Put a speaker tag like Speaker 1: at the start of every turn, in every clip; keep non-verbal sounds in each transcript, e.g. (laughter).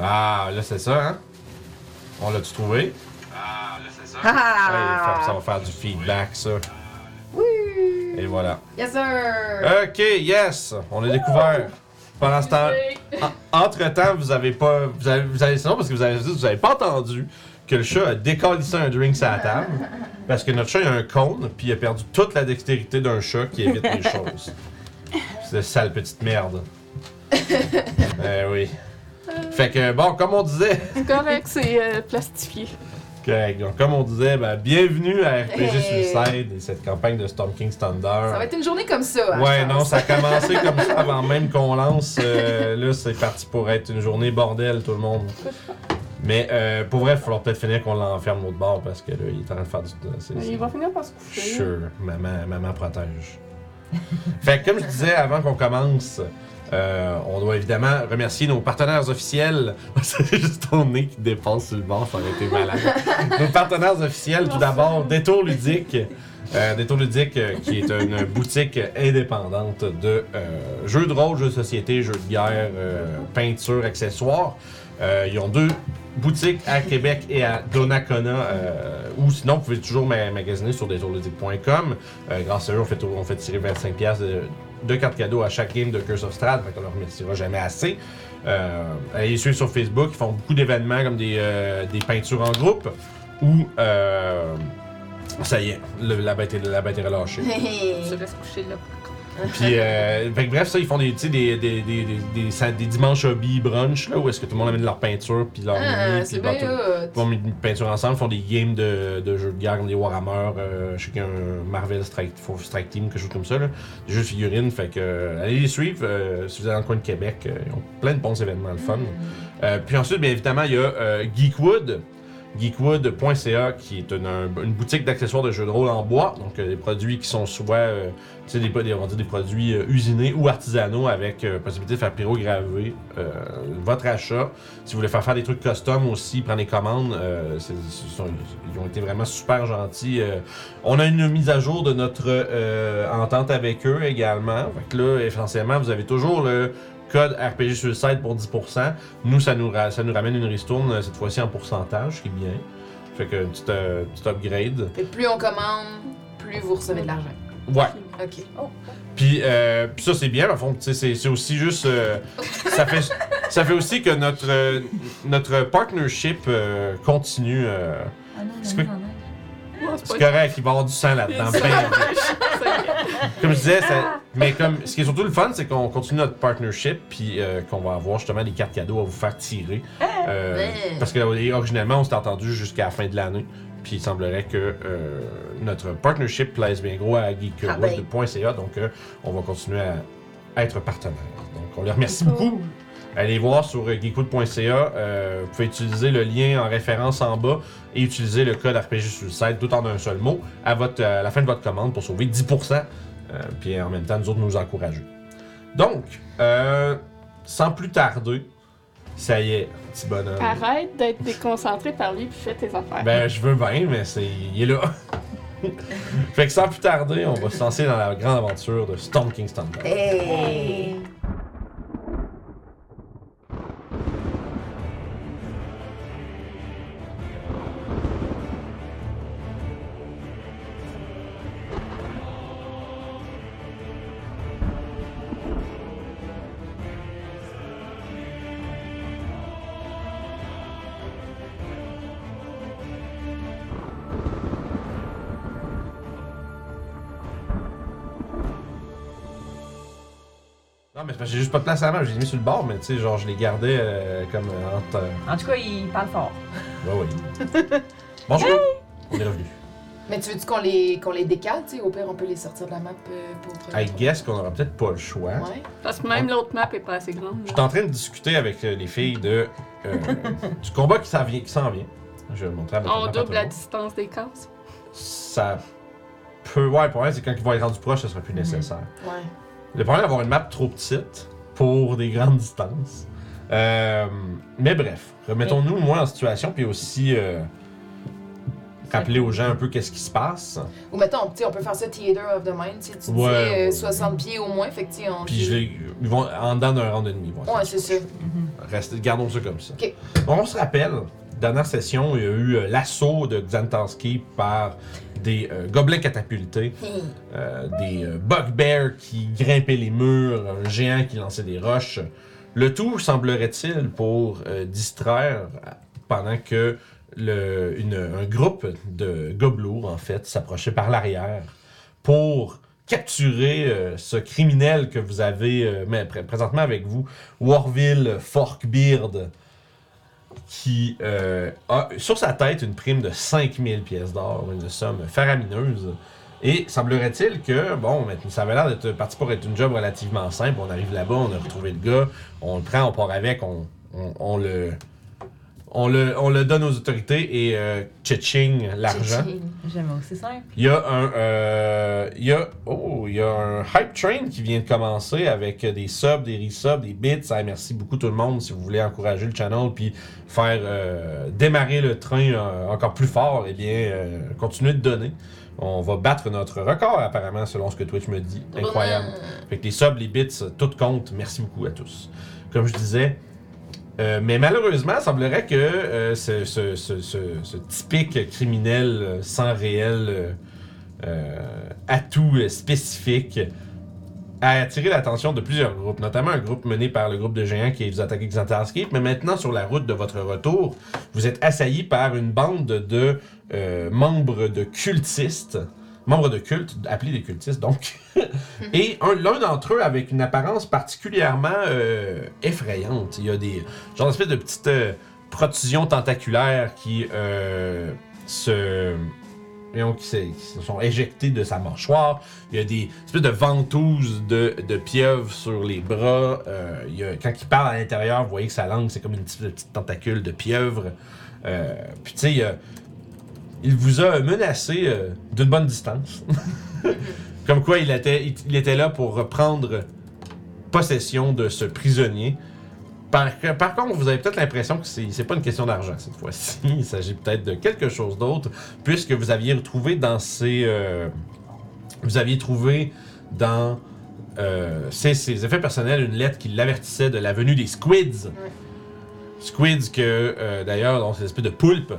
Speaker 1: Ah, là, c'est ça, hein? On l'a-tu trouvé?
Speaker 2: Ah, là, c'est ça.
Speaker 1: Ouais, ça
Speaker 3: Ah!
Speaker 1: va faire du feedback, ça.
Speaker 3: Oui!
Speaker 1: Et voilà.
Speaker 3: Yes, sir!
Speaker 1: Ok, yes! On a découvert. Pendant ce temps. En- Entre-temps, vous avez pas. Vous avez, vous avez- sinon, parce que vous avez dit, vous avez pas entendu que le chat a décalissé un drink sur la table. Parce que notre chat, il a un cône, puis il a perdu toute la dextérité d'un chat qui évite les choses. C'est sale petite merde. Eh oui. Fait que, bon, comme on disait.
Speaker 4: C'est correct, c'est euh, plastifié.
Speaker 1: Correct. Donc, comme on disait, ben, bienvenue à RPG
Speaker 3: Hey.
Speaker 1: Suicide et cette campagne de Storm King's Thunder.
Speaker 3: Ça va être une journée comme ça. hein,
Speaker 1: Ouais,
Speaker 3: je
Speaker 1: non,
Speaker 3: pense.
Speaker 1: ça
Speaker 3: (laughs)
Speaker 1: a commencé comme ça avant même qu'on lance. euh, là, c'est parti pour être une journée bordel, tout le monde. Mais euh, pour vrai, il va falloir peut-être finir qu'on l'enferme l'autre bord parce que là, il est en train de faire du. c'est-
Speaker 4: Mais
Speaker 1: c'est-
Speaker 4: il va finir par se coucher.
Speaker 1: Sure, maman, maman protège. (laughs) fait que comme je disais avant qu'on commence, euh, on doit évidemment remercier nos partenaires officiels. (laughs) C'est juste ton nez qui dépasse sur le bord, ça aurait été malade. nos partenaires officiels, tout d'abord, Détour Ludique. Euh, Détour Ludique, euh, qui est une boutique indépendante de euh, jeux de rôle, jeux de société, jeux de guerre, euh, peinture, accessoires. Euh, ils ont deux boutiques à Québec et à Donnacona. euh, ou sinon, vous pouvez toujours ma- magasiner sur détourludique.com. Euh, grâce à eux, on fait, tou- on fait tirer 25$ piastres de, de cartes cadeaux à chaque game de Curse of Strahd. Fait qu'on leur remerciera jamais assez. Euh, allez les suivre sur Facebook. Ils font beaucoup d'événements comme des, euh, des peintures en groupe. Ou... euh, ça y est, le- la, bête est, la bête est relâchée.
Speaker 4: Je vais se coucher là.
Speaker 1: Puis, euh, fait que bref, ça, ils font des, tu sais, des, des, des, des, des- ça- des dimanches hobby brunch, là, où est-ce que tout le monde amène leur peinture, puis leur
Speaker 3: Ah,
Speaker 1: mini, puis
Speaker 3: c'est
Speaker 1: leur
Speaker 3: bien
Speaker 1: tout-
Speaker 3: hot.
Speaker 1: ils font une peinture ensemble, ils font des games de, de jeux de guerre comme des Warhammer, euh, je sais qu'il y a un Marvel Strike, Fo- Strike Team, quelque chose comme ça, là. des jeux de figurines. Fait que euh, allez les suivre euh, si vous êtes dans le coin de Québec, euh, ils ont plein de bons événements le fun. Euh, puis ensuite, bien évidemment, il y a euh, Geekwood. Geekwood.ca qui est une, un- une boutique d'accessoires de jeux de rôle en bois, donc euh, des produits qui sont soit euh, tu sais, des, pas des, on dit des produits euh, usinés ou artisanaux avec euh, possibilité de faire pyrograver euh, votre achat. Si vous voulez faire faire des trucs custom aussi, prendre les commandes, euh, c'est- ce sont- ils ont été vraiment super gentils. euh. on a une mise à jour de notre euh, entente avec eux également. Fait que là, essentiellement, vous avez toujours le code RPG Suicide pour 10%. Nous, ça nous, ra- ça nous ramène une ristourne euh, cette fois-ci en pourcentage, ce qui est bien. Fait que une petite, euh, petite upgrade.
Speaker 3: Fait que plus on commande, plus vous recevez de l'argent.
Speaker 1: Ouais.
Speaker 3: Ok.
Speaker 1: Puis, euh, puis ça, c'est bien, dans le fond. Tu sais, C'est c'est aussi juste. euh, ça, fait, ça fait aussi que notre, euh, notre partnership euh, continue. euh,
Speaker 5: Ah non,
Speaker 1: C'est
Speaker 5: non,
Speaker 1: quoi-
Speaker 5: non, non.
Speaker 4: Non, c'est
Speaker 1: c'est
Speaker 4: pas
Speaker 1: correct, il va y avoir du sang là-dedans.
Speaker 4: Ça
Speaker 1: ben,
Speaker 4: correct.
Speaker 1: comme je disais, ça- mais comme ce qui est surtout le fun, c'est qu'on continue notre partnership, puis euh, qu'on va avoir justement des cartes cadeaux à vous faire tirer. Euh,
Speaker 3: Ouais.
Speaker 1: Parce que euh, originalement, on s'est entendu jusqu'à la fin de l'année. Puis il semblerait que euh, notre partnership plaise bien gros à geekwood.ca, donc euh, on va continuer à être partenaire. Donc on les remercie beaucoup. Allez voir sur euh, geekwood.ca. euh, vous pouvez utiliser le lien en référence en bas et utiliser le code RPG Suicide tout en un seul mot à, votre, à la fin de votre commande pour sauver 10%. euh, puis en même temps, nous autres, nous encourager. Donc, euh, sans plus tarder, ça y est, petit bonhomme.
Speaker 4: Arrête d'être déconcentré par lui puis fais tes affaires.
Speaker 1: Ben, je veux bien, mais c'est... il est là. (laughs) fait que sans plus tarder, on va se lancer dans la grande aventure de Storm King's Thunder.
Speaker 3: Eh. Hey!
Speaker 1: Non, mais c'est parce que j'ai juste pas de place à la main, j'ai mis sur le bord, mais tu sais, genre, je les gardais euh, comme euh, entre. euh,
Speaker 5: En tout cas, il parle fort.
Speaker 1: Ouais, ouais. Bonjour! On est revenu.
Speaker 3: Mais tu veux-tu qu'on les, qu'on les décale, tu sais? Au pire, on peut les sortir de la map euh, pour. euh,
Speaker 1: I guess hein? qu'on aura peut-être pas le choix.
Speaker 3: Ouais.
Speaker 4: Parce que même l'autre map est pas assez grande.
Speaker 1: Je suis en train de discuter avec euh, les filles de, euh, du combat qui s'en vient. qui s'en vient. Je vais le montrer à ma
Speaker 4: On
Speaker 1: à
Speaker 4: double
Speaker 1: tout le
Speaker 4: la
Speaker 1: monde.
Speaker 4: distance des cases.
Speaker 1: Ça peut. Ouais, pour moi, c'est quand ils vont être rendus proches, ce sera plus
Speaker 4: Mhm.
Speaker 1: nécessaire.
Speaker 3: Ouais.
Speaker 1: Le problème d'avoir une map trop petite pour des grandes distances. Euh, mais bref, remettons-nous au moins en situation, puis aussi euh, rappeler aux gens un peu qu'est-ce qui se passe.
Speaker 3: Ou mettons, tu sais, on peut faire ça Theater of the Mind, tu sais, tu
Speaker 1: Ouais,
Speaker 3: disais, euh,
Speaker 1: ouais.
Speaker 3: 60 pieds au moins, fait que tu sais, on.
Speaker 1: Puis je les- ils vont en dedans d'un rang et demi. ils vont être
Speaker 3: Ouais,
Speaker 1: rendus
Speaker 3: c'est ça. (laughs)
Speaker 1: proches. Ouais. Restez- gardons ça comme ça.
Speaker 3: Ok.
Speaker 1: On se rappelle, dernière session, il y a eu euh, l'assaut de Xantarski par des euh, gobelets catapultés, euh, des euh, bugbears qui grimpaient les murs, un géant qui lançait des roches. Le tout semblerait-il pour euh, distraire euh, pendant que le- une- un groupe de gobelots, en fait, s'approchait par l'arrière pour capturer euh, ce criminel que vous avez euh, mais pr- présentement avec vous, Warville Forkbeard, qui euh, a sur sa tête une prime de 5000 pièces d'or, une somme faramineuse. Et semblerait-il que, bon, mais ça avait l'air d'être parti pour être une job relativement simple. On arrive là-bas, on a retrouvé le gars, on le prend, on part avec, on, on- on le. On le, on le donne aux autorités et euh, tchitching l'argent.
Speaker 2: J'aime aussi simple.
Speaker 1: Il y a un. euh, il y a. Oh, il y a un hype train qui vient de commencer avec euh, des subs, des resubs, des bits. Ah, merci beaucoup tout le monde si vous voulez encourager le channel puis faire euh, démarrer le train euh, encore plus fort. Eh bien, euh, continuez de donner. On va battre notre record apparemment selon ce que Twitch me dit. Incroyable. Fait que les subs, les bits, euh, tout compte. Merci beaucoup à tous. Comme je disais. euh, mais malheureusement, il semblerait que euh, ce, ce- ce- ce- ce typique criminel euh, sans réel euh, euh, atout euh, spécifique a attiré l'attention de plusieurs groupes, notamment un groupe mené par le groupe de géants qui vous attaquait Xantarscape. Mais maintenant, sur la route de votre retour, vous êtes assailli par une bande de euh, membres de cultistes, membres de culte, appelés des cultistes donc, et un- l'un d'entre eux avec une apparence particulièrement euh, effrayante. Il y a des genre d'espèce de petites euh, protrusions tentaculaires qui euh, se voyons, qui, se, qui se sont éjectés de sa mâchoire. Il y a des espèces de ventouses de, de pieuvres sur les bras. Euh, il y a- quand il parle à l'intérieur, vous voyez que sa langue, c'est comme une petite, petite tentacule de pieuvre. Euh, puis tu sais, il, y a- il vous a menacé euh, d'une bonne distance. comme quoi, il était, il, il était là pour reprendre possession de ce prisonnier. Par, par contre, vous avez peut-être l'impression que c'est c'est pas une question d'argent cette fois-ci. (laughs) Il s'agit peut-être de quelque chose d'autre puisque vous aviez retrouvé dans ces. euh, vous aviez trouvé dans euh, ses, ses effets personnels une lettre qui l'avertissait de la venue des squids. Squids, que euh, d'ailleurs, ont ces espèces de poulpes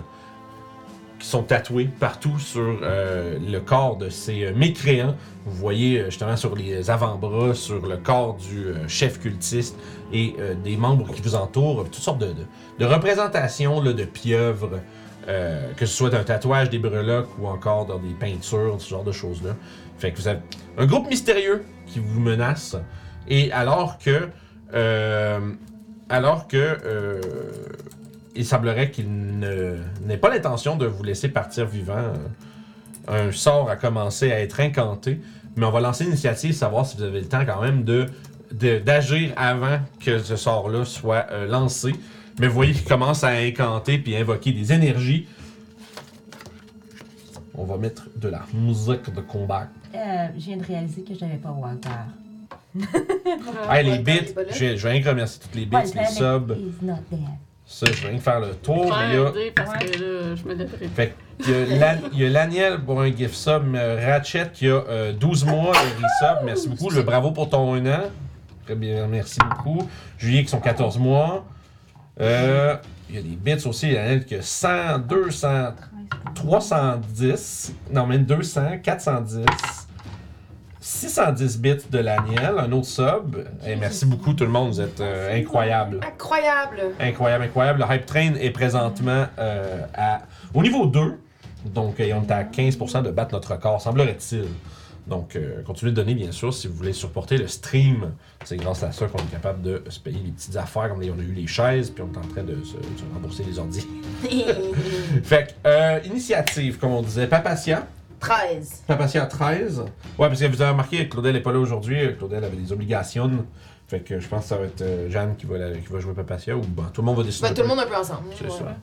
Speaker 1: qui sont tatoués partout sur euh, le corps de ces euh, mécréants. Vous voyez euh, justement sur les avant-bras, sur le corps du euh, chef cultiste et euh, des membres qui vous entourent, toutes sortes de, de- de représentations là, de pieuvres, euh, que ce soit d'un tatouage, des breloques ou encore dans des peintures, ce genre de choses-là. Fait que vous avez un groupe mystérieux qui vous menace. Et alors que. euh, alors que. euh, il semblerait qu'il ne- n'ait pas l'intention de vous laisser partir vivant. euh, Un sort a commencé à être incanté. Mais on va lancer l'initiative, savoir si vous avez le temps quand même de de- d'agir avant que ce sort-là soit euh, lancé. Mais vous voyez qu'il commence à incanter puis à invoquer des énergies. On va mettre de la musique de combat.
Speaker 2: Euh, je viens de réaliser que je n'avais pas Walter.
Speaker 1: Hey, les
Speaker 3: Ah, ouais,
Speaker 1: bits,
Speaker 3: les bolettes.
Speaker 1: je, je vais rien que remercier toutes les bits,
Speaker 2: Walter
Speaker 1: les subs.
Speaker 2: is not there.
Speaker 1: Ça, je vais rien que faire le tour. Oh, mais il y a-
Speaker 4: Faire aider parce que là, je me lèverai.
Speaker 1: Fait qu'il y a l'an- il y a l'Aniel pour un gift sub, mais Ratchet qui a euh, 12 mois de resub. Merci beaucoup. Le bravo pour ton 1 an. Très bien, merci beaucoup. Julien qui sont 14 mois. Euh, il y a des bits aussi. Il y en a qui a 100, 200, 310. Non, même 200, 410. 610 bits de l'Aniel, un autre sub. Et merci beaucoup tout le monde, vous êtes euh, incroyables.
Speaker 3: (laughs) Incroyable!
Speaker 1: Incroyable, incroyable. Le Hype Train est présentement euh, à, au niveau 2. Donc, euh, on est à 15% de battre notre record, semblerait-il. Donc, euh, continuez de donner, bien sûr, si vous voulez supporter le stream. C'est grâce à ça qu'on est capable de se payer les petites affaires, comme on a eu les chaises, puis on est en train de se, se rembourser les ordi. (laughs) fait que, euh, initiative, comme on disait, Papatia.
Speaker 3: 13.
Speaker 1: Papatia 13. Ouais, parce que vous avez remarqué, Claudel n'est pas là aujourd'hui. Euh, Claudel avait des obligations. Fait que je pense que ça va être euh, Jeanne qui va, la- qui va jouer Papatia, ou ben, tout le monde va décider.
Speaker 3: Ben, tout le monde un peu ensemble.
Speaker 1: C'est
Speaker 3: Ouais.
Speaker 1: ça.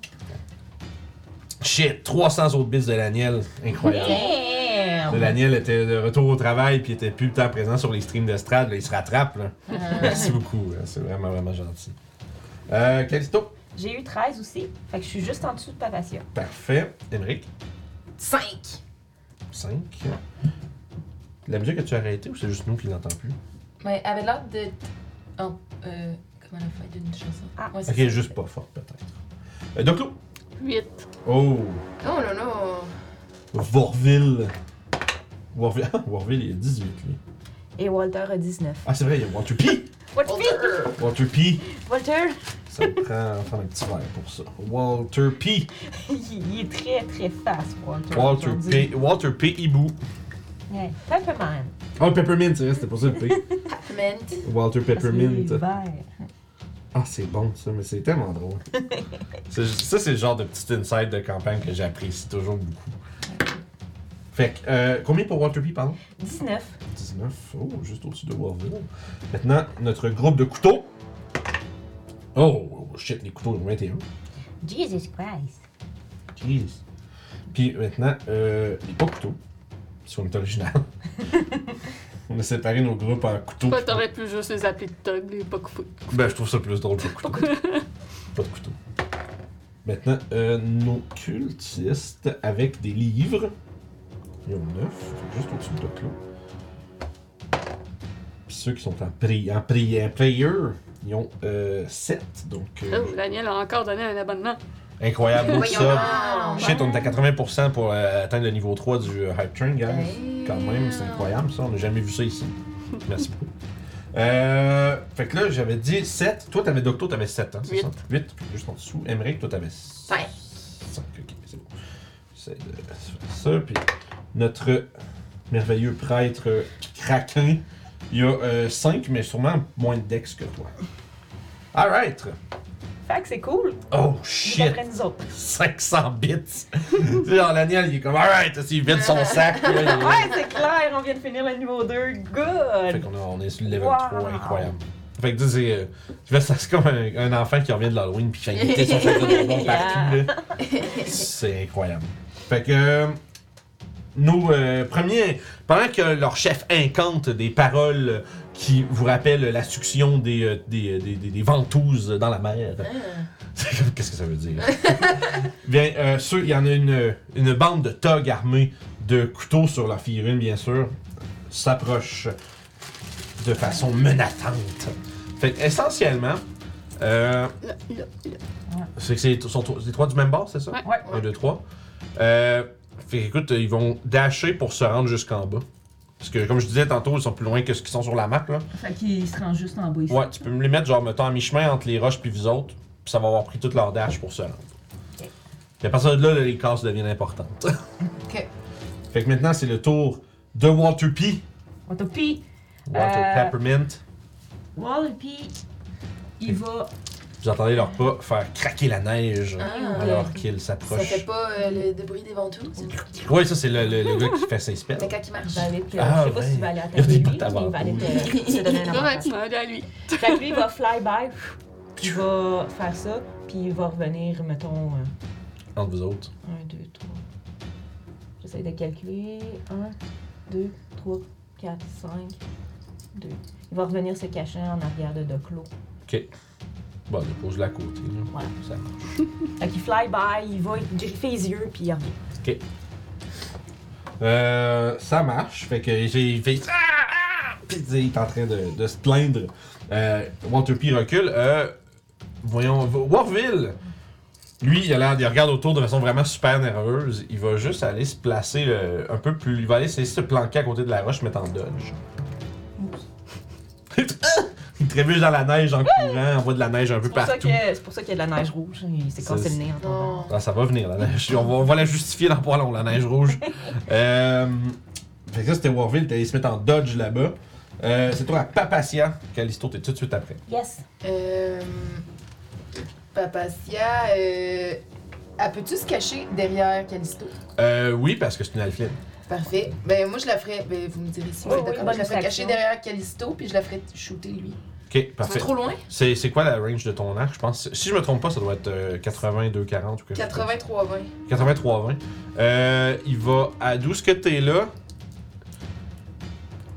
Speaker 1: Shit, 300 autres bits de l'Aniel. Incroyable. De
Speaker 2: Damn!
Speaker 1: L'Aniel était de retour au travail puis était plus le temps présent sur les streams d'estrade. là, Il se rattrape. là. Merci beaucoup. hein, C'est vraiment, vraiment gentil. Euh, Calisto.
Speaker 2: J'ai eu 13 aussi, fait que je suis juste en dessous de Papatia.
Speaker 1: Parfait. Emmerich.
Speaker 3: 5.
Speaker 1: 5. La musique que tu as arrêtée ou c'est juste nous qui l'entendons plus?
Speaker 3: Mais elle avait l'air d'être en- euh, Comment la fête d'une chanson?
Speaker 2: Ah.
Speaker 3: ouais, c'est
Speaker 1: Ok,
Speaker 3: ça.
Speaker 1: juste pas forte, peut-être. Euh, Doclo.
Speaker 4: 8.
Speaker 1: Oh!
Speaker 3: Oh là là!
Speaker 1: Vorville. (laughs) Vorville, Vorville, il est 18, lui.
Speaker 2: Et Walter a 19.
Speaker 1: Ah, c'est vrai, il y a Waterpie!
Speaker 2: Walter!
Speaker 3: Older!
Speaker 1: Waterpie!
Speaker 2: Walter! (laughs)
Speaker 1: Ça me prend enfin un petit verre pour ça. Walter P.
Speaker 2: il, il est très très fast, Walter.
Speaker 1: Walter
Speaker 2: aujourd'hui.
Speaker 1: P. Walter P. Hibou.
Speaker 2: Ouais. Pepperman.
Speaker 1: Oh, Peppermint, c'est vrai, c'était pour ça le P.
Speaker 3: Peppermint!
Speaker 1: Walter Peppermint.
Speaker 2: Parce qu'il est vert.
Speaker 1: Ah, c'est bon ça, mais c'est tellement drôle. (laughs) C'est- ça, c'est le genre de petit insight de campagne que j'apprécie toujours beaucoup. Fait que, euh, combien pour Waterpie, pardon
Speaker 2: 19.
Speaker 1: 19. Oh, juste au-dessus de Warville. Maintenant, notre groupe de couteaux. Oh, shit, les couteaux ont 21.
Speaker 2: Jesus Christ.
Speaker 1: Jeez. Puis maintenant, euh, les pas couteaux, si on est original. on a séparé nos groupes en couteaux.
Speaker 4: Bah, t'aurais pu juste les appeler Tog, les pas coupés.
Speaker 1: Ben, je trouve ça plus drôle, pas de couteau. pas de couteau. Maintenant, euh, nos cultistes avec des livres. Ils ont neuf, fait juste au-dessus de là. Puis ceux qui sont en, pri en, pri en prayer, ils ont 7. Donc, euh,
Speaker 4: Oh, Daniel a encore donné un abonnement.
Speaker 1: incroyable beaucoup
Speaker 3: Voyons
Speaker 1: ça.
Speaker 3: donc!
Speaker 1: Shit, on est à 80% pour euh, atteindre le niveau 3 du euh, Hype Train, guys. Quand même, c'est incroyable ça, on n'a jamais vu ça ici. Merci beaucoup. Euh, fait que là, j'avais dit 7. Toi, t'avais Docto, t'avais 7, hein, c'est
Speaker 4: Huit.
Speaker 1: ça? 8, juste en dessous. Emmerich, toi, t'avais 5.
Speaker 3: Cinq.
Speaker 1: Ok, c'est bon. J'essaie de faire ça. Puis notre merveilleux prêtre euh, craquin, il y a 5, mais sûrement moins de dex que toi. Alright!
Speaker 2: Fait que c'est cool.
Speaker 1: Oh
Speaker 2: Il est
Speaker 1: shit!
Speaker 2: après nous autres.
Speaker 1: 500 bits! tu sais, genre, Daniel, il est comme, alright, il vide son sac. puis là,
Speaker 2: (laughs)
Speaker 1: il-
Speaker 2: Ouais, c'est clair, on vient de finir le niveau 2.
Speaker 1: Fait
Speaker 2: Good!
Speaker 1: qu'on a- on est sur le level
Speaker 2: Wow.
Speaker 1: 3, incroyable. Fait que tu sais, c'est, euh, je fais ça, c'est comme un, un enfant qui revient de l'Halloween pis qui fait inviter
Speaker 2: (laughs)
Speaker 1: son château de bonbons partout. là. C'est incroyable. Fait que euh, nos euh, premiers, pendant que leur chef incante des paroles qui vous rappellent la succion des, euh, des, des, des- des ventouses dans la mer, c'est comme, (laughs) qu'est-ce que ça veut dire? bien, euh, ceux- il y en a une, une bande de togs armés de couteaux sur leur figurine, bien sûr, s'approche de façon menaçante. Fait que, essentiellement, euh,
Speaker 4: Là, là, là.
Speaker 1: c'est que c'est sont tro- les trois du même bord, c'est ça?
Speaker 4: Ouais.
Speaker 2: Ouais.
Speaker 1: 1, 2, 3. Euh, fait que, écoute, ils vont dasher pour se rendre jusqu'en bas. Parce que, comme je disais tantôt, ils sont plus loin que ce qu'ils sont sur la map, là.
Speaker 2: Fait qu'il se rend juste en bas ici.
Speaker 1: Ouais, tu peux me les mettre, genre, mettons, à mi-chemin entre les roches puis vous autres. Puis ça va avoir pris toute leur dash pour se rendre.
Speaker 2: Ok.
Speaker 1: Puis à partir de là, là, les casses deviennent importantes.
Speaker 3: (laughs) Ok.
Speaker 1: Fait que maintenant, c'est le tour de Walter P.
Speaker 2: On t'a pis.
Speaker 1: Walter
Speaker 2: Euh,
Speaker 1: Peppermint.
Speaker 2: Wallopy, il va.
Speaker 1: Vous entendez leur pas faire craquer la neige
Speaker 3: Ah,
Speaker 1: alors qu'ils
Speaker 3: Ça fait
Speaker 1: s'approchent.
Speaker 3: pas euh, le, le bruit des ventouses?
Speaker 1: Ouais, ça, c'est le, le- le gars qui fait ses spells.
Speaker 3: Mais quand il marche.
Speaker 2: J'allais te.
Speaker 1: Ah,
Speaker 2: je sais pas
Speaker 1: ouais.
Speaker 2: si tu vas aller
Speaker 1: Il y a
Speaker 2: attaquer
Speaker 1: des
Speaker 2: lui, mais
Speaker 1: bottes avant
Speaker 2: il va aller
Speaker 1: vous.
Speaker 2: te, te donner un
Speaker 4: Ouais, tu
Speaker 2: avantage.
Speaker 4: m'as aidé à lui.
Speaker 2: fait que lui, il va fly by, pff, il va faire ça, puis il va revenir, mettons, euh,
Speaker 1: Entre vous autres.
Speaker 2: 1, 2, 3. J'essaie de calculer. 1, 2, 3, 4, 5, 2. Il va revenir se cacher en arrière de Doclo.
Speaker 1: Bon, on pose la côté. Là.
Speaker 2: Voilà.
Speaker 1: Ça marche.
Speaker 2: Fait qu'il fly by, il va il griffer les yeux, puis il revient.
Speaker 1: Euh, ça marche. Fait que j'ai fait. Ah, ah! Puis tu sais, il est en train de, de se plaindre. Euh, Walter P. recule. Euh, voyons. Warville! Lui, il, a l'air- il regarde autour de façon vraiment super nerveuse. Il va juste aller se placer euh, un peu plus. Il va aller essayer de se planquer à côté de la roche, mais en dodge. (laughs) il trébuche dans la neige en courant, envoie de la neige un peu
Speaker 2: C'est pour ça
Speaker 1: partout.
Speaker 2: que- c'est pour ça qu'il y a de la neige rouge. Il s'est cassé le nez en tombant.
Speaker 3: Non.
Speaker 1: Ah, ça va venir, la neige. On va, on va la justifier dans pas long, la neige
Speaker 3: (laughs)
Speaker 1: rouge. euh, fait que ça, c'était Warville. Ils se mettent en dodge là-bas. Euh, c'est toi à Papatia. Calisto, t'es tout de suite après.
Speaker 2: Yes.
Speaker 3: Euh, Papacia, euh, elle peut-tu se cacher derrière Calisto?
Speaker 1: Euh, oui, parce que c'est une alphine.
Speaker 3: Parfait. Ben moi je la ferais. Ben vous me direz si vous
Speaker 2: Oui,
Speaker 3: êtes
Speaker 2: oui,
Speaker 3: d'accord.
Speaker 2: bonne
Speaker 3: je la ferais cacher
Speaker 2: distraction.
Speaker 3: derrière Calisto puis je la ferais shooter lui.
Speaker 1: Ok,
Speaker 3: C'est
Speaker 1: parfait.
Speaker 3: trop loin?
Speaker 1: C'est, c'est quoi la range de ton arc, je pense? Si je me trompe pas, ça doit être euh, 82-40 ou quelque chose comme ça.
Speaker 3: 83-20.
Speaker 1: 83-20. Euh, il va à 12 que t'es là.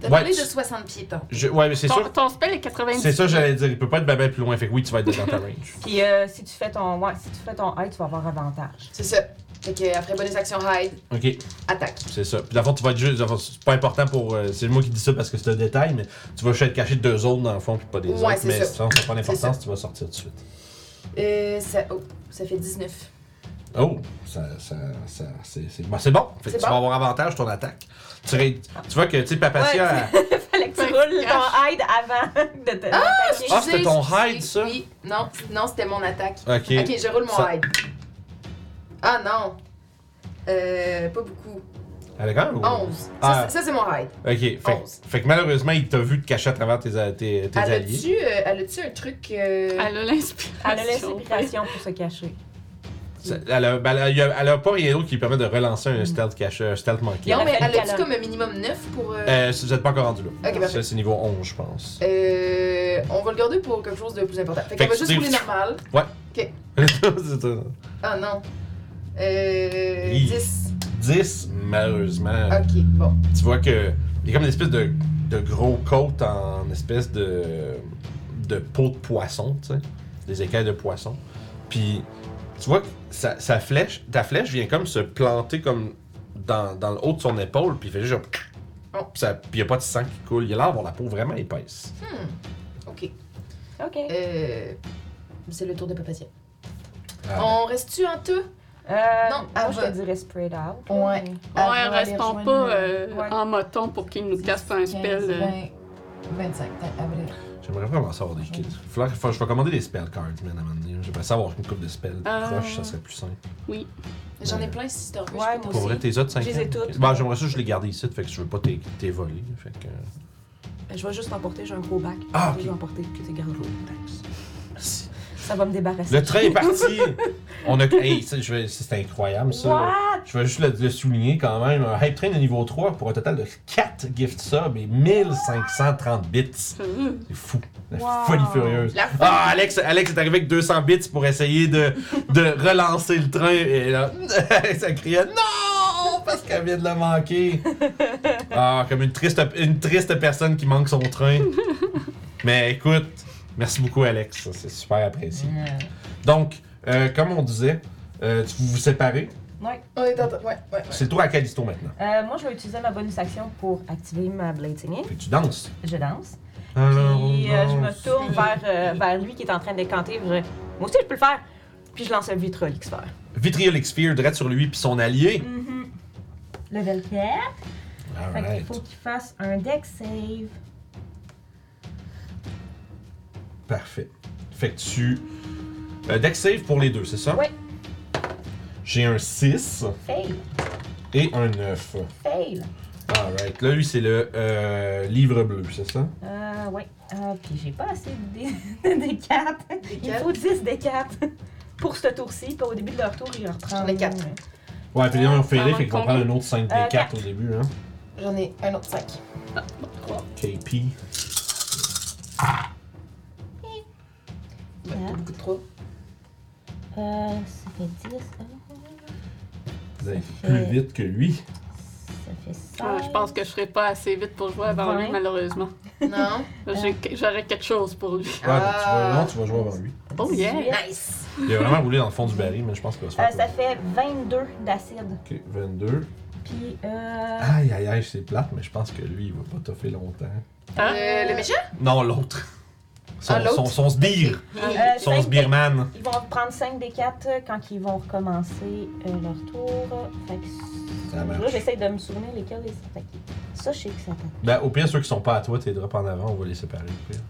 Speaker 3: T'as
Speaker 1: Ouais,
Speaker 3: parlé
Speaker 1: tu-
Speaker 3: de 60 pieds, toi.
Speaker 1: Je- ouais, mais c'est
Speaker 4: Ton,
Speaker 1: sûr.
Speaker 4: ton spell est 90.
Speaker 1: C'est ça, j'allais dire. Il peut pas être babel plus loin. Fait que oui, tu vas être dans ta range.
Speaker 2: Puis euh, si tu fais ton ouais, si tu fais ton high, tu vas avoir avantage.
Speaker 3: C'est ça. Fait que après bonus action hide,
Speaker 1: Ok,
Speaker 3: attaque.
Speaker 1: c'est ça. Puis d'abord, tu vas être juste. dans le fond, C'est pas important pour. euh, c'est moi qui dis ça parce que c'est un détail, mais tu vas juste être caché de deux zones dans le fond, puis pas des
Speaker 3: Ouais,
Speaker 1: autres.
Speaker 3: c'est
Speaker 1: Mais
Speaker 3: ça.
Speaker 1: ça n'a pas
Speaker 3: C'est ça.
Speaker 1: d'importance, tu vas sortir tout de suite.
Speaker 3: Euh, ça, oh, ça fait 19.
Speaker 1: Oh, ça, ça, ça, c'est c'est- bon. c'est bon. Fait que
Speaker 3: C'est
Speaker 1: tu
Speaker 3: bon.
Speaker 1: vas avoir avantage ton attaque. Tu, ré- tu vois que, tu sais, Papatia. elle-
Speaker 2: (laughs) Fallait que tu roules ton hide avant de te. d'attaquer.
Speaker 1: Ah, c'était ton
Speaker 3: Excusez,
Speaker 1: hide,
Speaker 3: excusez.
Speaker 1: ça?
Speaker 3: Oui, non, non, c'était mon attaque.
Speaker 1: Ok.
Speaker 3: Ok, je roule mon
Speaker 1: Ça-
Speaker 3: hide. Ah non. Euh, pas beaucoup.
Speaker 1: Elle est quand même.
Speaker 3: 11. Ça,
Speaker 1: Ah.
Speaker 3: c'est- ça, c'est mon hide.
Speaker 1: Ok, fait,
Speaker 3: Onze.
Speaker 1: fait que malheureusement, il t'a vu te cacher à travers tes, a- tes, tes
Speaker 3: Elle
Speaker 1: alliés.
Speaker 3: a-tu euh, elle a-tu un truc. euh,
Speaker 4: Elle a l'inspiration.
Speaker 2: Elle a l'inspiration pour se cacher.
Speaker 1: Ça- Elle a, ben, elle a- il y a- elle a pas rien d'autre qui lui permet de relancer un
Speaker 2: Mm.
Speaker 1: stealth caché, un stealth manqué.
Speaker 3: Non, mais
Speaker 2: Elle a
Speaker 3: elle
Speaker 2: fait
Speaker 3: a-tu
Speaker 2: le
Speaker 3: comme un minimum 9 pour. euh,
Speaker 1: Euh, si vous êtes pas encore rendu là.
Speaker 3: Ok, parfait.
Speaker 1: Ça, c'est niveau 11, je
Speaker 3: (laughs)
Speaker 1: pense.
Speaker 3: Euh, on va le garder pour quelque chose de plus important. Fait,
Speaker 1: Fait
Speaker 3: qu'on va
Speaker 1: que
Speaker 3: juste
Speaker 1: tu-
Speaker 3: rouler normal.
Speaker 1: C'est ça.
Speaker 3: Ah non. Euh,
Speaker 1: Hi.
Speaker 3: 10.
Speaker 1: 10, malheureusement.
Speaker 3: Ok, bon.
Speaker 1: Tu vois que. Il y a comme une espèce de, de gros côte en espèce de. de peau de poisson, tu sais. Des écailles de poisson. Puis, tu vois que sa, sa flèche, ta flèche vient comme se planter comme dans, dans le haut de son épaule, puis il fait juste. genre-
Speaker 3: Oh.
Speaker 1: Puis ça- puis il n'y a pas de sang qui coule. Il a l'air d'avoir la peau vraiment épaisse.
Speaker 3: Ok.
Speaker 2: Ok.
Speaker 3: Euh, c'est le tour de Papatia.
Speaker 1: Ah,
Speaker 3: On reste-tu en tout?
Speaker 2: Euh,
Speaker 3: non,
Speaker 2: moi,
Speaker 3: elle
Speaker 2: je te
Speaker 3: va-
Speaker 2: dirais spread out.
Speaker 3: Ouais.
Speaker 4: Ouais, restons pas euh,
Speaker 2: Ouais.
Speaker 4: en moton pour qu'il nous casse un spell. euh.
Speaker 3: 25.
Speaker 1: J'aimerais vraiment savoir des kits. Faut que- faut que je vais commander des spell cards, man, à un moment donné. J'aimerais savoir une coupe de spells
Speaker 4: Ah.
Speaker 1: proche, ça serait plus simple.
Speaker 3: J'en ai plein si t'en veux.
Speaker 2: Ouais,
Speaker 3: je peux
Speaker 2: moi
Speaker 1: Pour
Speaker 3: t'en-
Speaker 1: vrai, tes autres 5
Speaker 2: Je les ai toutes.
Speaker 1: Bon, j'aimerais ça, je les garde ici, fait que je veux pas t'é- t'es volé. Fait que.
Speaker 2: Je vais juste emporter, j'ai un gros bac.
Speaker 1: Ah,
Speaker 2: Je vais
Speaker 1: ok.
Speaker 2: emporter, que tu gardes.
Speaker 1: Cool, thanks. Merci.
Speaker 2: Ça va me débarrasser.
Speaker 1: Le train est parti! On a. Hey, ça, je vais- c'est incroyable ça.
Speaker 2: What?
Speaker 1: Je vais juste le, le souligner quand même. Un hype train de niveau 3 pour un total de 4 gift subs et 1530 bits. C'est
Speaker 4: Hum.
Speaker 1: fou. La
Speaker 2: Wow.
Speaker 1: folie furieuse.
Speaker 3: Mm-hmm. La folie.
Speaker 1: Ah, Alex, Alex est arrivé avec 200 bits pour essayer de, de relancer le train. Et là, (laughs) ça criait non! Parce qu'elle vient de le manquer. Ah, comme une triste, une triste personne qui manque son train. Mais écoute, merci beaucoup, Alex. Ça, C'est super apprécié.
Speaker 3: Mm.
Speaker 1: Donc, euh, comme on disait, euh, tu- vous vous séparez.
Speaker 2: Ouais.
Speaker 3: On est en Ouais, ouais, ouais.
Speaker 1: C'est le tour à Calisto maintenant.
Speaker 2: Euh, moi, je vais utiliser ma bonus action pour activer ma blade singing.
Speaker 1: Fait que tu danses.
Speaker 2: Je danse.
Speaker 1: Alors, on
Speaker 2: Puis euh,
Speaker 1: danse.
Speaker 2: je me tourne vers, euh, vers lui qui est en train de décanter. Je... Moi aussi, je peux le faire. Puis je lance un vitrol X-Fer.
Speaker 1: Vitriolic Sphere, direct sur lui puis son allié.
Speaker 2: Mm-hmm. Level 4. Fait qu'il
Speaker 1: Alright.
Speaker 2: faut qu'il fasse un deck save.
Speaker 1: Parfait. Fait que tu. Euh, deck save pour les deux, c'est ça?
Speaker 2: Ouais.
Speaker 1: J'ai un 6
Speaker 2: Fail.
Speaker 1: et un 9.
Speaker 2: Fail.
Speaker 1: Alright. Là, lui, c'est le euh, livre bleu, c'est ça?
Speaker 2: Euh, ouais. Euh, puis j'ai pas assez de dés- (laughs) de dés 4. Il
Speaker 3: quatre.
Speaker 2: faut 10 des 4 pour ce tour-ci. Puis au début de leur tour, ils reprennent.
Speaker 3: J'en ai quatre.
Speaker 1: Ouais, puis là, on fait
Speaker 4: Ça va
Speaker 1: fait qu'ils vont
Speaker 4: combien?
Speaker 1: prendre un autre 5
Speaker 2: Euh,
Speaker 1: des 4 au début, hein?
Speaker 3: J'en ai un autre 5.
Speaker 1: KP.
Speaker 4: Hein?
Speaker 2: Quatre.
Speaker 3: Beaucoup de trop.
Speaker 2: Euh, ça fait 10. euh,
Speaker 1: Vous allez plus vite que lui.
Speaker 2: Ça fait 16.
Speaker 4: Ah, je pense que je serai pas assez vite pour jouer avant lui,
Speaker 2: Ouais.
Speaker 4: malheureusement.
Speaker 3: Non?
Speaker 4: J'ai- J'aurais quelque chose pour lui.
Speaker 1: Ouais,
Speaker 2: Euh.
Speaker 1: donc tu vas, non,
Speaker 3: Ah.
Speaker 1: tu vas jouer avant lui.
Speaker 4: Oh yeah!
Speaker 3: (laughs) Nice!
Speaker 1: Il a vraiment roulé dans le fond du baril, mais je pense qu'il va se faire.
Speaker 2: Euh, ça fait 22 d'acide.
Speaker 1: peur. Ok, 22.
Speaker 2: Puis, euh.
Speaker 1: Aïe, aïe, aïe, c'est plate, mais je pense que lui, il va pas toffer longtemps.
Speaker 4: Hein?
Speaker 3: Euh, le méchant?
Speaker 1: Non, l'autre. Son,
Speaker 3: Ah, l'autre?
Speaker 1: son, son sbire.
Speaker 2: euh,
Speaker 1: Son
Speaker 2: cinq des-
Speaker 1: sbirman.
Speaker 2: Ils vont prendre 5 des 4 quand ils vont recommencer euh, leur tour. Fait que.
Speaker 1: Ça marche.
Speaker 2: Là, j'essaie de me souvenir lesquels ils sont attaqués. Ça, je sais que ça attaque.
Speaker 1: Ben, au pire, ceux qui sont pas à toi, t'es drop en avant, on va les séparer. Au pire.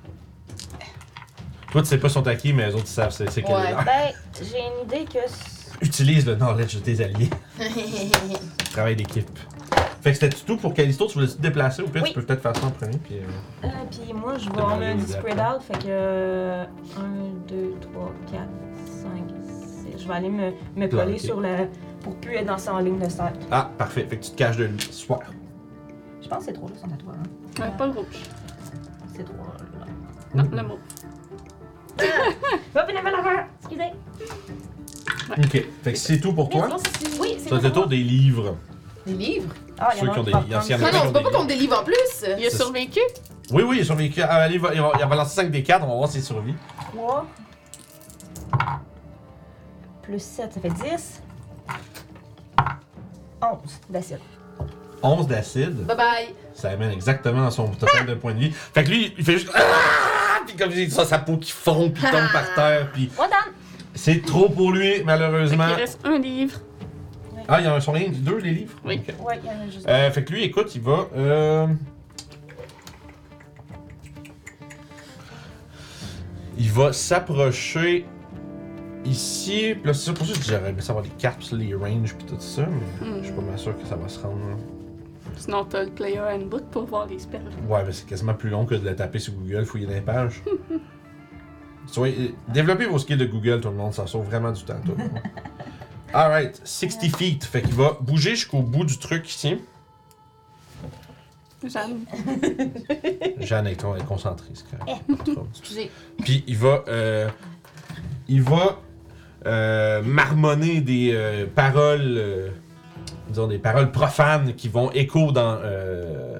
Speaker 1: Toi, tu sais pas son taquis, mais les autres, ils savent c'est c'est quel
Speaker 3: Ouais.
Speaker 1: est leur.
Speaker 2: Ben, j'ai une idée que. c-
Speaker 1: Utilise le knowledge de tes alliés. (laughs) Travail d'équipe. Fait que c'était tout pour Calisto. Tu voulais te déplacer? Au pire,
Speaker 2: Oui.
Speaker 1: tu peux peut-être faire ça en premier. Puis, euh,
Speaker 2: Euh, puis moi, je vais
Speaker 1: T'as
Speaker 2: en
Speaker 1: mangé
Speaker 2: un
Speaker 1: les
Speaker 2: petit spread
Speaker 1: appels.
Speaker 2: out. Fait que. euh, 1, 2, 3, 4, 5, 6. Je vais aller me, me coller
Speaker 1: Ah, ok.
Speaker 2: sur la. pour plus être dans ça en ligne de 5.
Speaker 1: Ah, parfait. Fait que tu te caches de lui. Super.
Speaker 2: Je pense que ces trois-là sont à toi. Hein.
Speaker 4: Ouais, pas le rouge.
Speaker 2: Ces trois-là.
Speaker 4: Non, le mot.
Speaker 2: Va finir ma affaire! Excusez!
Speaker 1: Ok. Fait que c'est tout pour toi.
Speaker 2: Merci. Oui, c'est
Speaker 1: Ça, c'est
Speaker 2: bon
Speaker 1: le
Speaker 2: pour
Speaker 1: tour
Speaker 2: moi.
Speaker 1: des livres.
Speaker 3: (laughs) Des livres?
Speaker 2: Ah, il y
Speaker 1: Ceux
Speaker 2: en a
Speaker 1: qui
Speaker 2: un
Speaker 1: ont
Speaker 2: qui
Speaker 1: des-
Speaker 2: va
Speaker 1: il y en a
Speaker 2: prendre
Speaker 1: un qui
Speaker 3: Non, non,
Speaker 2: ça.
Speaker 1: ont
Speaker 3: c'est pas
Speaker 1: des
Speaker 3: pas qu'on me délivre en plus!
Speaker 4: Il a
Speaker 1: C'est-
Speaker 4: survécu?
Speaker 1: Oui, oui, il a survécu. Ah, allez, il va, il va, il va lancer 5 des 4, on va voir s'il survit.
Speaker 2: Trois. Plus 7, ça fait 10. 11 d'acide.
Speaker 1: 11 d'acide.
Speaker 3: Bye bye!
Speaker 1: Ça amène exactement dans son total de points de vie. Fait que lui, il fait juste. Ah! Puis comme ça, sa peau qui fond, puis tombe
Speaker 4: Ah!
Speaker 1: par terre, puis
Speaker 2: One down!
Speaker 1: c'est trop pour lui,
Speaker 4: Fait
Speaker 1: malheureusement.
Speaker 4: qu'il reste un livre.
Speaker 1: Ah, il y en a son livre, deux, les livres?
Speaker 4: Oui.
Speaker 1: Ok.
Speaker 2: Ouais, il y en a juste deux.
Speaker 1: Euh, fait que lui, écoute, il va. euh, Il va s'approcher ici. Puis là, c'est ça, pour ça que j'aurais aimé savoir les caps, les ranges, puis tout ça, mais
Speaker 4: Hmm.
Speaker 1: je suis pas mal sûr que ça va se rendre. là.
Speaker 4: Sinon, t'as le player handbook pour voir les spells.
Speaker 1: Ouais, mais c'est quasiment plus long que de la taper sur Google, fouiller dans les pages. (laughs) Soyez, euh, développez vos skills de Google, tout le monde, ça sauve vraiment du temps, tout le monde. (laughs) Alright, 60 feet. Fait qu'il va bouger jusqu'au bout du truc ici.
Speaker 4: J'aime.
Speaker 1: Jeanne est, con- est concentrée, c'est correct. Pas de trouble.
Speaker 3: Excusez.
Speaker 1: Puis il va. euh, il va. euh, marmonner des euh, paroles. euh, disons, des paroles profanes qui vont écho dans, euh,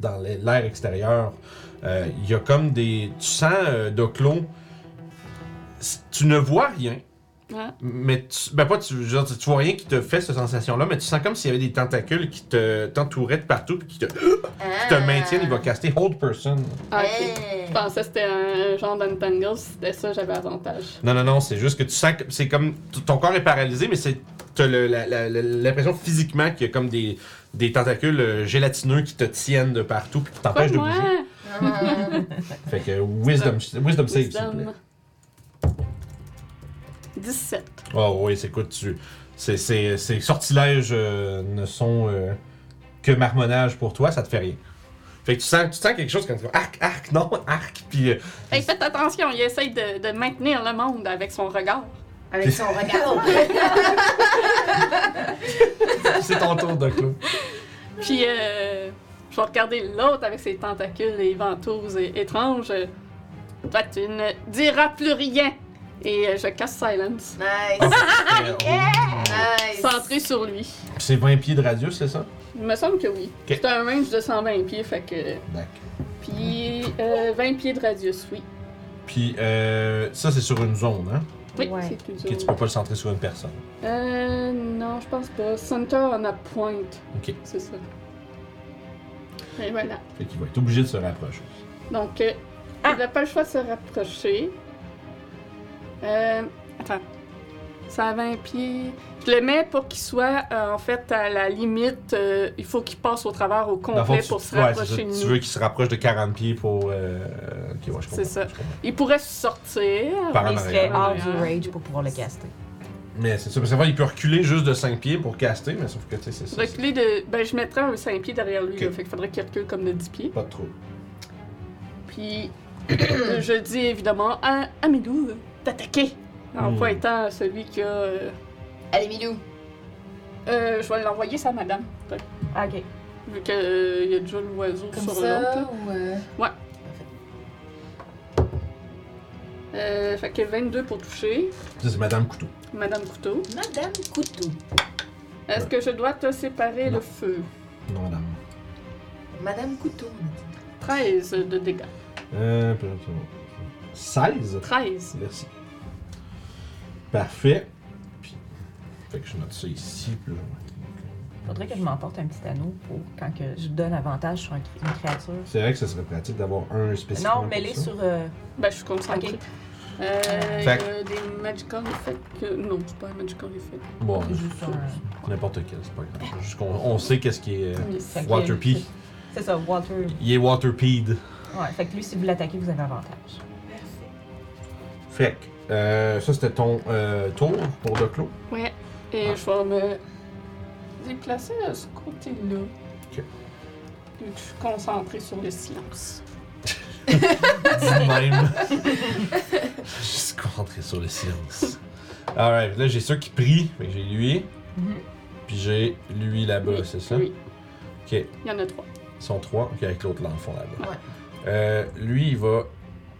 Speaker 1: dans l'ai- l'air extérieur. Euh, Il y a comme des. Tu sens, euh, Doclo. c- Tu ne vois rien,
Speaker 4: Hein?
Speaker 1: mais tu, ben pas tu, je veux dire, tu- tu vois rien qui te fait cette sensation-là, mais tu sens comme s'il y avait des tentacules qui te- t'entouraient de partout et qui te, qui
Speaker 3: Ah.
Speaker 1: te maintiennent. Il va caster Hold Person.
Speaker 4: Ah, ok.
Speaker 3: Hey.
Speaker 4: Je pensais que c'était un genre d'untangle. Si c'était ça, j'avais avantage.
Speaker 1: Non, non, non, c'est juste que tu sens que c'est comme. t- Ton corps est paralysé, mais c'est. T'as le- la- la- la- l'impression physiquement qu'il y a comme des, des tentacules euh, gélatineux qui te tiennent de partout puis qui
Speaker 4: Quoi,
Speaker 1: t'empêchent de
Speaker 4: moi?
Speaker 1: bouger.
Speaker 3: Ah. (laughs)
Speaker 1: Fait que euh, wisdom, wisdom save, s'il te plaît.
Speaker 4: Wisdom. 17.
Speaker 1: Oh oui, c'est quoi tu. Ces, ces, ces sortilèges euh, ne sont euh, que marmonnage pour toi, ça te fait rien. Fait que tu sens, tu sens quelque chose quand tu vas arc, arc, non, (laughs) arc, puis euh,
Speaker 4: Hey, faites attention, il essaye de, de maintenir le monde avec son regard.
Speaker 3: Avec son regard. (laughs)
Speaker 1: c'est ton tour, Doc.
Speaker 4: (laughs)
Speaker 1: là.
Speaker 4: Puis, euh, je vais regarder l'autre avec ses tentacules et ventouses é- étranges. Toi, tu ne diras plus rien. Et euh, je casse silence.
Speaker 3: Nice.
Speaker 1: Euh,
Speaker 3: Nice.
Speaker 4: Centré sur lui.
Speaker 1: C'est 20 pieds de radius, c'est ça?
Speaker 4: Il me semble que oui.
Speaker 1: Ok.
Speaker 4: C'est un range de 120 pieds, fait que.
Speaker 1: D'accord.
Speaker 4: Puis, euh, 20 pieds de radius, oui.
Speaker 1: Puis euh, ça, c'est sur une zone, hein?
Speaker 4: Oui,
Speaker 2: Ouais.
Speaker 4: c'est tout ça.
Speaker 1: Ok, tu peux pas le centrer sur une personne.
Speaker 4: Euh, non, je pense pas. Center on a point,
Speaker 1: Ok.
Speaker 4: c'est ça. Et voilà.
Speaker 1: Fait qu'il va être obligé de se rapprocher.
Speaker 4: Donc, euh,
Speaker 2: Ah!
Speaker 4: il n'a pas le choix de se rapprocher. Euh, attends. 120 pieds. Je le mets pour qu'il soit, euh, en fait, à la limite. euh, il faut qu'il passe au travers au
Speaker 1: Dans le fond,
Speaker 4: complet
Speaker 1: tu-
Speaker 4: pour se
Speaker 1: ouais,
Speaker 4: rapprocher
Speaker 1: c'est
Speaker 4: de
Speaker 1: ça,
Speaker 4: nous.
Speaker 1: Tu veux qu'il se rapproche de 40 pieds pour. euh, Ok, ouais, je comprends.
Speaker 4: C'est ça.
Speaker 1: je comprends.
Speaker 4: Il pourrait sortir.
Speaker 1: Par en
Speaker 2: Ah, Il serait
Speaker 1: arrière.
Speaker 2: hors du rage pour pouvoir le caster.
Speaker 1: Mais c'est ça, parce que ça va, il peut reculer juste de 5 pieds pour caster, mais sauf que, tu sais, c'est ça. c'est
Speaker 4: Reculer de. Ben, je mettrais un 5 pieds derrière lui,
Speaker 1: Ok.
Speaker 4: là, fait qu'il faudrait qu'il recule comme de 10 pieds.
Speaker 1: Pas de trouble.
Speaker 4: Puis, (coughs) euh, je dis évidemment à, à Milou euh, d'attaquer en
Speaker 1: Mm.
Speaker 4: pointant à celui qui a. euh,
Speaker 3: Allez, Milou.
Speaker 4: euh, je vais l'envoyer ça, madame.
Speaker 2: Ah, ok.
Speaker 4: Vu qu'il y a déjà l'oiseau
Speaker 3: Comme
Speaker 4: sur
Speaker 3: ça
Speaker 4: l'autre.
Speaker 3: ou... euh,
Speaker 4: Euh, fait que 22 pour toucher,
Speaker 1: Ça, c'est Madame Couteau.
Speaker 4: Madame Couteau.
Speaker 3: Madame Couteau.
Speaker 4: Est-ce
Speaker 1: Ouais.
Speaker 4: que je dois te séparer
Speaker 1: Non.
Speaker 4: le feu?
Speaker 1: Non, Madame.
Speaker 3: Madame Couteau. on a dit.
Speaker 4: 13 de dégâts.
Speaker 1: Euh, puis, ok. 16
Speaker 4: 13.
Speaker 1: Merci. Parfait. Puis, fait que je note ça ici, puis là,
Speaker 2: Faudrait que je m'emporte un petit anneau pour quand que je donne avantage sur un- une créature.
Speaker 1: C'est vrai que ça serait pratique d'avoir un spécifiquement.
Speaker 2: Non, mêlé
Speaker 1: pour ça.
Speaker 2: sur. euh,
Speaker 4: Ben, je suis concentrée.
Speaker 2: Ok.
Speaker 4: Euh, il y
Speaker 1: Fait
Speaker 4: a des magical effects. que- Non, c'est pas un magical effect.
Speaker 1: Bon,
Speaker 2: juste un-
Speaker 1: n'importe quel, c'est pas grave. Juste qu'on- on sait qu'est-ce qui est. euh,
Speaker 2: fait que-
Speaker 1: Waterpee.
Speaker 2: C'est ça, Water.
Speaker 1: Il est waterpeed.
Speaker 2: Ouais, fait que lui, si vous l'attaquez, vous avez avantage.
Speaker 1: Fait que, euh, ça c'était ton euh, tour pour (laughs) Doclo.
Speaker 4: Ouais. Et
Speaker 1: Ah.
Speaker 4: je vais me déplacer de ce côté-là.
Speaker 1: Ok.
Speaker 4: Puis Je suis concentrée sur le silence.
Speaker 1: Dis (laughs) même. Je suis concentré sur le silence. Alright, là j'ai ceux qui prient. Fait que j'ai lui, puis j'ai lui là-bas,
Speaker 4: Mhm. Oui,
Speaker 1: c'est ça?
Speaker 4: Oui,
Speaker 1: Ok,
Speaker 4: il y en a trois.
Speaker 1: ils sont trois. Ok, avec l'autre là en fond là-bas.
Speaker 3: Ouais.
Speaker 1: Euh, lui, il va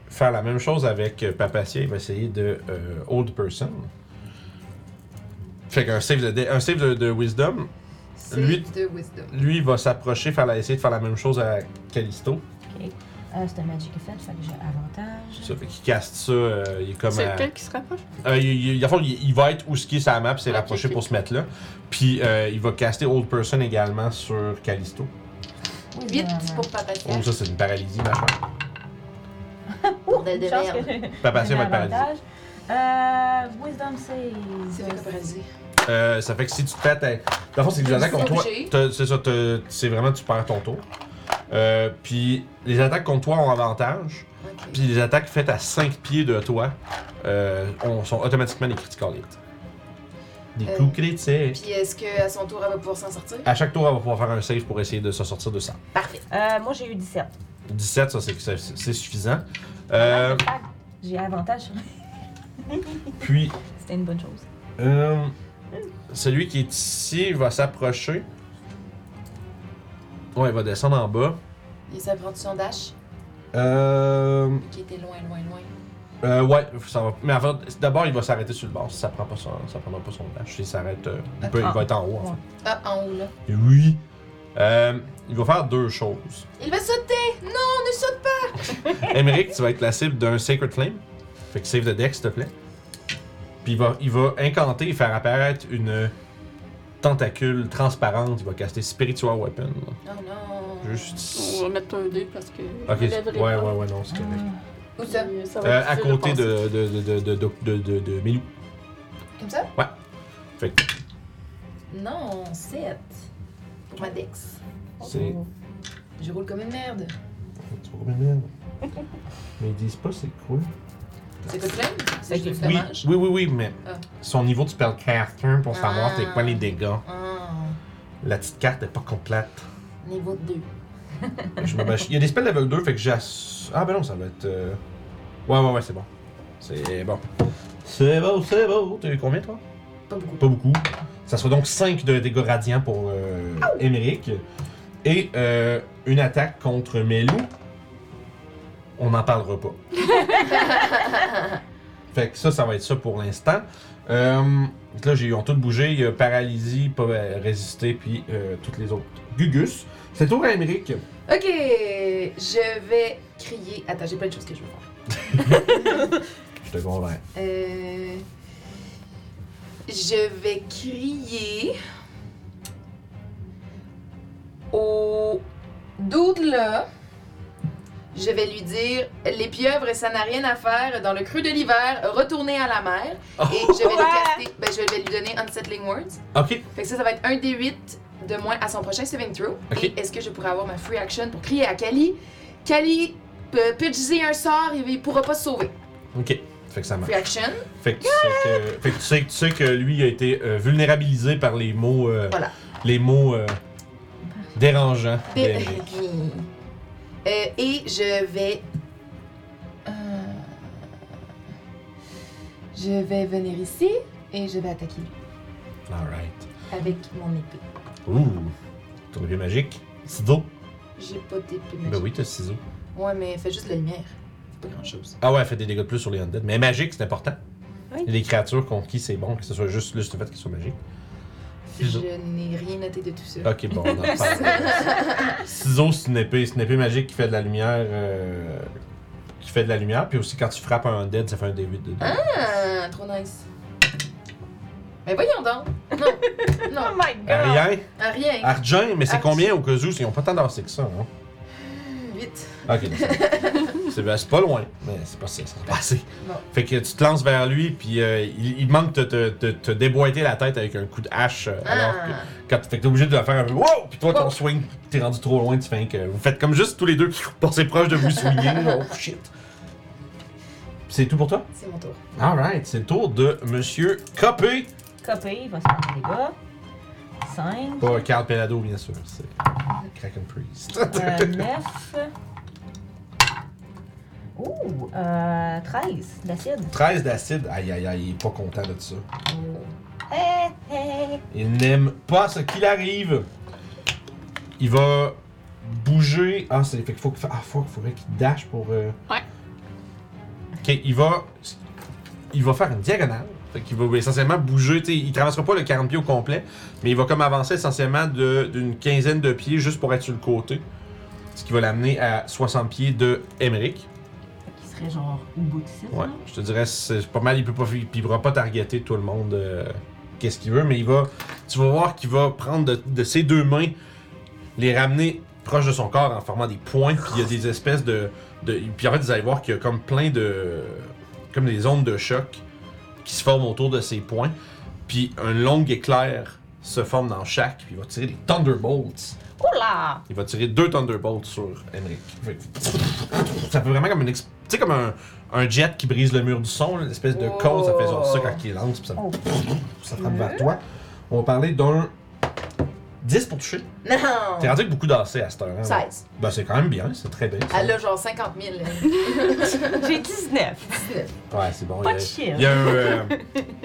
Speaker 1: faire la même chose avec euh, Papacia. Il va essayer de euh, Old Person. Fait qu'un save de, dé- un save de, de Wisdom. Lui-
Speaker 3: Save de Wisdom.
Speaker 1: Lui, il va s'approcher, faire la- essayer de faire la même chose à Callisto.
Speaker 2: Ok. Euh, c'est un magic effect, fait que j'ai avantage.
Speaker 1: Ça fait qu'il caste ça, euh, il est comme.
Speaker 4: C'est
Speaker 1: à-
Speaker 4: lequel qui se rapproche?
Speaker 1: Euh, il, il- dans le fond, il- il va être où ce qui est sa map, c'est
Speaker 4: Ok,
Speaker 1: rapproché
Speaker 4: ok.
Speaker 1: pour se mettre là. Puis euh, il va caster Old Person également sur Callisto.
Speaker 2: Oui,
Speaker 3: Vite
Speaker 2: vraiment.
Speaker 3: pour
Speaker 1: Oh,
Speaker 3: Papatia.
Speaker 1: ça c'est une paralysie, machin.
Speaker 2: Ouh,
Speaker 3: Bordel de
Speaker 2: une chance
Speaker 3: merde.
Speaker 2: que-
Speaker 1: Papatia
Speaker 2: j'ai
Speaker 1: va être paralysée.
Speaker 2: avantage. Euh, wisdom save.
Speaker 3: C'est fait brasé.
Speaker 1: Euh, ça fait que si tu te fais. atta- Dans le fond, c'est des
Speaker 3: Une
Speaker 1: attaques contre toi.
Speaker 3: objet.
Speaker 1: T'as- C'est ça, t'as- c'est vraiment, tu perds ton tour. Euh, puis les attaques contre toi ont avantage. Puis
Speaker 3: Ok.
Speaker 1: les attaques faites à 5 pieds de toi euh, ont- sont automatiquement des critical hits. Des
Speaker 3: Euh,
Speaker 1: coups critiques.
Speaker 3: Puis est-ce qu'à son tour, elle va pouvoir s'en sortir?
Speaker 1: À chaque tour, on va pouvoir faire un save pour essayer de se sortir de ça.
Speaker 3: Parfait.
Speaker 2: Euh, moi, j'ai eu 17.
Speaker 1: 17, ça, c'est- c'est c'est suffisant. Euh,
Speaker 2: J'ai avantage.
Speaker 1: puis,
Speaker 2: (laughs) C'était une bonne chose.
Speaker 1: euh, celui qui est ici va s'approcher. Ouais, il va descendre en bas.
Speaker 3: Il s'apprend de son dash,
Speaker 1: Euh,
Speaker 3: qui était loin, loin, loin.
Speaker 1: euh, ouais, ça va. Mais en fait, d'abord, il va s'arrêter sur le bord. Ça prend pas son, ça prendra pas son dash. Il s'arrête. euh, il, peut- il va être en haut, en fait.
Speaker 3: Ah, en haut, là.
Speaker 1: Oui. Euh, il va faire deux choses.
Speaker 3: Il va sauter! Non, ne saute pas!
Speaker 1: Emmerich, tu vas être la cible d'un Sacred Flame. Fait que save the deck, s'il te plaît. Puis il va, il va incanter et faire apparaître une tentacule transparente. Il va caster Spiritual Weapon. là.
Speaker 3: Oh non!
Speaker 1: Juste
Speaker 4: On
Speaker 1: ici.
Speaker 4: va mettre un dé parce
Speaker 1: Ok,
Speaker 4: que. je
Speaker 1: ouais,
Speaker 4: lèverai
Speaker 1: ouais,
Speaker 4: pas.
Speaker 1: ouais, non, c'est correct.
Speaker 3: Où ça?
Speaker 4: Puis, Mm. ça va
Speaker 1: Euh,
Speaker 4: être
Speaker 1: à
Speaker 4: difficile
Speaker 1: côté
Speaker 4: passer.
Speaker 1: de, de, de, de, de, de, de, de Milou.
Speaker 3: Comme ça?
Speaker 1: Fait que
Speaker 3: Non, 7. Pour ma dex.
Speaker 1: c'est.
Speaker 2: Oh
Speaker 3: Je roule comme une merde.
Speaker 1: Tu vois, mais merde. Mais ils disent pas c'est quoi.
Speaker 3: C'est pas plein? C'est
Speaker 2: Ok.
Speaker 3: juste
Speaker 1: Oui,
Speaker 3: dommage.
Speaker 1: oui, oui, oui, mais
Speaker 3: Ah.
Speaker 1: son niveau de spellcaster pour savoir
Speaker 3: Ah.
Speaker 1: c'est quoi les dégâts.
Speaker 3: Ah,
Speaker 1: La petite carte est pas complète.
Speaker 3: niveau 2.
Speaker 1: Je me bâche. Il y a des spells level 2, fait que j'ass... Ah ben non, ça va être... euh, Ouais, ouais, ouais, c'est bon. C'est bon. C'est bon, c'est bon. T'as eu combien, toi?
Speaker 3: Pas beaucoup.
Speaker 1: Pas beaucoup. Ça sera donc 5 de dégâts radiants pour euh, Émeric. Et euh, une attaque contre Melou. On n'en parlera pas. fait que ça, ça va être ça pour l'instant. Euh, donc là, j'ai- ils ont tout bougé. Il y a paralysie, pas euh, résister, puis euh, toutes les autres. Gugus, c'est tour à Émeric.
Speaker 3: Ok, je vais crier. Attends, j'ai plein de choses que je veux faire.
Speaker 1: Je te convainc.
Speaker 3: Euh, je vais crier au dude là. Je vais lui dire les pieuvres, ça n'a rien à faire dans le cru de l'hiver, retournez à la mer. Et je vais, lui, caster- ben, je vais lui donner Unsettling Words.
Speaker 1: Ok.
Speaker 3: Fait que ça, ça va être un des 8 de moins à son prochain saving throw.
Speaker 1: Ok.
Speaker 3: Et est-ce que je pourrais avoir ma free action pour crier à Kali Kali, peut pitcher un sort, il pourra pas se sauver.
Speaker 1: Ok. Fait que ça marche.
Speaker 3: Free action.
Speaker 1: Fait que, tu sais que, fait que tu sais que tu sais que lui a été euh, vulnérabilisé par les mots. euh,
Speaker 3: Voilà.
Speaker 1: Les mots euh, dérangeants.
Speaker 3: Des-
Speaker 1: d'Henrik.
Speaker 3: Euh, et je vais. euh, Je vais venir ici et je vais attaquer lui
Speaker 1: Alright.
Speaker 3: avec mon épée.
Speaker 1: Ouh. Ton épée magique. Ciseaux.
Speaker 3: J'ai pas d'épée magique.
Speaker 1: Ben oui, t'as ciseaux.
Speaker 3: Ouais, mais fais juste la lumière. Pas grand chose.
Speaker 1: Ah ouais, elle fait des dégâts de plus sur les undead. Mais magique, c'est important.
Speaker 2: Oui.
Speaker 1: Il y a des créatures contre qui c'est bon, que ce soit juste, juste le fait qu'ils soient magiques.
Speaker 3: Je
Speaker 1: Ciseaux.
Speaker 3: n'ai rien noté de tout ça. (laughs)
Speaker 1: Ok, bon, on en reparle. Ciseaux, c'est une épée. C'est une épée magique qui fait de la lumière. euh, qui fait de la lumière. Puis aussi, quand tu frappes un undead, ça fait un D8 de dégâts.
Speaker 3: Ah, trop nice. Mais voyons donc. (laughs) Non,
Speaker 2: Oh
Speaker 3: non,
Speaker 2: my god!
Speaker 1: Rien.
Speaker 3: Ah, rien.
Speaker 1: Argent, mais c'est
Speaker 3: Argent.
Speaker 1: combien au cas où? Ils ont pas tant d'assez que ça, hein?
Speaker 3: Vite.
Speaker 1: Ok, non, c'est
Speaker 3: (laughs)
Speaker 1: bon. c'est ben, c'est pas loin, mais c'est pas, c'est- c'est pas assez.
Speaker 3: Non.
Speaker 1: Fait que tu te lances vers lui, puis euh, il, il manque de te, te, te déboîter la tête avec un coup de hache. euh, Alors que,
Speaker 3: Ah.
Speaker 1: quand, fait que t'es obligé de le faire un peu wow! Puis toi, ton
Speaker 3: Wow.
Speaker 1: swing, t'es rendu trop loin, tu fais que vous faites comme juste tous les deux passer proche de vous swinguer.
Speaker 3: (laughs)
Speaker 1: oh shit! C'est tout pour toi?
Speaker 3: C'est mon tour.
Speaker 1: Alright, c'est le tour de Monsieur Copé!
Speaker 2: Copé, il va se prendre des dégâts. 5,
Speaker 1: Pas Carl Pelado, bien sûr, c'est Kraken Priest.
Speaker 2: 9. Ouh, euh, 13 d'acide.
Speaker 1: 13 d'acide, aïe aïe aïe, il est pas content de ça.
Speaker 2: Hey, hey.
Speaker 1: Il n'aime pas ce qu'il arrive. Il va bouger. Ah, c'est fait qu'il faut qu'il fa- ah, fuck, faudrait qu'il dash pour. euh,
Speaker 4: Ouais.
Speaker 1: Ok, il va. Il va faire une diagonale. Fait qu'il va essentiellement bouger. tu sais, il traversera pas le 40 pieds au complet, mais il va comme avancer essentiellement de- d'une quinzaine de pieds juste pour être sur le côté. Ce qui va l'amener à 60 pieds de Emmerich.
Speaker 2: Qui serait genre au bout de hein. site,
Speaker 1: Ouais,
Speaker 2: là.
Speaker 1: je te dirais, c'est pas mal. Il peut pas, il il pourra pas targeter tout le monde euh, qu'est-ce qu'il veut, mais il va. Tu vas voir qu'il va prendre de, de ses deux mains, les ramener proche de son corps en formant des points, puis il y a des espèces de, de- puis en fait, vous allez voir qu'il y a comme plein de, comme des ondes de choc qui se forment autour de ses points, puis un long éclair se forme dans chaque, puis il va tirer des thunderbolts.
Speaker 2: Oh là!
Speaker 1: Il va tirer deux Thunderbolts sur Emmerich. Fait que- Ça fait vraiment comme une. exp- Tu sais, comme un, un jet qui brise le mur du son, là, une espèce de côte, ça fait genre ça quand il lance, puis ça,
Speaker 2: Oh.
Speaker 1: ça frappe vers toi. On va parler d'un 10 pour toucher. T'es
Speaker 2: Oh.
Speaker 1: rendu
Speaker 3: Non!
Speaker 1: avec beaucoup d'AC à cette heure. Hein, là.
Speaker 3: 16.
Speaker 1: Ben, c'est quand même bien, c'est très bien. ça.
Speaker 3: Elle a genre 50 000.
Speaker 1: (laughs)
Speaker 3: là.
Speaker 2: J'ai 19.
Speaker 1: Ouais, c'est bon.
Speaker 2: Pas
Speaker 1: il y a-
Speaker 2: de chill.
Speaker 1: Il y, a un,
Speaker 2: (laughs)
Speaker 1: euh,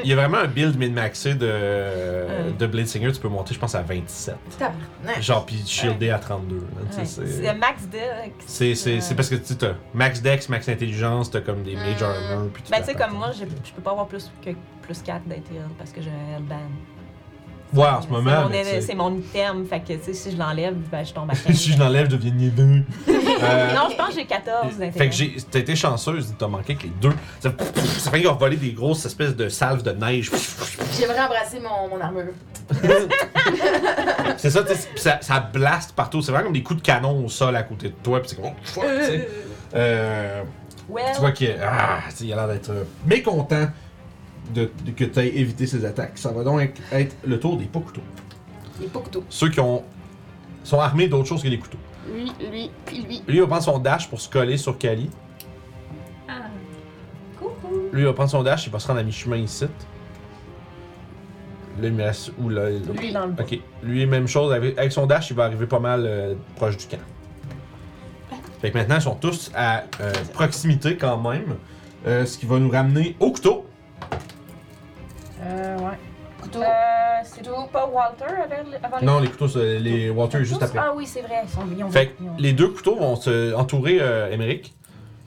Speaker 1: il y a vraiment un build min-maxé
Speaker 2: Euh.
Speaker 1: de, de Blade Singer, tu peux monter, je pense, à 27.
Speaker 3: Tabarnak.
Speaker 1: Genre, puis shieldé à 32. là, tu sais,
Speaker 2: Ouais.
Speaker 1: c'est-
Speaker 2: C'est max de.
Speaker 1: C'est, c'est,
Speaker 2: Euh.
Speaker 1: c'est parce que tu as max dex, max intelligence, t'as comme des mage
Speaker 3: Mm.
Speaker 1: armor. Puis tout
Speaker 2: Ben, tu sais,
Speaker 1: la
Speaker 2: comme moi,
Speaker 1: patente.
Speaker 2: j'ai- je peux pas avoir plus que plus 4 d'Intel parce que j'ai un Hellband.
Speaker 1: Ouais, en ce
Speaker 2: C'est
Speaker 1: moment.
Speaker 2: mon-
Speaker 1: mais tu sais,
Speaker 2: C'est mon item, fait que tu sais, si je l'enlève, ben,
Speaker 1: (laughs)
Speaker 2: je tombe à 15.
Speaker 1: si je l'enlève, je deviens
Speaker 2: (laughs)
Speaker 1: niaiseux. Euh,
Speaker 2: Non, je pense que j'ai 14 d'Intel.
Speaker 1: Fait que j'ai, t'as été chanceuse, t'as manqué avec les deux. Ça, ça fait qu'ils ont volé des grosses espèces de salves de neige.
Speaker 3: J'aimerais embrasser mon, mon armure.
Speaker 1: C'est ça, tu sais, pis ça, ça blaste partout. C'est vraiment comme des coups de canon au sol à côté de toi. Puis c'est comme, oh, fuck, tu sais. Euh,
Speaker 2: Well,
Speaker 1: tu vois qu'il ah, tu sais, il a l'air d'être euh, mécontent de, de- que t'aies évité ces attaques. Ça va donc être- être le tour des pas couteaux.
Speaker 3: Il est pas couteau.
Speaker 1: ceux qui ont sont armés d'autres choses que des couteaux.
Speaker 4: Lui, lui, puis lui.
Speaker 1: Lui, il va prendre son dash pour se coller sur Kali.
Speaker 2: coucou.
Speaker 1: Lui, il va prendre son dash, il va se rendre à mi-chemin ici. Là, il me reste où là là.
Speaker 4: Lui.
Speaker 2: Dans le bois.
Speaker 1: Ok, lui, même chose, avec avec son dash, il va arriver pas mal euh, proche du camp. Fait que maintenant, ils sont tous à euh, proximité quand même. Euh, ce qui va nous ramener au couteau.
Speaker 2: Euh, ouais.
Speaker 3: Couteau.
Speaker 2: Euh, c'est
Speaker 3: Couteau.
Speaker 2: pas Walter avant les- avant les.
Speaker 1: Non, les couteaux, c'est- les water est juste après.
Speaker 2: Ah oui, c'est vrai, ils sont ils ont-
Speaker 1: Fait que
Speaker 2: ils ont-
Speaker 1: les deux couteaux vont se entourer euh, Emmerich.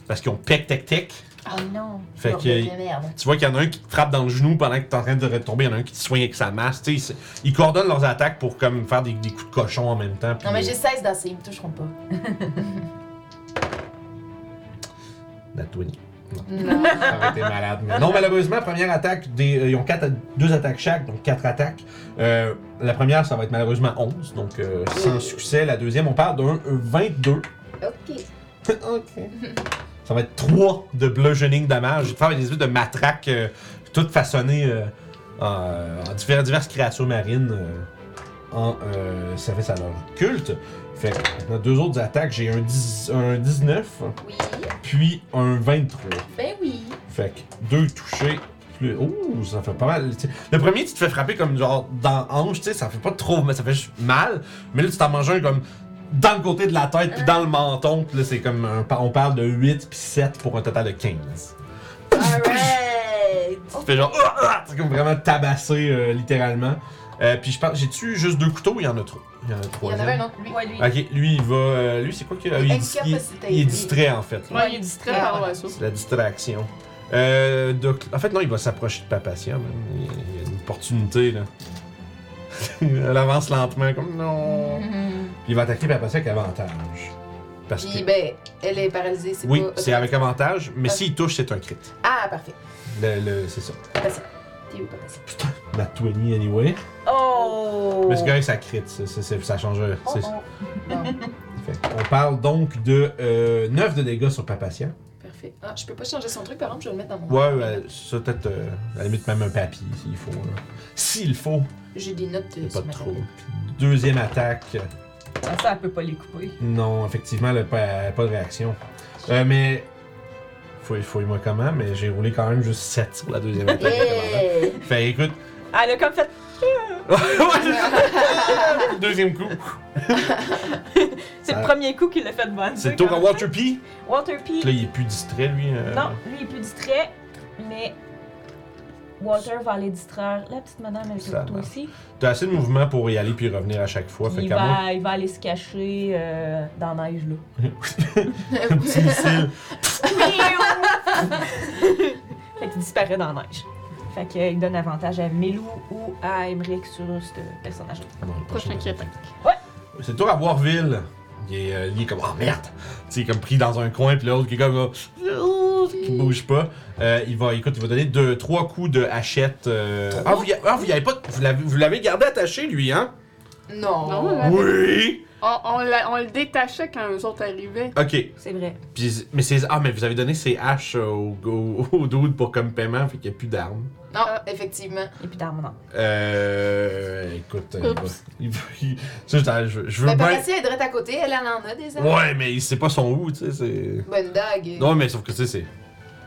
Speaker 1: Parce qu'ils ont pec, tec, tec.
Speaker 2: Oh non.
Speaker 1: Fait
Speaker 3: Bordel
Speaker 1: que
Speaker 3: de merde.
Speaker 1: Tu vois qu'il y en a un qui te frappe dans le genou pendant que t'es en train de retomber, il y en a un qui te soigne avec sa masse. Tu sais, ils ils coordonnent leurs attaques pour comme faire des, des coups de cochon en même temps. puis-
Speaker 3: Non, mais j'ai 16 d'assez, ils me toucheront pas.
Speaker 1: euh, Nat 20.
Speaker 3: (laughs) Non.
Speaker 1: Ça aurait été
Speaker 3: ah.
Speaker 1: malade. mais Non, malheureusement, première attaque, des, euh, ils ont quatre, deux attaques chaque, donc quatre attaques. Euh, la première, ça va être malheureusement 11, donc euh, sans succès. La deuxième, on parle d'un euh, 22.
Speaker 3: ok.
Speaker 1: ok. Ça va être 3 de bludgeoning damage. Je vais te faire des espèces de matraques euh, toutes façonnées euh, en, en divers- diverses créatures marines euh, en euh, service à leur culte. Fait que on a deux autres attaques. J'ai un, 10 un 19,
Speaker 3: Oui.
Speaker 1: puis un 23.
Speaker 3: Ben oui.
Speaker 1: Fait que deux touchés. Plus... Ouh, ça fait pas mal. Tu sais, Le premier, tu te fais frapper comme genre dans la hanche, tu sais, ça fait pas trop, mais ça fait juste mal. Mais là, tu t'en manges un comme dans le côté de la tête puis dans le menton. Puis là, c'est comme un- on parle de 8 puis 7 pour un total de 15.
Speaker 3: Alright.
Speaker 1: (laughs) Tu fais genre, Ah, ah c'est comme vraiment tabassé euh, littéralement. Euh, puis je pense, j'ai-tu juste deux couteaux ou il y en a trop? Il y en a
Speaker 3: Il y
Speaker 1: trois.
Speaker 3: en avait un autre, lui.
Speaker 2: Ouais, lui.
Speaker 1: Ok, lui, il va. euh, lui, c'est quoi qu'il a? Il, est dis- il,
Speaker 3: Incapacité.
Speaker 1: il est distrait en fait. là.
Speaker 4: Ouais, il est distrait
Speaker 3: Ah,
Speaker 4: par
Speaker 3: ouais.
Speaker 4: l'oiseau.
Speaker 1: C'est la distraction. Euh, donc- en fait, non, il va s'approcher de Papatia. man. Il il y a une opportunité, là. (laughs) Elle avance lentement, comme non. Puis il va attaquer Papatia avec avantage. Parce
Speaker 3: Puis
Speaker 1: que.
Speaker 3: ben, elle est paralysée, c'est
Speaker 1: Oui,
Speaker 3: pas...
Speaker 1: c'est avec avantage, mais
Speaker 3: Ah.
Speaker 1: s'il touche, c'est un crit.
Speaker 3: Ah, parfait.
Speaker 1: Le, le- c'est ça.
Speaker 3: Pas passé. T'es où, pas passé?
Speaker 1: La 20 anyway.
Speaker 2: Oh!
Speaker 1: Mais c'est correct, ça crit. c'est- c'est- c'est- ça change.
Speaker 2: Oh,
Speaker 1: c'est-
Speaker 2: oh.
Speaker 1: (laughs)
Speaker 3: Bon,
Speaker 1: Fait. On parle donc de euh, 9 de dégâts sur Papatia.
Speaker 3: parfait. Ah, je peux pas changer son truc, par contre, je vais le mettre dans mon...
Speaker 1: Ouais, ouais, ça peut-être euh, à la limite même un papier s'il faut. là. S'il faut,
Speaker 3: J'ai des notes
Speaker 1: y a
Speaker 3: euh,
Speaker 1: pas
Speaker 3: sur
Speaker 1: de
Speaker 3: ma
Speaker 1: trouble. (laughs)
Speaker 3: table.
Speaker 1: Deuxième attaque.
Speaker 2: Ah, Ça, elle peut pas les couper.
Speaker 1: Non, effectivement, là, pas, pas de réaction. Euh, mais. Fouille- Fouille-moi comment, mais j'ai roulé quand même juste 7 sur la deuxième attaque.
Speaker 3: Hey!
Speaker 1: Fait écoute. (laughs)
Speaker 2: Ah, Elle a comme fait.
Speaker 1: Ouais, c'est ça. deuxième coup.
Speaker 2: C'est
Speaker 1: Ça-
Speaker 2: le premier coup qu'il l'a fait de bonne.
Speaker 1: C'est le tour à
Speaker 2: Walter.
Speaker 1: Walter P.
Speaker 2: Walter P.
Speaker 1: Là, il est plus distrait, lui. euh.
Speaker 2: Non, lui, il est plus distrait, mais. Walter va aller distraire la petite madame avec
Speaker 1: Ça
Speaker 2: le couteau
Speaker 1: marche.
Speaker 2: aussi.
Speaker 1: T'as assez de mouvement pour y aller puis revenir à chaque fois. Fait
Speaker 2: Il
Speaker 1: qu'à moi,
Speaker 2: va, il va aller se cacher euh, dans la neige, là.
Speaker 1: (laughs) un petit
Speaker 2: (laughs)
Speaker 1: missile.
Speaker 2: fait qu'il disparaît dans la neige. Fait qu'il donne avantage à Melou ou à Emmerich sur ce personnage.
Speaker 1: Bon,
Speaker 4: Prochain qui attaque.
Speaker 1: C'est toi à Boirville. Il est, euh, il est comme, oh merde! Tu sais, il est comme pris dans un coin, puis l'autre qui est comme, là, qui bouge pas. Euh, il va, écoute, il va donner deux, trois coups de hachette. euh, Ah, vous, y- ah, vous y avez pas, vous l'avez- vous l'avez gardé attaché, lui, hein?
Speaker 3: Eh! Non.
Speaker 4: Non, là.
Speaker 1: Oui!
Speaker 4: On, on l'a- on le détachait quand eux autres arrivaient.
Speaker 1: Ok.
Speaker 2: C'est vrai.
Speaker 1: Puis, mais c'est, ah, mais vous avez donné ces haches au, au, au dude pour comme paiement, fait qu'il n'y a plus d'armes.
Speaker 3: Non, effectivement.
Speaker 2: Et puis d'armes, non.
Speaker 1: Euh, écoute, il va,
Speaker 4: Oups.
Speaker 1: il va- il- ça, ça, je, je veux
Speaker 3: Ben,
Speaker 1: bien.
Speaker 3: Parassi, elle est à côté, elle, elle en a des armes.
Speaker 1: Ouais, mais il sait pas son où, tu sais, c'est.
Speaker 3: Bonne dague.
Speaker 1: Non, mais sauf que tu sais, c'est.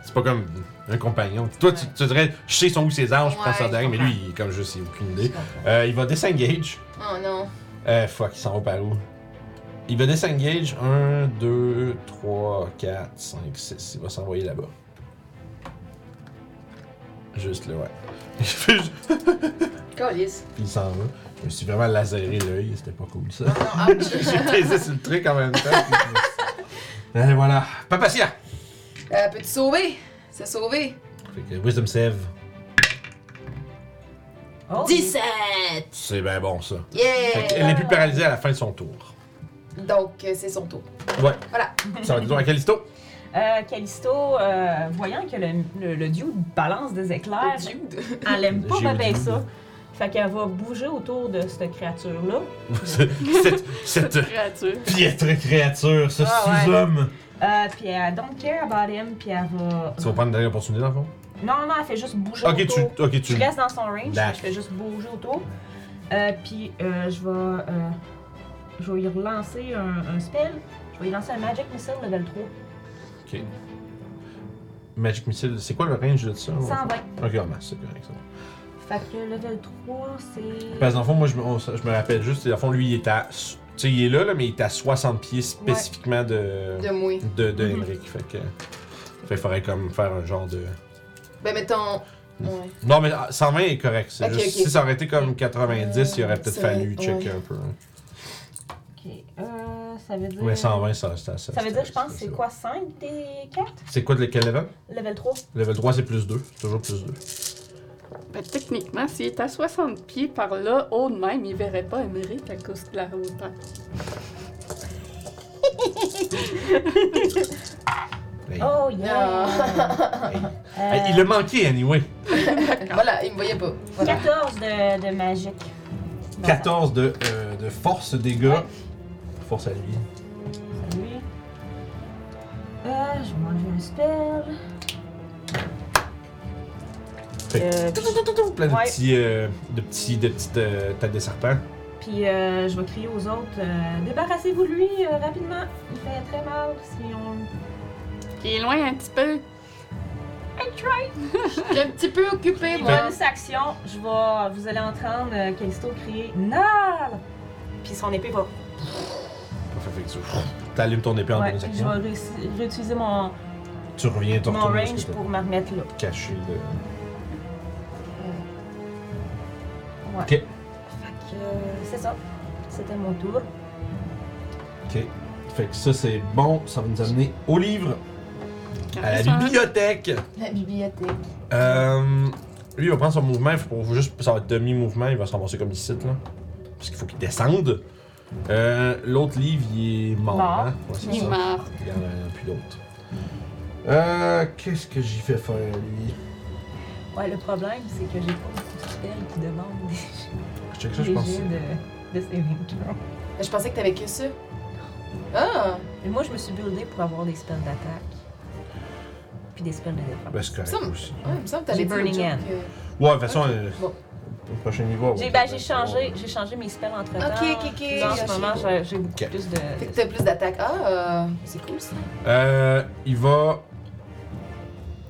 Speaker 1: C'est pas comme un compagnon. Toi, tu, tu dirais, je sais son où ses armes, je prends
Speaker 3: Ouais,
Speaker 1: ça
Speaker 3: je
Speaker 1: dingue, mais
Speaker 2: comprends.
Speaker 1: lui, il, comme je sais, aucune
Speaker 2: Je
Speaker 1: idée.
Speaker 2: comprends.
Speaker 1: Euh, il va disengage.
Speaker 3: Oh non.
Speaker 1: Euh, fuck, il s'en va par où? Il va disengage 1, 2, 3, 4, 5, 6. Il va s'envoyer là-bas. Juste là, ouais. (laughs) Il fait juste-
Speaker 3: Calice.
Speaker 1: Puis il s'en va. Je me suis vraiment laséré l'œil, c'était pas cool
Speaker 2: (laughs)
Speaker 1: ça.
Speaker 3: Non, ah, (laughs) ouch.
Speaker 1: J'ai pesé sur le truc en même temps. puis-
Speaker 2: (laughs)
Speaker 1: Et voilà. Papacia!
Speaker 3: Euh, Peux-tu sauver? C'est sauvé.
Speaker 1: Fait que Wisdom Save.
Speaker 2: Oh,
Speaker 3: 17!
Speaker 1: C'est bien bon ça. Fait
Speaker 3: Yeah!
Speaker 1: qu'elle n'est plus paralysée à la fin de son tour.
Speaker 3: Donc, euh, c'est son tour.
Speaker 1: Ouais.
Speaker 3: Voilà.
Speaker 1: Ça va être dur à Calisto.
Speaker 2: Euh, Callisto, euh, voyant que le, le, le dude balance des éclairs,
Speaker 3: Jude.
Speaker 2: elle aime pas
Speaker 1: J'ai
Speaker 2: bien
Speaker 1: oublié.
Speaker 2: ça. Fait qu'elle va bouger autour de cette créature-là.
Speaker 1: cette cette
Speaker 4: Créature.
Speaker 1: piètre créature, ce
Speaker 3: Ah ouais.
Speaker 1: sous-homme.
Speaker 2: Euh, puis elle don't care about him, puis elle va...
Speaker 1: Tu vas prendre une dernière opportunité dans le fond?
Speaker 2: Non, non, non, elle fait juste bouger
Speaker 1: Ok,
Speaker 2: autour.
Speaker 1: tu. Ok,
Speaker 2: Je
Speaker 1: tu.
Speaker 2: reste dans son range,
Speaker 1: Dash.
Speaker 2: je fais juste bouger autour. Euh, puis euh, je vais... euh, je vais y relancer un, un spell. Je vais y lancer un Magic Missile level 3.
Speaker 1: Ok. Magic Missile, c'est quoi le range de ça?
Speaker 2: 120.
Speaker 1: Ok, en masse, c'est correct. ça va.
Speaker 2: Fait que level 3, c'est...
Speaker 1: Parce que dans le fond, moi, je me, on- je me rappelle juste, dans le fond, lui, il est à. Tu sais, il est là, là, mais il est à 60 pieds spécifiquement de.
Speaker 3: De moi.
Speaker 1: de, de
Speaker 2: Mhm.
Speaker 1: Henrik. Fait que. Fait qu'il faudrait comme faire un genre de.
Speaker 3: Ben, mettons. Ouais.
Speaker 1: Non, mais ah, 120 est correct. c'est
Speaker 3: Ok,
Speaker 1: juste-
Speaker 3: ok.
Speaker 1: Si ça aurait été comme 90, il aurait peut-être
Speaker 3: C'est-
Speaker 1: fallu
Speaker 3: ouais.
Speaker 1: checker un peu. hein.
Speaker 2: Ok, euh, ça veut dire...
Speaker 1: Ouais, 120, ça, ça,
Speaker 2: Ça veut dire, je pense,
Speaker 1: ça,
Speaker 2: c'est
Speaker 1: ça.
Speaker 2: quoi, 5 des 4?
Speaker 1: C'est quoi de lequel level
Speaker 2: Level 3?
Speaker 1: Level 3, c'est plus 2. Toujours plus 2.
Speaker 4: Ben, techniquement, s'il est à 60 pieds par là, haut de même, il verrait pas Émeric à cause de la hauteur.
Speaker 1: Hey,
Speaker 2: Oh yeah!
Speaker 1: hey.
Speaker 2: Euh,
Speaker 1: Hey, il a manqué, anyway.
Speaker 3: (laughs) Voilà, il me voyait pas. Voilà.
Speaker 2: 14 de, de magique. Dans
Speaker 1: 14 de, euh, de force dégâts.
Speaker 2: Ouais.
Speaker 1: Force à lui.
Speaker 2: sa- sa nuit. Euh, je vais m'enlever un spell.
Speaker 1: Fait que-
Speaker 2: Euh,
Speaker 1: Tout, tout, tout, tout, Plein de
Speaker 2: Ouais.
Speaker 1: petits. euh, de petits. de petites euh, têtes de serpent.
Speaker 2: Puis euh, je vais crier aux autres euh, débarrassez-vous de lui euh, rapidement. Il fait très mal si on.
Speaker 4: Il est loin un petit peu.
Speaker 3: J'ai un petit peu occupé,
Speaker 1: Ben.
Speaker 3: moi.
Speaker 2: Bonus action, je vais vous allez entendre euh, Callisto crier Nal! Puis son épée va.
Speaker 1: Parfait, fait que tu. T'allumes ton épée en
Speaker 2: Ouais,
Speaker 1: bonus
Speaker 2: puis je
Speaker 1: action.
Speaker 2: vais réussi- réutiliser mon,
Speaker 1: Tu reviens, tu
Speaker 2: mon
Speaker 1: retournes où
Speaker 2: range
Speaker 1: est-ce que t'as
Speaker 2: pour me remettre là.
Speaker 1: caché le.
Speaker 2: Ouais.
Speaker 1: Ok.
Speaker 2: Fait que euh, c'est ça. C'était mon tour.
Speaker 1: Ok. Fait que ça, c'est bon. Ça va nous amener au livre, à la
Speaker 4: Ça-
Speaker 1: bibliothèque.
Speaker 3: La bibliothèque. Ben,
Speaker 1: Euh, lui, il va prendre son mouvement. il faut Pour juste, ça va être demi-mouvement. Il va se ramasser comme ici, là. Parce qu'il faut qu'il descende. Euh, l'autre livre, il est mort.
Speaker 2: Mort.
Speaker 1: hein? Ouais, c'est
Speaker 4: Il est
Speaker 1: ça.
Speaker 4: mort.
Speaker 1: Il y en a plus d'autre. Euh, qu'est-ce que j'y fais faire, lui
Speaker 2: Ouais, le problème, c'est que j'ai pas beaucoup de spells qui demandent des,
Speaker 1: Je check ça, je
Speaker 2: des
Speaker 1: pense.
Speaker 2: jets de, de saving throw.
Speaker 3: Ben, Je pensais que t'avais que ça. Ah!
Speaker 2: Mais moi, je me suis buildée pour avoir des spells d'attaque. Puis des spells de défense.
Speaker 1: Ben, c'est correct
Speaker 3: Ça me-
Speaker 1: aussi.
Speaker 3: Ouais, il me semble que t'avais
Speaker 2: J'ai
Speaker 3: dit
Speaker 2: Burning
Speaker 3: au Joe
Speaker 2: Hand.
Speaker 3: que-
Speaker 1: Ouais, de toute façon,
Speaker 3: Ok,
Speaker 1: euh,
Speaker 3: bon.
Speaker 1: au prochain niveau. on va
Speaker 2: J'ai ben,
Speaker 1: peut-être
Speaker 2: j'ai
Speaker 1: être-
Speaker 2: changé, j'ai changé mes spells entre temps.
Speaker 3: Ok, ok, ok.
Speaker 2: En ce moment, j'ai- j'ai beaucoup
Speaker 1: Ok.
Speaker 2: plus de.
Speaker 3: Fait que t'as plus d'attaques. Ah, euh, c'est cool ça.
Speaker 1: Euh, il va.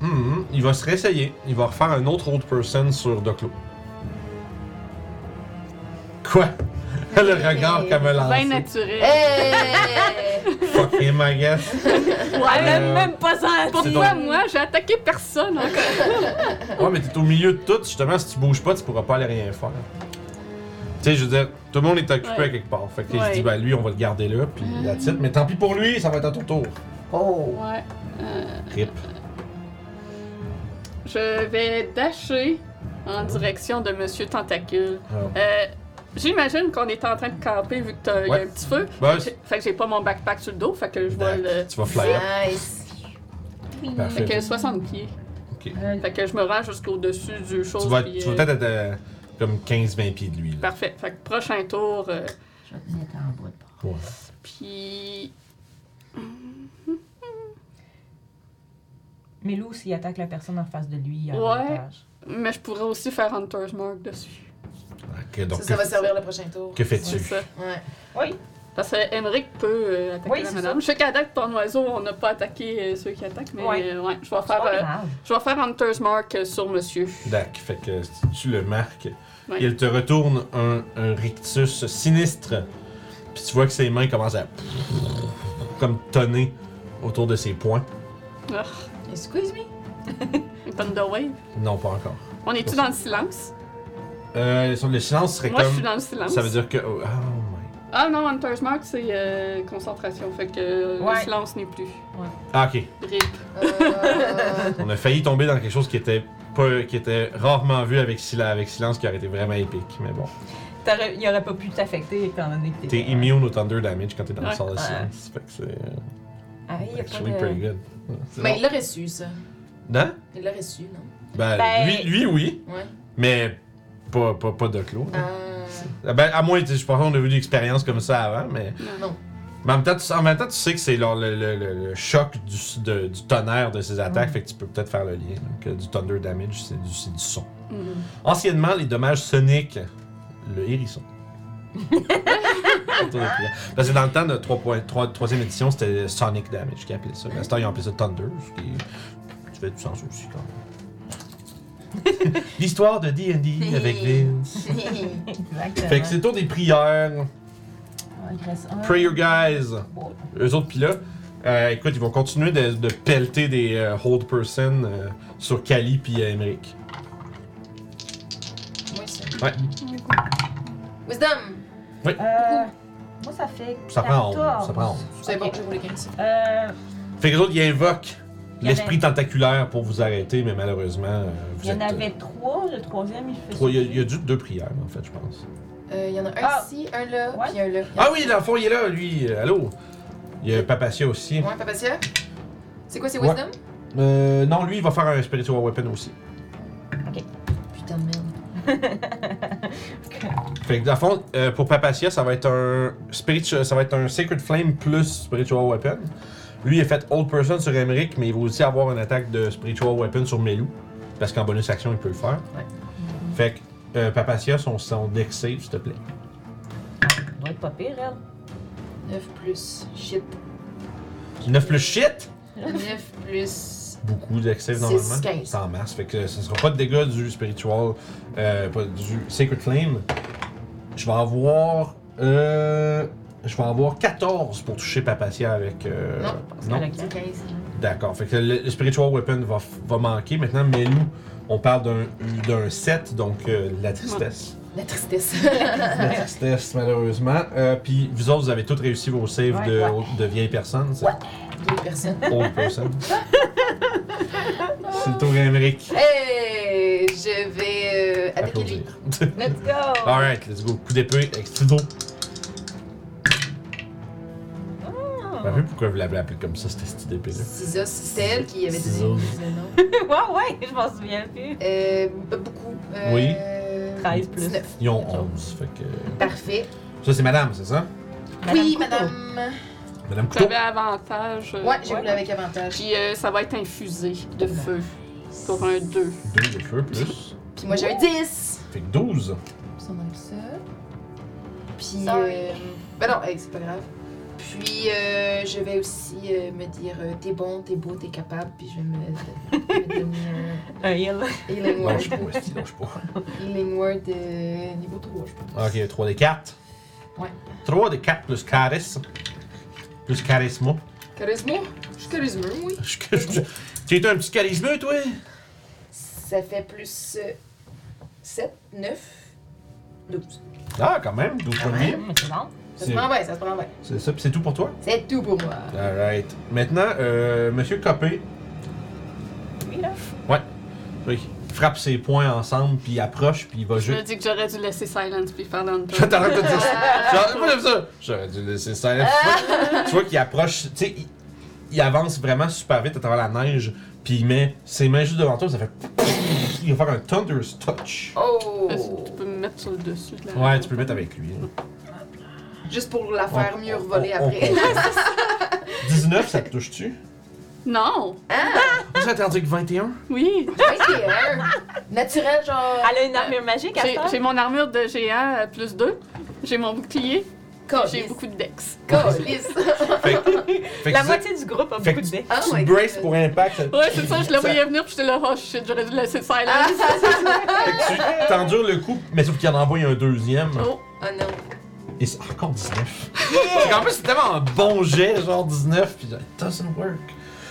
Speaker 1: Hum, il va se réessayer. Il va refaire un autre old person sur Doclo. Quoi? (laughs) Le regard comme un
Speaker 4: Bien
Speaker 1: lancé.
Speaker 4: naturel.
Speaker 3: Eh, Hey!
Speaker 1: Fuck him, I
Speaker 4: (laughs)
Speaker 1: guess.
Speaker 4: Ouais,
Speaker 1: Euh,
Speaker 2: pas ça!
Speaker 4: Pourquoi
Speaker 1: donc-
Speaker 4: moi, j'ai attaqué personne encore?
Speaker 1: Ouais, Ah, mais t'es au milieu de tout. Justement, si tu bouges pas, tu pourras pas aller rien faire. Tu sais, je veux dire, tout le monde est occupé
Speaker 4: Ouais.
Speaker 1: à quelque part. Fait que
Speaker 4: Ouais.
Speaker 1: je dis, ben lui, on va le garder là, puis
Speaker 4: Mhm.
Speaker 1: la titre. Mais tant pis pour lui, ça va être à ton tour. Oh!
Speaker 4: Ouais. euh,
Speaker 1: Rip.
Speaker 4: je Je vais dasher en direction de Monsieur Tentacule.
Speaker 1: Alors,
Speaker 4: Euh, J'imagine qu'on est en train de camper vu qu'il y a
Speaker 1: Ouais.
Speaker 4: un petit feu.
Speaker 1: bah,
Speaker 4: J'ai- Fait que j'ai pas mon backpack sur le dos, fait que je vois le.
Speaker 1: tu vas flyer.
Speaker 3: Nice.
Speaker 2: Oui.
Speaker 1: Parfait.
Speaker 4: Fait que 60 pieds.
Speaker 2: Euh,
Speaker 4: Fait que je me rends jusqu'au-dessus du chose.
Speaker 1: Tu vas, tu
Speaker 4: puis,
Speaker 1: vas
Speaker 4: euh,
Speaker 1: peut-être être euh, comme 15-20 pieds de lui. Là.
Speaker 4: Parfait. Fait que prochain tour. euh,
Speaker 2: je vais te mettre en bas de bord.
Speaker 1: Ouais.
Speaker 4: puis.
Speaker 2: Mais Lou, s'il attaque la personne en face de lui, il y a
Speaker 4: Ouais.
Speaker 2: avantage.
Speaker 4: Mais je pourrais aussi faire Hunter's Mark dessus.
Speaker 1: Ok, donc,
Speaker 3: Ça, ça
Speaker 1: que,
Speaker 3: va servir le prochain tour.
Speaker 1: que
Speaker 4: C'est
Speaker 1: fais-tu?
Speaker 4: ça.
Speaker 3: Ouais.
Speaker 2: Oui.
Speaker 4: Parce que Henrik peut euh, attaquer
Speaker 2: Oui,
Speaker 4: la
Speaker 2: c'est
Speaker 4: madame. Je sais qu'à date, ton oiseau, on n'a pas attaqué euh, ceux qui attaquent, mais
Speaker 2: Ouais.
Speaker 4: euh, ouais, je vais
Speaker 2: C'est
Speaker 4: faire.
Speaker 2: pas
Speaker 4: euh,
Speaker 2: grave.
Speaker 4: Je vais faire Hunter's Mark euh, sur monsieur.
Speaker 1: Dac, fait que tu le marques.
Speaker 4: Ouais.
Speaker 1: Et il te retourne un, un rictus sinistre. Puis tu vois que ses mains commencent à. comme tonner autour de ses poings.
Speaker 4: Ah,
Speaker 3: Excuse me.
Speaker 4: Thunder Wave.
Speaker 1: Non, pas encore.
Speaker 4: On est-tu dans le silence?
Speaker 1: Euh, sur le silence serait
Speaker 4: Moi, je
Speaker 1: comme.
Speaker 4: suis dans le silence.
Speaker 1: Ça veut dire que. Oh, my.
Speaker 4: Ah non, Hunter's Mark, c'est euh, concentration. Fait que euh, le
Speaker 2: Ouais.
Speaker 4: silence n'est plus.
Speaker 1: Ah, ok.
Speaker 4: Rip.
Speaker 3: Euh,
Speaker 1: On a failli tomber dans quelque chose qui était pas, qui était rarement vu avec, sila- avec silence, qui aurait été vraiment épique. Mais bon,
Speaker 2: T'aurais- Il aurait pas pu t'affecter étant donné que
Speaker 1: t'es immune au thunder damage quand t'es dans le
Speaker 4: Ouais.
Speaker 1: sort de
Speaker 2: Ouais.
Speaker 1: silence. Fait que c'est euh,
Speaker 2: Ah, il y a pas
Speaker 1: actually pretty
Speaker 2: de...
Speaker 1: good. C'est
Speaker 3: Mais
Speaker 1: bon.
Speaker 3: il l'aurait su, ça.
Speaker 1: Non?
Speaker 3: Il l'aurait su, non?
Speaker 1: Ben,
Speaker 2: Ben-
Speaker 1: Lui, lui, oui,
Speaker 3: Ouais.
Speaker 1: mais pas, pas, pas de clos. hein. (laughs)
Speaker 3: Euh,
Speaker 1: Ah Ben, à moins, tu sais, je pense qu'on a vu des expériences comme ça avant, mais.
Speaker 3: Non.
Speaker 1: Mais en même temps, tu, en même temps, tu sais que c'est genre le, le- le- le choc du, de- du tonnerre de ces attaques,
Speaker 2: Ouais.
Speaker 1: fait que tu peux peut-être faire le lien. Donc, euh, du thunder damage, c'est du, c'est du son.
Speaker 4: Mhm.
Speaker 1: Anciennement, les dommages soniques, le hérisson. Parce que dans le temps de 3.3 troisième édition, c'était Sonic Damage qui appelait ça. Mais à ce temps, ils ont appelé ça Thunder, ce qui ce qui fait du sens aussi quand même. L'histoire de D&D avec Vince.
Speaker 2: Exactement.
Speaker 1: Fait que c'est le tour des prières.
Speaker 2: Ah, il reste un.
Speaker 1: Prayer guys.
Speaker 2: Bon.
Speaker 1: Eux autres, pis là, euh, écoute, ils vont continuer de, de pelleter des euh, hold person euh, sur Kali pis euh, Emmerich.
Speaker 3: Oui, ça.
Speaker 1: Ouais,
Speaker 3: Wisdom.
Speaker 2: Euh, moi, ça fait
Speaker 1: ça prend
Speaker 2: 14.
Speaker 1: 11. Ça prend 11.
Speaker 3: C'est bon,
Speaker 2: Ok.
Speaker 3: j'ai roulé 15.
Speaker 2: Euh,
Speaker 1: Fait que les autres, ils invoquent
Speaker 2: Il y en a-
Speaker 1: l'esprit tentaculaire pour vous arrêter, mais malheureusement, euh, vous
Speaker 2: il y en
Speaker 1: êtes. euh,
Speaker 2: avait trois. Le troisième, il fait...
Speaker 1: trois- Il y, a- il y a dû deux prières, en fait, je pense.
Speaker 3: Euh, Il y en a un
Speaker 2: Ah.
Speaker 3: ici, un là,
Speaker 2: Ouais.
Speaker 3: puis un là.
Speaker 1: Ah oui, dans le fond, il est là, lui. euh, Allô? Il y a Papacia aussi.
Speaker 3: Ouais, Papatia. C'est quoi, c'est
Speaker 1: Ouais.
Speaker 3: Wisdom?
Speaker 1: Euh, non, lui, il va faire un Spiritual Weapon aussi.
Speaker 3: Putain de merde.
Speaker 1: Fait que, dans le fond, euh, pour Papacia, ça va être un spiritu- ça va être un Sacred Flame plus Spiritual Weapon. Lui, il a fait Old Person sur Emmerich, mais il va aussi avoir une attaque de Spiritual Weapon sur Melou. Parce qu'en bonus action, il peut le faire.
Speaker 3: Ouais.
Speaker 1: Fait que, euh, Papacia, son, son deck save, s'il te plaît.
Speaker 2: Elle doit être pas pire, elle.
Speaker 3: 9 plus. Shit.
Speaker 1: 9 plus shit!
Speaker 3: 9 plus.
Speaker 1: beaucoup d'excès
Speaker 3: Six,
Speaker 1: normalement.
Speaker 3: quinze.
Speaker 1: C'est en masse. Fait que ce sera pas de dégâts du spiritual, euh, pas du Sacred Flame. Je vais avoir. Euh, je vais avoir 14 pour toucher Papatia avec. euh,
Speaker 3: Non,
Speaker 2: Parce qu'elle a
Speaker 3: C'est
Speaker 1: (laughs)
Speaker 3: 15.
Speaker 1: D'accord. Fait que le, le Spiritual Weapon va, va manquer. Maintenant, mais nous, on parle d'un- d'un 7, donc euh, de la tristesse.
Speaker 3: La tristesse. (laughs)
Speaker 1: La tristesse, malheureusement. Euh, Puis vous autres, vous avez toutes réussi vos saves
Speaker 2: Ouais,
Speaker 1: de,
Speaker 2: ouais.
Speaker 1: de vieilles personnes. c'est
Speaker 3: Deux personnes.
Speaker 1: Old person. C'est le tour d'Amérique.
Speaker 3: Hey! Je vais euh, attaquer lui.
Speaker 1: (laughs)
Speaker 2: Let's go!
Speaker 1: Alright, let's go. Coup d'épée, extrudo. Je me
Speaker 2: Ah.
Speaker 1: rappelle pourquoi vous l'avez appelé comme ça, cette petite épée-là.
Speaker 3: Cisos, c'était elle qui avait donné
Speaker 1: Cisos.
Speaker 3: le nom.
Speaker 2: (laughs) Ouais, ouais, je m'en souviens plus.
Speaker 3: Euh, pas beaucoup. Euh,
Speaker 1: Oui.
Speaker 2: 13 plus.
Speaker 3: 19.
Speaker 1: Ils ont 11, fait que...
Speaker 3: Parfait.
Speaker 1: Ça, c'est madame, c'est ça?
Speaker 3: oui,
Speaker 2: Couteau.
Speaker 3: madame.
Speaker 1: Madame Couteau.
Speaker 4: J'avais avantage. euh,
Speaker 3: Ouais, j'ai
Speaker 2: Ouais.
Speaker 3: roulé avec avantage.
Speaker 4: Puis euh, ça va être infusé de feu pour un 2.
Speaker 1: Deux de feu, plus.
Speaker 3: Puis moi, j'ai un 10.
Speaker 1: Fait que 12.
Speaker 3: Ça manque ça. Puis.
Speaker 2: Sorry.
Speaker 3: Euh, ben non, hey, c'est pas grave. Puis, euh, je vais aussi euh, me dire euh, t'es bon, t'es beau, t'es capable. Puis, je vais me, me donner un
Speaker 2: Un heal.
Speaker 3: healing
Speaker 1: Non, je
Speaker 3: word.
Speaker 1: pas, esti, lâche pas.
Speaker 3: healing word euh, niveau 3, je pense.
Speaker 1: Ok, 3 des 4.
Speaker 3: Ouais.
Speaker 1: 3 des 4 plus charisme. Plus charisme. (laughs)
Speaker 3: Charisme? Je suis charisme, oui.
Speaker 1: Je- je- je- Tu es un petit charismeux, toi?
Speaker 3: Ça fait plus euh, 7, 9, 12.
Speaker 1: Ah, quand même, 12
Speaker 3: Quand
Speaker 1: premiers.
Speaker 2: Mais (laughs) c'est bon.
Speaker 3: Ça se prend bien, ça se prend bien.
Speaker 1: C'est ça, puis c'est tout pour toi?
Speaker 3: C'est tout pour moi.
Speaker 1: Alright. Maintenant, euh, Monsieur Copé,
Speaker 2: Oui, là.
Speaker 1: Fait qu'il frappe ses poings ensemble, puis il approche, puis il va
Speaker 4: Je me
Speaker 1: juste.
Speaker 4: dis que j'aurais dû laisser silence puis faire l'unturn.
Speaker 1: Je (laughs) t'arrête de dire ça. J'aurais pas fait ça. J'aurais dû laisser ça. Tu vois- tu vois qu'il approche, tu sais, il, il avance vraiment super vite à travers la neige, puis il met ses mains juste devant toi, ça fait. (laughs) Il va faire un Thunder's Touch.
Speaker 3: Oh!
Speaker 4: Tu peux me mettre sur le dessus de la.
Speaker 1: Ouais, tu peux le mettre avec lui. là.
Speaker 3: Juste pour la faire
Speaker 1: On-
Speaker 3: mieux
Speaker 1: on-
Speaker 3: revoler
Speaker 1: on-
Speaker 3: après.
Speaker 1: on- 19, ça te touche-tu?
Speaker 4: Non!
Speaker 1: Vous êtes rendu que 21?
Speaker 4: Oui!
Speaker 3: (laughs) 21. hein? Naturel, genre.
Speaker 2: Elle a une armure magique à
Speaker 4: J'ai-
Speaker 2: faire.
Speaker 4: J'ai mon armure de géant euh, plus 2. J'ai mon bouclier. J'ai
Speaker 3: Calice.
Speaker 4: beaucoup de dex.
Speaker 3: Calice.
Speaker 1: Fait, que- fait que
Speaker 2: La
Speaker 1: vous êtes-
Speaker 2: moitié du groupe a
Speaker 1: Fait
Speaker 2: beaucoup
Speaker 1: que
Speaker 2: de
Speaker 1: tu,
Speaker 2: dés.
Speaker 3: Oh
Speaker 1: tu
Speaker 3: my
Speaker 1: braces
Speaker 3: God.
Speaker 1: pour impact.
Speaker 4: Ouais, c'est ça, je le voyais venir puis j'étais là, oh shit, j'aurais dû laisser silence.
Speaker 1: Fait que tu t'endures le coup, mais sauf qu'il en envoie un deuxième.
Speaker 4: Oh,
Speaker 3: Oh non.
Speaker 1: Et c'est encore 19. Parce qu'en plus, c'est tellement un bon jet, genre 19, puis genre, it doesn't work.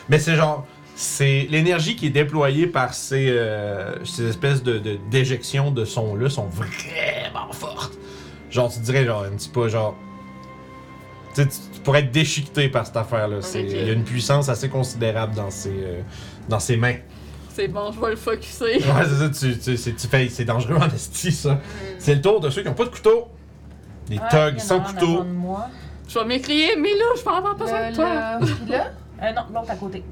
Speaker 1: Mais c'est genre, c'est l'énergie qui est déployée par ces, euh, ces espèces de, de- d'éjections de sons-là sont vraiment fortes. Genre, tu dirais, genre, un petit peu, genre. Tu sais, tu- tu pourrais être déchiqueté par cette affaire-là. C'est-
Speaker 3: Ok.
Speaker 1: Il y a une puissance assez considérable dans ces, euh, dans ces mains.
Speaker 4: c'est bon, je vais le focusser.
Speaker 1: Ouais, c'est ça, tu, tu, c'est, tu fais, c'est dangereux en esti, ça. C'est le tour de ceux qui n'ont pas de couteau. Les thugs sans couteau.
Speaker 4: Je vais m'écrier, mais là, je vais en avoir besoin de toi.
Speaker 3: Là, là, puis là.
Speaker 2: Euh, non, l'autre à côté.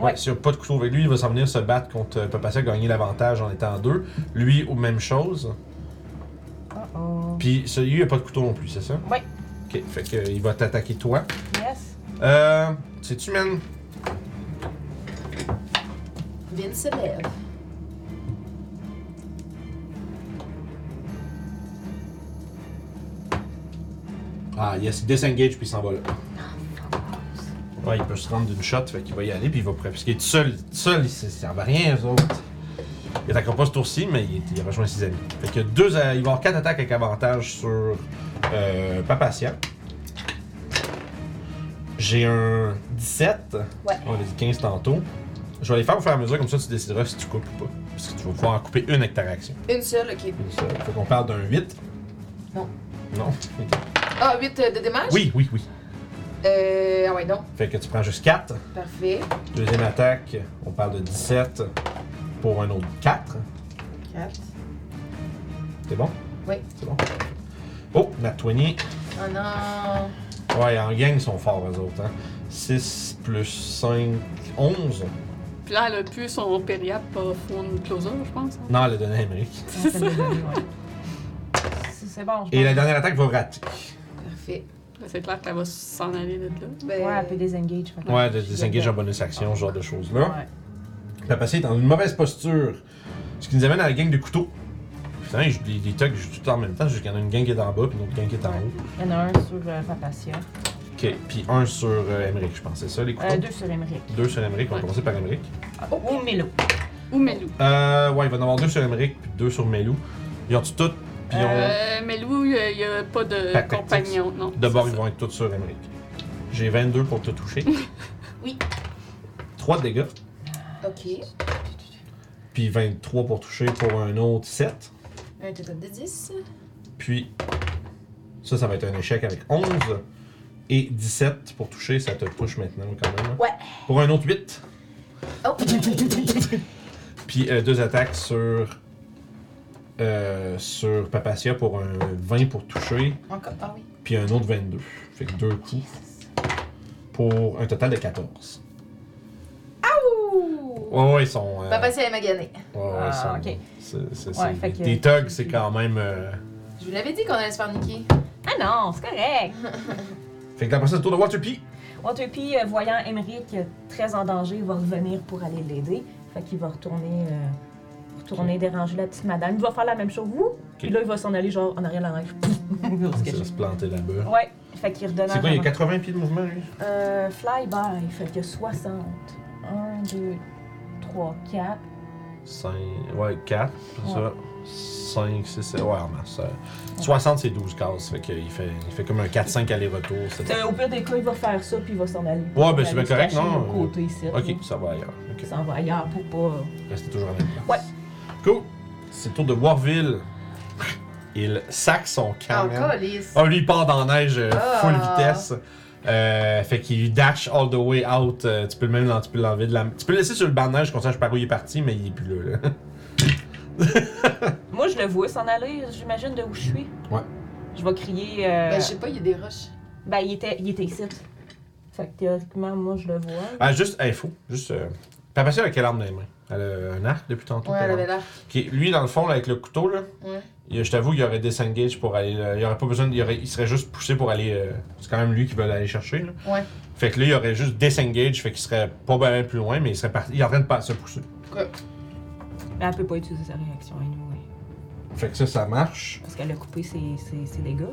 Speaker 1: Ouais, s'il n'y a pas de couteau avec lui, il va s'en venir se battre contre euh, Papassia, gagner l'avantage en étant deux. Lui, ou même chose.
Speaker 2: Oh oh.
Speaker 1: Puis celui, il a pas de couteau non plus, c'est ça?
Speaker 2: Ouais.
Speaker 1: Ok, fait qu'il va t'attaquer toi.
Speaker 2: Yes.
Speaker 1: Euh, c'est-tu, man?
Speaker 3: Vince se lève.
Speaker 1: Ah, yes, il disengage puis il s'en va là.
Speaker 3: Ah,
Speaker 1: Ouais, il peut se rendre d'une shot, fait qu'il va y aller puis il va prêt. Parce qu'il est tout seul, tout seul, il sait- ça ne va rien, eux autres. Il attaquera pas ce tour-ci, mais il, est- il a rejoint ses amis. Fait que deux, à- il va avoir quatre attaques avec avantage sur euh, Papatia. J'ai un 17.
Speaker 3: Ouais.
Speaker 1: On a dit 15 tantôt. Je vais les faire au fur et à mesure, comme ça tu décideras si tu coupes ou pas. Parce que tu vas pouvoir en couper une avec ta réaction.
Speaker 3: Une seule, ok.
Speaker 1: Une seule. Fait qu'on parle d'un 8.
Speaker 3: Non.
Speaker 1: Non?
Speaker 3: Ah, 8 de dommage?
Speaker 1: Oui, oui, oui.
Speaker 3: Euh, ah ouais, non.
Speaker 1: Fait que tu prends juste 4.
Speaker 3: Parfait.
Speaker 1: Deuxième attaque, on parle de 17 pour un autre 4.
Speaker 2: 4.
Speaker 1: C'est bon?
Speaker 3: Oui.
Speaker 1: C'est bon. Oh, Nat 20.
Speaker 3: Oh non.
Speaker 1: Ouais, en gang, ils sont forts, eux autres. Hein. 6 plus 5, 11.
Speaker 4: Puis là, elle a pu son période pour une closure, je pense. hein.
Speaker 1: Non, elle a donné à Emmerich.
Speaker 2: C'est c'est bon, je
Speaker 1: Et la
Speaker 2: pense.
Speaker 1: dernière attaque va rater.
Speaker 3: Parfait.
Speaker 4: Là, C'est clair qu'elle va s'en aller de là.
Speaker 3: Ben,
Speaker 2: Ouais, elle peut désengage. fait que-
Speaker 1: Ouais, de disengage en bonus action, ce genre de choses-là.
Speaker 2: Ouais.
Speaker 1: La passée est dans une mauvaise posture. Ce qui nous amène à la gang de couteaux. Putain, ils jouent- les, les thugs jouent tout le temps en même temps, jusqu'à une gang qui est en bas, puis une autre gang qui est en haut.
Speaker 2: Il y en a un sur euh, Papacia.
Speaker 1: Ok, puis un sur euh, Emmerich, je pense, c'est ça, les couteaux.
Speaker 2: Euh, deux sur Emmerich.
Speaker 1: Deux sur Emmerich, on va
Speaker 4: Ouais.
Speaker 1: commencer par Emmerich.
Speaker 2: Oh, Ou Milo.
Speaker 4: Ou Melou.
Speaker 1: Euh, ouais, il va y en avoir deux sur Emmerich puis deux sur Melou. Ils ont tu toutes, puis on-
Speaker 4: Euh, Melou, il n'y a, pas de
Speaker 1: Pas de
Speaker 4: compagnon, non.
Speaker 1: d'abord
Speaker 4: c'est
Speaker 1: ils
Speaker 4: ça.
Speaker 1: vont être toutes sur Emmerich. J'ai 22 pour te
Speaker 4: (laughs)
Speaker 1: toucher.
Speaker 3: Oui.
Speaker 1: 3 dégâts,
Speaker 3: Ben, Ok.
Speaker 1: puis 23 pour toucher pour un autre 7.
Speaker 3: Un total de 10.
Speaker 1: Puis ça, ça va être un échec avec 11. Et 17 pour toucher, ça te touche maintenant quand même. hein.
Speaker 3: Ouais.
Speaker 1: Pour un autre 8.
Speaker 3: Oh!
Speaker 1: (laughs) Puis euh, deux attaques sur, euh, sur Papacia pour un 20 pour toucher.
Speaker 3: Encore. Ah oui.
Speaker 1: puis un autre 22. Fait que deux coups pour un total de 14.
Speaker 3: Ouh!
Speaker 1: Ouais, ouais, ils sont. euh,
Speaker 3: Papa, c'est à magané.
Speaker 1: ouais, ouais, ils sont.
Speaker 2: Ah, ok.
Speaker 1: c'est- c'est-
Speaker 2: Ouais,
Speaker 1: c'est-
Speaker 2: fait que-
Speaker 1: Des thugs, c'est quand même. euh,
Speaker 3: Je vous l'avais dit qu'on allait se faire niquer.
Speaker 2: Ah non, c'est correct.
Speaker 1: Fait que d'après ça, c'est le tour de Waterpie.
Speaker 2: Waterpie, euh, voyant Emmerich euh, très en danger, va revenir pour aller l'aider. Fait qu'il va retourner, euh, retourner déranger la petite madame. Il va faire la même chose. Vous? Puis là, il va s'en aller genre en arrière de la neige.
Speaker 1: (laughs)
Speaker 2: Il va se
Speaker 1: Ça va
Speaker 2: cacher.
Speaker 1: se planter là-bas.
Speaker 2: ouais, fait qu'il redonne
Speaker 1: C'est
Speaker 2: un
Speaker 1: quoi, il y a
Speaker 2: avant-
Speaker 1: 80 pieds de mouvement, lui
Speaker 2: Euh, Flyby, fait qu'il y a 60. 1, 2, 3, 4.
Speaker 1: 5. Ouais, 4.
Speaker 2: Ouais.
Speaker 1: Ça. 5, 6, 7. Ouais, en masse. euh, 60, c'est 12 cases. Fait qu'il fait, il fait comme un 4-5 aller-retour. c'est-
Speaker 2: Euh, au pire des cas, il va faire ça, puis il va s'en aller.
Speaker 1: Ouais, ben,
Speaker 2: Il va
Speaker 1: c'est
Speaker 2: aller
Speaker 1: bien correct,
Speaker 2: se cacher
Speaker 1: non?
Speaker 2: de l'autre côté ici. là.
Speaker 1: Ok, ça va ailleurs. Ok.
Speaker 2: Il s'en va ailleurs pour pas.
Speaker 1: Restez toujours à la même place.
Speaker 2: Ouais.
Speaker 1: Cool. C'est le tour de Warville. Il sac son
Speaker 3: Ah,
Speaker 1: camion.
Speaker 3: Encore lisse.
Speaker 1: Ah, lui, il Ah, part dans la neige euh,
Speaker 3: Oh, Ah.
Speaker 1: full vitesse. Euh, fait qu'il dash all the way out. Euh, tu peux le même l'en- tu peux l'enlever de la. Tu peux le laisser sur le bandage, comme ça je sais par où il est parti, mais il est plus là. (laughs) là.
Speaker 2: Moi, je le vois s'en aller, j'imagine, de où je suis.
Speaker 1: Ouais.
Speaker 2: Je vais crier. euh,
Speaker 3: Ben, je sais pas, il y a des roches.
Speaker 2: Ben, il était, il était ici. Fait que théoriquement, moi, je le vois.
Speaker 1: Ah, juste info. Juste. Euh... T'as passé avec quelle arme dans les mains Elle a un arc depuis tantôt.
Speaker 3: Ouais,
Speaker 1: quelle
Speaker 3: elle
Speaker 1: arme?
Speaker 3: avait l'air.
Speaker 1: Ok, Lui, dans le fond, là, avec le couteau, là,
Speaker 3: Ouais.
Speaker 1: il- je t'avoue, il aurait disengage pour aller. là, il aurait pas besoin. de- Il, aurait- il serait juste poussé pour aller. euh, C'est quand même lui qui veut aller chercher. Là.
Speaker 3: Ouais.
Speaker 1: Fait que là, il aurait juste disengage, fait qu'il serait pas bien plus loin, mais il serait parti. Il est en train de pas se pousser.
Speaker 2: Mais Elle peut pas utiliser sa réaction, anyway.
Speaker 1: Fait que ça, ça marche.
Speaker 2: Parce qu'elle a coupé ses, ses, ses dégâts.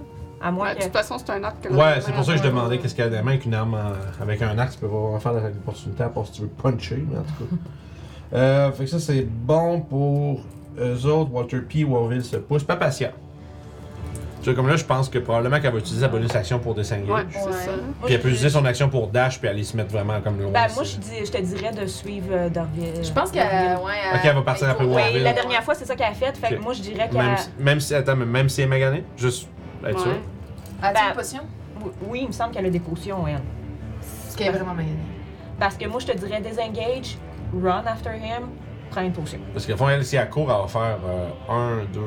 Speaker 2: À moins
Speaker 3: Ben,
Speaker 4: Ouais, de
Speaker 2: que.
Speaker 4: toute façon, c'est un arc.
Speaker 1: Ouais, c'est pour ça que je demandais qu'est-ce qu'il y a dans la main avec une arme en- avec un arc, tu peux vraiment faire l'opportunité à part si tu veux puncher, mais en tout
Speaker 2: (laughs)
Speaker 1: cas. Euh, fait que ça c'est bon pour eux autres, Walter P, Warville se pousse, pas patient. Tu vois, comme là, je pense que probablement qu'elle va utiliser sa bonus action pour descendre.
Speaker 4: Ouais, c'est
Speaker 3: Ouais.
Speaker 4: ça.
Speaker 2: Moi,
Speaker 1: Puis elle peut
Speaker 2: je-
Speaker 1: utiliser son action pour dash, puis aller se mettre vraiment comme loin.
Speaker 2: Ben,
Speaker 1: c'est-
Speaker 2: moi, je, dis, je te dirais de suivre euh, Dorville.
Speaker 3: Je pense qu'elle. euh,
Speaker 2: Dorville.
Speaker 3: Ouais,
Speaker 1: Ok, elle va partir après
Speaker 2: Oui,
Speaker 1: Warville.
Speaker 2: la dernière fois, c'est ça qu'elle a fait. Fait que
Speaker 1: Ok.
Speaker 2: moi, je dirais qu'elle.
Speaker 1: Même, si- même si, attends, mais même si elle est maganée, juste être sûr.
Speaker 4: Ouais.
Speaker 3: As-tu
Speaker 2: Ben-
Speaker 3: une potion?
Speaker 2: Oui, il me semble qu'elle a des potions, elle.
Speaker 3: Ce qui est vraiment mal.
Speaker 2: Parce que moi, je te dirais désengage, run after him, prends une potion.
Speaker 1: Parce qu'au fond, elle, si elle court, elle va faire euh, 1, 2,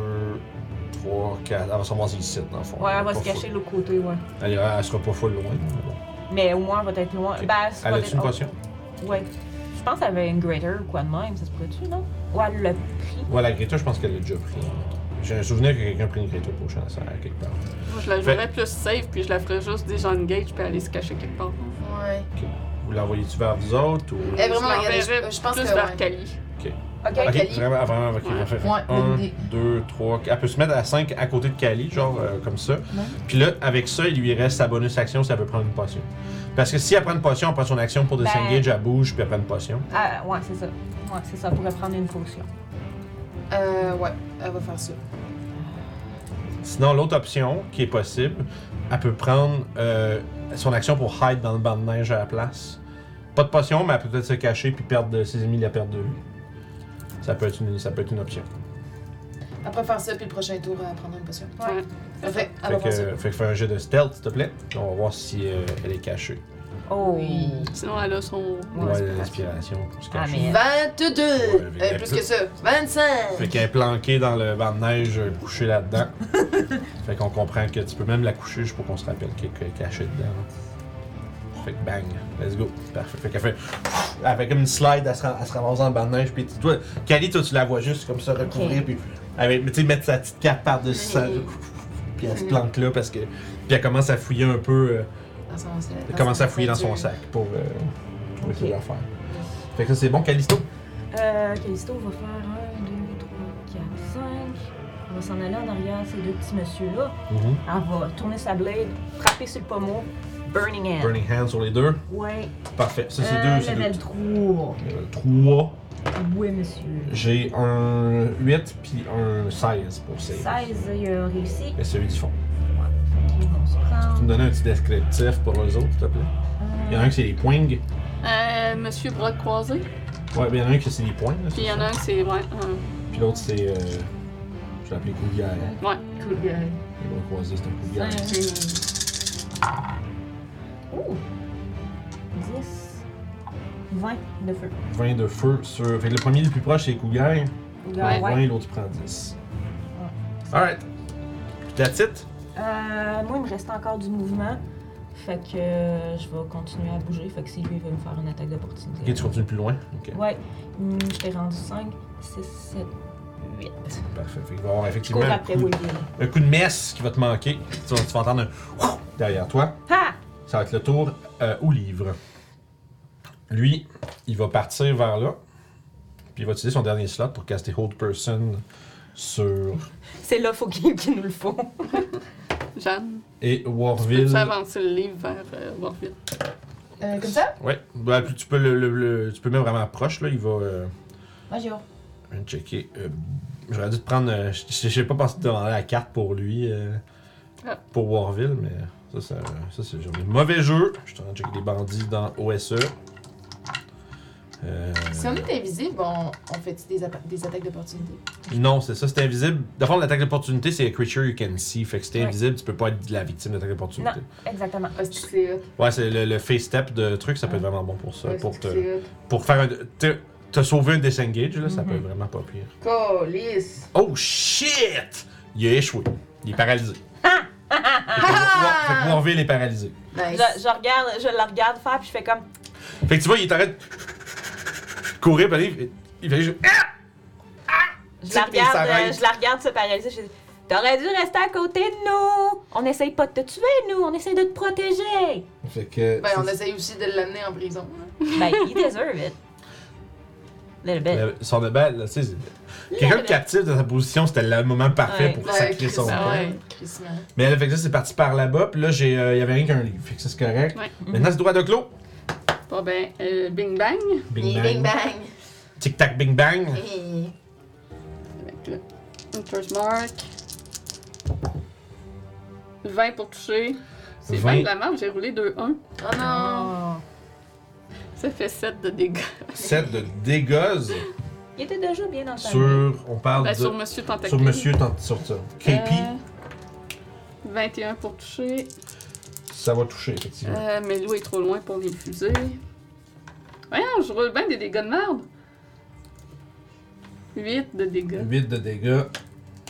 Speaker 1: 3, 4. Elle va sûrement se ici, dans le fond.
Speaker 2: Ouais, elle va se
Speaker 1: Pas
Speaker 2: cacher de l'autre côté, ouais.
Speaker 1: full. Elle, ira- elle sera pas full loin. mais bon.
Speaker 2: Mais au moins, elle va être loin.
Speaker 1: Ok.
Speaker 2: Ben, ça
Speaker 1: Elle
Speaker 2: va
Speaker 1: a-tu
Speaker 2: être-
Speaker 1: une
Speaker 2: oh,
Speaker 1: potion?
Speaker 2: Ouais. Je pense qu'elle avait une greater ou quoi de même, ça se pourrait-tu, non? Ou elle l'a pris.
Speaker 1: Ouais, la Greta, je pense qu'elle l'a déjà pris. J'ai un souvenir que quelqu'un a pris une Greta pour chance à quelque part.
Speaker 4: Moi, je la jouerais plus safe, puis je la ferais juste déjà engage, puis aller se cacher quelque part.
Speaker 3: Ouais.
Speaker 1: Vous l'envoyez-tu vers vous autres ou.
Speaker 3: Elle est vraiment
Speaker 4: Je
Speaker 3: maganée.
Speaker 4: l'enverrais
Speaker 3: Je je pense
Speaker 4: plus
Speaker 3: que.
Speaker 4: vers
Speaker 3: ouais.
Speaker 4: Kali.
Speaker 2: Ok.
Speaker 1: Ok,
Speaker 3: Kali.
Speaker 1: vraiment, vraiment, ok,
Speaker 4: Ouais.
Speaker 1: parfait.
Speaker 3: Ouais, bonne
Speaker 1: 1,
Speaker 3: idée.
Speaker 1: 2, 3, 4. Elle peut se mettre à 5 à côté de Kali, genre euh, comme ça.
Speaker 3: Ouais.
Speaker 1: Puis là, avec ça, il lui reste sa bonus action si elle veut prendre une potion. Parce que si elle prend une potion, elle prend son action
Speaker 3: Ben,
Speaker 1: pour disengage, elle bouge, puis elle prend une potion.
Speaker 2: Ah, ouais, c'est ça. Ouais, c'est ça. Elle pourrait prendre une potion.
Speaker 3: Euh, ouais, elle va faire ça.
Speaker 1: Sinon, l'autre option qui est possible, elle peut prendre euh, son action pour hide dans le banc de neige à la place. Pas de potion, mais elle peut peut-être se cacher puis perdre de- ses ennemis la perte de vue. Ça peut être une, ça peut être une option.
Speaker 3: Après faire ça, puis le prochain tour, elle prendre une potion.
Speaker 4: Ouais.
Speaker 3: Parfait, elle
Speaker 1: Fait
Speaker 3: Ah, va
Speaker 1: que,
Speaker 3: faire ça.
Speaker 1: fait que fais un jet de stealth, s'il te plaît. On va voir si euh, elle est cachée.
Speaker 2: Oh.
Speaker 3: Oui.
Speaker 4: Sinon, elle a son.
Speaker 1: Ouais,
Speaker 2: Ouais,
Speaker 1: l'inspiration l'inspiration pour se
Speaker 2: Ah,
Speaker 1: cacher.
Speaker 2: mais-
Speaker 3: 22!
Speaker 1: Ouais,
Speaker 3: Euh, plus que ça, 25!
Speaker 1: Fait qu'elle est planquée dans le banc de neige, euh, couchée
Speaker 2: (laughs)
Speaker 1: là-dedans. fait qu'on comprend que tu peux même la coucher juste pour qu'on se rappelle qu'elle qu'elle est cachée dedans. hein. Fait que bang, let's go. Parfait. Fait qu'elle fait. Elle fait comme une slide, elle se, ra- elle se ramasse dans le banc de neige. Puis toi, Cali, toi, tu la vois juste comme ça recouvrir.
Speaker 2: Ok.
Speaker 1: Puis elle va- mais tu sais, mettre sa petite cape par-dessus ça.
Speaker 3: Oui.
Speaker 1: Puis elle se planque là parce que. Puis elle commence à fouiller un peu. euh,
Speaker 3: Dans son sac.
Speaker 1: elle commence à fouiller dans son
Speaker 3: ceinture.
Speaker 1: sac pour euh, trouver
Speaker 2: Ah, Ok.
Speaker 1: ses affaires. Fait que ça, c'est bon, Calisto.
Speaker 2: Euh, Calisto va faire 1, 2, 3, 4, 5. On va s'en aller en arrière, ces deux petits messieurs-là. Elle va tourner sa blade, frapper sur le pommeau. Burning Hand.
Speaker 1: Burning Hand sur les deux.
Speaker 2: Ouais.
Speaker 1: Parfait. Ça, c'est
Speaker 2: Euh,
Speaker 1: deux. C'est deux.
Speaker 2: level 3.
Speaker 1: Euh, trois.
Speaker 2: Oui, monsieur.
Speaker 1: J'ai un 8 puis un 16 pour save.
Speaker 2: 16, il a réussi.
Speaker 1: Et celui du fond.
Speaker 2: Ils vont se
Speaker 1: Tu me
Speaker 2: prendre.
Speaker 1: donner un petit descriptif pour eux autres, s'il te plaît. Il y en a un qui c'est les poings.
Speaker 4: Euh, Monsieur bras croisé.
Speaker 1: Ouais, ben il y en a un qui c'est les poings. là,
Speaker 4: Puis
Speaker 1: c'est
Speaker 4: il y en a
Speaker 1: ça.
Speaker 4: un qui c'est. Ouais. un-
Speaker 1: Puis l'autre c'est. Euh, je l'appelais Cougar.
Speaker 4: Ouais.
Speaker 3: Cool guy.
Speaker 1: Les bras croisés, c'est un Cougar.
Speaker 2: Ouh! 10, 20 de feu.
Speaker 1: 20 de feu sur. Fait que le premier le plus proche c'est Cougar.
Speaker 2: Ouais.
Speaker 1: Le 20, l'autre il prend 10. Alright. Puis that's it.
Speaker 2: Euh, moi, il me reste encore du mouvement. Fait que euh, je vais continuer à bouger. Fait que si lui il veut me faire une attaque d'opportunité.
Speaker 1: Ok, tu continues plus loin. Ok.
Speaker 2: Ouais. Hmm, je t'ai rendu 5, 6, 7, 8.
Speaker 1: Parfait. Fait qu'il va y avoir
Speaker 2: Je
Speaker 1: effectivement
Speaker 2: cours
Speaker 1: un
Speaker 2: après
Speaker 1: coup,
Speaker 2: Will.
Speaker 1: un coup de messe qui va te manquer. Tu vas, tu vas entendre un ouf derrière toi.
Speaker 2: Ha!
Speaker 1: Ça va être le tour euh, au livre. Lui, il va partir vers là. Puis il va utiliser son dernier slot pour caster Hold Person sur.
Speaker 2: C'est là faut qu'il qu'il nous le faut.
Speaker 4: Jeanne.
Speaker 1: Et
Speaker 4: Peux-tu
Speaker 1: Warville.
Speaker 4: avancer le livre vers euh, Warfield?
Speaker 3: Euh, comme ça?
Speaker 1: Ouais, bah, puis tu peux le, le- le- tu peux même vraiment proche, là. Il va. euh,
Speaker 3: Moi, j'y vais.
Speaker 1: je vais checker. euh, J'aurais dû te prendre. euh, je- je J'ai pas pensé de demander la carte pour lui. euh,
Speaker 4: Ah.
Speaker 1: Pour Warville, mais ça, ça, ça c'est genre des mauvais jeu. Je suis en train de checker des bandits dans OSE. E. Euh,
Speaker 3: Somme t'es invisible, on, on fait-tu des, appa- des attaques d'opportunité?
Speaker 1: Non, c'est ça, c'est invisible. Dans le fond, l'attaque d'opportunité, c'est a creature you can see. Fait que si t'es
Speaker 2: Ouais.
Speaker 1: invisible, tu peux pas être la victime d'attaque d'opportunité.
Speaker 2: Exactement.
Speaker 3: Parce Ah, que c'est hot.
Speaker 1: Ouais, c'est le, le face step de truc, ça peut être vraiment bon pour ça.
Speaker 3: Parce
Speaker 1: Pour
Speaker 3: que
Speaker 1: te,
Speaker 3: c'est hot.
Speaker 1: pour faire un. Te, te sauver un disengage, là, ça peut
Speaker 2: Mhm.
Speaker 1: être vraiment pas pire.
Speaker 3: Police!
Speaker 1: Oh shit! Il a échoué. Il est
Speaker 3: (laughs)
Speaker 1: paralysé.
Speaker 3: Ah,
Speaker 1: fait que Mor- fait que Morville est paralysé.
Speaker 2: Je,
Speaker 3: Nice.
Speaker 2: je regarde, je la regarde faire, puis je fais comme.
Speaker 1: Fait que tu vois, il t'arrête. Courir, puis il- il fait juste.
Speaker 2: Je
Speaker 1: Puis
Speaker 2: la
Speaker 1: il
Speaker 2: regarde,
Speaker 1: s'arrête.
Speaker 2: euh, je la regarde se paralyser. Je dis, T'aurais dû rester à côté de nous! On essaye pas de te tuer, nous! On essaye de te protéger!
Speaker 4: (laughs)
Speaker 1: ah! Fait que.
Speaker 3: Ben, on essaye aussi de l'amener en prison. là.
Speaker 2: Ben, you deserve it. Little bit.
Speaker 1: Euh, Son ben, là, tu sais, c'est- Quelqu'un de captif dans sa position, c'était le moment parfait
Speaker 2: Ouais.
Speaker 1: pour
Speaker 3: Ouais,
Speaker 1: sacrer son
Speaker 3: crissement,
Speaker 1: camp.
Speaker 3: ouais, crissement.
Speaker 1: Mais là, fait que ça, c'est parti par là-bas, puis là, j'ai, euh, il y avait rien qu'un livre. Fait que ça, c'est correct.
Speaker 4: Ouais.
Speaker 1: Maintenant, c'est droit de clos.
Speaker 4: Bon, ben, euh, bing bang.
Speaker 1: Bing
Speaker 3: Bing,
Speaker 1: bang.
Speaker 3: Bing bang!
Speaker 1: Tic-tac, bing bang.
Speaker 3: Hey.
Speaker 4: Avec le Hunter's Mark. 20 pour toucher. C'est
Speaker 1: 20.
Speaker 4: même la marque, j'ai roulé 2-1.
Speaker 3: Oh non!
Speaker 4: Ça fait 7 de dégâts.
Speaker 1: 7 de dégâts
Speaker 2: Il était déjà bien dans sa vie.
Speaker 1: sur. On parle
Speaker 4: Ben,
Speaker 1: de.
Speaker 4: sur Monsieur Tentacule.
Speaker 1: sur monsieur, tant- sur ça. KP,
Speaker 4: Euh, 21 pour toucher.
Speaker 1: ça va toucher, effectivement.
Speaker 4: Euh, mais l'eau est trop loin pour les fusées. Voyons, je roule bien des dégâts de merde. 8 de dégâts.
Speaker 1: 8 de dégâts.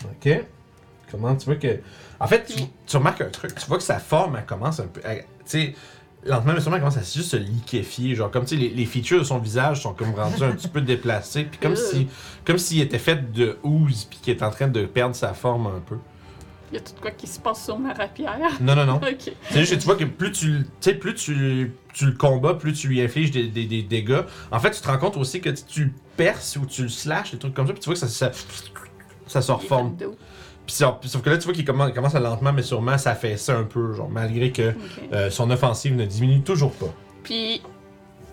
Speaker 1: Ok. Comment tu vois que. En fait, tu, tu remarques un truc. Tu vois que sa forme, elle commence un peu. elle- Tu sais, lentement, mais sûrement, elle commence à juste se liquéfier. Genre, comme tu sais, les, les features de son visage sont comme rendus un petit peu déplacés. Puis comme si, comme s'il était fait de ooze, puis qu'il est en train de perdre sa forme un peu.
Speaker 4: Il y a tout quoi qui se passe sur ma rapière. (laughs)
Speaker 1: Non, non, non.
Speaker 4: ok.
Speaker 1: C'est juste que tu vois que plus tu, le- tu sais, plus tu, tu le combats, plus tu lui infliges des, des- des dégâts. En fait, tu te rends compte aussi que tu- tu le perces ou tu le slashes, des trucs comme ça, puis tu vois que ça, ça, ça se reforme.
Speaker 4: Il est comme
Speaker 1: Puis sauf, puis sauf que là, tu vois qu'il commence, commence à lentement, mais sûrement s'affaisser un peu, genre, malgré que
Speaker 4: dos. Ok.
Speaker 1: euh, son offensive ne diminue toujours pas.
Speaker 4: Puis,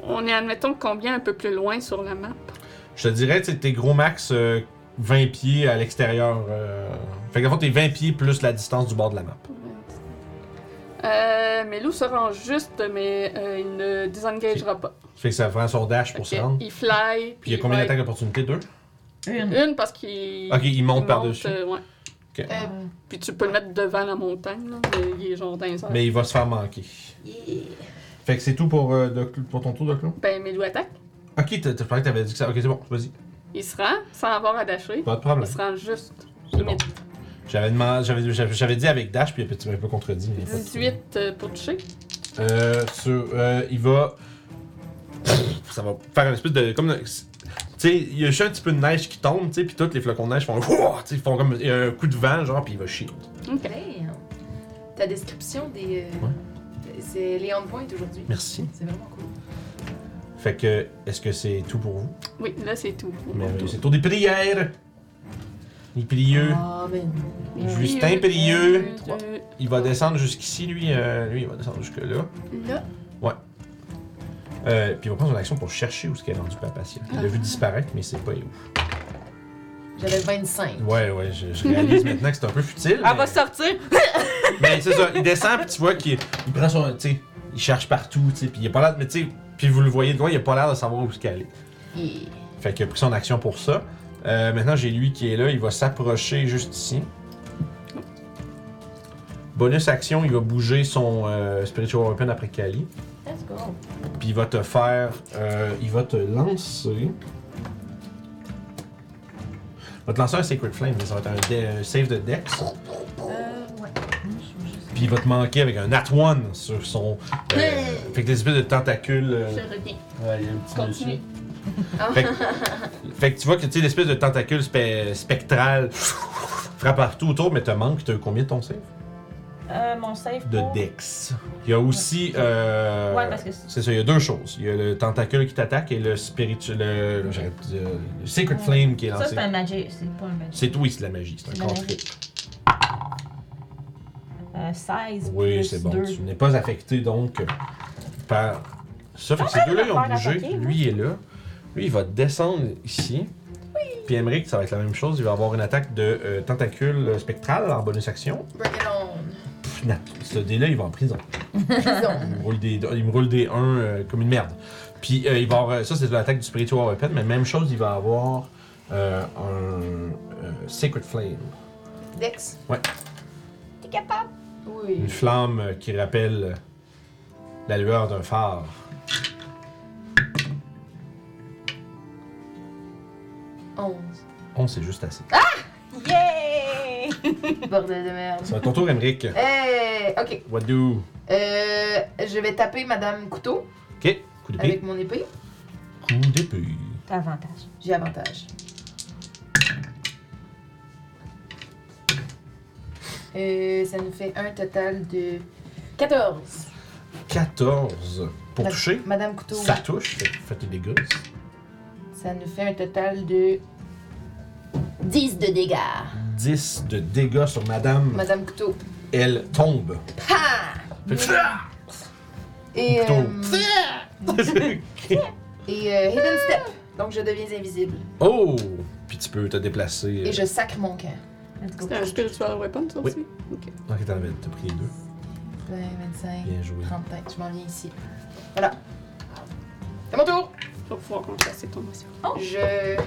Speaker 4: on est, admettons, combien un peu plus loin sur la map?
Speaker 1: Je te dirais, tu sais, tes gros max euh, 20 pieds à l'extérieur. euh, Fait que, en t'es 20 pieds plus la distance du bord de la map.
Speaker 4: Euh, mais loup se rend juste, mais euh, il ne désengagera pas.
Speaker 1: Fait que ça prend son dash pour
Speaker 4: Ok,
Speaker 1: se rendre.
Speaker 4: Il fly.
Speaker 1: Puis il y a combien
Speaker 4: va
Speaker 1: d'attaques d'opportunité Deux
Speaker 2: Une.
Speaker 4: être- Une parce qu'il.
Speaker 1: Ok, il monte
Speaker 4: il
Speaker 1: par-dessus.
Speaker 4: euh, ouais.
Speaker 3: Euh,
Speaker 4: Puis tu peux le mettre devant la montagne, là, mais il est genre dans les airs.
Speaker 1: Mais il va se faire manquer.
Speaker 3: yeah.
Speaker 1: Fait que c'est tout pour, euh, Doc- pour ton tour, Doclo.
Speaker 4: Ben, mais loup attaque.
Speaker 1: Ok, t'as- t'as parlé que t'avais dit que ça. Ok, c'est bon, vas-y.
Speaker 4: Il se rend sans avoir à dasher.
Speaker 1: Pas de
Speaker 4: Il
Speaker 1: problème.
Speaker 4: se rend juste.
Speaker 1: C'est bon. J'avais demandé- j'avais- j'avais j'avais dit avec dash, puis tu m'as un peu contredit. mais pas de problème.
Speaker 4: 18 euh, pour toucher.
Speaker 1: Euh, sur, euh, il va. Ça va faire une espèce de. Comme. Tu sais, il y a juste un petit peu de neige qui tombe, tu sais, puis tous les flocons de neige font. Ouah Tu sais, ils font comme il y a un coup de vent, genre, puis il va chier.
Speaker 4: Ok.
Speaker 3: Damn. Ta description des. euh, C'est Léon de Pointe aujourd'hui.
Speaker 1: Merci.
Speaker 3: C'est vraiment cool.
Speaker 1: Fait que, est-ce que c'est tout pour vous?
Speaker 4: Oui, là, c'est tout.
Speaker 1: Merveilleux. C'est le tour des prières! Les prieux.
Speaker 3: Amen.
Speaker 1: Justin Prieux.
Speaker 4: Un,
Speaker 1: Trois.
Speaker 4: deux.
Speaker 1: Il va descendre jusqu'ici, lui. euh, lui, il va descendre jusque-là.
Speaker 3: Là,
Speaker 1: Euh, puis il va prendre son action pour chercher où ce qu'elle est rendu Papatia. Il l'a vu disparaître, mais c'est pas où.
Speaker 3: j'avais 25.
Speaker 1: Ouais, ouais, je, je réalise (laughs) maintenant que c'est un peu futile.
Speaker 2: Elle va
Speaker 1: mais-
Speaker 2: sortir.
Speaker 1: Mais Ben, c'est ça, il descend, puis tu vois qu'il il prend son. Tu sais, il cherche partout, tu sais, puis il a pas l'air. Mais tu sais, puis vous le voyez de loin, il a pas l'air de savoir où est-ce qu'elle est.
Speaker 3: Yeah.
Speaker 1: Fait qu'il a pris son action pour ça. Euh, maintenant, j'ai lui qui est là, il va s'approcher juste ici. Bonus action, il va bouger son euh, Spiritual Weapon après Kali.
Speaker 3: Let's go.
Speaker 1: Puis il va te faire. euh, il va te lancer. Il va te lancer un Sacred Flame, mais ça va être un, dé- un save de Dex.
Speaker 2: Euh, ouais.
Speaker 1: Puis il va te manquer avec un Nat One sur son. euh,
Speaker 3: Hey!
Speaker 1: Fait que des espèces de tentacules. euh,
Speaker 4: Je reviens.
Speaker 1: ouais, il y a un petit
Speaker 4: Continue.
Speaker 1: dessus. Fait, que- fait que tu vois que tu sais, l'espèce de tentacule spe- spectrale frappe partout autour, mais te manque. T'as combien de ton save
Speaker 2: Euh, mon save.
Speaker 1: De
Speaker 2: pour-
Speaker 1: Dex. Il y a aussi. euh,
Speaker 2: Ouais, parce que c'est-
Speaker 1: C'est ça, il y a deux choses. Il y a le tentacule qui t'attaque et le spirituel. Le, j'arrête de dire- le Sacred Flame qui est
Speaker 2: Ça,
Speaker 1: lancé.
Speaker 2: c'est un magic. C'est pas un magic.
Speaker 1: C'est tout, oui, c'est de la magie. C'est
Speaker 2: C'est
Speaker 1: un
Speaker 2: de la
Speaker 1: contrip.
Speaker 2: Euh, 16.
Speaker 1: Oui,
Speaker 2: plus
Speaker 1: c'est bon.
Speaker 2: 2.
Speaker 1: Tu n'es pas affecté donc euh, par ça. Fait que ces deux-là, ils ont
Speaker 2: faire
Speaker 1: bougé.
Speaker 2: attaquer, hein.
Speaker 1: Lui il est là. Lui, il va descendre ici. Puis Emmerich, ça va être la même chose. Il va avoir une attaque de euh, tentacule euh, spectral en bonus action.
Speaker 3: Break it on.
Speaker 1: Pff, Nat- ce dé-là, il va en prison.
Speaker 3: Prison.
Speaker 1: Il (laughs) me roule des, il me roule des 1 comme une merde. Puis euh, il va avoir, ça c'est de l'attaque du Spiritual Weapon, mais même chose, il va avoir euh, un euh, Sacred Flame.
Speaker 3: Dex.
Speaker 1: Ouais.
Speaker 3: T'es capable? Oui.
Speaker 1: Une flamme euh, qui rappelle euh, la lueur d'un phare.
Speaker 3: Onze.
Speaker 1: On c'est juste assez.
Speaker 2: Yay!
Speaker 3: Bordel de merde.
Speaker 1: C'est à ton tour, Emmerich.
Speaker 3: Hey! Ok.
Speaker 1: What do?
Speaker 3: Euh, je vais taper Madame Couteau
Speaker 1: Ok, coup d'épée.
Speaker 3: avec mon épée.
Speaker 1: Coup d'épée.
Speaker 2: T'as avantage.
Speaker 3: J'ai avantage. Euh, ça nous fait un total de 14.
Speaker 1: 14 pour
Speaker 3: Ma-
Speaker 1: toucher.
Speaker 3: Madame Couteau.
Speaker 1: Ça touche, Fait- faites des dégâts.
Speaker 3: Ça nous fait un total de 10 de dégâts.
Speaker 1: 10 de dégâts sur madame.
Speaker 3: Madame Couteau.
Speaker 1: Elle tombe.
Speaker 3: Pa!
Speaker 1: Fait que-
Speaker 3: Et,
Speaker 1: Couteau.
Speaker 3: euh,
Speaker 1: (laughs)
Speaker 3: et euh, Hidden Step. Donc je deviens invisible.
Speaker 1: Oh! Puis tu peux te déplacer.
Speaker 3: Et je sacre mon camp.
Speaker 2: Let's go.
Speaker 4: C'est un spiritual weapon, ça
Speaker 1: Oui.
Speaker 4: aussi?
Speaker 1: Ah, t'en avais- t'as pris les deux.
Speaker 3: 20, 25,
Speaker 1: Bien joué.
Speaker 3: 35. Je m'en viens ici. Voilà. C'est mon tour.
Speaker 4: Pour pouvoir remplacer ton action.
Speaker 3: Je.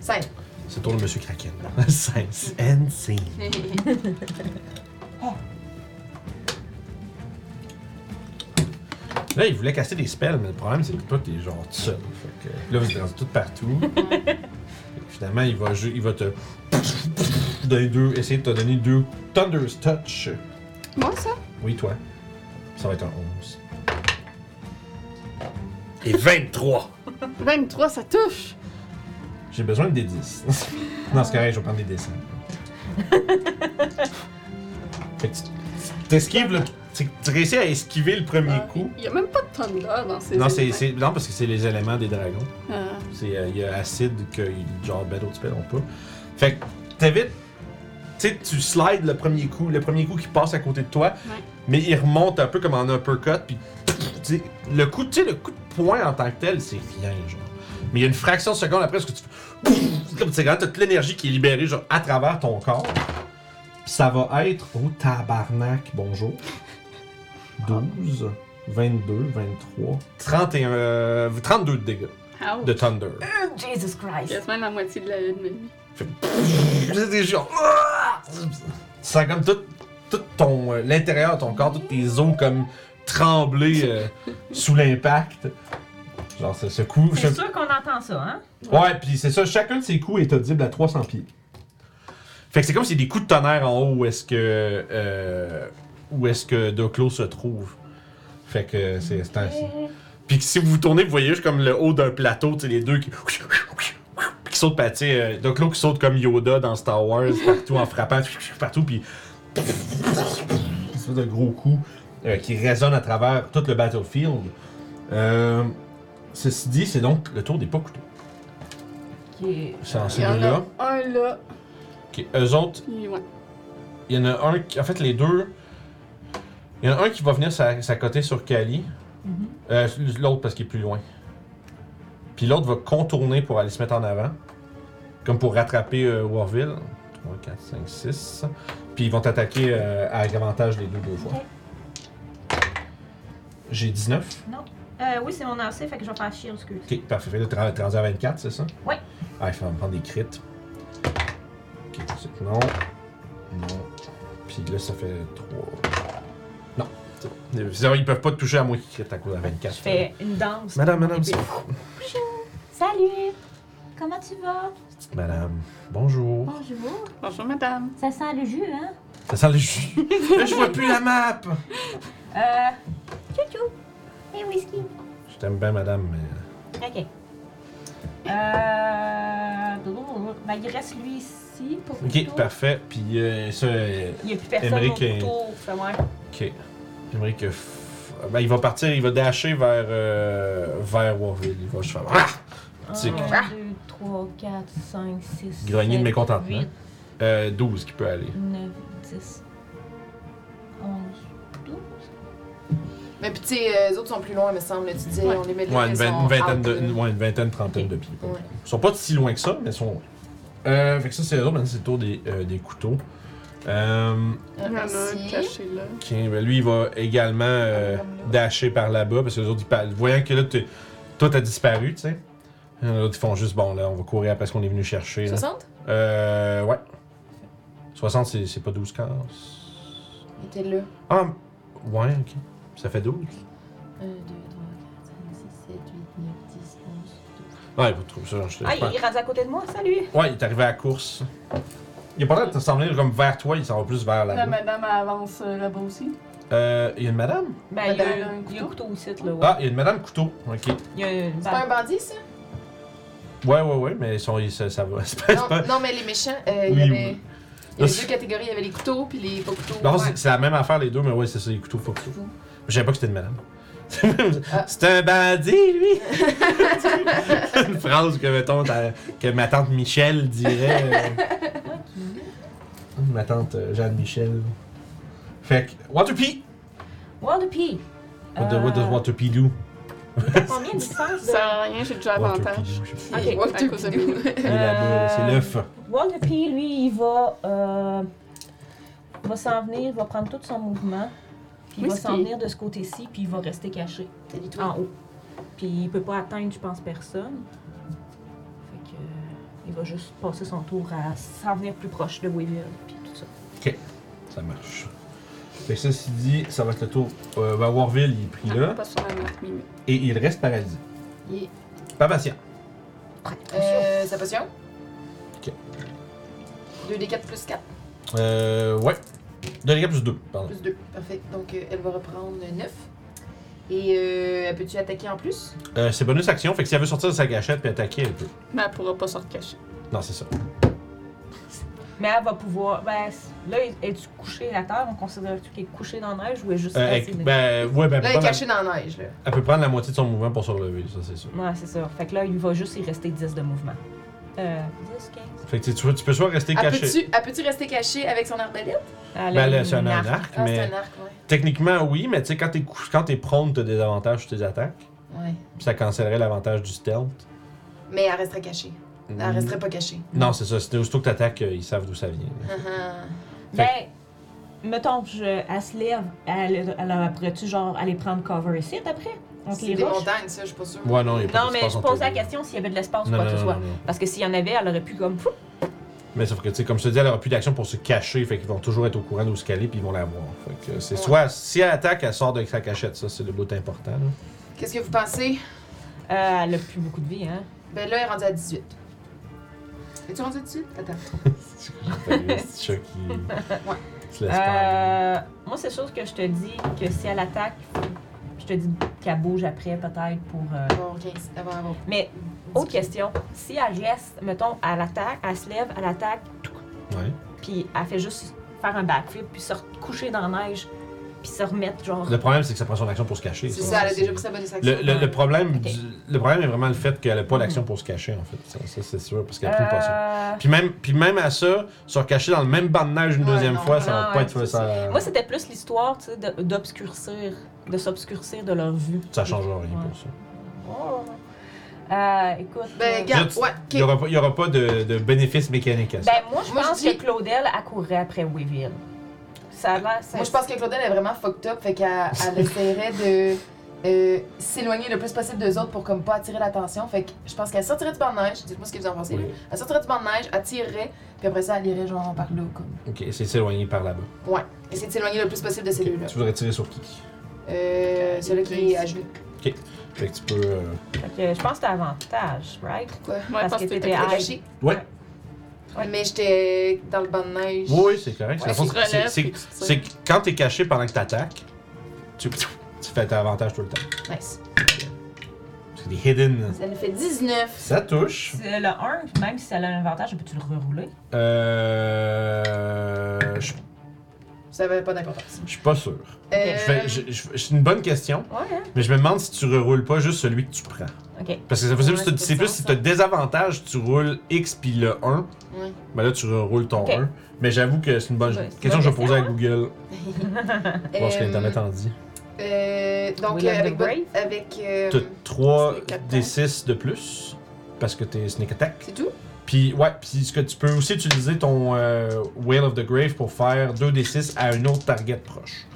Speaker 3: 5.
Speaker 1: C'est tour de Monsieur Kraken. (laughs) Sense and
Speaker 3: (laughs)
Speaker 1: scene. Ah! Là, il voulait casser des spells, mais le problème, c'est que toi, t'es genre tout seul. Fait que là, vous êtes rendu tout partout. Finalement, il va, ju- il va te. donner deux, essayer de te donner deux Thunder's Touch.
Speaker 4: Moi, ça?
Speaker 1: Oui, toi. Ça va être un 11. Et 23!
Speaker 4: 23, ça touche!
Speaker 1: J'ai besoin de des 10. (laughs) non, c'est correct, je vais prendre des dessins. fait que tu t'esquives le- tu- Tu réussis à esquiver le premier
Speaker 4: Ah,
Speaker 1: coup.
Speaker 4: Il y a même pas de thunder dans ces
Speaker 1: Non, c'est,
Speaker 4: éléments.
Speaker 1: c'est- non, parce que c'est les éléments des dragons.
Speaker 4: Ah,
Speaker 1: C'est, euh, il y a acide que genre ben, battle spell on peut. Fait que t'évites. Tu sais, tu slides le premier coup, le premier coup qui passe à côté de toi,
Speaker 4: Ouais.
Speaker 1: mais il remonte un peu comme en uppercut, puis tu sais, le coup, tu sais, le coup de poing en tant que tel, c'est rien, genre. Mais il y a une fraction de seconde après, ce que tu fais, comme tu sais, quand t'as toute l'énergie qui est libérée, genre, à travers ton corps, Puis ça va être au tabarnak, bonjour. 12, 22, 23, 31, euh, 32 de dégâts
Speaker 4: ouch.
Speaker 1: de Thunder.
Speaker 2: Jesus
Speaker 4: Il y a
Speaker 2: Christ!
Speaker 4: seulement la moitié de la lune, mais oui.
Speaker 1: C'est des gens. Tu sens comme tout, tout ton. euh, l'intérieur de ton corps, toutes tes os comme trembler euh,
Speaker 2: (laughs)
Speaker 1: sous l'impact. Genre, ce, ce coup.
Speaker 2: C'est
Speaker 1: je-
Speaker 2: sûr qu'on entend ça, hein?
Speaker 1: Ouais, puis c'est ça, chacun de ces coups est audible à 300 pieds. Fait que c'est comme si des coups de tonnerre en haut où est-ce que. euh, où est-ce que Doclo se trouve. Fait que c'est. c'est un- Puis que si vous vous tournez, vous voyez juste comme le haut d'un plateau, tu sais, les deux qui. qui sautent, pas, tu sais, euh, Doc Lo qui saute comme Yoda dans Star Wars, (laughs) partout en frappant, partout, puis. C'est de gros coups euh, qui résonnent à travers tout le battlefield. Euh, ceci dit, c'est donc le tour des pas couteaux.
Speaker 2: Qui
Speaker 1: C'est en
Speaker 4: Il y en
Speaker 1: celui-là.
Speaker 4: a un là,
Speaker 1: Ok, Eux autres,
Speaker 4: puis ouais.
Speaker 1: il y en a un qui. En fait, les deux. Il y en a un qui va venir s'a- s'accoter sur Kali.
Speaker 2: Mhm.
Speaker 1: Euh, l'autre parce qu'il est plus loin. Puis l'autre va contourner pour aller se mettre en avant. Comme pour rattraper euh, Warville. 3, 4, 5, 6. Puis ils vont t'attaquer euh, avec avantage les deux deux fois.
Speaker 2: Ok.
Speaker 1: J'ai 19.
Speaker 2: Non. Euh, oui, c'est mon AC, fait que je vais faire chier, excuse.
Speaker 1: Ok, parfait. Fait que là, t'es rendu à 24, c'est ça?
Speaker 2: Oui.
Speaker 1: Ah, il faut me prendre des crits. Ok, c'est- non. Non. Puis là, ça fait 3. Non. c'est bon. Euh, c'est vrai, Ils peuvent pas te toucher à moins qu'ils critent à cause de la 24.
Speaker 2: Je fais une danse.
Speaker 1: Madame, madame, c'est-
Speaker 2: Salut! Comment tu vas?
Speaker 1: Madame, bonjour.
Speaker 2: Bonjour.
Speaker 4: Bonjour madame.
Speaker 2: Ça sent le jus, hein?
Speaker 1: Ça sent le jus. Là, je vois plus la map.
Speaker 2: Euh. Chouchou! Et whisky!
Speaker 1: Je t'aime bien, madame, mais.
Speaker 2: Ok. Euh. blablabla. Ben, il reste lui ici pour
Speaker 1: Ok,
Speaker 2: couteau.
Speaker 1: parfait. Puis euh, ça. euh,
Speaker 2: Il n'y a plus personne au
Speaker 1: Émeric est-
Speaker 2: couteau. Fais-moi.
Speaker 1: Ok. J'aimerais que. f- Ben, il va partir, il va dasher vers. euh, vers Warville. Il va juste faire. Ah! C'est-
Speaker 2: 1, 2, 3, 4, 5, 6.
Speaker 1: Grogner de
Speaker 2: 7,
Speaker 1: mécontentement.
Speaker 2: 8,
Speaker 1: Euh, 12 qui peut aller.
Speaker 2: 9, 10, 11, 12.
Speaker 3: Mais puis, tu sais, euh, les autres sont plus loin, me semble. Tu disais,
Speaker 4: Ouais.
Speaker 3: on les met de
Speaker 1: Ouais,
Speaker 3: loin,
Speaker 1: une,
Speaker 3: ils
Speaker 1: vingt-
Speaker 3: sont Euh,
Speaker 1: une vingtaine,
Speaker 3: out,
Speaker 1: de,
Speaker 3: là.
Speaker 1: une- ouais, une vingtaine, trentaine
Speaker 2: Ok.
Speaker 1: de pieds.
Speaker 3: Ouais.
Speaker 1: Ils sont pas si loin que ça, mais ils sont loin. Euh, fait que ça, c'est eux autres. Maintenant, c'est le tour des, euh, des couteaux. Euh,
Speaker 4: Il y en a un
Speaker 3: Ici.
Speaker 4: caché là.
Speaker 1: Ok, ben lui, il va également
Speaker 3: Ah,
Speaker 1: euh, dasher par là-bas, parce que les autres, ils par- voyant que là, t'es- toi, t'as disparu, tu sais. Les autres, ils font juste, bon, là, on va courir après ce qu'on est venu chercher. là.
Speaker 3: 60?
Speaker 1: Euh, ouais. 60, c'est c'est pas 12 cases.
Speaker 3: Il était là.
Speaker 1: Ah, ouais, ok. Ça fait 12.
Speaker 3: 1, 2, 3, 4, 5, 6, 7, 8, 9, 10, 11,
Speaker 1: Ouais, vous trouvez ça, je te
Speaker 2: Ah,
Speaker 1: je pense.
Speaker 2: il est rendu à côté de moi, salut!
Speaker 1: Ouais, il est arrivé à la course. Il a pas l'air de s'en venir comme vers toi, il s'en va plus vers
Speaker 4: La
Speaker 1: là-bas.
Speaker 4: madame elle avance euh, là-bas aussi.
Speaker 1: Euh, il y a une madame?
Speaker 2: Ben, il y
Speaker 4: Ben,
Speaker 2: a
Speaker 4: un
Speaker 2: un, il y a un couteau aussi, là, ouais.
Speaker 1: Ah, il y a une madame couteau. Ok.
Speaker 2: Il y a une
Speaker 3: C'est pas un
Speaker 2: balle.
Speaker 3: bandit, ça?
Speaker 1: Ouais, ouais, ouais, mais ils sont, ils- ça, ça va. (laughs) C'est pas- (laughs) c'est
Speaker 3: Non,
Speaker 1: pas-
Speaker 3: non, mais les méchants, euh, il
Speaker 1: Oui,
Speaker 3: y
Speaker 1: oui.
Speaker 3: avait, il y avait
Speaker 1: Non,
Speaker 3: deux catégories. Il y avait les couteaux puis les pas couteaux.
Speaker 1: Non,
Speaker 3: Ouais.
Speaker 1: c'est- c'est la même affaire les deux, mais ouais, c'est ça, les couteaux faut couteaux. Je savais pas que c'était une madame. (laughs) c'est un bandit, lui! une phrase que, mettons, ta- que ma tante Michel dirait. euh, ma tante euh, Jeanne Michel. Fait que, Waterpie!
Speaker 2: Waterpee!
Speaker 1: What, the- what does
Speaker 2: Euh,
Speaker 1: Waterpee do?
Speaker 2: Combien de distance de...
Speaker 4: Ça rien, j'ai déjà avantage.
Speaker 1: Waterpee, je sais pas.
Speaker 2: Ok.
Speaker 1: Il est
Speaker 3: Ouais,
Speaker 4: à cause de
Speaker 3: couteau.
Speaker 1: là-bas, c'est
Speaker 2: Euh,
Speaker 1: l'œuf.
Speaker 2: Waterpee, lui, il va, euh, il va s'en venir, il va prendre tout son mouvement, puis il
Speaker 4: Oui,
Speaker 2: va
Speaker 4: ce
Speaker 2: s'en
Speaker 4: qui est-
Speaker 2: venir de ce côté-ci, puis il va rester caché
Speaker 3: T'as dit tout.
Speaker 2: en haut. Puis il peut pas atteindre, je pense, personne. Fait que, euh, il va juste passer son tour à s'en venir plus proche de Weevil, puis tout ça.
Speaker 1: Ça marche. Fait que ceci dit, ça va être le tour. Euh, ben, Warville, il est pris là.
Speaker 4: Ah, (laughs) Pas sur la marque, mais-
Speaker 1: Et il reste paralysé.
Speaker 3: Il est-
Speaker 1: Pas patient.
Speaker 3: Ah. Euh, sa potion?
Speaker 1: Ok.
Speaker 3: 2d4 plus 4
Speaker 1: Euh, ouais. 2 dégâts plus 2, pardon.
Speaker 3: plus 2. Parfait. Donc, euh, elle va reprendre 9. Et euh, elle peut-tu attaquer en plus?
Speaker 1: Euh, c'est bonus action, fait que si elle veut sortir de sa gâchette puis attaquer, elle peut.
Speaker 4: Mais elle pourra pas sortir cachée.
Speaker 1: Non, c'est ça. Euh,
Speaker 2: Mais elle va pouvoir. Ben, c- là, es-tu couché à terre? On considère-tu qu'il est couché dans la neige ou est juste.
Speaker 1: Euh,
Speaker 2: assis?
Speaker 1: elle- ben, ouais, ben, elle, peut
Speaker 3: Là, elle est
Speaker 1: prendre la-
Speaker 3: cachée dans la neige. Là.
Speaker 1: elle peut prendre la moitié de son mouvement pour se relever, ça, c'est sûr.
Speaker 2: Ouais, c'est ça. Fait que là, il va juste y rester 10 de mouvement. Euh, 10, 15.
Speaker 1: Fait que tu, tu- tu peux soit rester
Speaker 3: Elle
Speaker 1: caché.
Speaker 3: peut-tu elle peut-tu rester cachée avec son arbalète?
Speaker 2: Elle
Speaker 1: Ben,
Speaker 2: a
Speaker 1: là,
Speaker 2: une
Speaker 1: c'est un, un
Speaker 2: arc.
Speaker 1: arc,
Speaker 3: Ah,
Speaker 1: mais
Speaker 3: c'est un arc, ouais.
Speaker 1: techniquement, oui, mais tu sais, quand t'es cou- quand t'es prone, t'as des avantages sur tes attaques.
Speaker 3: ouais.
Speaker 1: Puis ça cancellerait l'avantage du stealth.
Speaker 3: Mais elle resterait cachée. Elle
Speaker 1: Mm.
Speaker 3: resterait pas cachée.
Speaker 1: Non, c'est ça. C'était aussitôt que t'attaques, euh, ils savent d'où ça vient. là.
Speaker 3: Ah,
Speaker 2: Ben, mettons, je, elle se lève, elle, elle pourrais-tu genre aller prendre cover ici après?
Speaker 3: ah.
Speaker 2: Entre
Speaker 3: C'est
Speaker 2: les
Speaker 3: des
Speaker 2: roches?
Speaker 3: montagnes, ça, je suis pas sûre.
Speaker 1: Ouais, non, il y a pas
Speaker 2: Non, mais
Speaker 1: d'espace
Speaker 2: je
Speaker 1: entre
Speaker 2: pose la
Speaker 1: les deux.
Speaker 2: question s'il y avait de l'espace ou
Speaker 1: Non,
Speaker 2: quoi
Speaker 1: non,
Speaker 2: que ce
Speaker 1: non,
Speaker 2: soit.
Speaker 1: non, non.
Speaker 2: Parce que s'il y en avait, elle aurait pu comme fou. euh,
Speaker 1: Mais sauf que, tu sais, comme je te dis, elle aura plus d'action pour se cacher, fait qu'ils vont toujours être au courant d'où se caler, puis ils vont la voir. Fait que c'est
Speaker 3: Ouais.
Speaker 1: soit, si elle attaque, elle sort de sa cachette, ça, c'est le bout important, là.
Speaker 3: Qu'est-ce que vous pensez?
Speaker 2: Euh, elle a plus beaucoup de vie, hein.
Speaker 3: Ben là, elle est rendue à 18. Es-tu rendue à 18? Attends.
Speaker 1: C'est ce que j'ai fait, là, c'est chat qui
Speaker 2: (laughs)
Speaker 1: se laisse faire.
Speaker 2: Euh, moi, c'est sûr que je te dis que si elle attaque, je te dis qu'elle bouge après peut-être pour. euh,
Speaker 3: Bon, 15. Elle va avoir.
Speaker 2: Mais, autre question, si elle reste, mettons, elle attaque, elle se lève, elle attaque,
Speaker 1: Ouais.
Speaker 2: puis elle fait juste faire un backflip, puis se coucher dans la neige, puis se remettre genre.
Speaker 1: Le problème, c'est que ça prend son action pour se cacher.
Speaker 3: C'est ça, elle a déjà pris sa bonne action.
Speaker 1: Le, le, le problème
Speaker 2: Ok.
Speaker 1: du- le problème est vraiment le fait qu'elle n'a pas d'action pour se cacher, en fait. Ça, ça, c'est sûr, parce qu'elle a pris une potion.
Speaker 2: Euh,
Speaker 1: Puis même, puis même à ça, se recacher dans le même banc de neige une
Speaker 3: Ouais,
Speaker 1: deuxième
Speaker 3: non,
Speaker 1: fois, ça va
Speaker 2: non,
Speaker 1: pas
Speaker 2: ouais,
Speaker 1: être
Speaker 2: c'est
Speaker 1: ça.
Speaker 2: Moi, c'était plus l'histoire, tu sais, de- d'obscurcir, de s'obscurcir de leur vue.
Speaker 1: Ça change rien
Speaker 2: Ouais.
Speaker 1: pour ça.
Speaker 2: Oh. Euh, écoute.
Speaker 3: Ben,
Speaker 2: euh,
Speaker 3: garde,
Speaker 1: Juste,
Speaker 3: ouais,
Speaker 1: Il n'y
Speaker 3: ok.
Speaker 1: aura, pas- il y aura pas de, de bénéfice mécanique à ça.
Speaker 2: ben, moi, je
Speaker 3: Moi, je
Speaker 2: pense
Speaker 3: dis-
Speaker 2: que Claudel a couru après Weevil. Ça a l'air. ça-
Speaker 3: Moi, je pense que Claudel est vraiment fucked up, fait qu'elle elle essaierait de euh, s'éloigner le plus possible des autres pour comme pas attirer l'attention. Fait que je pense qu'elle sortirait du banc de neige, dites-moi ce que vous en pensez.
Speaker 1: Oui.
Speaker 3: là. Elle sortirait du banc de neige, elle tirerait, puis après ça, elle irait genre par là, comme.
Speaker 1: Ok, c'est s'éloigner par là-bas.
Speaker 3: Ouais. Essayer de s'éloigner le plus possible de ces
Speaker 1: Ok,
Speaker 3: deux-là.
Speaker 1: Tu voudrais tirer sur qui
Speaker 3: Euh, celui qui est à genoux.
Speaker 1: Fait que tu peux. euh,
Speaker 2: Fait que je pense que t'as avantage, right?
Speaker 3: Quoi?
Speaker 4: Ah, Ouais,
Speaker 2: Parce
Speaker 4: parce
Speaker 2: que
Speaker 4: que
Speaker 2: t'étais
Speaker 4: t'étais
Speaker 2: à-
Speaker 3: T'es caché?
Speaker 1: Ouais.
Speaker 2: Ouais.
Speaker 3: Mais j'étais dans le banc de neige.
Speaker 1: Oui, oui, c'est correct.
Speaker 3: Ouais,
Speaker 1: C'est-
Speaker 4: tu te
Speaker 1: c'est-
Speaker 4: relèves,
Speaker 1: c'est-
Speaker 4: puis tu tires.
Speaker 1: C'est que quand t'es caché pendant que t'attaques, tu, tu fais ta avantage tout le temps.
Speaker 3: Nice.
Speaker 1: C'est des hidden.
Speaker 3: Ça nous fait 19.
Speaker 1: Ça touche.
Speaker 2: C'est le 1, même si elle a un avantage, peux-tu le rerouler?
Speaker 1: Euh. Je
Speaker 3: Ça avait pas d'importance.
Speaker 1: je suis pas sûr.
Speaker 3: Euh,
Speaker 1: Je fais- je- je- C'est une bonne question,
Speaker 2: Ouais, hein?
Speaker 1: mais je me demande si tu reroules pas juste celui que tu prends.
Speaker 2: Ok.
Speaker 1: Parce que c'est possible,
Speaker 3: Ouais,
Speaker 1: si tu-
Speaker 3: ça
Speaker 1: c'est
Speaker 3: fait
Speaker 1: plus
Speaker 3: sens,
Speaker 1: si
Speaker 3: ça.
Speaker 1: t'as des avantages, tu roules X puis le 1.
Speaker 3: ouais.
Speaker 1: Ben là, tu reroules ton
Speaker 2: Ok.
Speaker 1: 1. Mais j'avoue que c'est une bonne
Speaker 2: Ouais, c'est une
Speaker 1: question que je vais
Speaker 2: bonne
Speaker 1: poser à Google, voir ce que
Speaker 3: Euh,
Speaker 1: l'Internet en dit.
Speaker 3: Euh, donc,
Speaker 2: Will
Speaker 3: euh,
Speaker 2: of the
Speaker 3: avec.
Speaker 2: Brave?
Speaker 3: bon- avec euh,
Speaker 1: T'as 3
Speaker 4: Sneak attack.
Speaker 1: D6 de plus parce que t'es sneak attack.
Speaker 3: c'est tout?
Speaker 1: Puis, ouais, puis ce que tu peux aussi utiliser ton euh, Whale of the Grave pour faire 2d6 à un autre target proche.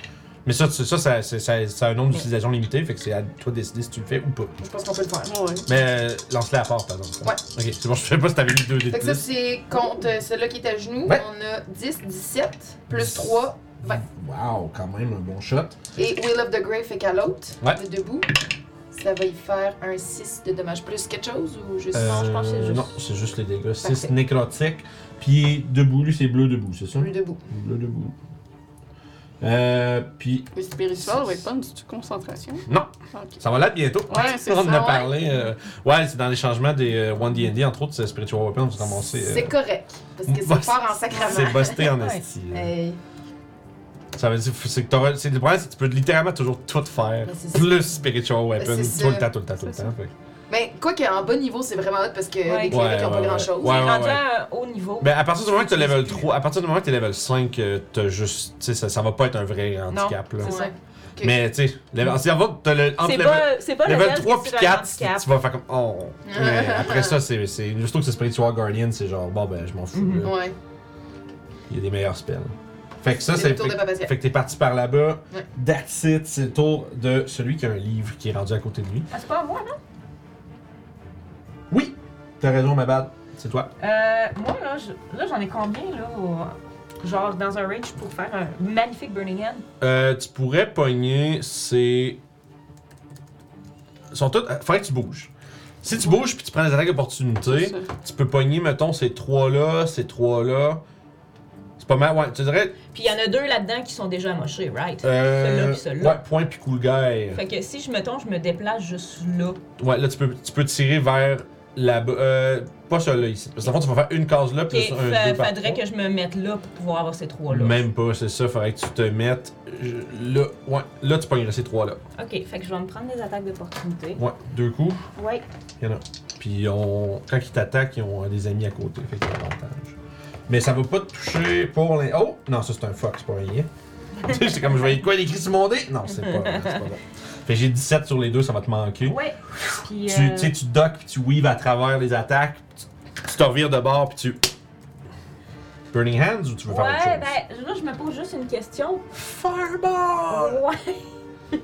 Speaker 1: Mais ça, tu- ça, ça, c'est- ça, ça a un nombre d'utilisation limité, fait que c'est à toi de décider si tu le fais ou pas.
Speaker 2: Je pense qu'on peut le faire.
Speaker 4: Ouais.
Speaker 1: Mais euh, lance-la à part, par exemple.
Speaker 3: Ouais.
Speaker 1: Ok, c'est bon, je sais pas si t'avais mis 2 d
Speaker 3: Fait que ça,
Speaker 1: 10.
Speaker 3: c'est contre euh, celui-là qui est à genoux.
Speaker 1: Ouais.
Speaker 3: On a 10, 17, plus 3, 20.
Speaker 1: Wow, quand même un bon shot.
Speaker 3: Et Will of the Grave fait qu'à l'autre,
Speaker 1: Ouais.
Speaker 3: le debout. Ça va y faire un 6 de dommages plus quelque chose ou juste.
Speaker 2: je pense que c'est juste-
Speaker 1: Euh, Non, c'est juste les dégâts. 6
Speaker 3: Parfait.
Speaker 1: nécrotiques. Puis debout, lui, c'est bleu debout, c'est ça?
Speaker 3: Plus debout.
Speaker 1: Bleu debout. Euh, puis
Speaker 4: Le spirituel va être bonne, c'est-tu concentration?
Speaker 1: non,
Speaker 4: Ah, ok.
Speaker 1: ça va là bientôt. (laughs)
Speaker 4: Ouais, c'est
Speaker 1: on en
Speaker 4: ça.
Speaker 1: a
Speaker 3: ouais.
Speaker 1: parlé. euh, ouais, c'est dans les changements des euh, One D&D, entre autres, c'est Spiritual Weapon, on s'est ramassé. euh,
Speaker 3: C'est correct. Parce que
Speaker 1: boss-
Speaker 3: ça part en Euh.
Speaker 1: C'est
Speaker 3: sacrament.
Speaker 1: busté en
Speaker 2: Ouais.
Speaker 1: esti. là.
Speaker 3: Hey,
Speaker 1: Ça veut dire c'est que t'auras- c'est- le problème, c'est que tu peux littéralement toujours tout faire.
Speaker 3: Ben, c'est ça.
Speaker 1: Plus Spiritual Weapon,
Speaker 3: Ben, c'est
Speaker 1: tout le
Speaker 3: ça.
Speaker 1: temps, tout le temps, tout le
Speaker 4: C'est
Speaker 1: temps. fait que-
Speaker 3: Mais Ben, quoi qu'en bas niveau, c'est vraiment hot parce que
Speaker 2: Ouais.
Speaker 3: les clerics
Speaker 1: Ouais,
Speaker 3: n'ont pas
Speaker 1: ouais,
Speaker 3: grand
Speaker 1: ouais.
Speaker 3: chose.
Speaker 1: Ouais.
Speaker 2: C'est rendu à un haut niveau.
Speaker 1: Ben, à partir du moment que tu level 3, à partir du moment que tu level 5, euh, t'as juste, tu sais, ça, ça va pas être un vrai handicap, là.
Speaker 3: C'est ça.
Speaker 2: Ouais.
Speaker 3: Ok.
Speaker 1: Mais, tu sais, level- si avant, t'as le, entre
Speaker 2: c'est
Speaker 1: level,
Speaker 2: pas, c'est pas le
Speaker 1: level
Speaker 2: reste
Speaker 1: 3
Speaker 2: qui
Speaker 1: puis
Speaker 2: est sur un
Speaker 1: 4,
Speaker 2: handicap.
Speaker 1: tu vas faire comme,
Speaker 3: (laughs)
Speaker 1: oh. Mais après ça, c'est, c'est, surtout que c'est Spiritual Guardian, c'est genre, bon, ben, je m'en fous,
Speaker 2: Mhm.
Speaker 1: là.
Speaker 3: Ouais.
Speaker 1: Il y a des meilleurs spells. Fait que ça,
Speaker 3: C'est
Speaker 1: c'est,
Speaker 3: le tour de Papa
Speaker 1: fait,
Speaker 3: Sierra.
Speaker 1: fait que t'es parti par là-bas.
Speaker 3: Ouais.
Speaker 1: That's it, c'est le tour de celui qui a un livre qui est rendu à côté de lui.
Speaker 2: Ah, c'est pas à moi, non?
Speaker 1: Oui, t'as raison, ma bad. C'est toi.
Speaker 2: Euh, moi, là, je- là, j'en ai combien, là? au- Genre, dans un range pour faire un magnifique Burning Hand?
Speaker 1: Euh, tu pourrais pogner ces. Ils sont tous. euh, Faudrait que tu bouges. Si tu bouges puis tu prends des attaques
Speaker 4: C'est
Speaker 1: d'opportunité,
Speaker 4: ça.
Speaker 1: tu peux pogner, mettons, ces trois-là, ces trois-là. C'est pas mal. Ouais, tu dirais.
Speaker 2: Puis il y en a deux là-dedans qui sont déjà amochés, right? Celui-là
Speaker 1: Euh,
Speaker 2: puis celui-là.
Speaker 1: Ouais, point puis cool guy.
Speaker 2: Fait que si je me tombe, je me déplace juste là.
Speaker 1: Ouais, là, tu peux, tu peux tirer vers la. Euh, pas celui-là ici. Parce que dans le fond, tu vas faire une case là,
Speaker 2: Ok,
Speaker 1: puis un.
Speaker 2: fa-
Speaker 1: deux par
Speaker 2: faudrait
Speaker 1: trois.
Speaker 2: que je me mette là pour pouvoir avoir ces trois-là.
Speaker 1: Même pas, c'est ça. Faudrait que tu te mettes. euh, Là, ouais, là, tu pognerais ces trois-là.
Speaker 2: Ok, fait que je vais me prendre des attaques d'opportunité.
Speaker 1: Ouais, deux coups.
Speaker 2: Ouais.
Speaker 1: Il y en a. Puis on, quand ils t'attaquent, ils ont des amis à côté. Fait qu'il y a avantage. Mais ça va pas te toucher pour les. Oh! Non, ça c'est un fuck, c'est pas
Speaker 2: (laughs)
Speaker 1: (laughs) un yeah. Tu sais, c'est comme je voyais de quoi écrit sur mon dé. Non, c'est pas, c'est pas vrai. Fait que j'ai 17 sur les deux, ça va te manquer.
Speaker 2: Ouais. Puis,
Speaker 1: Tu
Speaker 2: euh,
Speaker 1: tu sais, tu docks puis tu weaves à travers les attaques. Tu, tu te revires de bord puis tu. Burning Hands ou tu veux faire autre
Speaker 2: Ouais,
Speaker 1: chose? Ah.
Speaker 2: ben là, je me pose juste une question.
Speaker 1: Fireball!
Speaker 2: Ouais.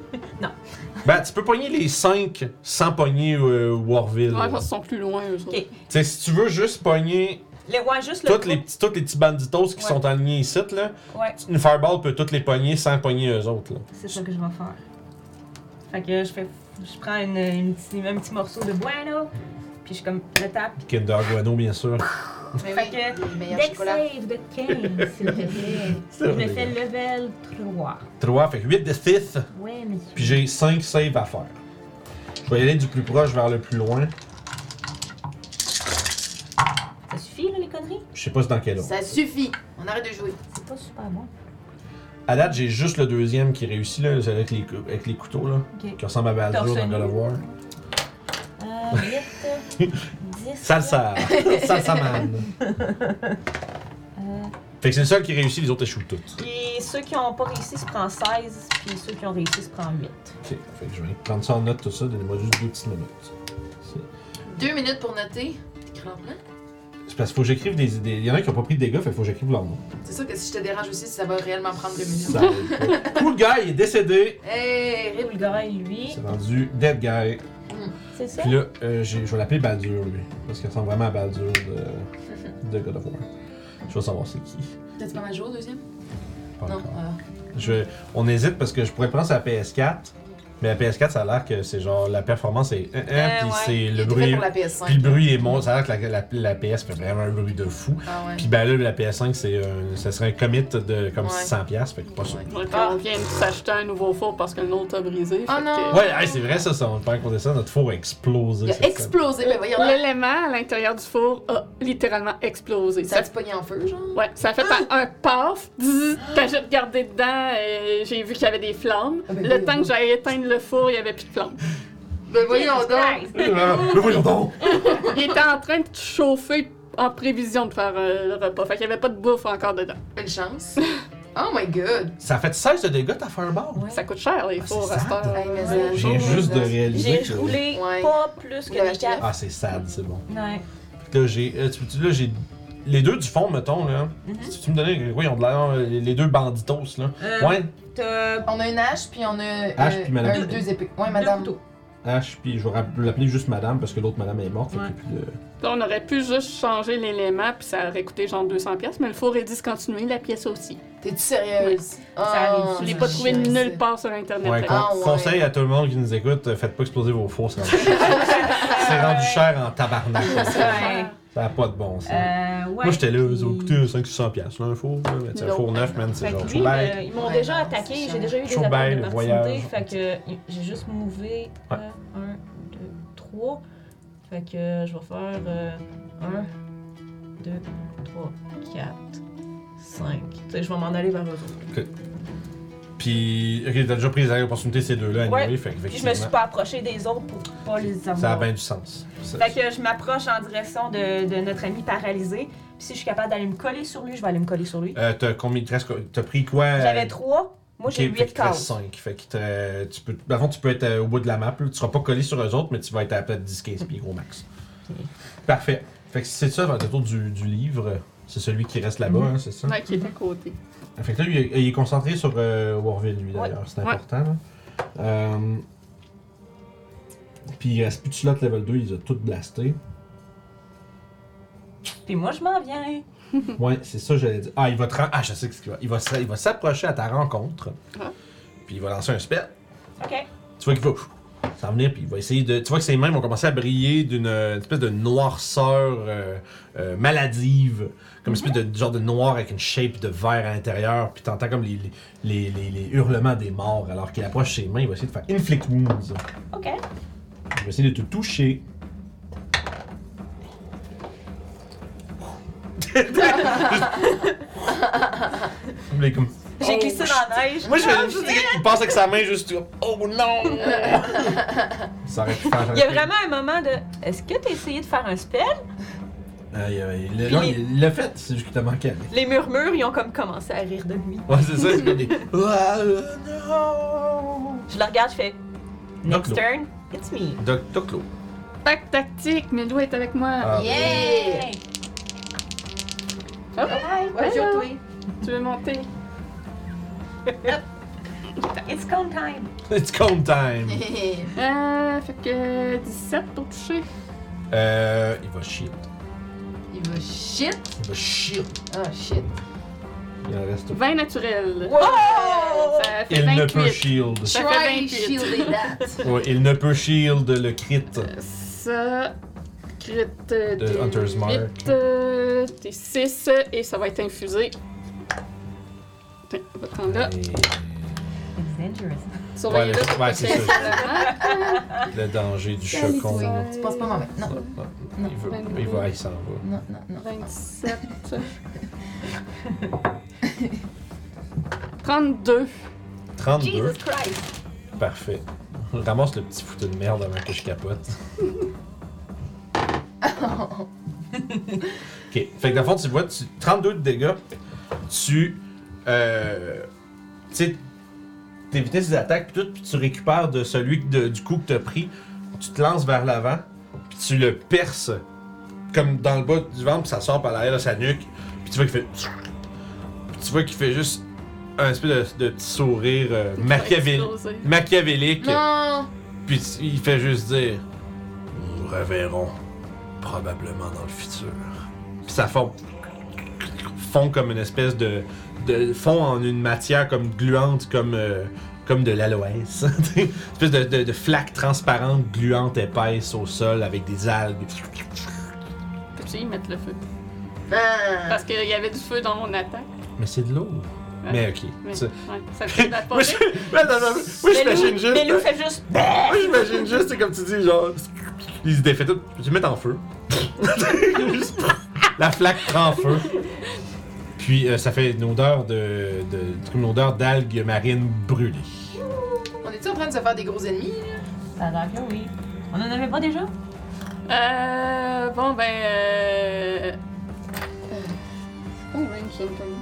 Speaker 1: Ben, tu peux pogner les 5 sans pogner euh, Warville.
Speaker 4: Ouais,
Speaker 1: là.
Speaker 4: parce qu'ils sont plus loin, eux autres.
Speaker 2: Ok.
Speaker 1: Tu sais, si tu veux juste pogner
Speaker 2: Les, ouais, juste le.
Speaker 1: toutes les, petits- toutes les petits banditos qui
Speaker 2: Ouais.
Speaker 1: sont alignés ici, là,
Speaker 2: Ouais,
Speaker 1: une fireball peut toutes les pogner sans pogner eux autres. Là.
Speaker 2: c'est ça que je vais faire. Fait que je fais. Je prends une, une petit, un petit morceau de bueno. Puis je comme le tape.
Speaker 1: Kinder Guano, bien sûr.
Speaker 3: Mais
Speaker 2: Fait
Speaker 3: oui,
Speaker 2: que-
Speaker 3: le meilleur
Speaker 2: Deck
Speaker 3: chocolat.
Speaker 2: save de 15, s'il te plaît.
Speaker 1: (laughs) C'est
Speaker 2: Je
Speaker 1: vrai, les
Speaker 2: me fais
Speaker 1: gars.
Speaker 2: level 3.
Speaker 1: 3, fait 8 de 6.
Speaker 2: Ouais, monsieur.
Speaker 1: Puis j'ai 5 saves à faire. Je vais y aller du plus proche vers le plus loin.
Speaker 2: Ça suffit, là, les conneries?
Speaker 1: Je sais pas c'est dans quel ordre.
Speaker 3: Ça suffit. On arrête de jouer.
Speaker 2: C'est pas super bon.
Speaker 1: À date, j'ai juste le deuxième qui réussit, là, celui avec les, cou- avec les couteaux, là,
Speaker 2: Ok.
Speaker 1: qui ressemble à Baldur
Speaker 2: Torse
Speaker 1: dans
Speaker 2: nu.
Speaker 1: God of War.
Speaker 2: Euh, 8, 10. (laughs)
Speaker 1: Salsa! Salsa man!
Speaker 2: Euh,
Speaker 1: Fait que c'est le seul qui réussit, les autres échouent toutes.
Speaker 2: Puis ceux qui n'ont pas réussi se prend 16, puis ceux qui ont réussi se prend 8.
Speaker 1: Ok, fait que je vais prendre ça en note, tout ça, donnez-moi juste deux petites minutes. C'est-
Speaker 3: Deux minutes pour noter. T'es crampant?
Speaker 1: C'est parce qu'il faut que j'écrive des idées. Il y en a qui n'ont pas pris de dégâts, fait qu'il faut que j'écrive leur nom.
Speaker 3: C'est sûr que si je te dérange aussi, ça va réellement prendre deux minutes.
Speaker 1: Ça arrive pas. cool guy il est décédé.
Speaker 3: Hey,
Speaker 2: Et
Speaker 3: rip.
Speaker 2: le gars, lui,
Speaker 1: C'est rendu Dead Guy.
Speaker 2: c'est ça?
Speaker 1: Puis là, euh, j'ai- je vais l'appeler Baldur, lui. Parce qu'il ressemble vraiment à Baldur de, de God of War. Je vais savoir c'est qui.
Speaker 3: T'as-tu pas mal joué au deuxième?
Speaker 1: Pas
Speaker 3: non.
Speaker 1: encore.
Speaker 3: ah.
Speaker 1: Je- on hésite parce que je pourrais prendre sa PS4. Mais la PS4, ça a l'air que c'est genre la performance est. hein, hein,
Speaker 2: Euh,
Speaker 1: puis
Speaker 2: ouais.
Speaker 1: c'est
Speaker 3: Il
Speaker 1: le
Speaker 3: était
Speaker 1: bruit.
Speaker 3: fait pour la PS5.
Speaker 1: Puis le bruit est bon. Ça a l'air que la, la- la PS fait vraiment un bruit de fou.
Speaker 3: Ah ouais.
Speaker 1: Puis ben là, la PS5, c'est un- ça serait un commit de comme
Speaker 3: Ouais.
Speaker 1: 600$. Fait que pas sûr.
Speaker 4: Donc,
Speaker 3: Ah.
Speaker 4: on vient de s'acheter un nouveau four parce que le nôtre a brisé.
Speaker 3: Oh
Speaker 4: fait
Speaker 3: non.
Speaker 4: que-
Speaker 1: Ouais, hey, c'est vrai ça, ça, on perd compte de ça, notre four a explosé.
Speaker 3: Il
Speaker 1: cette
Speaker 3: a explosé. Ben voyons.
Speaker 4: L'élément à l'intérieur du four a littéralement explosé.
Speaker 3: Ça
Speaker 4: Ça, Ah!
Speaker 3: a-tu pogné en feu, genre?
Speaker 4: ouais, ça a fait un, un paf, zzz, quand j'ai regardé dedans, euh, j'ai vu qu'il y avait des flammes.
Speaker 3: Ah ben
Speaker 4: le
Speaker 3: oui,
Speaker 4: temps
Speaker 3: oui.
Speaker 4: que j'allais éteindre le four, il n'y avait plus de flammes.
Speaker 3: Ben voyons donc.
Speaker 2: Christ!
Speaker 1: semaine. Euh, le voyons donc!
Speaker 4: Il était en train de chauffer en prévision de faire euh, le repas, fait qu'il n'y avait pas de bouffe encore dedans.
Speaker 3: Belle chance. Oh my god.
Speaker 1: Ça a fait 16 de dégâts ta fireball!
Speaker 2: Ouais.
Speaker 4: Ça coûte cher les fours
Speaker 1: c'est
Speaker 4: à cette heure.
Speaker 3: Ah, Hey, mais
Speaker 2: Ouais.
Speaker 3: ça-
Speaker 1: J'ai
Speaker 3: oh,
Speaker 1: juste de
Speaker 3: ça-
Speaker 1: réaliser
Speaker 2: J'ai
Speaker 1: que...
Speaker 2: roulé
Speaker 3: Ouais.
Speaker 2: pas plus que
Speaker 3: Vous l'avez
Speaker 2: les 4.
Speaker 1: Ah c'est sad, c'est bon.
Speaker 2: Ouais.
Speaker 1: Là, j'ai. euh, tu- tu- Là, j'ai. Les deux du fond, mettons, là.
Speaker 2: Mhm.
Speaker 1: Si tu me donnais. Oui, ils ont de l'air. euh, Les deux banditos, là.
Speaker 2: Euh,
Speaker 1: Ouais,
Speaker 2: T'as
Speaker 3: On a une hache, puis on a
Speaker 1: Hache,
Speaker 3: euh,
Speaker 1: puis madame.
Speaker 3: un- deux épées. Ouais,
Speaker 2: deux
Speaker 3: madame.
Speaker 2: couteaux.
Speaker 1: H, puis je vais rapp- l'appeler juste madame parce que l'autre madame est morte. fait
Speaker 2: Ouais.
Speaker 1: qu'il y a plus de-
Speaker 4: On aurait pu juste changer l'élément, puis ça aurait coûté genre 200$, piastres, mais le four est discontinué, la pièce aussi.
Speaker 3: T'es-tu sérieuse? Oh,
Speaker 2: arrive.
Speaker 4: Je
Speaker 2: Je
Speaker 4: l'ai
Speaker 2: Ah,
Speaker 4: pas trouvé
Speaker 3: je sais.
Speaker 4: nulle part sur Internet.
Speaker 1: Ouais,
Speaker 4: fait que-
Speaker 1: con-
Speaker 3: Ah ouais.
Speaker 1: Conseil à tout le monde qui nous écoute, euh, faites pas exploser vos fours. C'est rendu, c'est
Speaker 2: (laughs)
Speaker 1: rendu cher en tabarnak. ça.
Speaker 2: Euh, Ouais.
Speaker 1: Ça a pas de bon sens.
Speaker 2: Euh, ouais.
Speaker 1: Moi, j'étais là,
Speaker 2: puis-
Speaker 1: ils ont coûté 500$, piastres, là, un four. Là, mais tu sais, un
Speaker 3: Non.
Speaker 1: four neuf, man, c'est
Speaker 2: Fait que
Speaker 1: genre
Speaker 2: lui,
Speaker 1: Schubert.
Speaker 2: euh, ils m'ont
Speaker 3: Ouais,
Speaker 2: déjà
Speaker 3: non,
Speaker 2: attaqué,
Speaker 3: c'est
Speaker 2: j'ai déjà eu des
Speaker 1: Chaubert,
Speaker 2: attaques de
Speaker 1: le voyage.
Speaker 2: partinité, fait que euh, j'ai juste mouvé 1, 2, 3. Fait que euh, je vais faire 1, 2, 3, 4, 5. Tu sais, je vais m'en aller vers eux autres.
Speaker 1: Puis, ok, t'as déjà pris les opportunités, ces deux-là, anyway,
Speaker 2: euh, Ouais.
Speaker 1: fait
Speaker 2: Puis je me
Speaker 1: qu'effectivement,
Speaker 2: suis pas approchée des autres pour pas les
Speaker 1: ça a
Speaker 2: avoir.
Speaker 1: bien du sens. Ça-
Speaker 2: Fait que je m'approche en direction de, de notre ami paralysé. Puis si je suis capable d'aller me coller sur lui, je vais aller me coller sur lui.
Speaker 1: Euh, t'as combien de restes- T'as pris quoi euh,
Speaker 2: J'avais 3, moi
Speaker 1: ok, fait
Speaker 2: j'ai 8
Speaker 1: qu'il te reste
Speaker 2: cases.
Speaker 1: 5. Fait que t'as- tu peux, dans le fond, tu peux être euh, au bout de la map. là. Tu seras pas collé sur eux autres, mais tu vas être à peut-être 10-15 pieds, gros max. Parfait. Fait que c'est ça, le tour du, du livre. C'est celui qui reste là-bas,
Speaker 2: Mhm.
Speaker 1: hein, c'est ça?
Speaker 4: Ouais, qui est à côté.
Speaker 1: Fait que là, lui, il est concentré sur euh, Warville, lui, d'ailleurs. C'est
Speaker 4: Ouais.
Speaker 1: important, là. Euh, Puis il reste plus de slots level 2, ils ont tout blasté.
Speaker 2: Puis moi je m'en viens.
Speaker 4: Hum.
Speaker 1: Ouais, c'est ça, j'allais dire. Ah, il va te ren- Ah, je sais ce qu'il va. Il va, s'a- il va s'approcher à ta rencontre.
Speaker 4: Ah.
Speaker 1: Puis il va lancer un spell.
Speaker 2: Ok.
Speaker 1: Tu vois qu'il va pff, s'en venir, puis il va essayer de. Tu vois que ses mains vont commencer à briller d'une euh, une espèce de noirceur euh, euh, maladive. Comme une espèce de genre de noir avec une shape de vert à l'intérieur. Puis t'entends comme les, les, les, les hurlements des morts. Alors qu'il approche ses mains, il va essayer de faire Inflict Wounds.
Speaker 2: Ok.
Speaker 1: Oh, Il va essayer de te toucher. (laughs) (laughs) Il est comme-
Speaker 2: J'ai
Speaker 1: Oh,
Speaker 2: glissé dans la neige.
Speaker 1: moi, je fais juste il passe avec sa main juste Oh non! (laughs) Ça aurait pu faire.
Speaker 2: Il y a vraiment un moment de. Est-ce que t'as essayé de faire un spell?
Speaker 1: Euh, il a- il l'a-
Speaker 2: Puis
Speaker 1: non,
Speaker 2: les-
Speaker 1: il l'a fait, c'est juste qu'il t'a manqué. avec.
Speaker 2: Les murmures, ils ont comme commencé à rire de lui.
Speaker 1: Ouais, c'est ça, c'est comme des. (laughs) Ah, euh, non!
Speaker 2: Je le regarde, je fais. Next
Speaker 1: Doclo.
Speaker 2: turn, it's me.
Speaker 1: Doc, Doclo.
Speaker 4: Pack tactique, Milo est avec moi.
Speaker 1: Ah,
Speaker 3: Yeah! Hi,
Speaker 4: Oh, Ouais,
Speaker 3: what's your
Speaker 4: ouais.
Speaker 3: tweet?
Speaker 4: tu veux monter?
Speaker 2: (laughs) It's con time.
Speaker 1: It's comb time!
Speaker 2: (laughs)
Speaker 4: Euh, fait que 17 pour toucher.
Speaker 1: euh, il va shit.
Speaker 3: (laughs) Il va shit.
Speaker 1: Il va shit.
Speaker 3: Ah, shit.
Speaker 1: Il en reste.
Speaker 4: 20 naturels.
Speaker 3: Oh!
Speaker 4: Ça fait
Speaker 1: Il ne peut
Speaker 4: 28.
Speaker 2: (laughs)
Speaker 1: shield.
Speaker 4: Ça fait
Speaker 3: Try
Speaker 4: 28.
Speaker 3: shielding that.
Speaker 4: (laughs)
Speaker 1: Ouais, il ne peut shield le crit.
Speaker 2: Euh,
Speaker 4: Ça. Crit euh,
Speaker 1: De
Speaker 4: des
Speaker 1: Hunter's Mark.
Speaker 4: huit, euh, des 6 et ça va être infusé. Tiens, on va prendre là.
Speaker 1: Et euh,
Speaker 2: It's dangerous.
Speaker 4: Surveillez
Speaker 1: Ouais,
Speaker 4: là pour
Speaker 1: ouais,
Speaker 4: pas
Speaker 1: c'est
Speaker 4: qu'il y ait
Speaker 1: ça.
Speaker 4: ça.
Speaker 1: Le danger du
Speaker 3: Salut,
Speaker 1: chocon.
Speaker 3: oui.
Speaker 1: là.
Speaker 3: Tu passes pas ma main. Non,
Speaker 1: Il, veut, il va, il s'en va.
Speaker 3: non, non, non.
Speaker 4: 27. 32.
Speaker 1: 32.
Speaker 2: Jesus Christ.
Speaker 1: Parfait. Ramasse le petit foutu de merde avant que je capote.
Speaker 3: Ah, oh,
Speaker 1: ok. Fait que dans le fond, tu vois, tu, 32 de dégâts. Tu. Euh, tu sais, t'évites les attaques, puis tout, puis tu récupères de celui que- de- du coup que t'as pris. Tu te lances vers l'avant, puis tu le perces. Comme dans le bas du ventre, puis ça sort par l'arrière de sa nuque. Puis tu vois qu'il fait. puis tu vois qu'il fait juste un espèce de, de petit sourire euh, machiavélique
Speaker 4: Explosé.
Speaker 1: machiavélique.
Speaker 3: Non!
Speaker 1: Puis il fait juste dire Nous nous reverrons probablement dans le futur. Puis ça fond, fond comme une espèce de, de fond en une matière comme gluante, comme euh, comme de l'aloès. (laughs) une espèce de, de, de flaque transparente, gluante, épaisse au sol avec des algues.
Speaker 4: Peux-tu y mettre le feu?
Speaker 3: Ah.
Speaker 4: Parce qu'il y avait du feu dans mon attaque.
Speaker 1: Mais c'est de l'eau. Mais ok.
Speaker 4: Mais,
Speaker 1: Ça-
Speaker 4: ouais, ça
Speaker 1: (laughs)
Speaker 4: le fait de la
Speaker 1: Moi,
Speaker 4: portée.
Speaker 1: je, Ouais, non, non, moi, j'imagine
Speaker 2: Belou,
Speaker 1: juste.
Speaker 2: Belou fait juste.
Speaker 1: Moi, j'imagine juste, c'est comme tu dis, genre, il se défait tout, tu mets en feu. (laughs) Juste, la flaque prend feu. Puis euh, ça fait une odeur de, de comme une odeur d'algues marines brûlées.
Speaker 3: On est-tu en train de se faire des gros ennemis?
Speaker 2: Ça a l'air que oui. On en avait pas déjà?
Speaker 4: Euh. Bon, ben. Euh. euh, Oh, range, c'est un peu moins.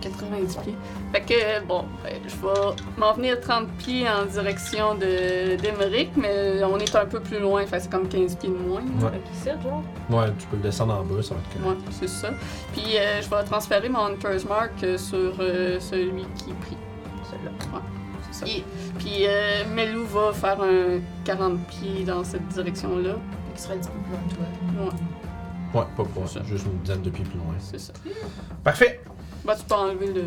Speaker 3: 80.
Speaker 4: 90 pieds. Fait que, bon, ben, je vais m'en venir 30 pieds en direction de d'Emeric, mais on est un peu plus loin, fait que c'est comme 15 pieds de moins. là.
Speaker 1: Ouais.
Speaker 2: Fait qu'ici, genre.
Speaker 1: Ouais, tu peux le descendre en bas, ça va être correct.
Speaker 4: Ouais, c'est ça. Puis euh, je vais transférer mon Hunter's Mark euh, sur euh, celui qui prie.
Speaker 2: Celui-là.
Speaker 4: C'est ça.
Speaker 3: Il-
Speaker 4: Puis euh, Melou va faire un 40 pieds dans cette direction-là.
Speaker 3: Il sera un petit peu plus loin de toi.
Speaker 4: Ouais,
Speaker 1: Ouais, pas pour ça, juste une dizaine de pieds plus loin.
Speaker 4: c'est ça.
Speaker 1: Parfait!
Speaker 4: Bah, tu peux enlever le.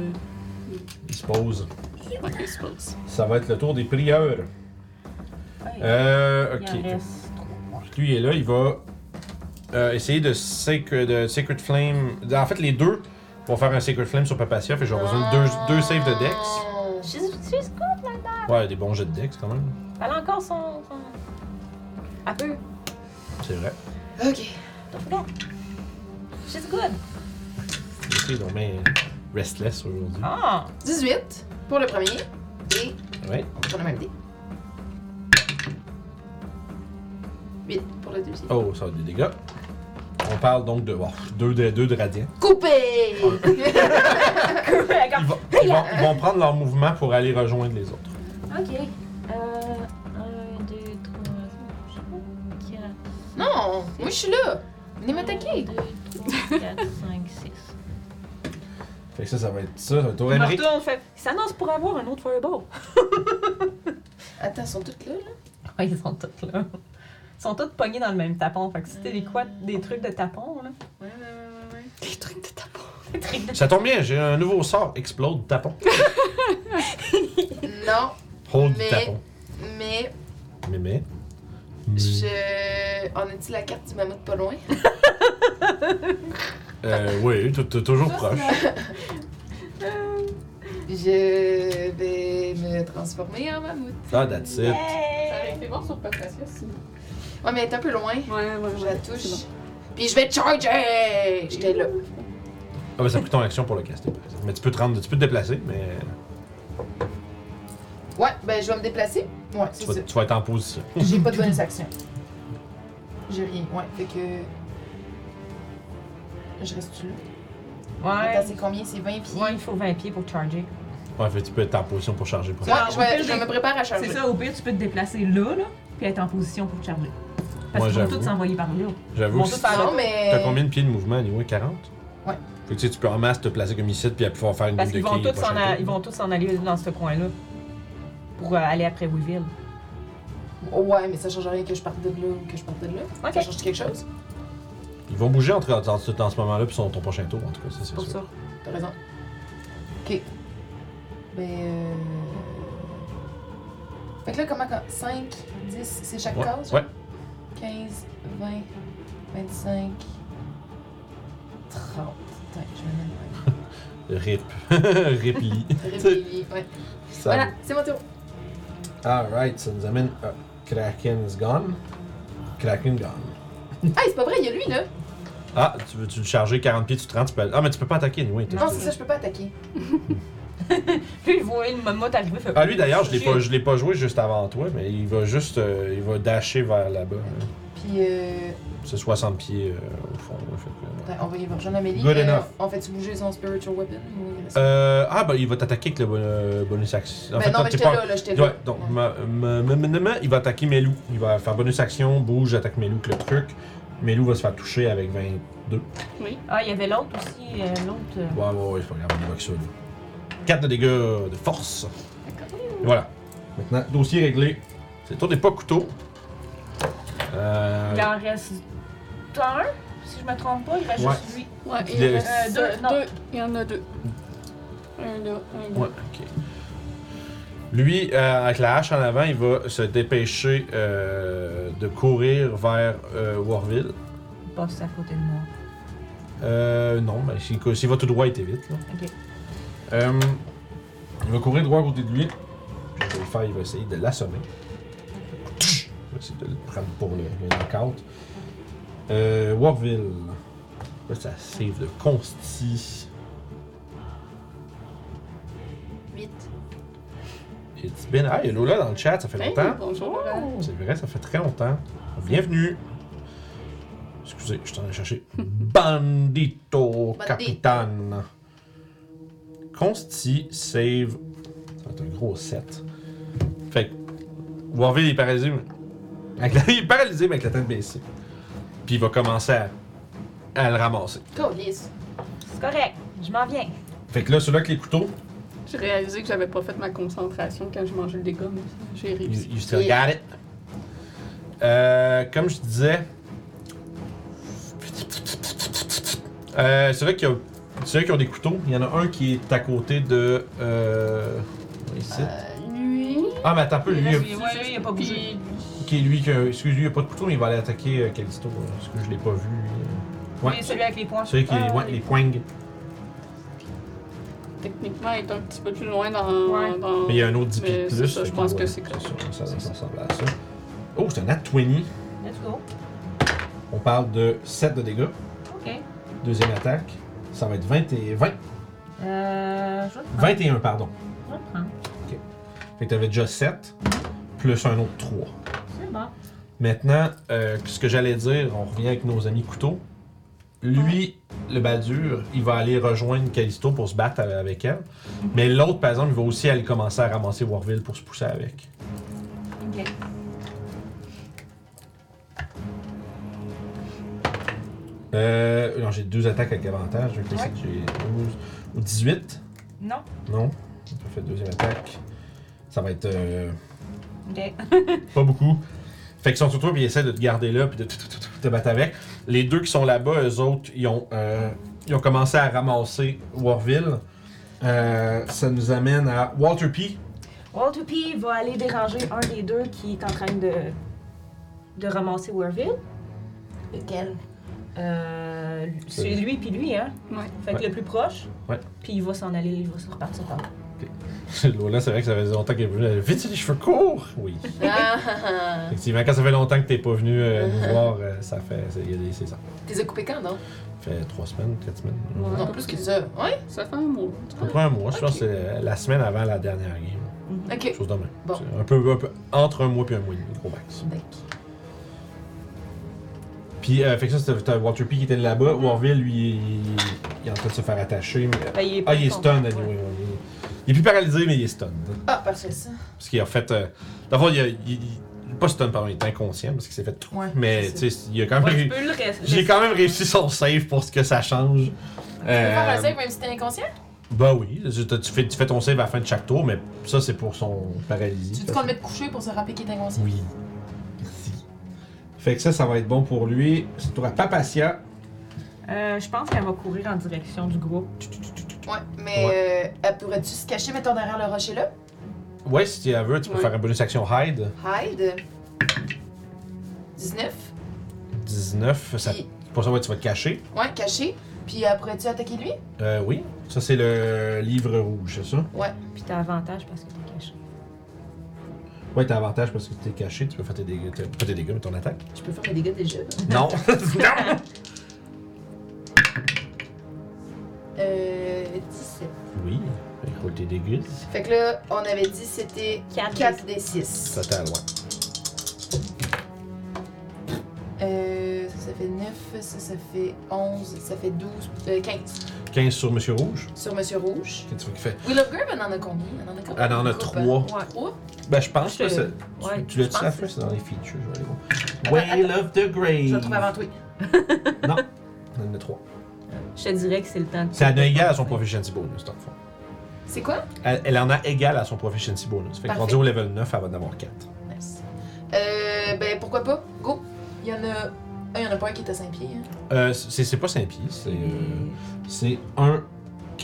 Speaker 1: Il se pose.
Speaker 4: Ok, c'est pas ça.
Speaker 1: Ça va être le tour des prieurs.
Speaker 2: Ouais,
Speaker 1: Euh,
Speaker 2: Il en
Speaker 1: ok.
Speaker 2: reste
Speaker 1: Lui il est là, il va euh, essayer de Sacred, de Sacred Flame. En fait, les deux vont faire un Sacred Flame sur Papacia, fait que j'aurai besoin de deux, deux saves de Dex.
Speaker 2: trois. Je suis- je suis secours.
Speaker 1: Ouais, des bons jets de Dex quand même,
Speaker 2: Elle a encore son. son... Elle peut.
Speaker 1: c'est vrai.
Speaker 3: Ok.
Speaker 2: Don't forget. She's good.
Speaker 1: Les filles, donc bien restless aujourd'hui.
Speaker 2: Ah! (laughs)
Speaker 3: 18 pour le premier. Et
Speaker 1: Ouais.
Speaker 3: pour le même dé. 8 pour le deuxième.
Speaker 1: Oh, ça a des dégâts. On parle donc de. oh, deux, de deux de radiant.
Speaker 3: Coupé!
Speaker 2: Cool, elle est
Speaker 1: Ils
Speaker 2: comme-
Speaker 1: vont, ils vont- ils vont prendre leur mouvement pour aller rejoindre les autres.
Speaker 2: Ok. Euh. Un, deux, trois. Je sais pas. Quatre.
Speaker 3: (laughs) non! Moi, je suis là! Venez m'attaquer!
Speaker 2: 2, 4, 5, 6.
Speaker 1: Fait que ça, ça va être ça, ça va être au
Speaker 2: Je me
Speaker 1: Emmerich.
Speaker 2: retourne, fait. Ça annonce pour avoir un autre fireball.
Speaker 3: Attends, elles sont toutes là, là?
Speaker 2: (laughs) Ouais, ils sont tous là. Ils sont tous pognés dans le même tapon. Fait que c'était des quoi Des trucs de tapon, là.
Speaker 3: Ouais, ouais, ouais, ouais.
Speaker 4: Des trucs de tapon.
Speaker 2: Des trucs de
Speaker 1: Ça tombe bien, j'ai un nouveau sort. Explode, tapon.
Speaker 3: ouais. Non,
Speaker 1: Hold,
Speaker 3: Mais-
Speaker 1: tapon.
Speaker 3: mais
Speaker 1: Mais mais.
Speaker 3: je. On a-tu la carte du mammouth pas loin?
Speaker 1: Euh, oui, t'es t'es toujours proche.
Speaker 3: Je vais me transformer en mammouth.
Speaker 1: Ah, that's it.
Speaker 2: Yay!
Speaker 4: été bon sur Papacia, si.
Speaker 3: Ouais, mais elle est un peu loin.
Speaker 4: Ouais, ouais, ouais.
Speaker 3: Je la touche. Puis je vais charger! J'étais là.
Speaker 1: Ah, ben ça prend ton action pour le caster, par exemple. Mais tu peux te rendre, tu peux te déplacer, mais
Speaker 3: Ouais, ben je vais me déplacer. Ouais,
Speaker 1: tu
Speaker 3: c'est
Speaker 1: vas,
Speaker 3: ça.
Speaker 1: tu vas être en position.
Speaker 3: J'ai pas de bonus action. J'ai rien. Ouais, fait que. Je reste là. Attends,
Speaker 2: Ouais.
Speaker 3: c'est combien? C'est 20 pieds?
Speaker 2: Ouais, il faut 20 pieds pour charger.
Speaker 1: Ouais, fait que tu peux être en position pour charger pour
Speaker 3: Ouais,
Speaker 2: Ah,
Speaker 3: je,
Speaker 2: on peut
Speaker 3: vais,
Speaker 2: le
Speaker 3: je
Speaker 2: dé-
Speaker 3: me prépare à charger.
Speaker 2: C'est ça, au pire, tu peux te déplacer là, là, puis être en position pour charger.
Speaker 1: Moi,
Speaker 2: Parce qu'ils vont
Speaker 1: j'avoue.
Speaker 2: tous s'envoyer par là.
Speaker 1: J'avoue
Speaker 2: Bon,
Speaker 1: que
Speaker 2: tout
Speaker 1: si
Speaker 2: à
Speaker 1: t'as
Speaker 3: Non, mais.
Speaker 1: combien de pieds de mouvement, niveau 40
Speaker 3: Ouais.
Speaker 1: Fait que tu sais, tu peux en masse te placer comme ici, puis à pouvoir faire une
Speaker 2: Parce
Speaker 1: boule de
Speaker 2: qu'ils vont,
Speaker 1: quilles le
Speaker 2: tous s'en
Speaker 1: prochain
Speaker 2: a-
Speaker 1: tour.
Speaker 2: ils vont tous s'en aller dans ce coin-là pour euh, aller après Woodville.
Speaker 3: Ouais, mais ça change rien que je parte de là ou que je parte de là.
Speaker 2: Ok.
Speaker 3: Ça change quelque chose?
Speaker 1: Ils vont bouger entre, entre, entre- en ce moment-là, puis sont ton prochain tour, en tout cas, ça c'est
Speaker 2: Pour
Speaker 1: sûr.
Speaker 2: ça.
Speaker 3: T'as raison. Ok. Ben. Euh... Fait que là, comment. 5, 10, c'est chaque case?
Speaker 1: Ouais. ouais.
Speaker 3: 15, 20, 25, 30. Attends, je
Speaker 1: Rip. (laughs) Rip Lee.
Speaker 3: vais même. Réveiller, ouais.
Speaker 1: Ça-
Speaker 3: Voilà, c'est mon tour.
Speaker 1: Alright, ça nous amène à Kraken's Gone. Kraken Gone.
Speaker 3: Ah, c'est pas vrai, il y a lui là.
Speaker 1: Ah, tu veux-tu le charger 40 pieds, tu te rends, tu peux... Ah, mais tu peux pas attaquer, anyway. t'as-
Speaker 3: Non, c'est ça, je peux pas attaquer.
Speaker 2: Puis il voit une maman arriver. Fait...
Speaker 1: Ah lui d'ailleurs, je l'ai pas, je l'ai pas joué juste avant toi, mais il va juste, euh, il va dasher vers là-bas. hein.
Speaker 3: Puis, euh.
Speaker 1: C'est 60 pieds euh, au fond. là, fait que, ouais.
Speaker 3: Attends, on va y voir rejoindre Amélie.
Speaker 1: Good
Speaker 3: Euh,
Speaker 1: enough.
Speaker 3: On fait-tu bouger son spiritual weapon ou il reste-
Speaker 1: Euh, ah bah il va t'attaquer avec le bon- euh, bonus action. En
Speaker 3: Ben non,
Speaker 1: toi,
Speaker 3: mais
Speaker 1: t'es
Speaker 3: j'étais
Speaker 1: pas-
Speaker 3: là, là, j'étais là.
Speaker 1: Ouais, donc ma- ma- ma- ma- ma- il va attaquer Melou. Il va faire bonus action, bouge, attaque Melou avec le truc. Melou va se faire toucher avec 20.
Speaker 2: Ah, il y avait l'autre aussi, euh, l'autre. euh,
Speaker 1: Ouais, ouais, ouais, c'est pas grave, on y va avec ça. 4 de dégâts de force. Et voilà. Maintenant, dossier réglé. C'est le tour des pas couteaux. Euh,
Speaker 2: Il en reste un, si je me trompe pas, il reste
Speaker 1: Ouais.
Speaker 2: juste lui.
Speaker 4: Ouais,
Speaker 1: Puis
Speaker 4: il
Speaker 1: le-
Speaker 4: en reste
Speaker 2: Euh, deux, non.
Speaker 4: deux. Il y en a deux. Un là, un là.
Speaker 1: Ouais, ok. Lui, euh, avec la hache en avant, il va se dépêcher euh, de courir vers euh, Warville.
Speaker 2: Il passe à côté de moi.
Speaker 1: Euh, non, mais s'il cou- s'il va tout droit, il t'évite. là.
Speaker 2: Ok.
Speaker 1: Euh, il va courir droit à côté de lui. Puis, il va le faire, il va essayer de l'assommer. Il va essayer de le prendre pour le, le knockout. Euh, Warville. Là, ça save de consti.
Speaker 3: 8.
Speaker 1: It's been... Ah, il y a Lola dans le chat, ça fait
Speaker 4: Hey,
Speaker 1: longtemps.
Speaker 4: bonjour, Laurent.
Speaker 2: Oh.
Speaker 1: Oh, C'est vrai, ça fait très longtemps. Bienvenue. Excusez, je suis en train de chercher. Bandito
Speaker 3: Bandito.
Speaker 1: Capitan. Consti save. Ça va être un gros 7. Fait que. Warville est paralysé. mais- (laughs) avec la- Il est paralysé, mais avec la tête baissée. Puis il va commencer à, à le ramasser.
Speaker 3: Calice.
Speaker 2: C'est correct, je m'en viens.
Speaker 1: Fait que là, celui-là avec les couteaux,
Speaker 4: J'ai réalisé que j'avais pas fait ma concentration quand je mangeais le dégât, mais j'ai
Speaker 1: you,
Speaker 4: réussi.
Speaker 1: you still
Speaker 3: Yeah.
Speaker 1: got it. Euh, comme je disais. Euh, c'est vrai qu'il y a. Ceux qui ont des couteaux, il y en a un qui est à côté de. Euh, ici.
Speaker 4: Lui.
Speaker 1: Ah, mais attends un peu, lui, il a-
Speaker 2: Oui, oui, il a pas bougé.
Speaker 4: Puis,
Speaker 1: Qui est lui, qui a- excuse lui, il a pas de couteau, mais il va aller attaquer euh, Callisto, euh, parce que je l'ai pas vu. euh. Ouais,
Speaker 2: Oui, celui avec les points.
Speaker 1: celui qui est,
Speaker 2: Ah,
Speaker 1: ouais, les poings.
Speaker 4: techniquement, il est un petit peu plus loin dans.
Speaker 2: Ouais.
Speaker 4: dans-
Speaker 1: Mais il y a un autre 10 pieds
Speaker 4: Mais
Speaker 1: de
Speaker 4: c'est
Speaker 1: plus.
Speaker 4: ça,
Speaker 1: fait
Speaker 4: je pense
Speaker 1: ouais,
Speaker 4: que c'est correct.
Speaker 1: Ça, ça, ça, ressemble à ça. Oh, c'est un at 20.
Speaker 2: Let's go.
Speaker 1: On parle de 7 de dégâts.
Speaker 2: Ok.
Speaker 1: Deuxième attaque. Ça va être 20 et 20.
Speaker 2: Euh, je vais le prendre.
Speaker 1: 21, pardon.
Speaker 2: Je vais le prendre.
Speaker 1: Fait que t'avais déjà 7, plus un autre 3.
Speaker 2: C'est bon.
Speaker 1: Maintenant, euh, ce que j'allais dire, on revient avec nos amis couteaux. Lui, le Badur, il va aller rejoindre Callisto pour se battre avec elle. Mais l'autre, par exemple, il va aussi aller commencer à ramasser Warville pour se pousser avec.
Speaker 2: Ok.
Speaker 1: Euh, non, j'ai deux attaques avec avantage. donc
Speaker 2: Ouais.
Speaker 1: J'ai 12 ou 18.
Speaker 2: Non?
Speaker 1: Non. Ça fait deuxième attaque. Ça va être euh,
Speaker 2: Ok.
Speaker 1: pas beaucoup. Fait qu'ils sont sur toi, puis ils essaient de te garder là, puis de tout, tout, tout, tout, te battre avec. Les deux qui sont là-bas, eux autres, ils ont, euh, ils ont commencé à ramasser Warville. Euh, ça nous amène à Walter P. (laughs)
Speaker 2: Walter P va aller déranger un des deux qui est en train de, de ramasser Warville.
Speaker 3: Lequel?
Speaker 2: Euh, c'est lui puis lui, hein?
Speaker 4: Ouais.
Speaker 2: Fait que
Speaker 1: Ouais.
Speaker 2: le plus proche.
Speaker 1: Ouais.
Speaker 2: Puis il va s'en aller, il va se repartir par là.
Speaker 1: Lola, c'est vrai que ça faisait longtemps qu'elle est venue. Elle a dit, Vite, c'est les cheveux courts!
Speaker 3: (laughs)
Speaker 1: Oui.
Speaker 3: Ah, ah, ah. (laughs)
Speaker 1: Effectivement, quand ça fait longtemps que t'es pas venu euh, nous voir, euh, ça fait. c'est- il y a des- C'est ça.
Speaker 3: T'es coupé quand, non?
Speaker 1: Ça fait trois semaines, quatre semaines.
Speaker 4: Ouais.
Speaker 3: Non, plus que ça. Ouais?
Speaker 4: Ça fait un mot.
Speaker 1: À peu près un mois, je pense que c'est la semaine avant la dernière game.
Speaker 3: Ok.
Speaker 1: Chose de même.
Speaker 3: Bon.
Speaker 1: C'est Un, peu, un peu- entre un mois et un mois et demi, gros max. Puis, euh, fait que ça, c'était t'as Walter P qui était là-bas. Warville, lui, il, il- il est en train de se faire attacher. Mais...
Speaker 2: Ben, il est
Speaker 1: Ah, il est
Speaker 2: content,
Speaker 1: stun,
Speaker 2: ouais.
Speaker 1: Il est plus paralysé, mais il est stun.
Speaker 3: Ah, parfait, ça.
Speaker 1: Parce qu'il a fait. Euh... D'abord, il, a- il- il- Pas stun, pardon, il est inconscient parce qu'il s'est fait.
Speaker 3: Ouais,
Speaker 1: mais,
Speaker 3: c'est ça.
Speaker 1: tu sais, il a quand même.
Speaker 2: Ouais,
Speaker 1: ré-
Speaker 2: tu peux le ré-
Speaker 1: J'ai quand même réussi son save pour ce que ça change.
Speaker 3: Tu peux
Speaker 1: Euh,
Speaker 3: faire un save même si t'es inconscient?
Speaker 1: Bah oui, je te- tu fais, tu fais ton save à la fin de chaque tour, mais ça c'est pour son paralysie.
Speaker 3: Tu veux qu'on le mette couché pour se rappeler qu'il est inconscient?
Speaker 1: Oui. Merci. Fait que ça, ça va être bon pour lui. C'est tour à Papacia.
Speaker 2: Euh, je pense qu'elle va courir en direction du groupe.
Speaker 3: Ouais, mais euh, elle pourrait-tu se cacher, mettons, derrière le rocher là?
Speaker 1: Ouais, si tu la veux, tu peux
Speaker 4: Ouais.
Speaker 1: faire un bonus action hide.
Speaker 3: Hide. 19.
Speaker 1: 19. Ça,
Speaker 3: Puis-
Speaker 1: pour ça, ouais, tu vas te cacher.
Speaker 3: Ouais, caché. Puis elle pourrait-tu attaquer lui?
Speaker 1: Euh, oui. Ça, c'est le livre rouge, c'est ça?
Speaker 2: Puis t'as avantage parce que t'es caché.
Speaker 1: Ouais, t'as avantage parce que tu t'es caché. Tu peux faire tes dégâts, t'as- pas tes dégâts, mais ton
Speaker 3: (laughs)
Speaker 1: attaque.
Speaker 3: Je peux faire des dégâts déjà. là.
Speaker 1: Non! non!
Speaker 3: Euh, 17.
Speaker 1: (laughs) Oui. Écoute, tes dégâts.
Speaker 3: Fait que là, on avait dit c'était
Speaker 2: Quatre
Speaker 3: 4 des 6.
Speaker 1: Ça t'a loin.
Speaker 3: Euh, ça, ça fait 9, ça, ça fait 11, ça fait 12, euh, 15
Speaker 1: 15 sur Monsieur Rouge.
Speaker 3: sur Monsieur Rouge.
Speaker 1: Qu'est-ce qu'il fait?
Speaker 3: Will of Grave, elle en a combien? Elle en a combien?
Speaker 1: Elle en a
Speaker 3: Coupe,
Speaker 1: trois.
Speaker 3: hein? Trois?
Speaker 1: Ben, je pense
Speaker 2: Je-
Speaker 1: que c'est. Tu-
Speaker 2: Ouais,
Speaker 1: tu l'as
Speaker 2: je
Speaker 1: dit
Speaker 2: pense
Speaker 1: ça
Speaker 2: que
Speaker 1: fait, c'est dans les features, je vais aller voir.
Speaker 3: Attends,
Speaker 1: Whale of the Grave.
Speaker 3: Je la trouve avant toi.
Speaker 1: Non, il y en a trois.
Speaker 2: Je te dirais que c'est le temps de.
Speaker 1: Ça en a égal à son proficiency bonus, dans le fond.
Speaker 3: C'est quoi?
Speaker 1: Elle, elle en a égal à son proficiency bonus. Fait que
Speaker 3: Parfait.
Speaker 1: rendu au level 9, elle va en avoir 4.
Speaker 3: Nice. Euh, ben pourquoi pas? Go! Il y en a. Ah, il y en a pas un qui est à 5 pieds. hein.
Speaker 1: Euh, c'est c'est pas 5 pieds, c'est. euh, c'est un.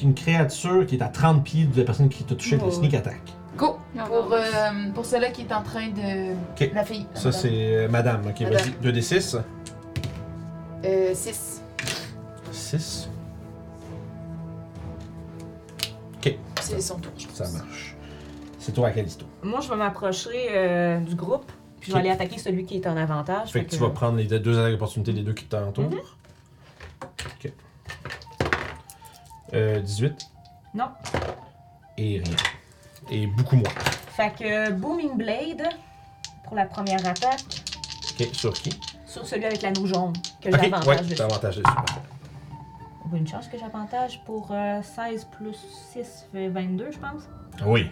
Speaker 1: Une créature qui est à 30 pieds de la personne qui t'a touché avec le
Speaker 4: Oh.
Speaker 1: sneak attack.
Speaker 3: Go!
Speaker 4: Non,
Speaker 3: Pour,
Speaker 4: non.
Speaker 3: euh, pour celle-là qui est en train de.
Speaker 1: Ok.
Speaker 3: La fille.
Speaker 1: Ça, c'est euh, madame. Ok,
Speaker 3: Madame.
Speaker 1: vas-y. 2d6.
Speaker 3: Euh, 6.
Speaker 1: 6.
Speaker 3: C'est son tour, je pense.
Speaker 1: Ça marche. C'est toi à Calisto.
Speaker 2: Moi, je vais m'approcher euh, du groupe. Puis je vais
Speaker 1: Ok.
Speaker 2: aller attaquer celui qui est en avantage.
Speaker 1: Fait que tu vas prendre les deux attaques d'opportunité des deux qui t'entourent. Ok. Euh, 18.
Speaker 2: Non.
Speaker 1: Et rien. Et beaucoup moins.
Speaker 2: Fait que euh, Booming Blade pour la première attaque
Speaker 1: Ok, sur qui
Speaker 2: sur celui avec l'anneau jaune que j'ai
Speaker 1: Ok,
Speaker 2: avantage
Speaker 1: ouais,
Speaker 2: dessus.
Speaker 1: t'as avantage dessus. parfait.
Speaker 2: Bonne chance que j'avantage pour euh, 16 plus 6 fait 22, je pense.
Speaker 1: Oui.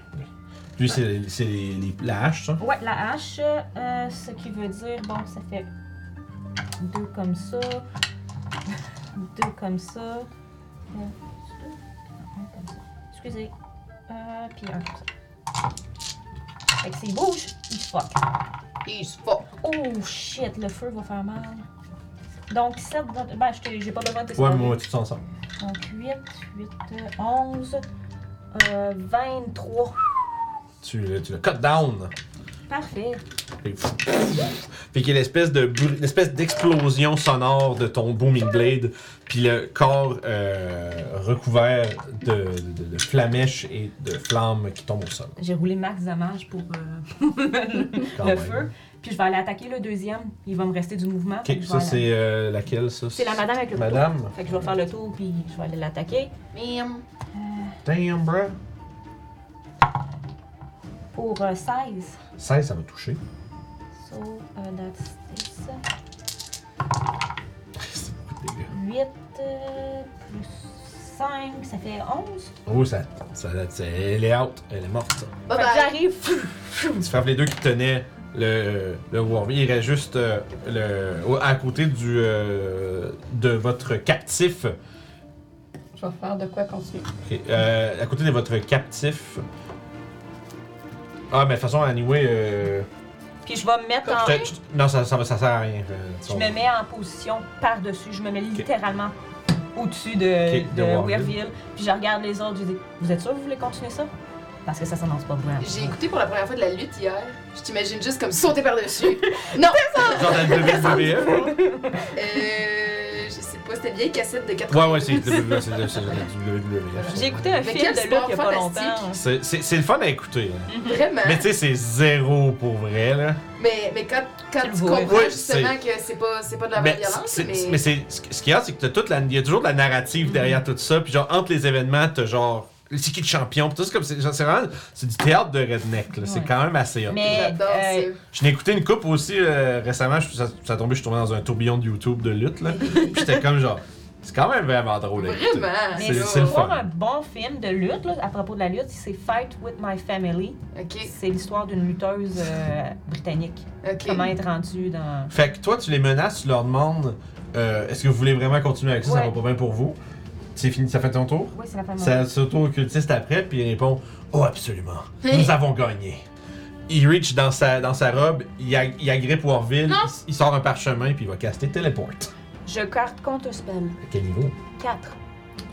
Speaker 1: Lui, c'est c'est les- les- la hache, ça.
Speaker 2: Ouais, la hache, euh, ce qui veut dire, bon, ça fait deux comme ça, (laughs) deux comme ça, euh, deux, un comme ça. Excusez. Euh, puis un comme ça. Fait que s'il bouge, il se fuck.
Speaker 3: He's fuck.
Speaker 2: Oh shit, le feu va faire mal. Donc 7, ben je t'ai- j'ai pas besoin
Speaker 1: Ouais,
Speaker 2: de t'expliquer.
Speaker 1: mais on va tous ensemble.
Speaker 2: Donc 8, 8, 11, euh, 23.
Speaker 1: Tu, le- tu le cut down.
Speaker 2: Parfait.
Speaker 1: Fait, que- fait qu'il y a l'espèce de bruit- l'espèce d'explosion sonore de ton booming blade, puis le corps euh, recouvert de, de, de flamèches et de flammes qui tombent au sol.
Speaker 2: J'ai roulé max dommage pour euh, (laughs)
Speaker 1: Quand
Speaker 2: le
Speaker 1: même.
Speaker 2: feu. Puis je vais aller attaquer le deuxième. Il va me rester du mouvement. Fait
Speaker 1: Ok,
Speaker 2: que je
Speaker 1: ça
Speaker 2: vais aller-
Speaker 1: c'est euh, laquelle ça
Speaker 2: C'est la madame avec le couteau.
Speaker 1: Madame.
Speaker 2: Fait que je vais faire le tour puis je vais aller l'attaquer.
Speaker 3: Ma'am.
Speaker 1: Damn, bro.
Speaker 2: Pour euh, 16.
Speaker 1: 16, ça va toucher.
Speaker 2: So, euh, that's
Speaker 1: (laughs)
Speaker 2: this.
Speaker 1: C'est beaucoup de dégâts.
Speaker 2: 8 euh, plus 5, ça fait 11.
Speaker 1: Oh, ça, ça, ça- Elle est out, elle est morte.
Speaker 3: Bye
Speaker 2: fait que
Speaker 3: bye.
Speaker 2: j'arrive. (laughs)
Speaker 1: Tu frappes les deux qui tenaient le, le Warby. Il reste juste euh, le, au- à côté du, euh, de votre captif.
Speaker 4: Je vais faire de quoi continuer.
Speaker 1: Ok, euh, à côté de votre captif. Ah, mais de toute façon, anyway. Euh,
Speaker 2: Puis je vais me mettre en.
Speaker 1: je te- je- non, ça, ça, va- ça sert à rien. euh,
Speaker 2: Je
Speaker 1: son-
Speaker 2: me mets en position par-dessus. Je me mets littéralement au-dessus de,
Speaker 1: Ok, de
Speaker 2: de,
Speaker 1: Warville.
Speaker 2: Weirville. Puis je regarde les autres. Je dis Vous êtes sûr que vous voulez continuer ça Parce que ça s'annonce pas vraiment.
Speaker 3: J'ai écouté pour la première fois de la lutte hier. Je t'imagine juste comme sauter par-dessus. (laughs) Euh, non!
Speaker 1: Genre dans le WWF, là.
Speaker 3: Euh, je sais pas, c'était une vieille cassette de 80.
Speaker 1: Ouais, ouais, c'est c'est- c'est- c'est- c'est du WWF.
Speaker 2: J'ai
Speaker 1: ça.
Speaker 2: écouté un
Speaker 3: Mais
Speaker 2: film
Speaker 3: quel
Speaker 2: de Luc il y a
Speaker 3: sport
Speaker 2: pas
Speaker 3: fantastique.
Speaker 2: longtemps.
Speaker 1: C'est- C'est c'est le fun à écouter. hein.
Speaker 3: (laughs)
Speaker 2: Mm-hmm.
Speaker 3: Vraiment.
Speaker 1: Mais tu sais, c'est zéro pour vrai, là.
Speaker 3: Mais, mais quand, quand
Speaker 2: Tu
Speaker 3: tu,
Speaker 2: le vois.
Speaker 3: comprends
Speaker 1: Ouais,
Speaker 3: justement que c'est pas, c'est pas de la
Speaker 1: Mais
Speaker 3: violence,
Speaker 1: c'est-
Speaker 3: mais, Mm.
Speaker 1: mais c'est ce qui- ce qu'il y a, c'est que t'as toute la, il y a toujours de la narrative derrière tout ça, puis genre entre les événements, t'as genre c'est qui le champion, puis tout c'est comme c'est genre, c'est vraiment c'est du théâtre de redneck, là. c'est
Speaker 2: Ouais.
Speaker 1: quand même assez hot.
Speaker 2: Mais-
Speaker 3: j'adore
Speaker 2: Euh,
Speaker 1: Je n'ai écouté une coupe aussi euh, récemment, je- ça, ça a tombé, je suis tombé dans un tourbillon de YouTube de lutte
Speaker 3: (laughs)
Speaker 1: là, puis j'étais comme genre c'est quand même vraiment
Speaker 3: ça.
Speaker 1: drôle. à écouter.
Speaker 3: Vraiment.
Speaker 2: Mais
Speaker 1: c'est-
Speaker 3: là.
Speaker 1: c'est le fun.
Speaker 2: voir un bon film de lutte là, à propos de la lutte, c'est Fight with My Family.
Speaker 3: Ok,
Speaker 2: C'est l'histoire d'une lutteuse euh, britannique.
Speaker 3: ok.
Speaker 2: Comment être rendue dans.
Speaker 1: Fait que toi, tu les menaces, tu leur demandes euh, est-ce que vous voulez vraiment continuer avec ça, ça
Speaker 2: Ouais.
Speaker 1: va pas bien pour vous. C'est fini, ça fait ton tour.
Speaker 2: Oui, c'est la famille.
Speaker 1: Ça s'auto-occultiste après, puis il répond Oh, absolument, nous avons gagné. Il reach dans sa, dans sa robe, il, a- il agrippe Warville, il, il sort un parchemin, puis il va caster Teleport.
Speaker 2: Je carte contre spell.
Speaker 1: À quel niveau
Speaker 2: 4.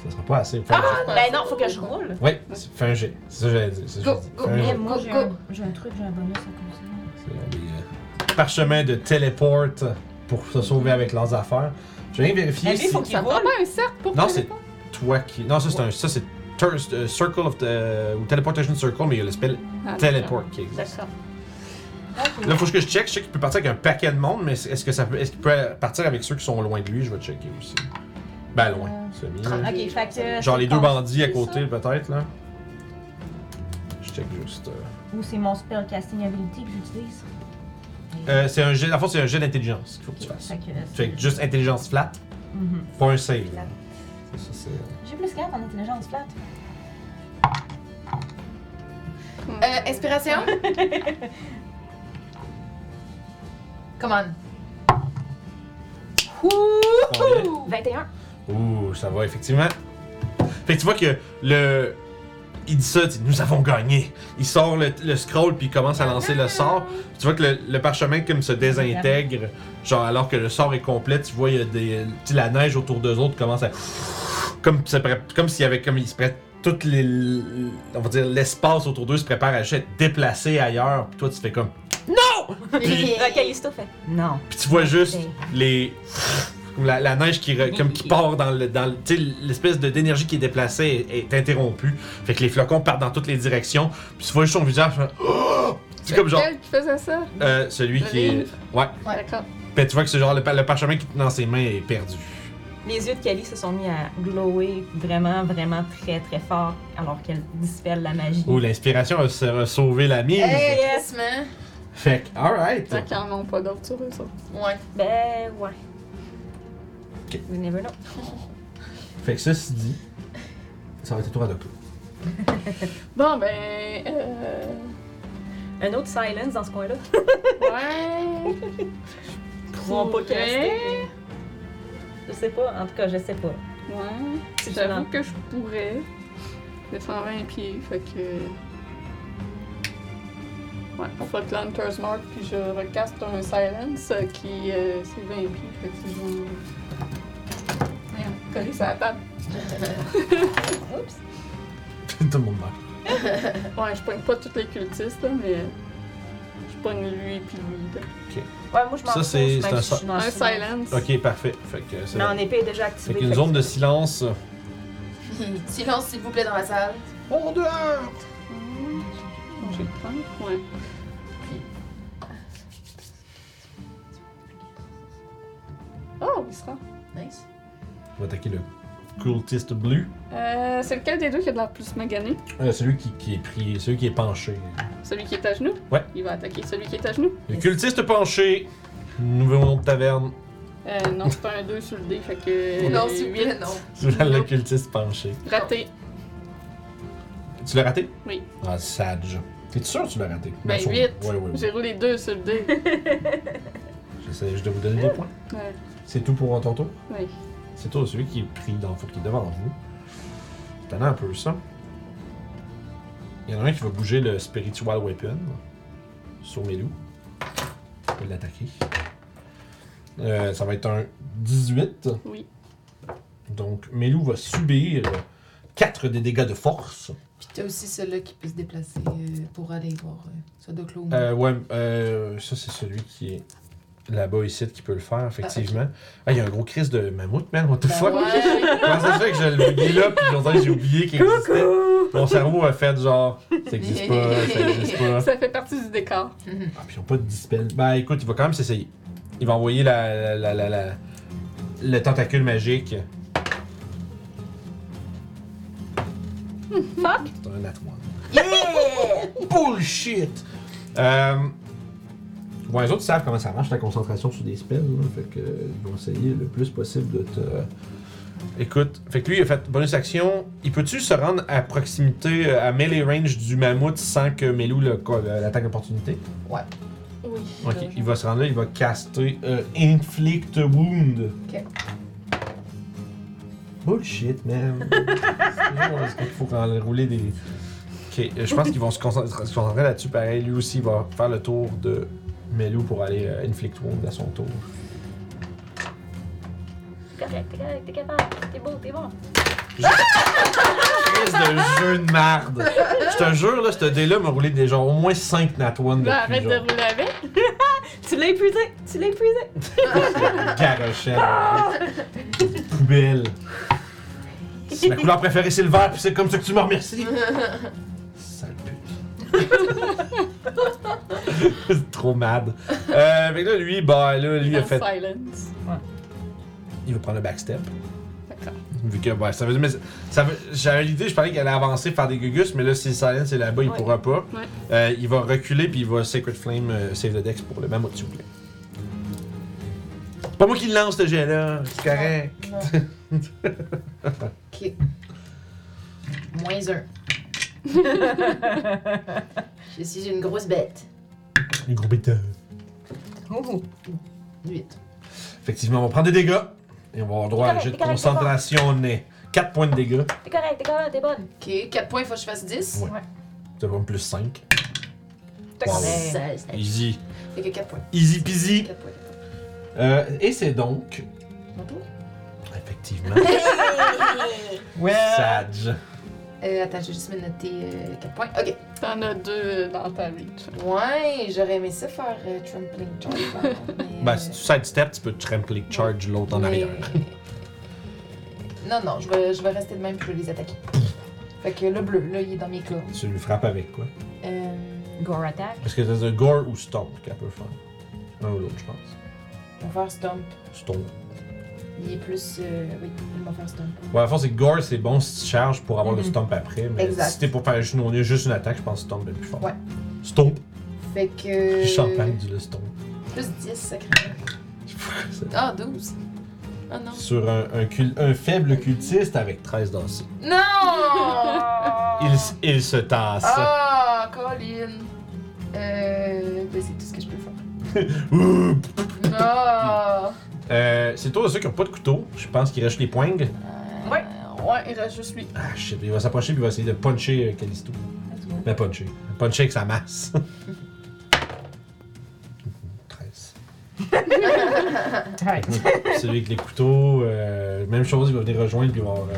Speaker 1: Ça sera pas assez. Fais un jet.
Speaker 2: Ben non, faut que je roule.
Speaker 1: Ouais, c'est- fais un jet. C'est ça que j'allais dire. c'est ça que
Speaker 3: Go,
Speaker 1: j'allais dire. Fais un
Speaker 3: go, go.
Speaker 1: jet.
Speaker 2: Mais moi, j'ai
Speaker 3: go.
Speaker 2: un, j'ai un truc, j'ai un bonus à comme ça.
Speaker 1: C'est des, euh, parchemins de Teleport pour se sauver avec leurs affaires. Je viens vérifier.
Speaker 2: Mais lui,
Speaker 1: si-
Speaker 2: faut qu'il
Speaker 4: Ça prend
Speaker 2: roule.
Speaker 4: pas un cercle pour
Speaker 1: Non,
Speaker 4: que-
Speaker 1: c'est toi qui. Non, ça c'est un. Ça c'est. Tur- euh, Circle of. the- ou Teleportation Circle, mais il y a le spell
Speaker 4: Ah,
Speaker 1: Teleport qui existe.
Speaker 2: D'accord. Ah,
Speaker 1: Là, faut que je check. Je sais qu'il peut partir avec un paquet de monde, mais est-ce que ça peut, est-ce qu'il peut partir avec ceux qui sont loin de lui Je vais checker aussi. Ben loin, semi. là.
Speaker 2: Ok, fait que.
Speaker 1: Genre les
Speaker 2: Euh, c'est
Speaker 1: deux
Speaker 2: ton-
Speaker 1: bandits à
Speaker 2: c'est
Speaker 1: côté, peut-être là. Je check juste.
Speaker 2: ça? Ou c'est mon spell casting ability que j'utilise.
Speaker 1: Euh, c'est un jet. En fait, c'est un jet d'intelligence qu'il faut que tu fasses.
Speaker 2: Fait que.
Speaker 1: Fait que juste intelligence flat,
Speaker 2: Mhm.
Speaker 1: pas un save.
Speaker 2: Flat.
Speaker 1: Ça, ça, c'est-
Speaker 2: J'ai plus 4 en intelligence plate.
Speaker 3: Euh, inspiration?
Speaker 2: (laughs)
Speaker 3: Come on.
Speaker 1: Combien?
Speaker 2: 21.
Speaker 1: Ouh, ça va, effectivement. Fait que tu vois que le. Il dit ça, il dit Nous avons gagné. Il sort le, le scroll, puis il commence à lancer le sort. Puis tu vois que le, le parchemin, comme se désintègre, genre alors que le sort est complet, tu vois, il y a des. tu sais, la neige autour d'eux autres commence à. Comme ça pré- comme s'il y avait. Comme il se prête. Tout les, on va dire l'espace autour d'eux se prépare à juste être déplacé ailleurs. Puis toi, tu fais comme. Puis-
Speaker 2: (laughs) Ok, Listo fait. Non.
Speaker 1: Puis tu vois juste
Speaker 2: Ok.
Speaker 1: les. comme La, la neige qui, re- comme qui part dans le. Dans le- tu sais, l'espèce de- d'énergie qui est déplacée est, est interrompue. Fait que les flocons partent dans toutes les directions. Puis tu vois juste son visage. faire Oh! C'est comme genre.
Speaker 4: Quel qui faisait ça?
Speaker 1: euh, celui
Speaker 4: Le
Speaker 1: qui est.
Speaker 4: livre.
Speaker 1: Ouais.
Speaker 3: Ouais.
Speaker 4: D'accord.
Speaker 1: Puis tu vois que c'est genre le, pa- le parchemin qui est dans ses mains est perdu.
Speaker 2: Les yeux de Kali se sont mis à glower vraiment, vraiment très, très fort alors qu'elle dispelle la magie.
Speaker 1: Ou l'inspiration a, se- a sauvé la mise.
Speaker 3: Hey,
Speaker 2: Yes.
Speaker 3: Chris, man.
Speaker 1: Fait que, alright.
Speaker 4: Tant qu'ils en ont pas d'autres sur eux, ça.
Speaker 3: Ouais.
Speaker 2: Ben ouais.
Speaker 1: Ok.
Speaker 2: You never know.
Speaker 1: Fait que ceci dit, ça va être le tour à Doclo.
Speaker 4: Bon, ben. euh,
Speaker 2: Un autre silence dans ce coin-là. (laughs)
Speaker 4: Ouais. (laughs)
Speaker 2: Pourront pas
Speaker 4: Pourrais.
Speaker 2: caster. Je sais pas, en tout cas, je sais pas.
Speaker 4: Ouais.
Speaker 2: C'est
Speaker 4: J'avoue
Speaker 2: violent.
Speaker 4: que je pourrais. De 120 pieds, fait que. Ouais, on fait le Hunter's Mark, puis je recaste un Silence euh, qui. euh, c'est 20 pieds, fait que je vais. Voyons, coller sur la table.
Speaker 2: Oups!
Speaker 1: (laughs) Tout le monde meurt.
Speaker 4: Ouais, je pogne pas tous les cultistes, là, mais. Je pogne lui, puis lui. là.
Speaker 2: Ouais, moi je m'en
Speaker 1: Ça,
Speaker 2: fous,
Speaker 1: c'est-
Speaker 2: même
Speaker 1: Ah, c'est un
Speaker 2: si je suis dans le
Speaker 4: Un
Speaker 2: silence.
Speaker 4: Silence.
Speaker 1: Ok, parfait. Fait que euh, c'est
Speaker 2: Mais en
Speaker 1: bon.
Speaker 2: épée est déjà activée.
Speaker 1: Fait qu'une
Speaker 2: fait
Speaker 1: zone
Speaker 2: que-
Speaker 1: de silence.
Speaker 3: Silence, s'il vous plaît, dans la salle.
Speaker 1: On dehors!
Speaker 4: Hum, je vais prendre, Ouais. Oh, il sera.
Speaker 3: Nice.
Speaker 1: On va attaquer le cultiste bleu.
Speaker 4: Euh, c'est lequel des deux qui a de l'air plus magané?
Speaker 1: Euh, celui qui, qui est pris, celui qui est penché.
Speaker 4: Celui qui est à genoux?
Speaker 1: Ouais.
Speaker 4: Il va attaquer celui qui est à genoux.
Speaker 1: Le cultiste penché. Nouveau nom de taverne.
Speaker 4: Euh, non, c'est un 2 sur le dé, fait que.
Speaker 3: Non,
Speaker 4: euh,
Speaker 3: s'il vous
Speaker 4: huit.
Speaker 3: plaît, non.
Speaker 1: Le cultiste penché.
Speaker 4: Raté.
Speaker 1: Tu l'as raté?
Speaker 4: Oui.
Speaker 1: Ah, sage. T'es sûr que tu l'as raté?
Speaker 4: Ben,
Speaker 1: Bien sûr.
Speaker 4: 8.
Speaker 1: Ouais, ouais,
Speaker 4: (laughs) J'ai
Speaker 1: ouais.
Speaker 4: roulé 2 sur le dé.
Speaker 1: (laughs) J'essaie juste de vous donner des points.
Speaker 4: ouais.
Speaker 1: C'est tout pour ton tour?
Speaker 4: ouais.
Speaker 1: C'est toi, celui qui est pris dans le fond, qui est devant vous. C'est étonnant un peu ça. Il y en a un qui va bouger le Spiritual Weapon sur mes loups. Il peut l'attaquer. Euh, ça va être un 18.
Speaker 4: Oui.
Speaker 1: Donc, Melou va subir 4 des dégâts de force.
Speaker 3: Puis t'as aussi celui-là qui peut se déplacer euh, pour aller voir euh, ça de clos.
Speaker 1: Euh, ouais, euh, ça, c'est celui qui est là-bas ici qui peut le faire, effectivement. Ah, il y a un gros crise de mammouth, man. What the fuck?
Speaker 3: Ouais.
Speaker 1: Comment ça se fait que je l'ai oublié là, puis on dirait que j'ai oublié qu'il existait? Mon cerveau a fait genre, ça existe pas, ça existe pas.
Speaker 4: Ça fait partie du décor.
Speaker 1: Ah, puis ils ont pas de dispel. Ben écoute, il va quand même s'essayer. Il va envoyer la, la, la, la, la- le tentacule magique.
Speaker 4: Fuck!
Speaker 1: C'est un at one. (laughs) Bullshit! Euh, bon, les autres savent comment ça marche, la concentration sur des spells. là. fait que, euh, ils vont essayer le plus possible de te. Écoute, fait que lui, il a fait bonus action. Il peut-tu se rendre à proximité, euh, à melee range du mammouth sans que Melou le co- le- l'attaque d'opportunité?
Speaker 4: Oui.
Speaker 1: Ok, il va se rendre là, il va caster euh, Inflict Wound.
Speaker 3: Ok.
Speaker 1: Bullshit,
Speaker 4: (laughs)
Speaker 1: man. C'est toujours, Est-ce qu'il faut qu'on rouler des. Ok, euh, je pense qu'ils vont se concentrer, se concentrer là-dessus pareil. Lui aussi, il va faire le tour de Melou pour aller euh, Inflict Wound à son tour.
Speaker 2: Correct, t'es correct, t'es capable, t'es beau, t'es bon.
Speaker 1: Crise de jeu de marde. Je te jure, là, ce dé-là m'a roulé déjà au moins 5 Nat 1 depuis.
Speaker 4: Là, arrête de
Speaker 1: genre.
Speaker 4: rouler avec.
Speaker 2: Tu l'as épuisé, tu l'as épuisé.
Speaker 1: (laughs) Garochelle. Poubelle. C'est ma couleur préférée, c'est le vert, puis c'est comme ça que tu me remercies. Sale pute. (laughs) c'est trop mad. Euh, fait que là, lui, bah, là, lui, il a
Speaker 4: En
Speaker 1: fait.
Speaker 4: Silence.
Speaker 1: Il va prendre le backstep.
Speaker 4: D'accord.
Speaker 1: Vu que, ouais, ça veut dire. mais ça veut- J'avais l'idée, je parlais qu'il allait avancer, faire des gugus, mais là, si le silence est là-bas, il
Speaker 2: Ouais.
Speaker 1: pourra pas.
Speaker 4: Ouais.
Speaker 1: Euh, il va reculer, puis il va Sacred Flame euh, save the dex pour le mammouth, s'il vous plaît. C'est Pas moi qui le lance, ce jet-là. C'est correct.
Speaker 3: Ok. Moins un. Je suis une grosse bête.
Speaker 1: Le gros bêta.
Speaker 2: Oh,
Speaker 3: 8.
Speaker 1: Effectivement, on va prendre des dégâts. Et on va avoir droit à un jet de
Speaker 2: Correct, correct,
Speaker 1: concentration nez. 4 points de dégâts.
Speaker 2: t'es correct, t'es correct, t'es bonne.
Speaker 3: Ok, 4 points, il faut que je fasse 10.
Speaker 1: Ouais. Ça va me plus 5.
Speaker 2: T'es
Speaker 1: Wow.
Speaker 2: correct.
Speaker 3: Ça, ça-
Speaker 1: Easy.
Speaker 3: Fait que 4 points.
Speaker 1: Easy peasy.
Speaker 3: 4 points, 4 points.
Speaker 1: Euh, et c'est donc.
Speaker 3: Mon tour?
Speaker 1: Effectivement.
Speaker 2: Ouais.
Speaker 1: Sage.
Speaker 3: Euh, attends, j'ai juste me noter 4 points. Ok.
Speaker 4: T'en as deux dans ta reach.
Speaker 3: Ouais, j'aurais aimé ça faire euh, Trampling Charge. mais,
Speaker 1: Ben,
Speaker 3: euh,
Speaker 1: si tu sidestep, tu peux trample charge l'autre en
Speaker 3: mais- euh,
Speaker 1: arrière.
Speaker 3: Non, non, je vais, je vais rester de même puis je vais les attaquer. Fait que le bleu, là, il est dans mes claws.
Speaker 1: Tu lui frappes avec quoi
Speaker 3: Euh,
Speaker 2: Gore attack.
Speaker 1: Parce que c'est un gore ou stomp qu'elle peut faire. Un ou l'autre, je pense.
Speaker 3: on va faire Stomp.
Speaker 1: Stomp.
Speaker 3: Il est plus. euh, oui, il va faire Stomp.
Speaker 1: Ouais, à la fois, c'est gore, c'est bon si tu charges pour avoir le
Speaker 2: Mhm.
Speaker 1: stomp après. Mais
Speaker 3: Exact.
Speaker 1: si t'es pour faire juste une, on a juste une attaque, je pense que stomp est le plus fort.
Speaker 3: Ouais.
Speaker 1: Stomp.
Speaker 3: Fait que.
Speaker 1: Champagne du le stomp.
Speaker 3: Plus 10, sacrément. Ah, 12. Oh non.
Speaker 1: sur un, un cul- un faible cultiste avec 13 dansés.
Speaker 3: Non!
Speaker 1: Il, s- il se tasse.
Speaker 3: Ah, Colin! Euh. Ben, c'est tout ce que je peux
Speaker 1: (laughs)
Speaker 3: faire.
Speaker 1: Ouh!
Speaker 3: Non!
Speaker 1: Euh, c'est toi de ceux qui n'ont pas de couteau. Je pense qu'il reste les poings.
Speaker 2: Ouais.
Speaker 4: Ouais, il reste juste lui.
Speaker 1: Ah shit, il va s'approcher puis il va essayer de puncher euh, Callisto. Ben puncher. Puncher avec sa
Speaker 2: (laughs)
Speaker 1: masse. 13. (laughs) Celui avec les couteaux, euh, même chose, il va venir rejoindre puis il va avoir. euh,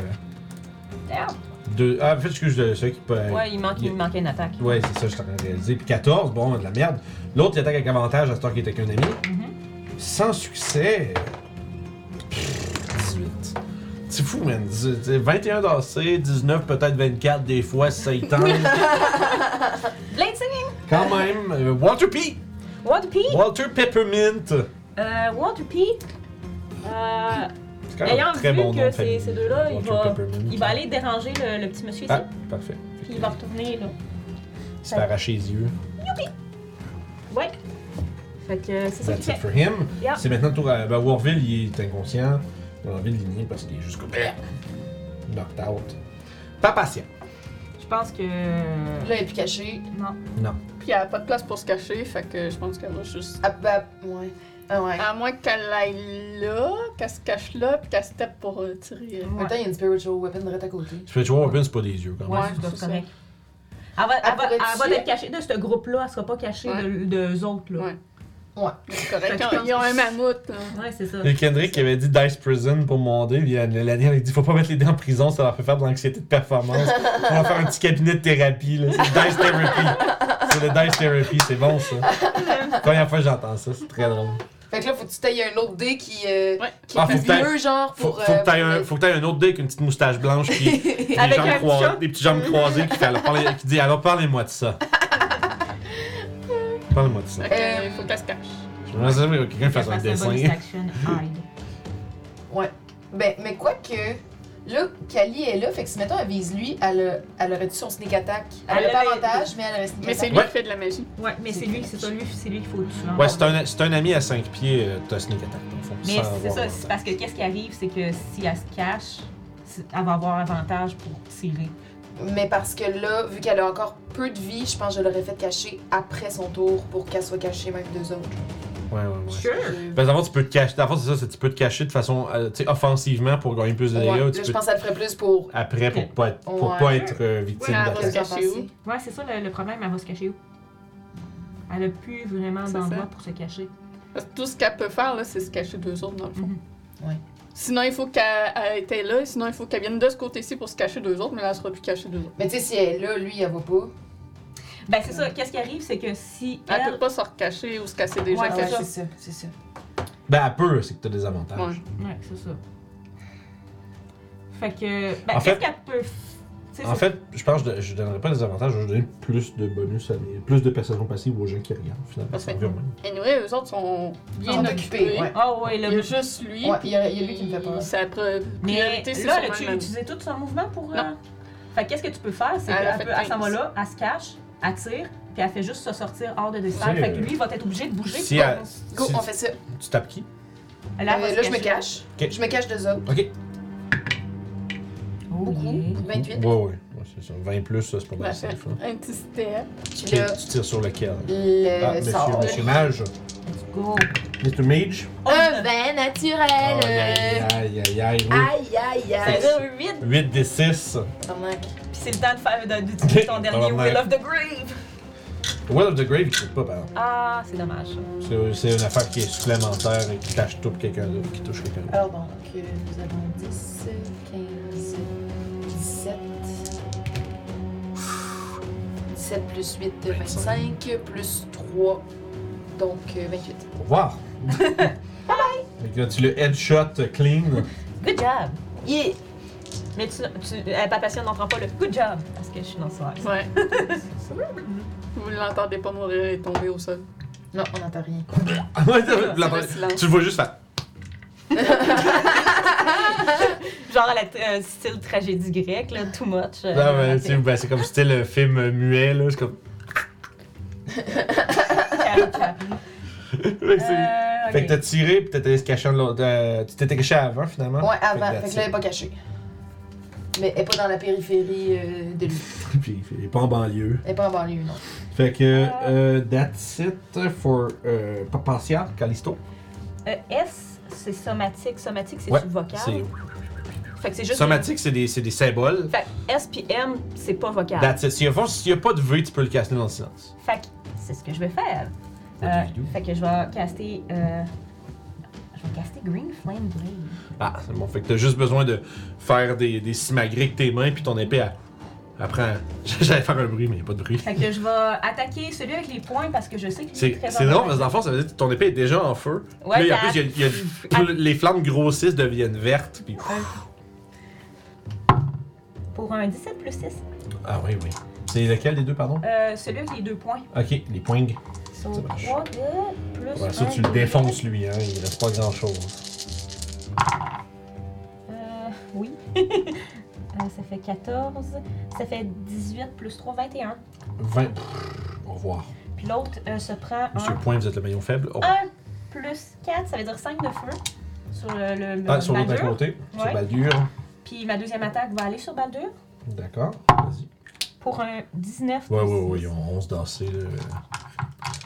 Speaker 2: Damn.
Speaker 1: deux... Ah, en fait, excuse, le- celui qui peut.
Speaker 2: Ouais, il, manque, il manquait une attaque.
Speaker 1: Ouais, c'est ça, je suis en train de réaliser. Puis 14, bon, de la merde. L'autre, il attaque avec avantage à ce temps qu'il est avec un ami.
Speaker 2: Mhm.
Speaker 1: Sans succès. Pff, 18. C'est fou, man. Dix- dix- 21 d'AC, 19, peut-être 24 des fois, si ça y
Speaker 2: (laughs)
Speaker 1: tente.
Speaker 2: Blade Singing!
Speaker 1: Quand même. euh, Walter P.
Speaker 2: Water Pete!
Speaker 1: Walter Peppermint.
Speaker 2: Euh, Water Pete! Euh,
Speaker 1: C'est quand
Speaker 2: ayant vu
Speaker 1: nom
Speaker 2: que
Speaker 1: de famille,
Speaker 2: ces, ces deux-là, il
Speaker 1: Walter
Speaker 2: va,
Speaker 1: Peppermint.
Speaker 2: il va aller déranger le, le petit monsieur ici,
Speaker 1: Ah, parfait.
Speaker 2: puis il va retourner là.
Speaker 1: Il se fait arracher les yeux.
Speaker 2: Ouais! Fait que c'est ça qu'il
Speaker 1: That's it
Speaker 2: fait.
Speaker 1: for him.
Speaker 2: Yep.
Speaker 1: C'est maintenant tour à. Ben, Warville, il est inconscient. Warville, il est parce qu'il est juste comme. Knocked out. Pas patient.
Speaker 2: Je pense que. euh,
Speaker 3: Là, elle est plus cachée.
Speaker 2: Non.
Speaker 1: Non.
Speaker 4: Puis elle a pas de place pour se cacher, fait que je pense qu'elle va juste.
Speaker 3: Ah, bah, ouais. Ah, ouais.
Speaker 4: À moins qu'elle aille là, qu'elle se cache là, puis qu'elle step pour euh, tirer.
Speaker 3: En même temps, il y a une spiritual weapon direct à côté.
Speaker 1: Spiritual Weapon, c'est pas des yeux, quand même.
Speaker 2: Ouais,
Speaker 4: Ouais,
Speaker 2: je dois
Speaker 4: c'est ça.
Speaker 2: correct. Elle va, elle, va,
Speaker 3: Elle pourrait
Speaker 2: elle va
Speaker 3: tuer.
Speaker 2: être cachée de ce groupe-là, elle sera pas cachée
Speaker 4: Ouais.
Speaker 2: de, d'eux autres. Là.
Speaker 4: Ouais.
Speaker 3: Ouais.
Speaker 4: C'est
Speaker 2: Fait
Speaker 4: correct.
Speaker 2: que
Speaker 4: Ils
Speaker 2: je
Speaker 4: ont,
Speaker 2: pense
Speaker 4: ils ont
Speaker 2: que
Speaker 4: un
Speaker 2: c'est-
Speaker 4: mammouth, là.
Speaker 2: Ouais, c'est ça.
Speaker 1: Et Kendrick qui avait dit Dice Prison pour mon dé, puis l'année avait dit faut pas mettre les dés en prison, ça leur fait faire de l'anxiété de performance. On va faire un petit cabinet de thérapie, là. C'est Dice Therapy. C'est le Dice Therapy, c'est bon ça. Première fois que j'entends ça, c'est très drôle.
Speaker 3: Fait que là, faut que tu tailles un autre dé qui. euh,
Speaker 4: Ouais.
Speaker 3: Qui
Speaker 1: Ah,
Speaker 3: est
Speaker 1: faut
Speaker 3: plus
Speaker 1: que t'ailles-
Speaker 3: vieux, genre,
Speaker 1: Faut,
Speaker 3: pour.
Speaker 1: faut que
Speaker 3: euh,
Speaker 1: t'ailles un,
Speaker 3: pour-
Speaker 1: faut que t'ailles un autre dé avec une petite moustache blanche qui. Des,
Speaker 3: (laughs)
Speaker 2: Avec
Speaker 1: jambes
Speaker 2: un
Speaker 1: croi-
Speaker 2: petit chat.
Speaker 1: des petites jambes croisées qui, fait, alors, parlez- qui dit alors parlez-moi de ça. Parlez-moi de ça.
Speaker 4: Fait
Speaker 3: Euh,
Speaker 4: que, il faut qu'elle se cache.
Speaker 1: J'aimerais ça que quelqu'un fasse un
Speaker 2: Parce que
Speaker 1: dessin.
Speaker 2: bonus action, hide.
Speaker 3: Ouais. Ben, mais quoi que. Là, Kali est là, fait que si mettons elle vise lui, elle, a- elle aurait dû son sneak attack. Elle,
Speaker 2: Elle
Speaker 3: a pas
Speaker 2: avait-
Speaker 3: avantage, mais elle aurait sneak
Speaker 4: Mais c'est
Speaker 3: attack.
Speaker 4: lui
Speaker 1: Ouais.
Speaker 4: qui fait de la magie.
Speaker 2: Ouais, mais c'est lui, c'est ça, lui, c'est lui qu'il faut tuer.
Speaker 1: Ouais, c'est un, c'est un ami à 5 pieds, euh, t'as sneak attack, dans le fond.
Speaker 2: Mais
Speaker 1: sans
Speaker 2: c'est
Speaker 1: avoir
Speaker 2: ça,
Speaker 1: avantage.
Speaker 2: c'est parce que qu'est-ce qui arrive, c'est que si elle se cache, c'est- elle va avoir avantage pour tirer.
Speaker 3: Mais parce que là, vu qu'elle a encore peu de vie, je pense que je l'aurais fait cacher après son tour pour qu'elle soit cachée même deux autres.
Speaker 1: Ouais, ouais, ouais.
Speaker 2: Sure!
Speaker 3: Euh,
Speaker 1: Parce qu'avant, tu peux te cacher. Dans le fond, c'est ça, c'est que tu peux te cacher de façon euh, tu sais, offensivement pour gagner plus de
Speaker 3: ouais.
Speaker 1: dégâts ou
Speaker 3: Là,
Speaker 1: tu
Speaker 3: je
Speaker 1: peux
Speaker 3: pense que ça le ferait plus pour.
Speaker 1: après pour pas être, pour
Speaker 3: Ouais.
Speaker 1: pas être euh, victime
Speaker 4: Ouais,
Speaker 1: d'attaque.
Speaker 4: se cacher où?
Speaker 3: passer.
Speaker 2: Ouais, c'est ça le, le problème, elle va se cacher où? Elle a plus vraiment
Speaker 4: C'est
Speaker 2: d'endroit
Speaker 4: ça.
Speaker 2: pour se cacher.
Speaker 4: Parce que tout ce qu'elle peut faire, là, c'est se cacher deux autres, dans le fond.
Speaker 2: Mhm.
Speaker 3: Ouais.
Speaker 4: Sinon, il faut qu'elle elle était là, sinon, il faut qu'elle vienne de ce côté-ci pour se cacher deux autres, mais là, elle sera plus cachée deux autres.
Speaker 3: Mais tu sais, si elle est là, lui, elle va pas.
Speaker 2: Ben, c'est ça, qu'est-ce qui arrive, c'est que si
Speaker 4: Elle peut
Speaker 2: elle.
Speaker 4: pas se recacher ou se casser déjà
Speaker 2: Ouais,
Speaker 3: Ah
Speaker 4: cachée.
Speaker 2: ça.
Speaker 3: ça, c'est ça.
Speaker 1: Ben, à peu, c'est que t'as des avantages.
Speaker 4: Ouais.
Speaker 2: Ouais, c'est ça. Fait que. Ben,
Speaker 1: En
Speaker 2: qu'est-ce
Speaker 1: fait-
Speaker 2: qu'elle peut. f- tu sais,
Speaker 1: En
Speaker 2: c'est-
Speaker 1: fait, je pense que je donnerais pas des avantages, je vais donner plus de bonus, à mes- plus de perception passive aux gens qui regardent, finalement.
Speaker 4: Parfait.
Speaker 1: Ça revient au même.
Speaker 4: Anyway, eux autres sont bien
Speaker 3: Sont
Speaker 4: occupés.
Speaker 3: occupés, ouais.
Speaker 2: Ah ouais,
Speaker 4: Il y
Speaker 2: le.
Speaker 4: a juste lui.
Speaker 3: Ouais, il y a-
Speaker 4: puis
Speaker 3: il y a lui qui me fait peur.
Speaker 4: Sa pre-
Speaker 2: Mais
Speaker 4: priorité, c'est
Speaker 2: là,
Speaker 4: son
Speaker 2: as-tu
Speaker 4: même.
Speaker 2: utilisé tout son mouvement pour. euh,
Speaker 4: Non.
Speaker 2: Fait que qu'est-ce que tu peux faire, c'est
Speaker 4: Elle a
Speaker 2: qu'elle
Speaker 4: fait
Speaker 2: peut- elle s'en va
Speaker 4: 15.
Speaker 2: là, elle se cache, elle tire, puis elle fait juste se sortir hors de distance.
Speaker 1: C'est- euh,
Speaker 2: Fait que lui, il va être obligé de bouger.
Speaker 1: Si
Speaker 2: pour-
Speaker 1: elle-
Speaker 3: Go,
Speaker 1: si-
Speaker 3: on fait ça.
Speaker 1: Tu tapes qui
Speaker 2: Là, elle
Speaker 3: Euh,
Speaker 2: va se
Speaker 3: là, je me
Speaker 2: cacher.
Speaker 3: cache.
Speaker 1: Ok.
Speaker 3: Je me cache deux autres.
Speaker 1: Ok.
Speaker 2: Oh,
Speaker 3: Beaucoup.
Speaker 2: yeah.
Speaker 3: 28.
Speaker 1: Ouais, ouais, ouais c'est ça. 20 plus, ça, c'est pas mal
Speaker 4: Ouais,
Speaker 1: safe. hein.
Speaker 4: Un petit step.
Speaker 3: Puis
Speaker 1: Ok,
Speaker 3: là,
Speaker 1: tu tires sur lequel
Speaker 3: le
Speaker 1: Ah, monsieur,
Speaker 3: sort.
Speaker 1: monsieur Mage.
Speaker 2: Let's go. ben,
Speaker 1: Mr. Mage.
Speaker 3: Un
Speaker 2: Un
Speaker 1: Oh,
Speaker 3: vin
Speaker 1: aïe,
Speaker 3: naturel.
Speaker 1: aïe, aïe, aïe.
Speaker 3: Aïe, aïe,
Speaker 2: Ça
Speaker 3: aïe.
Speaker 2: veut dire 8, puis
Speaker 1: 8 des 6.
Speaker 3: Tabarnak.
Speaker 2: c'est le temps de faire de- d'utiliser ton
Speaker 1: Ok.
Speaker 2: dernier
Speaker 1: Tabarnak.
Speaker 2: Will of the Grave.
Speaker 1: Well of the Grave, il coûte pas, par exemple.
Speaker 2: Ah, c'est dommage. ça.
Speaker 1: C'est- C'est une affaire qui est supplémentaire et qui tâche tout quelqu'un d'autre, qui touche quelqu'un d'autre.
Speaker 3: Alors donc, euh, nous avons 10, 15, 17. 17 plus 8, 25,
Speaker 1: 25.
Speaker 3: plus 3, donc euh, 28.
Speaker 1: Au
Speaker 3: (laughs)
Speaker 1: revoir! Bye bye! tu le headshot
Speaker 3: (laughs)
Speaker 1: clean.
Speaker 2: Good job.
Speaker 3: Yeah!
Speaker 2: Mais tu, tu, euh, ta passion n'entend pas le good job parce que je suis dans ce soir.
Speaker 4: (laughs) Ouais. Vous l'entendez pas mourir et tomber au sol.
Speaker 3: Non, on n'entend rien.
Speaker 1: Ah ouais, t'as- la-
Speaker 4: le silence.
Speaker 1: tu le vois juste faire.
Speaker 2: Genre à la t- euh, style tragédie grecque, là, too much. euh,
Speaker 1: Ah ouais,
Speaker 2: avec-
Speaker 1: tu sais, ben, c'est comme si c'était le film euh, muet, là. C'est comme.
Speaker 2: Carrot Chap.
Speaker 1: Ouais, (laughs) c'est-
Speaker 2: Euh,
Speaker 1: Fait que t'as tiré, puis t'étais allé se cacher en l'autre- euh, Tu t'étais caché avant, finalement.
Speaker 3: Ouais, avant. Fait que
Speaker 1: Ah, that's
Speaker 3: je l'avais pas caché. Mais elle est pas dans la périphérie euh, de lui.
Speaker 1: it. Puis il est pas en banlieue.
Speaker 3: Elle est pas en banlieue, non.
Speaker 1: Fait que, euh, that's it for euh, Papacia, Callisto.
Speaker 2: Euh, S, c'est somatique. Somatique, c'est
Speaker 1: Ouais,
Speaker 2: sur vocal.
Speaker 1: C'est
Speaker 2: Fait que c'est juste.
Speaker 1: Somatique, c'est des, c'est des symboles.
Speaker 2: Fait que S puis M, c'est pas vocal.
Speaker 1: That's it. S'il y, a- s'il y a pas de V, tu peux le casser dans le silence.
Speaker 2: Fait que c'est ce que je vais faire.
Speaker 1: What
Speaker 2: Euh,
Speaker 1: do you do?
Speaker 2: fait que je vais caster. euh, Je vais caster Green Flame Blade.
Speaker 1: Ah, c'est bon. Fait que t'as juste besoin de faire des, des simagrées avec tes mains, puis ton épée, elle, elle prend. (laughs) J'allais faire un bruit, mais il a pas de bruit.
Speaker 2: Fait que je vais attaquer celui avec les points parce que je sais que lui est
Speaker 1: C'est
Speaker 2: très
Speaker 1: c'est drôle, parce que
Speaker 2: enragé.
Speaker 1: dans le fond, ça veut dire que ton épée est déjà en feu.
Speaker 2: Ouais,
Speaker 1: Puis là,
Speaker 2: puis
Speaker 1: en plus,
Speaker 2: elle-
Speaker 1: il y a- il y a- tout le- les flammes grossissent, deviennent vertes, puis.
Speaker 2: Pour un 17 plus 6.
Speaker 1: Ah oui, oui. C'est lequel des deux, pardon?
Speaker 2: Euh, celui avec les deux points.
Speaker 1: Ok, les poings.
Speaker 2: So,
Speaker 1: Ça marche.
Speaker 2: 3 de plus.
Speaker 1: Ouais, ça,
Speaker 2: un
Speaker 1: tu le
Speaker 2: de-
Speaker 1: défonces, lui, hein. Il reste pas grand chose.
Speaker 2: Euh, oui. (laughs) Euh, ça fait 14. Ça fait 18 plus 3, 21.
Speaker 1: 20. Pff, au revoir.
Speaker 2: Puis l'autre euh, se prend
Speaker 1: Monsieur
Speaker 2: un,
Speaker 1: Point, vous êtes le maillon faible. Oh.
Speaker 2: 1 plus 4, ça veut dire 5 de feu sur le, le, le
Speaker 1: Ah, sur l'autre à
Speaker 2: Baldur.
Speaker 1: côté. Sur
Speaker 2: Ouais.
Speaker 1: Baldur.
Speaker 2: Puis ma deuxième attaque va aller sur Baldur
Speaker 1: D'accord. Vas-y.
Speaker 2: pour un 19.
Speaker 1: Ouais,
Speaker 2: plus
Speaker 1: ouais, ouais,
Speaker 2: six.
Speaker 1: ils ont 11 dansé. là. euh,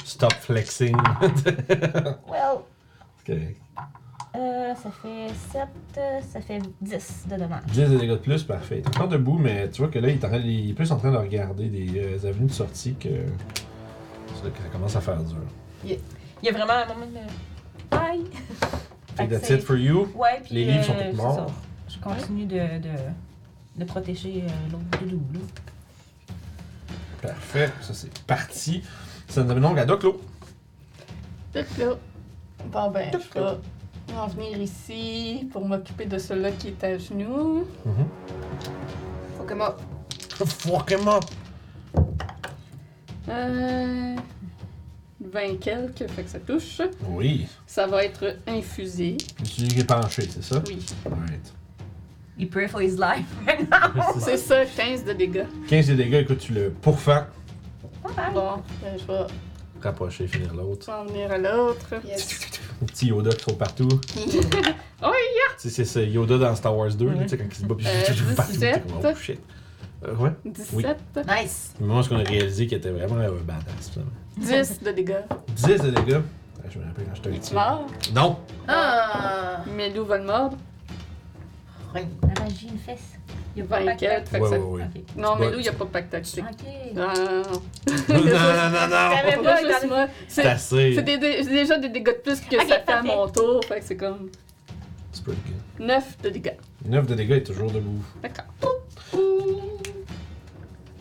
Speaker 1: Stop flexing. (laughs)
Speaker 2: Well,
Speaker 1: Ok.
Speaker 2: euh, ça fait 7, euh, ça fait 10 de dommage.
Speaker 1: 10 de dégâts de plus, parfait. Il est encore debout, mais tu vois que là, il est, en train- il est plus en train de regarder des euh, avenues de sortie que. Ça, que ça commence à faire dur.
Speaker 2: Il y a vraiment un moment de. (laughs) Bye!
Speaker 1: Fait que
Speaker 2: Fait que
Speaker 1: that's it
Speaker 2: c'est-
Speaker 1: for you.
Speaker 2: Ouais, puis.
Speaker 1: Les livres sont
Speaker 2: euh,
Speaker 1: tous
Speaker 2: c'est
Speaker 1: morts.
Speaker 2: ça. Je continue de, de, de protéger euh, l'autre doudou, là.
Speaker 1: Parfait. Ça, c'est parti. Ça nous amène donc à Doclo.
Speaker 4: Fait que là,
Speaker 3: Bon, ben, je
Speaker 4: je vais en venir ici pour m'occuper de celui-là qui est à genoux.
Speaker 3: Faut que moi.
Speaker 1: Fuck him up.
Speaker 4: Euh, 20 quelques, fait que ça touche.
Speaker 1: Oui.
Speaker 4: Ça va être infusé.
Speaker 1: C'est celui qui est penché, c'est ça?
Speaker 4: Oui.
Speaker 1: Right.
Speaker 2: Il pray for his life right
Speaker 4: Ah, C'est ça, 15 de dégâts.
Speaker 1: 15 de dégâts, écoute, tu le pourfends.
Speaker 2: now.
Speaker 4: Bon, ben, je vais
Speaker 1: Rapprocher, finir l'autre.
Speaker 4: en venir à l'autre.
Speaker 3: Yes.
Speaker 1: Un petit Yoda qui trouve partout.
Speaker 4: (laughs) Oh,
Speaker 1: Tu sais, c'est ce Yoda dans Star Wars 2, là, tu sais, quand il se bat, puis
Speaker 4: Euh,
Speaker 1: je partout. t'es comme, Oh
Speaker 4: 17.
Speaker 1: shit. Euh, ouais.
Speaker 4: 17,
Speaker 3: Nice.
Speaker 1: Le moment où on a réalisé qu'il était vraiment un badass, finalement.
Speaker 4: 10 de dégâts.
Speaker 1: 10 de dégâts. Ah, je me rappelle quand j'étais
Speaker 4: Tu
Speaker 1: petit.
Speaker 4: mords. (laughs)
Speaker 1: Non!
Speaker 3: Ah.
Speaker 4: Bah, Melou va le mordre.
Speaker 2: Arranger une fesse. Il y a pas de
Speaker 4: 20 quelques, fait que
Speaker 1: Ouais,
Speaker 4: ça.
Speaker 1: ouais, ouais.
Speaker 2: Ok.
Speaker 4: Non,
Speaker 1: Tu
Speaker 4: Melou,
Speaker 1: vas-
Speaker 4: il n'y a pas de pack tactique.
Speaker 2: Ok.
Speaker 4: Non, non, non.
Speaker 1: non, non, non,
Speaker 2: T'avais
Speaker 1: non!
Speaker 2: pas
Speaker 4: Pas juste
Speaker 2: dans-
Speaker 4: moi.
Speaker 1: C'est
Speaker 4: C'est
Speaker 1: assez.
Speaker 4: c'est des- des- c'est déjà des dégâts de plus que
Speaker 2: Ok,
Speaker 4: ça fait à
Speaker 2: parfait.
Speaker 4: mon tour. Fait que c'est comme
Speaker 1: C'est pretty good.
Speaker 4: 9 de dégâts.
Speaker 1: 9 de dégâts est toujours debout.
Speaker 4: D'accord.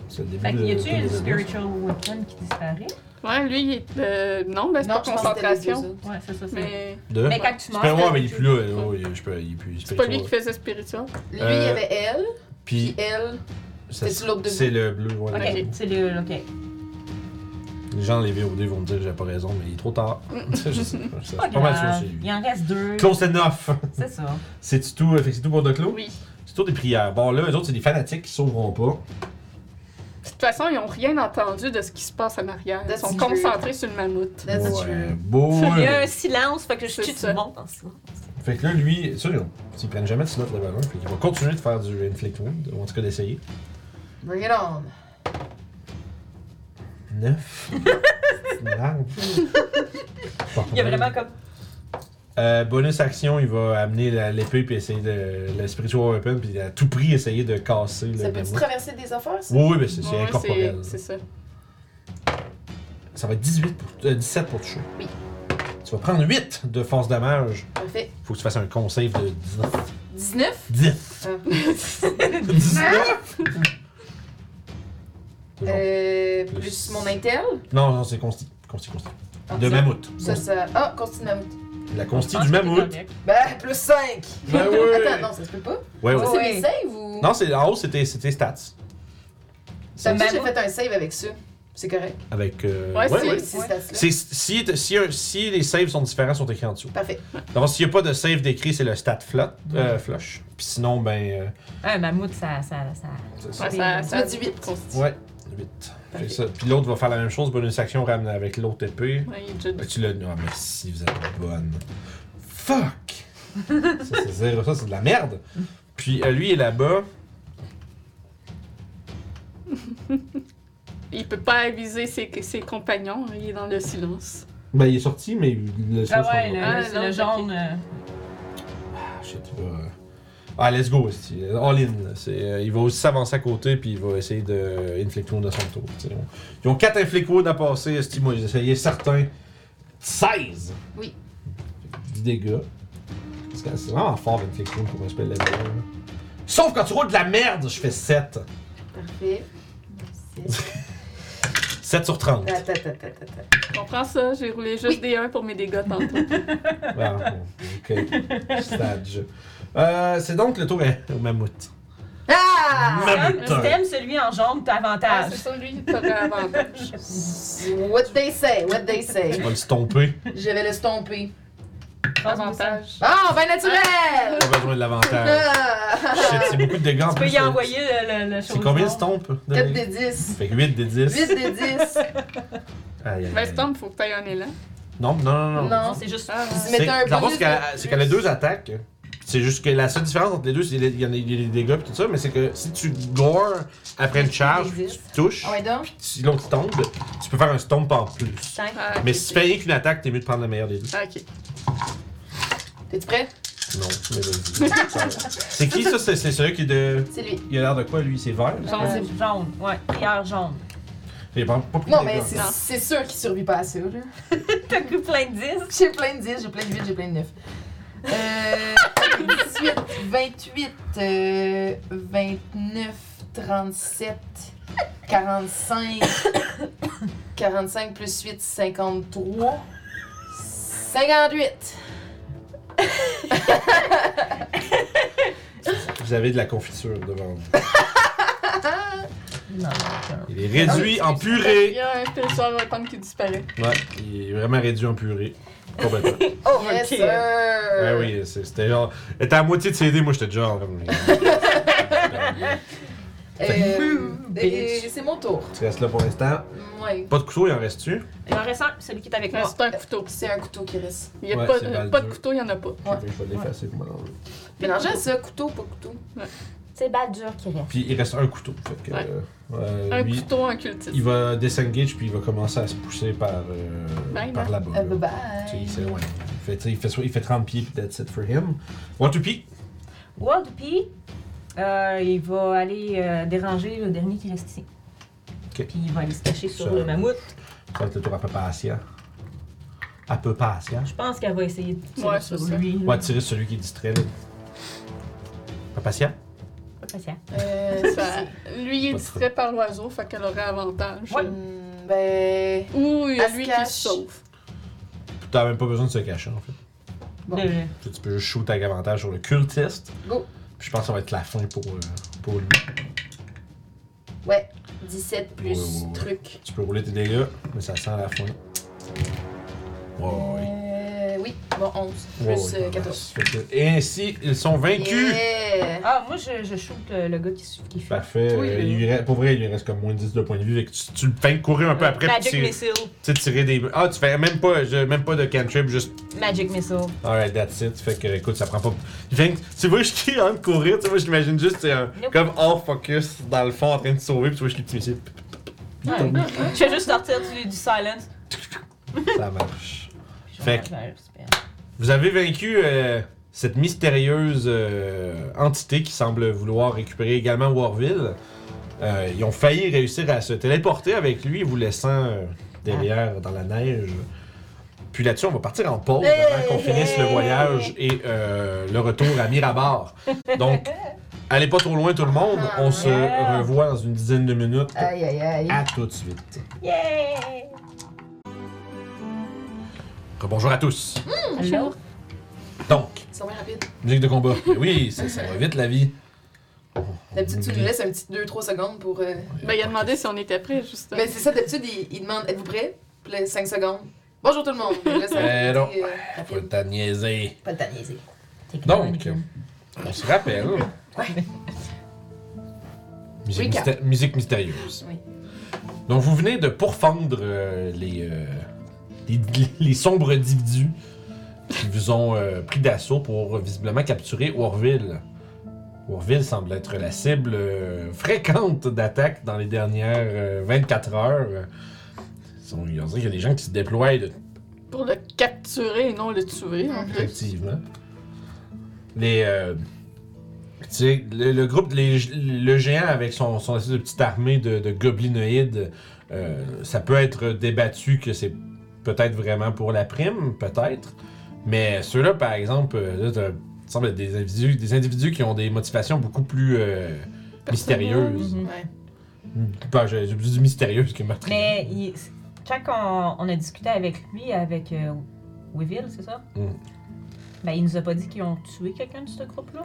Speaker 1: C'est le
Speaker 2: Fait
Speaker 1: début
Speaker 2: que
Speaker 1: de
Speaker 2: y a-tu
Speaker 1: tour de
Speaker 2: une
Speaker 1: bonus.
Speaker 2: spiritual weapon qui disparaît?
Speaker 4: Ouais, lui, il est. euh, non, ben, c'est
Speaker 3: Non,
Speaker 4: pas
Speaker 3: je pense que c'était les deux
Speaker 4: concentration.
Speaker 3: autres.
Speaker 2: Ouais, c'est ça, c'est.
Speaker 4: Mais
Speaker 1: De?
Speaker 2: Mais quand tu
Speaker 1: C'est
Speaker 2: mords.
Speaker 1: pas moi,
Speaker 2: t'as-
Speaker 1: mais il est plus là. là. Oh, il- je peux- il est plus- il est
Speaker 4: c'est
Speaker 1: plus
Speaker 4: pas lui
Speaker 1: sur-
Speaker 4: qui faisait spirituel.
Speaker 3: Lui, il y
Speaker 1: Euh,
Speaker 3: avait elle, puis
Speaker 1: Puis,
Speaker 3: elle.
Speaker 1: ça-
Speaker 3: c'est-tu l'autre debout?
Speaker 1: c'est le bleu. ouais,
Speaker 4: Ok.
Speaker 1: le
Speaker 2: Ok,
Speaker 1: bleu.
Speaker 2: c'est le. Ok.
Speaker 1: Les gens, les VOD vont me dire que j'ai pas raison, mais il est trop tard. (laughs) je sais pas. je sais
Speaker 2: Pas
Speaker 1: pas mal sûr,
Speaker 2: grave.
Speaker 1: c'est lui.
Speaker 2: Il en reste deux.
Speaker 1: Close (laughs) enough!
Speaker 2: C'est ça.
Speaker 1: C'est tout, euh, fait que c'est tout pour Doclo?
Speaker 4: Oui.
Speaker 1: C'est tout des prières. Bon, là, eux autres, c'est des fanatiques qui sauveront pas.
Speaker 4: De toute façon, ils n'ont rien entendu de ce qui se passe en arrière. Ils
Speaker 3: That's
Speaker 4: sont
Speaker 3: true.
Speaker 4: concentrés sur le mammouth.
Speaker 3: That's
Speaker 1: ouais,
Speaker 3: true.
Speaker 1: beau.
Speaker 2: Il y a
Speaker 1: Oh, ouais.
Speaker 2: un silence, fait que je
Speaker 4: C'est
Speaker 2: tue tout
Speaker 4: ça.
Speaker 2: le monde en silence.
Speaker 1: Fait que là, lui, ça, ils- s'ils prennent jamais de slot level 1, fait qu'il va continuer de faire du inflict wound, ou en tout cas d'essayer.
Speaker 3: Bring it on.
Speaker 1: 9.
Speaker 2: Il y a vraiment comme.
Speaker 1: Euh, bonus action, il va amener la- l'épée puis essayer de. la spiritual weapon puis à tout prix essayer de casser le.
Speaker 3: Ça
Speaker 1: gamin.
Speaker 3: peut-tu traverser des affaires, ça?
Speaker 1: Oui, oui, mais c'est c'est
Speaker 4: Ouais,
Speaker 1: incorporel.
Speaker 4: c'est- C'est ça.
Speaker 1: Ça va être 18 pour, euh, 17 pour toucher.
Speaker 3: Oui.
Speaker 1: Tu vas prendre 8 de force damage.
Speaker 3: Parfait.
Speaker 1: Faut que tu fasses un conseil de 19.
Speaker 3: 19?
Speaker 1: 10.
Speaker 3: Ah. (laughs)
Speaker 1: 19! Toujours.
Speaker 3: Euh,
Speaker 1: Plus.
Speaker 3: plus mon intel.
Speaker 1: Non, non, c'est consti. Consti, consti.
Speaker 3: Ah,
Speaker 1: De
Speaker 3: ça-
Speaker 1: mammouth.
Speaker 3: Ça, ça. Ah, continue mammouth.
Speaker 1: La
Speaker 2: Ah,
Speaker 1: consti du mammouth.
Speaker 3: Ben, plus 5!
Speaker 1: Ben oui.
Speaker 3: (laughs) Attends, non, ça se peut pas.
Speaker 1: Ouais, ouais.
Speaker 3: Ça,
Speaker 2: Oh.
Speaker 3: c'est
Speaker 2: Ouais.
Speaker 3: mes saves ou.
Speaker 1: Non, c'est en haut, c'était c'était stats.
Speaker 3: ça
Speaker 1: C'est-
Speaker 3: me dit que j'ai
Speaker 2: mammouth.
Speaker 3: fait un save avec ça. C'est correct.
Speaker 1: Avec. euh,
Speaker 4: Ouais,
Speaker 3: C'est
Speaker 4: ouais.
Speaker 3: ces
Speaker 2: Ouais.
Speaker 3: stats-là.
Speaker 1: C'est- si, si, si les saves sont différents, sont écrits en dessous.
Speaker 3: Parfait.
Speaker 1: Donc, s'il n'y a pas de save décrit, c'est le stat flot, euh, flush. Puis sinon, ben. euh,
Speaker 2: Un Ah, mammouth, ça. ça, ça...
Speaker 1: c'est ça.
Speaker 4: Ouais, ça,
Speaker 2: Tu
Speaker 4: ça
Speaker 3: m'as dit huit.
Speaker 4: constitue.
Speaker 1: Ouais. 8. Fait ça. Puis l'autre va faire la même chose, bonus action, ramener avec l'autre épée.
Speaker 4: Ouais, il est déjà
Speaker 1: Ah, tu l'as. Ah, merci, vous êtes bonne.
Speaker 2: (laughs)
Speaker 1: Fuck! ça, c'est zéro. Ça, c'est de la merde. Puis euh, lui est là-bas.
Speaker 4: Il peut pas aviser ses, ses compagnons, hein, il est dans le silence.
Speaker 1: Ben, il est sorti, mais il le
Speaker 2: Ah ouais,
Speaker 4: Ah,
Speaker 2: le, c'est
Speaker 4: non,
Speaker 2: le
Speaker 4: ok.
Speaker 2: jaune. euh,
Speaker 1: Ah, shit, il va- Ah, let's go, esti. all in. là. C'est, euh, il va aussi s'avancer à côté, puis il va essayer de euh, inflict wound à son tour. tu sais. Ils ont 4 inflict wound à passer, esti. Moi, j'ai essayé certains. 16!
Speaker 3: Oui.
Speaker 1: Du dégât. Parce que C'est vraiment fort, inflict wound, pour un spell level. là. Sauf quand tu roules de la merde, je fais 7.
Speaker 3: Parfait.
Speaker 1: 7 sur 30.
Speaker 3: Ta, ta, ta, ta, ta, ta.
Speaker 4: Tu comprends ça? J'ai roulé juste des 1 pour mes dégâts tantôt.
Speaker 1: Ah, bon, ok. Stade. jeu. Euh, c'est donc le tour à- au mammouth.
Speaker 3: Ah!
Speaker 1: Mammouth!
Speaker 2: Si t'aimes celui en jaune, t'as
Speaker 4: Ah,
Speaker 2: avantage.
Speaker 4: c'est ça, lui, t'aurais avantage.
Speaker 3: What they say, what they say.
Speaker 1: Tu vas le stomper.
Speaker 3: Je vais le stomper.
Speaker 4: (laughs) Avantage.
Speaker 3: Ah, ben naturel!
Speaker 1: Pas besoin de l'avantage. Shit,
Speaker 3: Ah!
Speaker 1: c'est beaucoup de dégâts. en
Speaker 2: Tu peux
Speaker 1: plus,
Speaker 2: y
Speaker 1: euh,
Speaker 2: envoyer le, le, le
Speaker 1: C'est
Speaker 2: chose
Speaker 1: combien
Speaker 2: noire.
Speaker 1: stomp?
Speaker 3: 4 des 10.
Speaker 1: Fait que 8 des 10.
Speaker 3: 8
Speaker 1: (laughs)
Speaker 3: des 10.
Speaker 1: Aïe, aïe,
Speaker 4: Ben,
Speaker 1: aïe.
Speaker 4: Storm, faut que t'ailles un élan.
Speaker 1: Non, non, non, non.
Speaker 3: Non.
Speaker 2: Non, c'est juste.
Speaker 4: Ah, ouais.
Speaker 1: C'est
Speaker 3: Mais t'as un
Speaker 1: la force
Speaker 3: bonus
Speaker 1: qu'elle
Speaker 3: de
Speaker 1: a- c'est qu'elle a deux attaques. C'est juste que la seule différence entre les deux, c'est qu'il y en a il y a des dégâts et tout ça, mais c'est que si tu gore après une charge,
Speaker 3: Des
Speaker 1: tu
Speaker 3: dix.
Speaker 1: touches,
Speaker 3: Ah ouais, donc.
Speaker 1: si l'autre tombe, tu peux faire un stomp en plus.
Speaker 2: Cinq.
Speaker 4: Ah, ok,
Speaker 1: Mais si tu fais rien qu'une attaque, t'es mieux de prendre la meilleure des deux.
Speaker 4: Ah, ok.
Speaker 3: T'es-tu prêt?
Speaker 1: Non, mais vas-y.
Speaker 3: (laughs)
Speaker 1: C'est qui ça? C'est c'est celui qui est de.
Speaker 3: C'est lui.
Speaker 1: Il a l'air de quoi lui? C'est vert?
Speaker 2: Jaune, c'est jaune. Ouais, prière jaune.
Speaker 1: Il a pas, pas pris de
Speaker 3: Non, mais
Speaker 1: dégâts.
Speaker 3: c'est
Speaker 4: Non.
Speaker 3: c'est sûr qu'il survit pas à ça, là.
Speaker 2: T'as cru plein de 10.
Speaker 3: J'ai plein de 10, j'ai plein de 8, j'ai plein de 9. Euh, 18, 28, euh, 29, 37, 45, 45 plus 8, 53, 58.
Speaker 1: Vous avez de la confiture devant vous.
Speaker 2: Non,
Speaker 1: Il est réduit en purée.
Speaker 4: Il y a un pêcheur automne qui disparaît.
Speaker 1: Ouais, il est vraiment réduit en purée. Complètement.
Speaker 2: Oh,
Speaker 3: Yes, sir!
Speaker 1: Ouais, Ben oui, c'est- c'était genre. Elle était à moitié de CD, moi j'étais déjà en comme.
Speaker 3: Euh,
Speaker 2: Bitch.
Speaker 3: et c'est mon tour.
Speaker 1: tu restes là pour l'instant.
Speaker 3: Ouais.
Speaker 1: Pas de couteau, il en reste-tu?
Speaker 2: Il en reste un, celui qui est avec
Speaker 4: Mais
Speaker 2: moi.
Speaker 4: C'est un couteau.
Speaker 3: C'est un couteau qui reste.
Speaker 4: Il y a
Speaker 1: Ouais,
Speaker 4: pas, euh,
Speaker 1: c'est mal
Speaker 4: pas de
Speaker 1: dur.
Speaker 4: couteau, il y en a pas.
Speaker 3: Ouais.
Speaker 1: Fait que Je vais l'effacer pour moi.
Speaker 3: Mélangez ça, couteau, pas couteau.
Speaker 2: C'est Badger qui reste.
Speaker 1: Puis il reste un couteau. Fait que.
Speaker 4: Ouais.
Speaker 1: euh,
Speaker 4: Un
Speaker 1: lui,
Speaker 4: couteau, un cultiste.
Speaker 1: il va disengage puis il va commencer à se pousser par, euh,
Speaker 4: Bye,
Speaker 1: par
Speaker 4: bye.
Speaker 1: là-bas.
Speaker 3: Euh,
Speaker 1: là.
Speaker 3: bye
Speaker 1: Tu sais,
Speaker 3: bye.
Speaker 1: Il s'éloigne. Il fait, tu sais, il, fait, so- il fait 30 pieds puis that's it for him. One to pee.
Speaker 2: Waldpi, euh, il va aller euh, déranger le dernier qui reste ici.
Speaker 1: Ok.
Speaker 2: Puis il va aller se cacher sur
Speaker 1: Ça-
Speaker 2: le mammouth.
Speaker 1: Ça va être le tour à peu patient. À peu patient.
Speaker 2: Je pense qu'elle va essayer de tirer
Speaker 4: Ouais,
Speaker 2: sur
Speaker 4: c'est ça.
Speaker 2: lui.
Speaker 1: On va tirer celui qui est distrait. là. Pas patient.
Speaker 2: Pas patient.
Speaker 4: Euh, ça- Lui, il est
Speaker 1: Pas
Speaker 4: distrait par l'oiseau, fait qu'elle aurait avantage.
Speaker 2: Ouais.
Speaker 3: Hum, ben.
Speaker 4: Ou il y a
Speaker 3: Elle se
Speaker 4: lui qui
Speaker 3: cache.
Speaker 4: se sauve.
Speaker 1: T'as même pas besoin de se cacher en fait.
Speaker 3: Bon.
Speaker 2: Le-
Speaker 1: Tu tu peux juste shoot avec avantage sur le cultiste.
Speaker 3: Go.
Speaker 1: Puis je pense que ça va être la fin pour, euh, pour lui.
Speaker 3: Ouais. 17 plus
Speaker 1: Ouais, ouais, ouais.
Speaker 3: truc.
Speaker 1: Tu peux rouler tes dégâts, mais ça sent la fin. Ouais, ouais,
Speaker 3: Euh, oui, bon, 11
Speaker 1: ouais.
Speaker 3: plus
Speaker 1: Ouais,
Speaker 3: euh,
Speaker 1: ouais,
Speaker 3: 14.
Speaker 1: ouais. Fait que- Et ainsi, ils sont vaincus!
Speaker 3: Yeah!
Speaker 2: Ah, moi, je, je shoot euh, le gars qui, su- qui fait.
Speaker 1: Parfait.
Speaker 4: Oui,
Speaker 1: Euh,
Speaker 4: oui.
Speaker 1: il lui reste- pour vrai, il lui reste comme moins de 10 de points de vie. Fait que tu, tu le fais courir
Speaker 3: Mm.
Speaker 1: un peu après. puis
Speaker 2: Magic
Speaker 1: tu-
Speaker 2: Missile.
Speaker 1: Tu sais, tirer des. Ah, tu fais même pas, je- même pas de cantrip, juste.
Speaker 2: Magic Missile.
Speaker 1: Alright, that's it. Fait que, écoute, ça prend pas. Il vient- Tu vois, je suis en train de courir. Tu vois, j'imagine juste, c'est un-
Speaker 2: Nope.
Speaker 1: comme hors focus, dans le fond, en train de sauver. Puis tu vois, je suis petit missile.
Speaker 2: Ouais. je vais juste sortir du, du silence.
Speaker 1: Ça marche.
Speaker 2: Puis je
Speaker 1: Fait
Speaker 2: vais
Speaker 1: que-
Speaker 2: faire le spell.
Speaker 1: Vous avez vaincu euh, cette mystérieuse euh, entité qui semble vouloir récupérer également Warville. Euh, ils ont failli réussir à se téléporter avec lui, vous laissant euh, derrière dans la neige. Puis là-dessus, on va partir en pause avant qu'on finisse le voyage et euh, le retour à Mirabar. Donc, allez pas trop loin tout le monde. On se
Speaker 2: Yeah.
Speaker 1: revoit dans une dizaine de minutes.
Speaker 3: Aïe, aïe, aïe.
Speaker 1: À tout de suite.
Speaker 2: Yay!
Speaker 1: Bonjour à tous.
Speaker 2: Allô?
Speaker 1: Donc,
Speaker 3: C'est bien rapide.
Speaker 1: musique de combat. Oui, ça, ça va vite la vie.
Speaker 3: D'habitude, tu nous laisses un petit 2-3 secondes pour. euh,
Speaker 4: Ben, il a demandé si on était prêts, juste.
Speaker 3: Mais c'est ça, d'habitude, il, il demande Êtes-vous prêts Puis là, 5 secondes. Bonjour tout le monde. Là, ça va
Speaker 1: Eh non.
Speaker 3: être, euh,
Speaker 1: Faut le
Speaker 3: rapide.
Speaker 1: temps de niaiser.
Speaker 3: Pas le temps de niaiser.
Speaker 1: Donc, euh, on se rappelle. Musique,
Speaker 3: Recap.
Speaker 1: mysta- musique mystérieuse.
Speaker 3: Oui.
Speaker 1: Donc, vous venez de pourfendre euh, les, euh, les, les sombres individus qui vous ont euh, pris d'assaut pour visiblement capturer Orville. Orville semble être la cible euh, fréquente d'attaques dans les dernières euh, 24 heures. Ils sont- ils ont dit qu'il y a des gens qui se déploient de
Speaker 4: Pour le capturer et non le tuer, en plus.
Speaker 1: Effectivement. Les. euh, tu sais, le, le groupe, les- le géant avec son, son espèce de petite armée de, de goblinoïdes, euh, ça peut être débattu que c'est peut-être vraiment pour la prime, peut-être. Mais ceux-là, par exemple, euh, là, t'as- il semble être des individus, des individus qui ont des motivations beaucoup plus euh, mystérieuses.
Speaker 2: Mhm.
Speaker 1: Pas, j'ai j'ai plus dit mystérieuses que meurtrières.
Speaker 2: Mais il- quand on, on a discuté avec lui, avec euh, Weevil, c'est ça?
Speaker 1: Mm.
Speaker 2: Ben, il nous a pas dit qu'ils ont tué quelqu'un de ce groupe-là?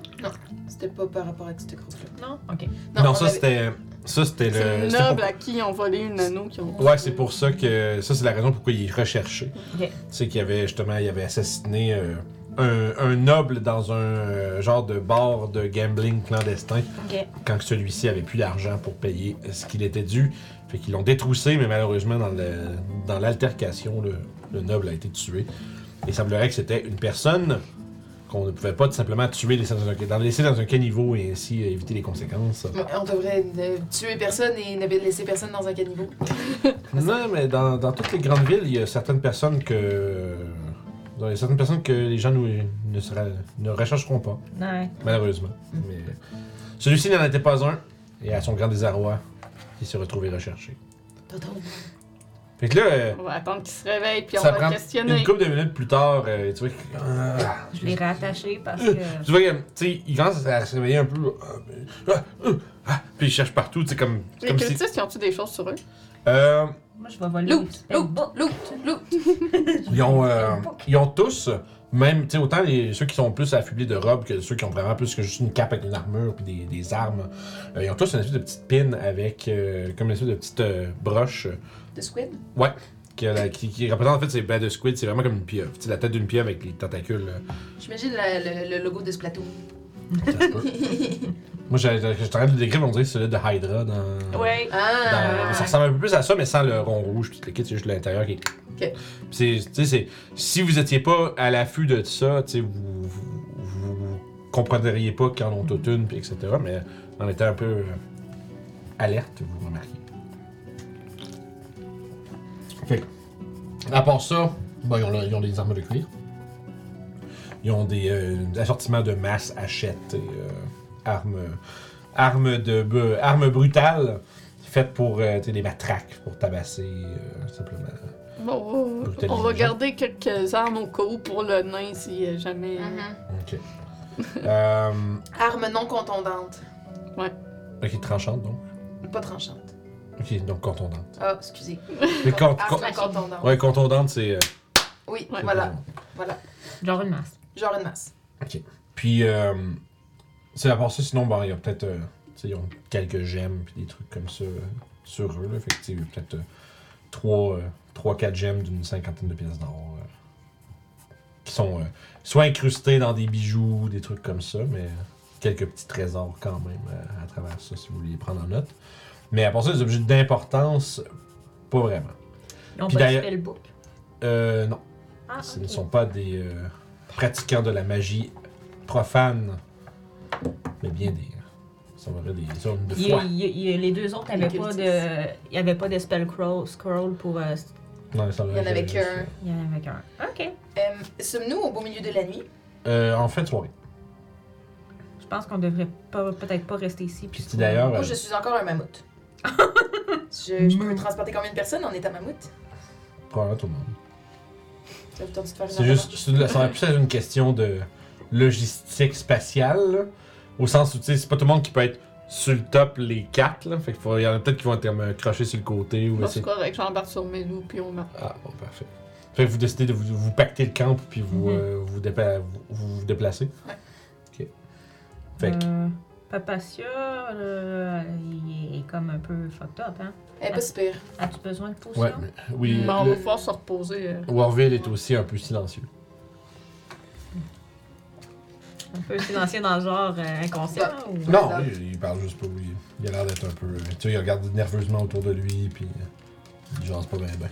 Speaker 3: C'était pas par rapport à ce groupe-là.
Speaker 2: Non? Ok.
Speaker 1: Non,
Speaker 3: on
Speaker 1: ça,
Speaker 3: avait-
Speaker 1: c'était. Ça, c'était
Speaker 4: C'est
Speaker 1: le.
Speaker 4: une
Speaker 1: c'était pour-
Speaker 4: noble à qui on volé une anneau qui ont.
Speaker 1: Ouais, c'est pour ça que. Ça, c'est la raison pourquoi il est recherché.
Speaker 2: Ok.
Speaker 1: Tu sais qu'il y avait justement, il avait assassiné euh, un, un noble dans un euh, genre de bar de gambling clandestin
Speaker 2: Ok.
Speaker 1: quand celui-ci avait plus d'argent pour payer ce qu'il était dû. Fait qu'ils l'ont détroussé, mais malheureusement, dans le- dans l'altercation, le, le noble a été tué. Il semblerait que c'était une personne qu'on ne pouvait pas tout simplement tuer, laisser dans un, dans- laisser dans un caniveau et ainsi éviter les conséquences.
Speaker 3: Ouais, On devrait ne tuer personne et ne laisser personne dans un caniveau.
Speaker 1: Non, mais dans, dans toutes les grandes villes, il y a certaines personnes que. Dans les- certaines personnes que les gens nous- ne, sera- ne rechercheront pas,
Speaker 2: Ouais.
Speaker 1: malheureusement.
Speaker 4: Mm.
Speaker 1: Mais celui-ci n'en était pas un, et à son grand désarroi, il s'est retrouvé recherché.
Speaker 3: Tonton.
Speaker 1: Fait que là, euh,
Speaker 4: On va attendre qu'il se réveille puis on
Speaker 1: ça
Speaker 4: va
Speaker 1: prend
Speaker 4: le questionner.
Speaker 1: une couple de minutes plus tard, euh, tu vois. que- Ah.
Speaker 2: Je l'ai rattaché parce que.
Speaker 1: Tu vois, que, tu sais, il commence à se réveiller un peu. Ah, ah, ah, puis il cherche partout, tu sais, comme.
Speaker 4: Les
Speaker 1: comme si.
Speaker 4: cultistes, ils ont-tu des choses sur eux?
Speaker 1: Euh,
Speaker 2: Moi, je vais voler.
Speaker 3: Loot, loot, loot, loot.
Speaker 1: Ils ont, euh, ils ont tous, même, tu sais, autant les, ceux qui sont plus affublés de robes que ceux qui ont vraiment plus que juste une cape avec une armure puis des, des armes, euh, ils ont tous une espèce de petite pin avec, euh, comme une espèce de petite euh, broche euh,
Speaker 3: De squid.
Speaker 1: qui, a la- qui- qui représente en fait ces baies de squid, c'est vraiment comme une pieuvre, tu sais, la tête d'une pieuvre avec les tentacules. euh,
Speaker 3: J'imagine la- le, le logo de ce plateau.
Speaker 1: ça se peut. Moi, j'étais en train de le décrire, mais on dirait que c'est celui de Hydra dans.
Speaker 2: Ouais.
Speaker 1: Dans-
Speaker 3: Ah!
Speaker 1: ça ressemble un peu plus à ça, mais sans le rond rouge, puis le kit, c'est juste l'intérieur qui est. Puis
Speaker 3: Ok.
Speaker 1: c'est- tu sais, c'est- si vous étiez pas à l'affût de ça, tu sais, vous, vous, vous comprendriez pas qu'ils en ont toute une, puis etc. Mais en étant un peu euh, alerte, vous remarquez. Fait que, à part ça, bon, ils, ont, le- ils ont des armes de cuir. Ils ont des euh, assortiments de masse, hachettes et euh, armes, armes, de, bu- armes brutales faites pour euh, tu sais, des matraques, pour tabasser, euh, simplement.
Speaker 4: Bon,
Speaker 1: Brutaliser
Speaker 4: on va
Speaker 1: les gens.
Speaker 4: garder quelques armes au cas où pour le nain si euh, jamais.
Speaker 3: Mhm.
Speaker 1: Ok. (laughs) euh,
Speaker 3: Arme non contondante.
Speaker 1: ok, tranchante donc.
Speaker 3: Pas tranchante.
Speaker 1: Ok, donc contondante.
Speaker 3: Ah, excusez. Ah,
Speaker 1: Mais con-
Speaker 3: Arme
Speaker 1: con-
Speaker 3: contondante.
Speaker 1: ouais, contondante, c'est. euh,
Speaker 3: Oui,
Speaker 4: Ouais.
Speaker 3: voilà.
Speaker 2: Genre une masse.
Speaker 3: Genre une masse.
Speaker 1: Puis, euh, c'est à part ça, sinon, bon, il y a peut-être. euh, tu sais, ils ont quelques gemmes, puis des trucs comme ça euh, sur eux, là. Fait que, tu sais, il y a peut-être euh, 3, 4 gemmes d'une cinquantaine de pièces d'or. euh, qui sont euh, soit incrustées dans des bijoux, des trucs comme ça, mais quelques petits trésors quand même euh, à travers ça, si vous voulez les prendre en note. Mais à part ça, les objets d'importance, pas vraiment.
Speaker 2: Ils ont
Speaker 1: Puis
Speaker 2: pas de
Speaker 1: d'ailleurs-
Speaker 2: spellbook.
Speaker 1: Euh, non.
Speaker 2: Ah,
Speaker 1: Ce
Speaker 2: ok.
Speaker 1: ne sont pas des euh, pratiquants de la magie profane, mais bien des. euh, Ça va des hommes de
Speaker 2: Il-
Speaker 1: foi.
Speaker 2: il- il- les deux autres n'avaient
Speaker 3: Les
Speaker 2: pas de.
Speaker 3: cultistes.
Speaker 2: Il n'y avait pas de spell scroll, scroll pour. euh,
Speaker 1: Non, ça va
Speaker 3: Il y en
Speaker 1: être,
Speaker 3: avait
Speaker 1: euh,
Speaker 3: qu'un.
Speaker 2: il y en avait qu'un. Ok.
Speaker 3: Euh, Sommes-nous au beau milieu de la nuit?
Speaker 1: Euh, en fin de soirée.
Speaker 2: Je pense qu'on devrait pas- peut-être pas rester ici.
Speaker 1: Puis c'est d'ailleurs.
Speaker 3: Moi,
Speaker 1: euh,
Speaker 3: je suis encore un mammouth. je, je peux
Speaker 2: Mm.
Speaker 3: transporter combien de personnes en état mammouth?
Speaker 1: probablement tout le monde.
Speaker 3: Ça vous tente de faire une
Speaker 1: C'est juste. c'est- Ça va plus être une question de logistique spatiale, là. au sens où, tu sais, c'est pas tout le monde qui peut être sur le top les quatre, là. Fait qu'il faut- il y en a peut-être qui vont être comme, euh, crochés sur le côté ou
Speaker 4: Bon,
Speaker 1: essayer
Speaker 4: c'est correct, j'embarque sur mes loups puis on meurt.
Speaker 1: Ah, bon, parfait. Fait que vous décidez de vous, vous pacter le camp puis vous,
Speaker 2: Mhm.
Speaker 1: euh, vous, dépa- vous- vous vous déplacez.
Speaker 3: Ouais.
Speaker 1: Ok. Fait que,
Speaker 2: Euh, Papacia, euh, il est comme un peu fucked up, hein.
Speaker 3: Eh, pas si pire.
Speaker 2: As-tu besoin de potions?
Speaker 1: ouais, mais- oui.
Speaker 4: Mm. Bon, on
Speaker 1: le-
Speaker 4: va pouvoir se reposer. euh.
Speaker 1: Warville est aussi un peu silencieux.
Speaker 2: On peut se lancer dans le genre euh, inconscient ou...
Speaker 1: Non,
Speaker 3: Hasard.
Speaker 1: il, il parle juste pas. Il, il a l'air d'être un peu. euh, Tu sais, il regarde nerveusement autour de lui, puis euh, il jase pas bien. Ben.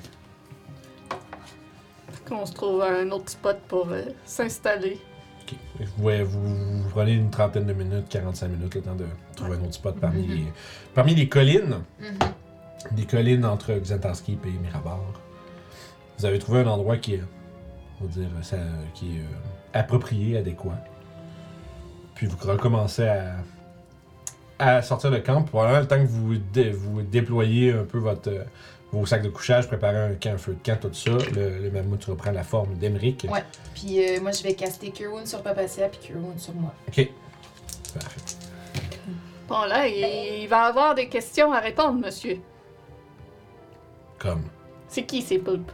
Speaker 4: Qu'on se trouve un autre spot pour euh, s'installer.
Speaker 1: Ok. Ouais, vous, vous prenez une trentaine de minutes, 45 minutes, le temps de trouver un autre spot parmi, les, parmi les collines.
Speaker 3: Mhm.
Speaker 1: Des collines entre Xantarski et Mirabar. Vous avez trouvé un endroit qui est, on va dire, ça- qui est euh, approprié, adéquat. Puis vous recommencez à, à sortir de camp. Voilà, le temps que vous, dé- vous déployez un peu votre, euh, vos sacs de couchage, préparez un, camp, un feu de camp, tout ça, le, le mammouth reprend la forme d'Emeric.
Speaker 3: Ouais. Puis euh, moi, je vais caster Cure Wound sur Papacia puis Cure Wound sur moi.
Speaker 1: Ok. Parfait.
Speaker 4: Bon, là, il, il va avoir des questions à répondre, monsieur.
Speaker 1: Comme
Speaker 4: C'est qui ces poulpes?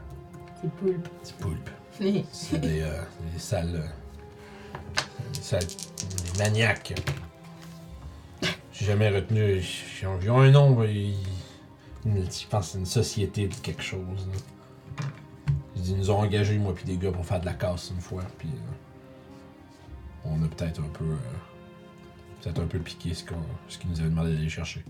Speaker 3: C'est (laughs) poulpe.
Speaker 1: des poulpes. C'est des, euh, des sales. euh, Des sales. Des maniaques. J'ai jamais retenu. Ils ont, ils ont un nom. ils- une- je pense que c'est une société de quelque chose. là. Ils ils nous ont engagés, moi puis des gars, pour faire de la casse une fois. Puis. euh, on a peut-être un peu. euh, peut-être un peu piqué ce qu'on- ce qu'ils nous avaient demandé d'aller chercher.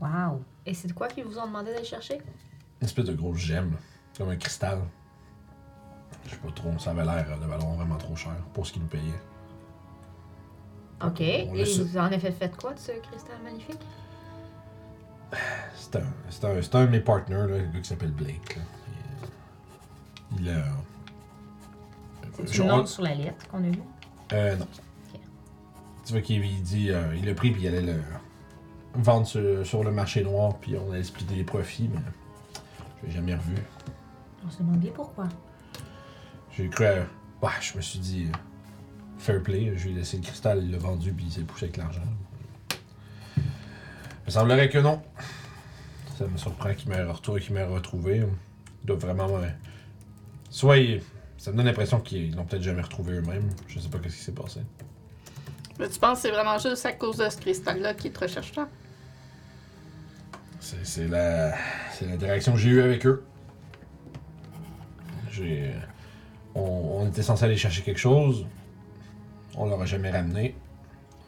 Speaker 2: Wow. Et c'est de quoi qu'ils vous ont demandé d'aller chercher?
Speaker 1: Une espèce de grosse gemme, là, comme un cristal. Je sais pas trop, ça avait l'air de valoir vraiment trop cher pour ce qu'ils nous payaient.
Speaker 2: Ok.
Speaker 1: On le
Speaker 2: Et
Speaker 1: sait.
Speaker 2: vous en avez fait quoi de ce cristal magnifique?
Speaker 1: C'est un, c'est un, c'est un de mes partners, là, le gars qui s'appelle Blake. là. Il a.
Speaker 2: C'est
Speaker 1: Je-
Speaker 2: une
Speaker 1: on-
Speaker 2: autre sur la lettre qu'on a vue.
Speaker 1: euh, non.
Speaker 2: Ok.
Speaker 1: Tu vois qu'il il dit. euh, il l'a pris, puis il allait le vendre sur, sur le marché noir, puis on allait splitter les profits, mais je l'ai jamais revu.
Speaker 2: On se demande bien pourquoi.
Speaker 1: J'ai cru à- Ouais, je me suis dit. euh, Fair play, je lui ai laissé le cristal, il l'a vendu, puis il s'est poussé avec l'argent. Il me semblerait que non. Ça me surprend qu'il m'ait retourné, qu'il m'ait retrouvé. Il doit vraiment. euh, Soit il- Ça me donne l'impression qu'ils l'ont peut-être jamais retrouvé eux-mêmes. Je sais pas qu'est-ce qui s'est passé.
Speaker 4: Mais tu penses que c'est vraiment juste à cause de ce cristal-là qui te recherche tant?
Speaker 1: C'est c'est la. C'est l'interaction que j'ai eue avec eux. J'ai. euh, On, on était censé aller chercher quelque chose. On l'aura jamais ramené.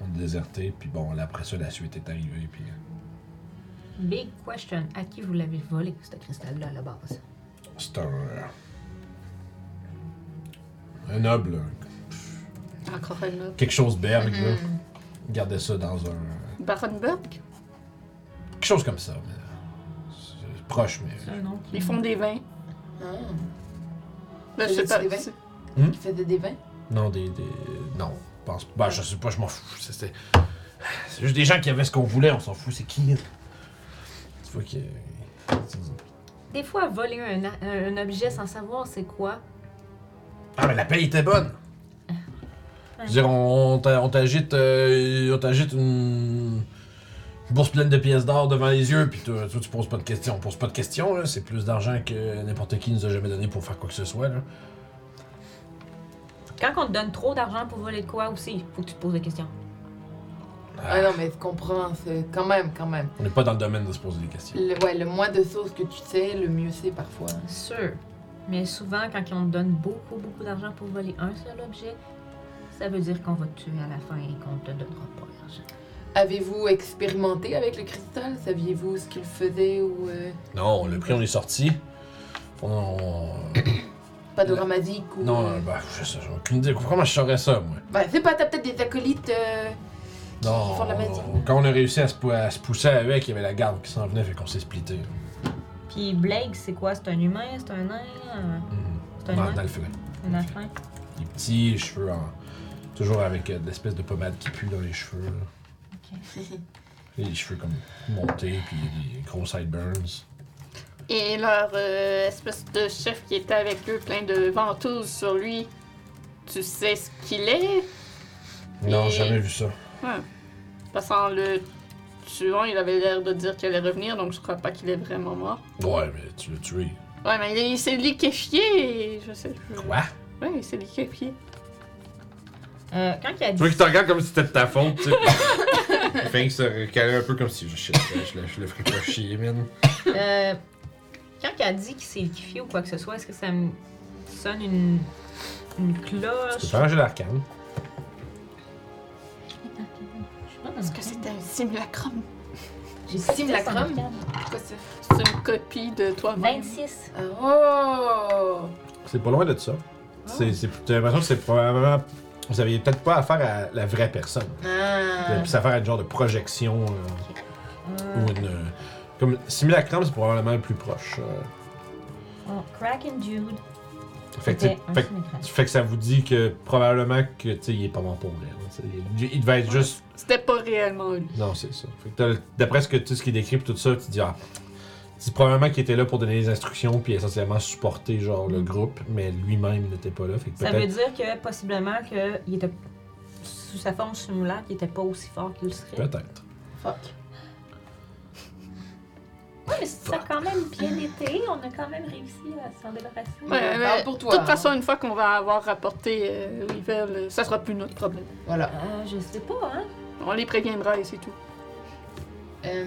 Speaker 1: On a déserté, puis bon, là, après ça, la suite est arrivée, puis. euh,
Speaker 2: Big question. À qui vous l'avez volé, ce cristal-là, à la base?
Speaker 1: C'est un. Un noble.
Speaker 4: Encore un autre.
Speaker 1: Quelque chose berg, là. Il gardait ça dans un.
Speaker 4: Barenberg?
Speaker 1: Quelque chose comme ça. mais- euh, c'est Proche, mais.
Speaker 2: nom
Speaker 4: Ils font des vins. Là, je sais
Speaker 3: Faisais-tu
Speaker 4: pas.
Speaker 3: des vins?
Speaker 4: c'est-
Speaker 3: Ah, Il fait des vins.
Speaker 1: Non, des. des... Non, je pense Bah, je sais pas, je m'en fous. C'était. C'est juste des gens qui avaient ce qu'on voulait, on s'en fout, c'est qui. hein? Tu vois que.
Speaker 2: Des fois, voler un, a- un objet sans savoir c'est quoi.
Speaker 1: Ah, mais la paye était bonne! Je veux dire, on, on t'a- on t'agite. euh, on t'agite une. une bourse pleine de pièces d'or devant les yeux, puis toi, toi, tu poses pas de questions. On pose pas de questions, là. C'est plus d'argent que n'importe qui nous a jamais donné pour faire quoi que ce soit, là.
Speaker 2: Quand on te donne trop d'argent pour voler de quoi aussi, faut que tu te poses des questions.
Speaker 3: Ah non, mais tu comprends, c'est- quand même, quand même.
Speaker 1: On n'est pas dans le domaine de se poser des questions.
Speaker 3: Le, ouais, le moins de sauce que tu sais, le mieux c'est parfois.
Speaker 2: Sûr. Mais souvent, quand on te donne beaucoup, beaucoup d'argent pour voler un seul objet, ça veut dire qu'on va te tuer à la fin et qu'on te donnera pas l'argent.
Speaker 3: Avez-vous expérimenté avec le cristal Saviez-vous ce qu'il faisait ou euh,
Speaker 1: Non, on l'a pris, on est sorti. On.
Speaker 3: pas de
Speaker 1: Le-
Speaker 3: ramazique ou
Speaker 1: Non,
Speaker 3: euh,
Speaker 1: euh, bah, je sais, j'ai aucune idée. Comment je saurais ça, moi?
Speaker 3: Ben, c'est pas t'as peut-être des acolytes. euh,
Speaker 1: Non, euh,
Speaker 3: Ils font de la magie.
Speaker 1: quand on a réussi à se, pou- à se pousser avec, il y avait la garde qui s'en venait, fait qu'on s'est splitté.
Speaker 2: Puis Blake, c'est quoi? C'est un humain? C'est un nain? euh, C'est un
Speaker 1: Dans,
Speaker 2: nain?
Speaker 1: dans le frais.
Speaker 2: Un enfant?
Speaker 1: Les petits cheveux en... Toujours avec euh, de l'espèce de pommade qui pue dans les cheveux. là.
Speaker 2: Ok.
Speaker 1: Les cheveux comme montés, puis des gros sideburns.
Speaker 4: Et leur euh, espèce de chef qui était avec eux, plein de ventouses sur lui. Tu sais ce qu'il est?
Speaker 1: Non,
Speaker 4: Et-
Speaker 1: jamais vu ça.
Speaker 4: Ouais. Parce qu'en le tuant, il avait l'air de dire qu'il allait revenir, donc je crois pas qu'il est vraiment mort.
Speaker 1: Ouais, mais tu l'as tué.
Speaker 4: Ouais, mais il- il s'est liquéfié! et Je sais. je-
Speaker 1: Quoi?
Speaker 4: Ouais, il s'est liquéfié.
Speaker 2: Euh, quand il a
Speaker 1: Tu
Speaker 2: dit...
Speaker 1: vois qu'il te regarde comme si c'était de ta faute, (laughs) tu sais. Il fait que se recaler un peu comme si je, shit, je, le- je le ferais pas chier, man.
Speaker 2: Euh, quand elle dit qu'il s'est liquéfié ou quoi que ce soit, est-ce que ça me sonne une une
Speaker 1: Tu peux
Speaker 2: cloche.
Speaker 1: faire un jeu d'arcane.
Speaker 4: Est-ce que c'est un simulacrum?
Speaker 2: J'ai
Speaker 3: simulacrum. Pourquoi ça?
Speaker 4: C'est une copie de toi-même.
Speaker 2: 26.
Speaker 3: Ah, Oh!
Speaker 1: C'est pas loin de ça. C'est, c'est, t'as l'impression que c'est probablement. Vous aviez peut-être pas affaire à la vraie personne. Vous avez
Speaker 3: Ah.
Speaker 1: plus affaire à une genre de projection euh, ou
Speaker 2: Ah.
Speaker 1: une. euh, comme simulacrum, c'est probablement le plus proche. euh.
Speaker 2: Oh, Crack and Jude.
Speaker 1: Fait que,
Speaker 2: C'était
Speaker 1: t'sais,
Speaker 2: un
Speaker 1: fait que-
Speaker 2: simulacrum.
Speaker 1: fait que ça vous dit que probablement que tu sais, il est pas mort pour vrai. là. C'est- Il, il devait être juste.
Speaker 4: C'était pas réellement lui.
Speaker 1: Non, c'est ça. Fait que t'as le- d'après ce que tout ce qui est décrit pis tout ça, tu dis ah. C'est probablement qu'il était là pour donner des instructions puis essentiellement supporter genre le groupe, mais lui-même n'était pas là. Fait que
Speaker 2: Mm. Ça veut
Speaker 1: peut-être.
Speaker 2: dire que possiblement qu'il était sous sa forme simulacre, il était pas aussi fort qu'il serait.
Speaker 1: Peut-être.
Speaker 3: Fuck.
Speaker 2: Ouais, mais ça a quand même bien été. On a quand même réussi à s'en débarrasser.
Speaker 3: Ouais. parle pour toi,
Speaker 4: De toute
Speaker 3: hein.
Speaker 4: façon, une fois qu'on va avoir rapporté euh, Rivel, euh, ça sera plus notre problème.
Speaker 3: Voilà.
Speaker 2: Euh, je sais pas, hein.
Speaker 4: On les préviendra et c'est tout.
Speaker 3: Euh,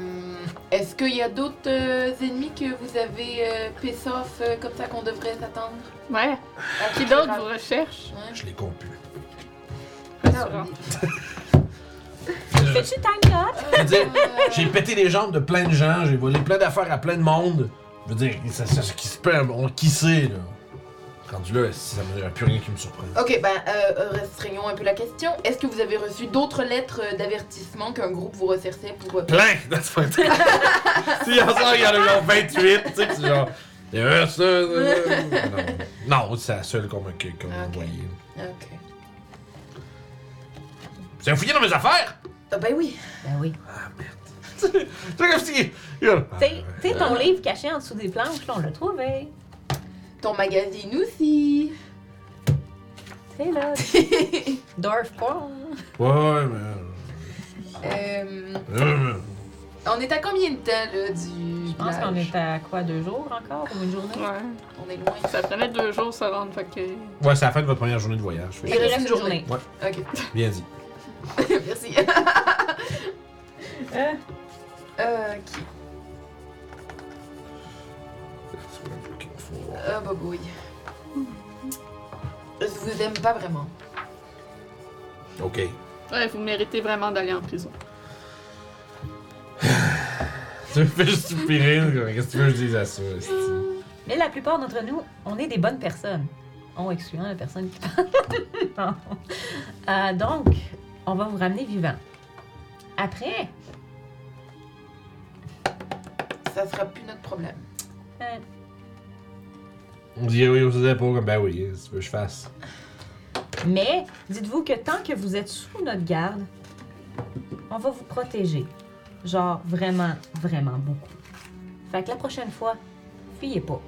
Speaker 3: Est-ce qu'il y a d'autres euh, ennemis que vous avez euh, piss off euh, comme ça qu'on devrait s'attendre? Ah,
Speaker 4: Ouais. Ah, Qui d'autre vous recherche?
Speaker 3: Ouais.
Speaker 1: Je l'ai compris.
Speaker 4: Rassurant.
Speaker 3: Euh,
Speaker 1: Euh.
Speaker 2: Fais-tu time up?
Speaker 1: Je veux dire,
Speaker 3: Euh,
Speaker 1: J'ai pété les jambes de plein de gens, j'ai volé plein d'affaires à plein de monde. Je veux dire, ça, ça- ça- qui se peut, on qui sait, là. Rendu là, ça me dirait plus rien qui me surprend.
Speaker 3: Ok, ben, euh, restreignons un peu la question. Est-ce que vous avez reçu d'autres lettres euh, d'avertissement qu'un groupe vous resserçait pour... euh,
Speaker 1: Plein! (laughs) That's fucked up. si il en sort, il y en a genre 28, tu sais, pis c'est genre. Il y a ça, ça, ça. Non, Non, c'est la seule qu'on m'a que- qu'on m'a
Speaker 3: Ok.
Speaker 1: envoyée.
Speaker 3: Ah, Ok.
Speaker 1: Vous avez fouillé dans mes affaires?
Speaker 3: Ah ben oui.
Speaker 2: Ben oui.
Speaker 1: Tu sais, comme si. Regarde.
Speaker 2: T'sais, t'sais, ton livre caché en dessous des planches, là, on l'a trouvé.
Speaker 3: Ton magazine aussi. (laughs)
Speaker 2: T'sais, là. Dorf Porn.
Speaker 1: Ouais, ouais, mais.
Speaker 3: Euh,
Speaker 1: euh,
Speaker 3: on est à combien de temps, là, du...
Speaker 2: Je pense qu'on est à quoi, deux jours encore ou une journée?
Speaker 4: Ouais.
Speaker 3: On est loin.
Speaker 4: Ça prenait deux jours se rendre, fait que...
Speaker 1: Ouais, c'est la fin de votre première journée de voyage. Fait
Speaker 3: Il
Speaker 1: que-
Speaker 3: reste une journée. Ok, (laughs)
Speaker 1: Bien dit.
Speaker 3: merci. (laughs)
Speaker 2: Euh,
Speaker 3: ok. Ah bah oui. Je vous aime pas vraiment.
Speaker 1: Ok.
Speaker 4: Ouais, vous méritez vraiment d'aller en prison.
Speaker 1: (laughs) Tu me fais juste soupirer, là, qu'est-ce que tu veux que je dise à ça? esti?
Speaker 2: Mais la plupart d'entre nous, on est des bonnes personnes. On excluant la personne qui parle. (laughs) Pardon. Euh, donc, on va vous ramener vivant. Après,
Speaker 3: Ça sera plus notre problème.
Speaker 2: euh,
Speaker 1: On dit oui, on se pas comme ben oui, si tu veux que je fasse.
Speaker 2: mais dites-vous que tant que vous êtes sous notre garde, on va vous protéger. Genre vraiment, vraiment beaucoup. Fait que la prochaine fois, fuyez pas.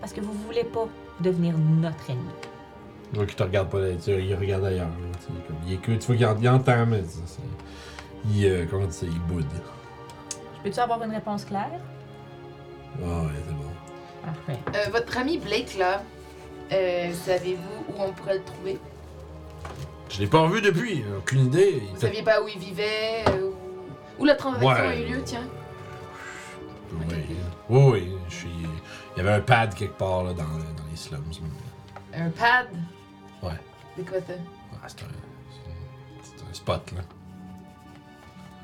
Speaker 2: Parce que vous voulez pas devenir notre ennemi.
Speaker 1: Donc il te regarde pas, là, tu sais, il regarde ailleurs. là, tu sais, comme, il est que, tu vois qu'il en- il entend, mais ça, c'est- il, euh, comment on dit ça, il boude.
Speaker 2: Peux-tu avoir une réponse claire?
Speaker 1: Ah ouais, c'est bon.
Speaker 2: Parfait.
Speaker 3: Euh, votre ami Blake, là, euh, savez-vous où on pourrait le trouver?
Speaker 1: Je l'ai pas revu depuis, aucune idée. Il
Speaker 3: Vous
Speaker 1: t'a-
Speaker 3: saviez pas où il vivait? euh, où... où la transaction
Speaker 1: Ouais.
Speaker 3: a eu lieu, tiens?
Speaker 1: Oui, oui, oui, je suis... Il y avait un pad quelque part là, dans, dans les slums.
Speaker 3: Un pad?
Speaker 1: Ouais.
Speaker 3: C'est quoi ça?
Speaker 1: Ah, c'est un, c'est un- c'est un spot là.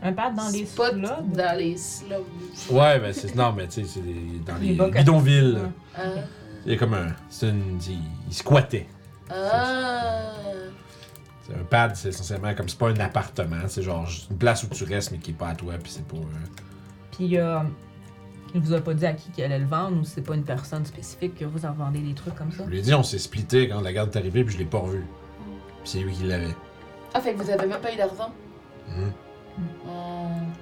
Speaker 2: Un pad dans les
Speaker 3: Spot
Speaker 2: là.
Speaker 3: dans les slums.
Speaker 1: Ouais, mais c'est. Non, mais tu sais, c'est des- dans les,
Speaker 2: Les bocs à-
Speaker 1: bidonvilles. là.
Speaker 2: Ouais.
Speaker 3: Ah.
Speaker 1: Il y a comme un. C'est une. Il, il squattait.
Speaker 3: Ah.
Speaker 1: C'est un pad, c'est essentiellement comme c'est pas un appartement, c'est genre juste une place où tu restes mais qui est pas à toi, puis c'est pas. euh,
Speaker 2: Puis, euh, il vous a pas dit à qui qu'il allait le vendre ou c'est pas une personne spécifique que vous en vendez des trucs comme ça?
Speaker 1: Je lui ai dit, on s'est splitté quand la garde est arrivée, puis je l'ai pas revu. Puis c'est lui qui l'avait.
Speaker 3: Ah, fait que vous avez même pas eu d'argent?
Speaker 1: Hum,
Speaker 3: Hum,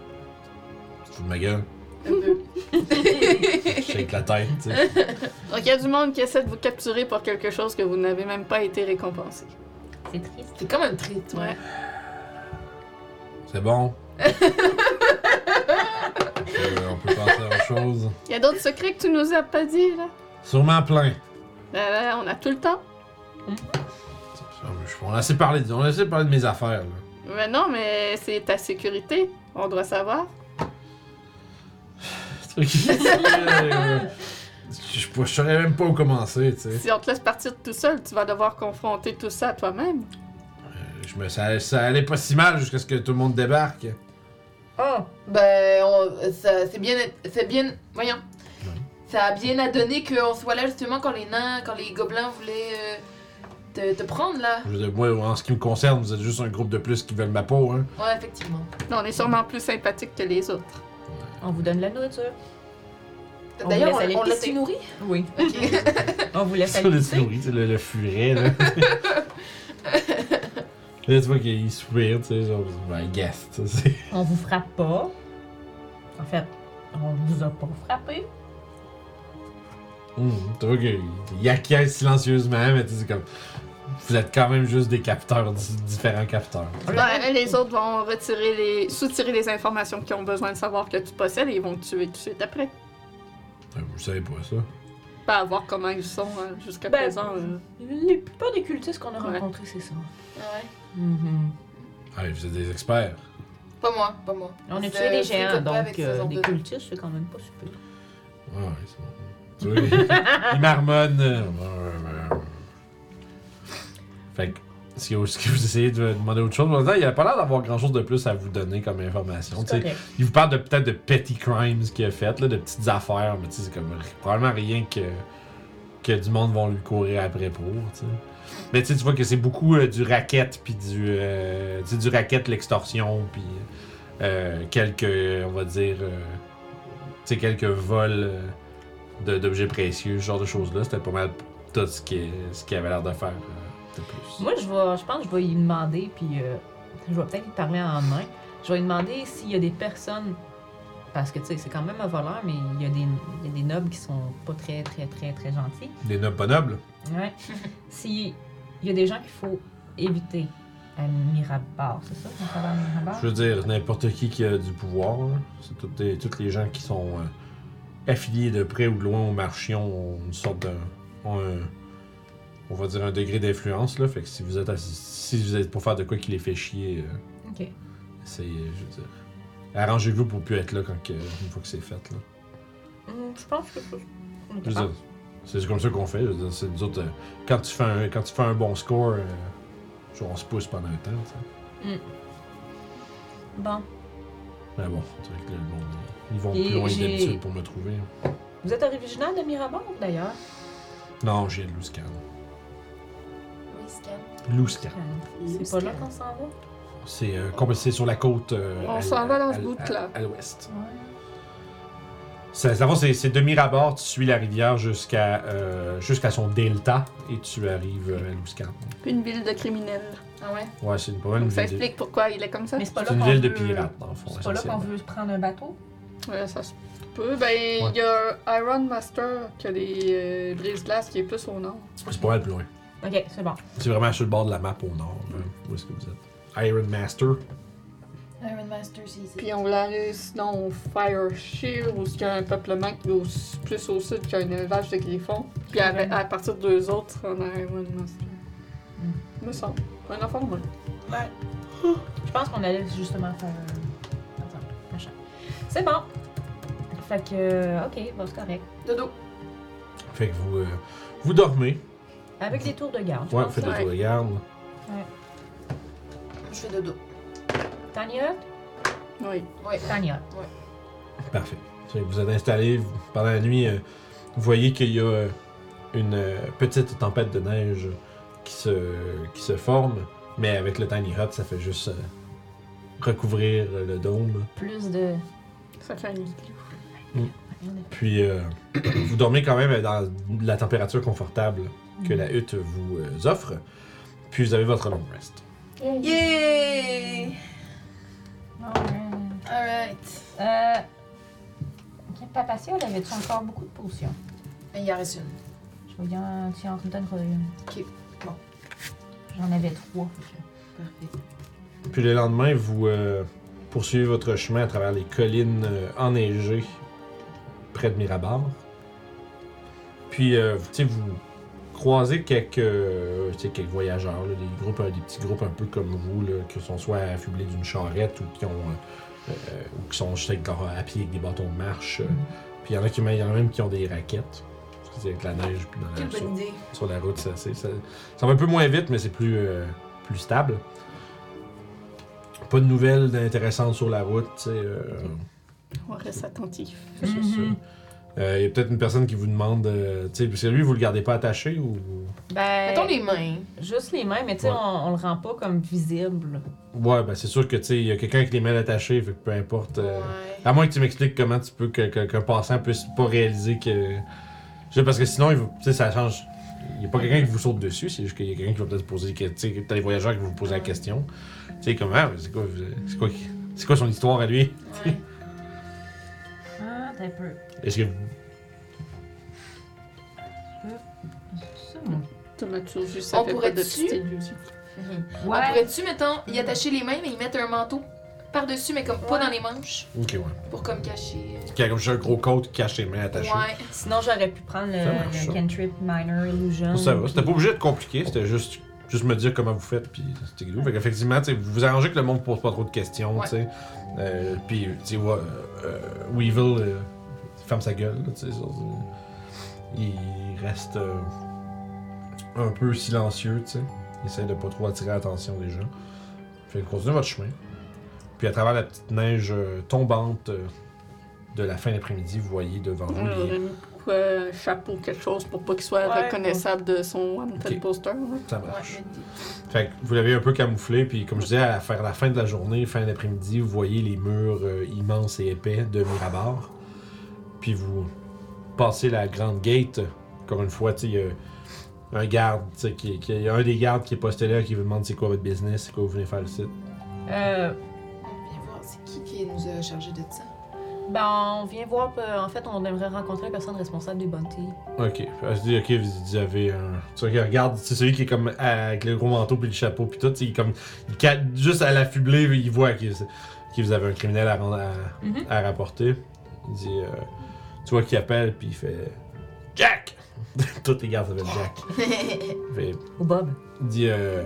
Speaker 1: Tu te fous de ma gueule,
Speaker 3: un peu.
Speaker 1: je shake la tête, tu sais.
Speaker 4: Donc, il y a du monde qui essaie de vous capturer pour quelque chose que vous n'avez même pas été récompensé.
Speaker 2: C'est triste.
Speaker 3: C'est comme un triste, ouais.
Speaker 1: C'est bon. Euh, on peut passer à autre chose.
Speaker 4: Il y a d'autres secrets que tu nous as pas dit, là.
Speaker 1: Sûrement plein.
Speaker 4: Là, là, on a tout le temps.
Speaker 1: On a assez parlé, on a assez parlé de mes affaires, là. (laughs)
Speaker 4: Mais non, mais c'est ta sécurité. On doit savoir.
Speaker 1: C'est qui? Euh, Je, je saurais même pas où commencer, tu sais.
Speaker 4: Si on te laisse partir tout seul, tu vas devoir confronter tout ça à toi-même.
Speaker 1: Je me, ça, ça allait pas si mal jusqu'à ce que tout le monde débarque.
Speaker 2: Oh!
Speaker 3: Ben, on- ça- c'est bien. C'est bien. Voyons. Ça a bien à donner qu'on soit là justement quand les nains, quand les gobelins voulaient euh, te, te prendre là.
Speaker 1: Je veux dire, moi, en ce qui me concerne, vous êtes juste un groupe de plus qui veulent ma peau, hein.
Speaker 3: Ouais, effectivement.
Speaker 4: On est sûrement plus sympathique que les autres.
Speaker 2: On vous donne la nourriture. On
Speaker 3: D'ailleurs,
Speaker 2: vous laisse aller
Speaker 3: on, on
Speaker 2: pisser.
Speaker 3: l'a-tu nourri?
Speaker 2: Oui.
Speaker 3: (laughs) Ok.
Speaker 2: (laughs) On
Speaker 1: (laughs)
Speaker 2: vous laisse
Speaker 6: Ça,
Speaker 2: aller
Speaker 6: le
Speaker 2: pisser.
Speaker 6: théorie, tu sais, le, le furet, là. Là, tu vois qu'il soupire, tu sais, genre, ben, guest, tu sais.
Speaker 2: On vous frappe pas. En fait, on vous a pas frappé.
Speaker 1: Hum, tu vois qu'il il acquiesce silencieusement, mais tu sais, c'est comme. Vous êtes quand même juste des capteurs, di- différents capteurs.
Speaker 4: Ben, les autres vont retirer les, soutirer les informations qu'ils ont besoin de savoir que tu possèdes et ils vont te tuer tout de suite après.
Speaker 1: Euh, Vous savez pas ça.
Speaker 4: Pas à voir comment ils sont hein, jusqu'à
Speaker 2: Ben,
Speaker 4: présent. euh.
Speaker 2: Les plupart des cultistes qu'on a
Speaker 4: Ouais.
Speaker 2: rencontrés, c'est ça.
Speaker 3: Ouais. Mm-hmm.
Speaker 1: Ah, mais vous êtes des experts.
Speaker 3: Pas moi, pas moi.
Speaker 2: On a
Speaker 3: C'est-
Speaker 2: tué des
Speaker 3: c'est pas
Speaker 2: géants,
Speaker 3: avec
Speaker 2: donc
Speaker 3: ce
Speaker 2: euh,
Speaker 3: genre
Speaker 2: des
Speaker 3: de-
Speaker 2: cultistes, c'est quand même pas super.
Speaker 1: Ouais, ouais, c'est bon. Tu vois, il- il marmonne. euh,
Speaker 6: Fait que, si vous, si vous essayez de demander autre chose, en même temps, il a pas l'air d'avoir grand chose de plus à vous donner comme information.
Speaker 2: C'est
Speaker 6: tu sais.
Speaker 2: correct.
Speaker 6: il vous parle de peut-être de petty crimes qu'il a fait, là, de petites affaires, mais tu sais, c'est comme probablement rien que, que du monde vont lui courir après pour. tu sais. Mais tu sais, tu vois que c'est beaucoup euh, du racket, puis du, euh, tu sais, du racket, l'extorsion, puis euh, quelques, on va dire, euh, tu sais, quelques vols euh, de- d'objets précieux, ce genre de choses-là. C'était pas mal tout ce qu'il ce qu'il avait l'air de faire euh, de plus.
Speaker 2: Moi, je vais, je pense que je vais lui demander, puis euh, je vais peut-être lui parler en main. Je vais lui demander s'il y a des personnes, parce que tu sais, c'est quand même un voleur, mais il y, a des, il y a des nobles qui sont pas très, très, très, très gentils.
Speaker 1: Des nobles pas nobles.
Speaker 2: (laughs) Ouais. s'il y a des gens qu'il faut éviter à Mirabar, c'est ça? qu'on s'appelle à Mirabar?
Speaker 1: Je veux dire, n'importe qui qui a du pouvoir, là. c'est toutes des- tous les gens qui sont euh, affiliés de près ou de loin aux marchions ont une sorte de. ont un- on va dire un degré d'influence, là. Fait que si vous êtes assis- si vous êtes pour faire de quoi qui les fait chier, euh,
Speaker 2: Ok.
Speaker 1: essayez, je veux dire. Arrangez-vous pour plus être là quand que- une fois que c'est fait, là.
Speaker 2: Hum, Je pense que c'est
Speaker 1: Je veux
Speaker 2: Ah.
Speaker 1: dire, c'est comme ça qu'on fait. je veux dire, c'est nous autres, euh, quand, tu fais un, quand tu fais un bon score, euh, genre, on se pousse pendant un temps, tu sais.
Speaker 2: Bon.
Speaker 1: Mais bon, c'est vrai que là, le monde, ils vont
Speaker 2: Et
Speaker 1: plus loin que
Speaker 2: j'ai-
Speaker 1: d'habitude pour me trouver. hein.
Speaker 2: Vous êtes originaire de Mirabar, d'ailleurs?
Speaker 1: Non, j'ai Louscan.
Speaker 3: Oui, scan.
Speaker 1: Louscan.
Speaker 2: C'est pas là qu'on s'en va?
Speaker 1: C'est euh, compl- c'est sur la côte. euh,
Speaker 4: On
Speaker 1: à-
Speaker 4: s'en va dans
Speaker 1: à-
Speaker 4: ce
Speaker 1: à-
Speaker 4: bout-là.
Speaker 1: À, à l'ouest. Ça- ça va, C'est c'est demi-rabord, tu suis la rivière jusqu'à euh, jusqu'à son delta et tu arrives euh, à Louscan.
Speaker 4: Une ville de criminels.
Speaker 3: Ah ouais?
Speaker 1: Ouais, c'est une bonne
Speaker 4: Donc ça
Speaker 1: ville. de-
Speaker 4: explique pourquoi il est comme ça.
Speaker 2: Mais c'est pas
Speaker 1: C'est
Speaker 2: là
Speaker 1: une
Speaker 2: qu'on
Speaker 1: ville de
Speaker 2: veut-
Speaker 1: pirates, dans le fond.
Speaker 2: C'est pas là qu'on
Speaker 1: essentiellement.
Speaker 2: veut prendre un bateau?
Speaker 4: Ouais, ça se peut. Ben, il y a Iron Master que les euh, brise-glaces qui est plus au nord.
Speaker 1: C'est pas mal plus loin.
Speaker 2: Ok, c'est bon.
Speaker 1: C'est vraiment sur le bord de la map au nord. là, Où est-ce que vous êtes? Iron Master.
Speaker 3: Iron Master, c'est ici.
Speaker 4: Puis on l'a sinon au Fire Shield, où il y a un peuplement qui est au- plus au sud qui a un élevage de griffons. Puis à, à partir d'eux autres, on a Iron Master. Me semble. Un enfant de moi.
Speaker 2: Je pense qu'on allait justement faire. euh, attends, machin. C'est bon. Fait que, euh, ok, bon, c'est correct.
Speaker 3: Dodo.
Speaker 1: Fait que vous, euh, vous dormez.
Speaker 2: Avec les tours de garde. je
Speaker 1: Ouais,
Speaker 2: pense
Speaker 1: faites
Speaker 2: que-
Speaker 1: des tours de garde.
Speaker 3: Je fais dodo.
Speaker 2: Tanya,
Speaker 4: Oui.
Speaker 3: Ouais.
Speaker 2: Tanya.
Speaker 1: Parfait. Fait que vous êtes installé vous- pendant la nuit. euh, vous voyez qu'il y a euh, une euh, petite tempête de neige qui se, qui se forme, mais avec le tiny hut, ça fait juste euh, recouvrir le dôme.
Speaker 2: Plus de.
Speaker 4: Ça fait un igloo.
Speaker 1: Puis euh, (clears throat) vous dormez quand même dans la température confortable que la hutte vous euh, offre. Puis vous avez votre long rest.
Speaker 3: Yay!
Speaker 2: Non,
Speaker 3: Alright.
Speaker 2: euh, euh, ok, Papa Sioule avait-tu encore beaucoup de potions?
Speaker 3: Il y en reste une.
Speaker 2: Je vais euh, bien. Tu en redonneras une.
Speaker 3: Ok, bon.
Speaker 2: J'en avais trois. fait que-
Speaker 3: Parfait.
Speaker 1: Puis le lendemain, vous euh, poursuivez votre chemin à travers les collines euh, enneigées près de Mirabar. Puis, euh, tu sais, vous croisez quelques, euh, tu sais, quelques voyageurs, là, des, groupes, euh, des petits groupes un peu comme vous, là, qui sont soit affublés d'une charrette ou qui, ont, euh, euh, ou qui sont juste avec- à pied avec des bâtons de marche. euh. Puis il y en a qui il y en a même qui ont des raquettes. puis avec la neige, puis dans la-
Speaker 3: Quelle
Speaker 1: sur,
Speaker 3: bonne idée.
Speaker 1: sur la route, ça, c'est- ça, ça va un peu moins vite, mais c'est plus, euh, plus stable. Pas de nouvelles intéressantes sur la route, tu sais. euh,
Speaker 4: On reste attentif.
Speaker 1: c'est ça.
Speaker 2: Mhm.
Speaker 1: Euh, Il y a peut-être une personne qui vous demande, euh, tu sais, parce que lui, vous le gardez pas attaché ou.
Speaker 2: Ben,
Speaker 3: Mettons les mains.
Speaker 2: juste les mains, mais tu sais,
Speaker 1: Ouais.
Speaker 2: on, on le rend pas comme visible.
Speaker 1: Ouais, ben c'est sûr que, tu sais, il y a quelqu'un avec les mains attachées, fait que peu importe. euh,
Speaker 3: Ouais.
Speaker 1: À moins que tu m'expliques comment tu peux que- que- qu'un passant puisse pas réaliser que. Je sais, parce que sinon, il va- tu sais, ça change. Il n'y a pas quelqu'un qui vous saute dessus, c'est juste qu'il y a quelqu'un qui va peut-être poser. que- Tu sais, t'as les voyageurs qui vont vous poser la question. Tu sais, comme, ah, c'est quoi, vous- c'est quoi, qui- c'est quoi son histoire à lui
Speaker 3: (laughs) ouais.
Speaker 2: Ah, t'as un peu.
Speaker 1: Est-ce que vous-
Speaker 2: Ça, moi.
Speaker 4: Tomature, juste ça
Speaker 3: On
Speaker 4: fait pas
Speaker 3: pourrait
Speaker 4: de
Speaker 3: dessus?
Speaker 4: petite illusion.
Speaker 3: On
Speaker 2: Ouais.
Speaker 3: pourrait-tu, Ah, mettons, y attacher les mains, mais y mettre un manteau par-dessus, mais comme pas dans les manches,
Speaker 1: Ok, ouais.
Speaker 3: pour comme cacher. euh,
Speaker 1: Qui a comme juste un gros coat qui cache les mains attachées.
Speaker 3: Ouais.
Speaker 2: Sinon, j'aurais pu prendre le,
Speaker 1: Ça marche,
Speaker 2: le
Speaker 1: ça.
Speaker 2: cantrip minor illusion.
Speaker 1: Ça va. C'était pas obligé de compliquer, c'était juste, juste me dire comment vous faites, puis c'était tout. Fait qu'effectivement, tu sais, vous vous arrangez que le monde ne pose pas trop de questions,
Speaker 3: Ouais.
Speaker 1: tu sais. Euh, puis, tu sais, ouais, euh, euh, Weevil euh, ferme sa gueule, là, tu sais. ça, c'est- Il reste euh, un peu silencieux, tu sais. Il essaie de pas trop attirer l'attention des gens. Fait que continuez votre chemin. Puis à travers la petite neige euh, tombante euh, de la fin d'après-midi, vous voyez devant vous
Speaker 4: On
Speaker 1: les,
Speaker 4: aurait mis euh, quoi, un chapeau, quelque chose, pour pas qu'il soit
Speaker 2: Ouais,
Speaker 4: reconnaissable de son wanted
Speaker 1: Ok.
Speaker 4: poster. là.
Speaker 1: ça
Speaker 3: Ouais,
Speaker 1: marche.
Speaker 3: mais des-
Speaker 1: Fait que vous l'avez un peu camouflé, puis comme je disais, à faire la fin de la journée, fin d'après-midi, vous voyez les murs euh, immenses et épais de Mirabar. Puis vous passez la grande gate. Encore une fois, tu sais, il y a un garde, tu sais, qui, qui- il y a un des gardes qui est posté là, qui vous demande c'est quoi votre business, c'est quoi vous venez faire le site.
Speaker 2: Euh,
Speaker 3: On vient voir, c'est qui qui nous a chargé de (laughs) ça?
Speaker 2: ben, on vient voir. euh, en fait, on aimerait rencontrer la personne responsable des bounties.
Speaker 1: Ok, je dis, ok, vous, vous avez un. Tu sais, il regarde, c'est celui qui est comme à- avec le gros manteau puis le chapeau puis tout, tu sais, il est comme. il ca- juste à l'affublé, il voit que, que vous avez un criminel à, rendre- à-
Speaker 2: Mhm.
Speaker 1: à rapporter. Il dit, euh, tu vois qu'il appelle puis il fait. Jack! (laughs) Tous les gardes s'appellent Jack. Il fait,
Speaker 2: Ou Bob.
Speaker 1: il dit, euh,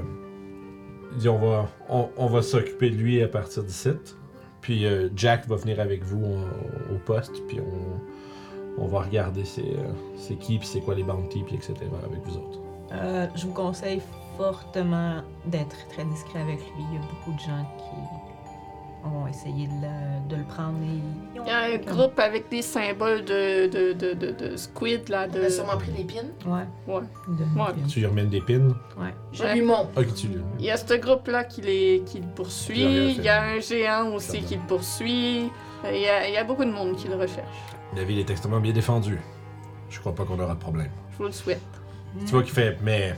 Speaker 1: il dit, on va, on, on va s'occuper de lui à partir du site. Puis euh, Jack va venir avec vous en- au poste, puis on, on va regarder c'est, euh, c'est qui, puis c'est quoi les bounties, puis etc. avec vous autres.
Speaker 2: Euh, je vous conseille fortement d'être très discret avec lui. Il y a beaucoup de gens qui ont essayé de, le- de le prendre et ils ont-
Speaker 4: Il y a un groupe avec des symboles de, de, de, de, de squid, là,
Speaker 3: On
Speaker 4: de...
Speaker 3: a sûrement pris des pins.
Speaker 2: Ouais.
Speaker 4: Ouais.
Speaker 2: De-
Speaker 4: Ouais.
Speaker 1: Tu lui remets des pins.
Speaker 3: Je
Speaker 4: Ouais.
Speaker 3: lui montre.
Speaker 1: Ok, tu lui remets.
Speaker 4: Il y a ce groupe-là qui, les, qui le
Speaker 1: Je l'ai
Speaker 4: poursuit.
Speaker 1: regardé.
Speaker 4: Il y a un géant aussi
Speaker 1: Pardon.
Speaker 4: qui le poursuit. Euh, Il y, a, il y a beaucoup de monde qui le recherche.
Speaker 1: La ville est extrêmement bien défendue. Je crois pas qu'on aura de problème.
Speaker 4: Je vous le souhaite.
Speaker 2: Mm.
Speaker 1: Tu vois qu'il fait, mais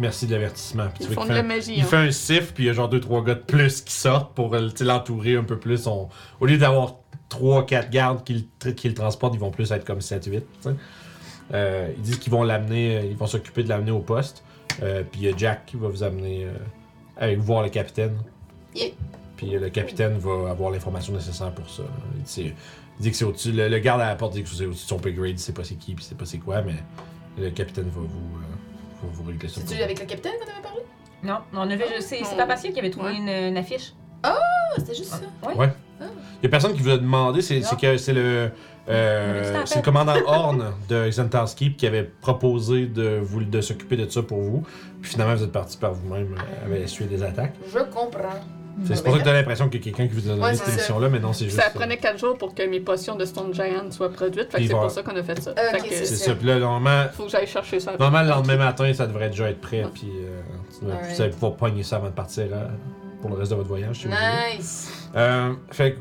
Speaker 1: merci de l'avertissement. Puis
Speaker 4: Ils
Speaker 1: tu vois
Speaker 4: font
Speaker 1: qu'il
Speaker 4: de la
Speaker 1: fait,
Speaker 4: magie.
Speaker 1: il
Speaker 4: hein.
Speaker 1: fait un siffle, puis il y a genre deux trois gars de plus qui sortent pour euh, tu sais, l'entourer un peu plus. On- Au lieu d'avoir trois quatre gardes qui le, qui le transportent, ils vont plus être comme 7-8. Euh, ils disent qu'ils vont l'amener, euh, ils vont s'occuper de l'amener au poste. Euh, puis il y a Jack qui va vous amener euh, avec vous voir le capitaine.
Speaker 3: Yeah.
Speaker 1: Puis euh, le capitaine va avoir l'information nécessaire pour ça. là. Il dit, c'est- il dit que c'est au-dessus. Le, le garde à la porte dit que c'est au-dessus de son pay grade, il sait pas c'est qui, puis c'est pas c'est quoi, mais le capitaine va vous, euh, va vous régler ça. pour
Speaker 3: C'est-tu
Speaker 1: vous.
Speaker 3: avec le capitaine qu'on avait parlé?
Speaker 2: Non, on avait. C'est c'est
Speaker 4: Non.
Speaker 2: Papacia qui avait trouvé
Speaker 4: Ouais.
Speaker 2: une, une affiche.
Speaker 3: Ah, c'était juste ça.
Speaker 2: Ouais.
Speaker 1: Ouais. Il y a personne qui vous a demandé, c'est
Speaker 2: Non.
Speaker 1: c'est que c'est le.
Speaker 2: On a dit
Speaker 1: euh,
Speaker 2: ça
Speaker 1: c'est le
Speaker 2: après.
Speaker 1: commandant Horn de Xantarski qui avait proposé de, vous, de s'occuper de ça pour vous. Puis finalement, vous êtes parti par vous-même euh, avec suivi des attaques.
Speaker 3: Je comprends.
Speaker 1: C'est c'est pour ça que t'as l'impression qu'il y a quelqu'un qui vous a donné
Speaker 3: Ouais,
Speaker 1: cette
Speaker 3: c'est ça.
Speaker 1: émission-là, mais non, c'est juste. euh,
Speaker 4: Ça prenait 4 jours pour que mes potions de Stone Giant soient produites. Fait que
Speaker 1: Ils
Speaker 4: c'est
Speaker 1: vont-
Speaker 4: pour ça qu'on a fait ça.
Speaker 3: Euh,
Speaker 4: Fait
Speaker 3: ok,
Speaker 4: que-
Speaker 1: C'est
Speaker 3: c'est-
Speaker 1: ça. Puis là, normalement,
Speaker 4: faut que j'aille chercher ça.
Speaker 1: normalement, le lendemain matin, ça devrait déjà être prêt.
Speaker 4: Ouais.
Speaker 1: Puis euh, tu vas-
Speaker 3: Ouais.
Speaker 1: vous allez pouvoir pogner ça avant de partir euh, pour le reste de votre voyage. si vous voulez.
Speaker 3: (laughs) Nice.
Speaker 1: Euh, fait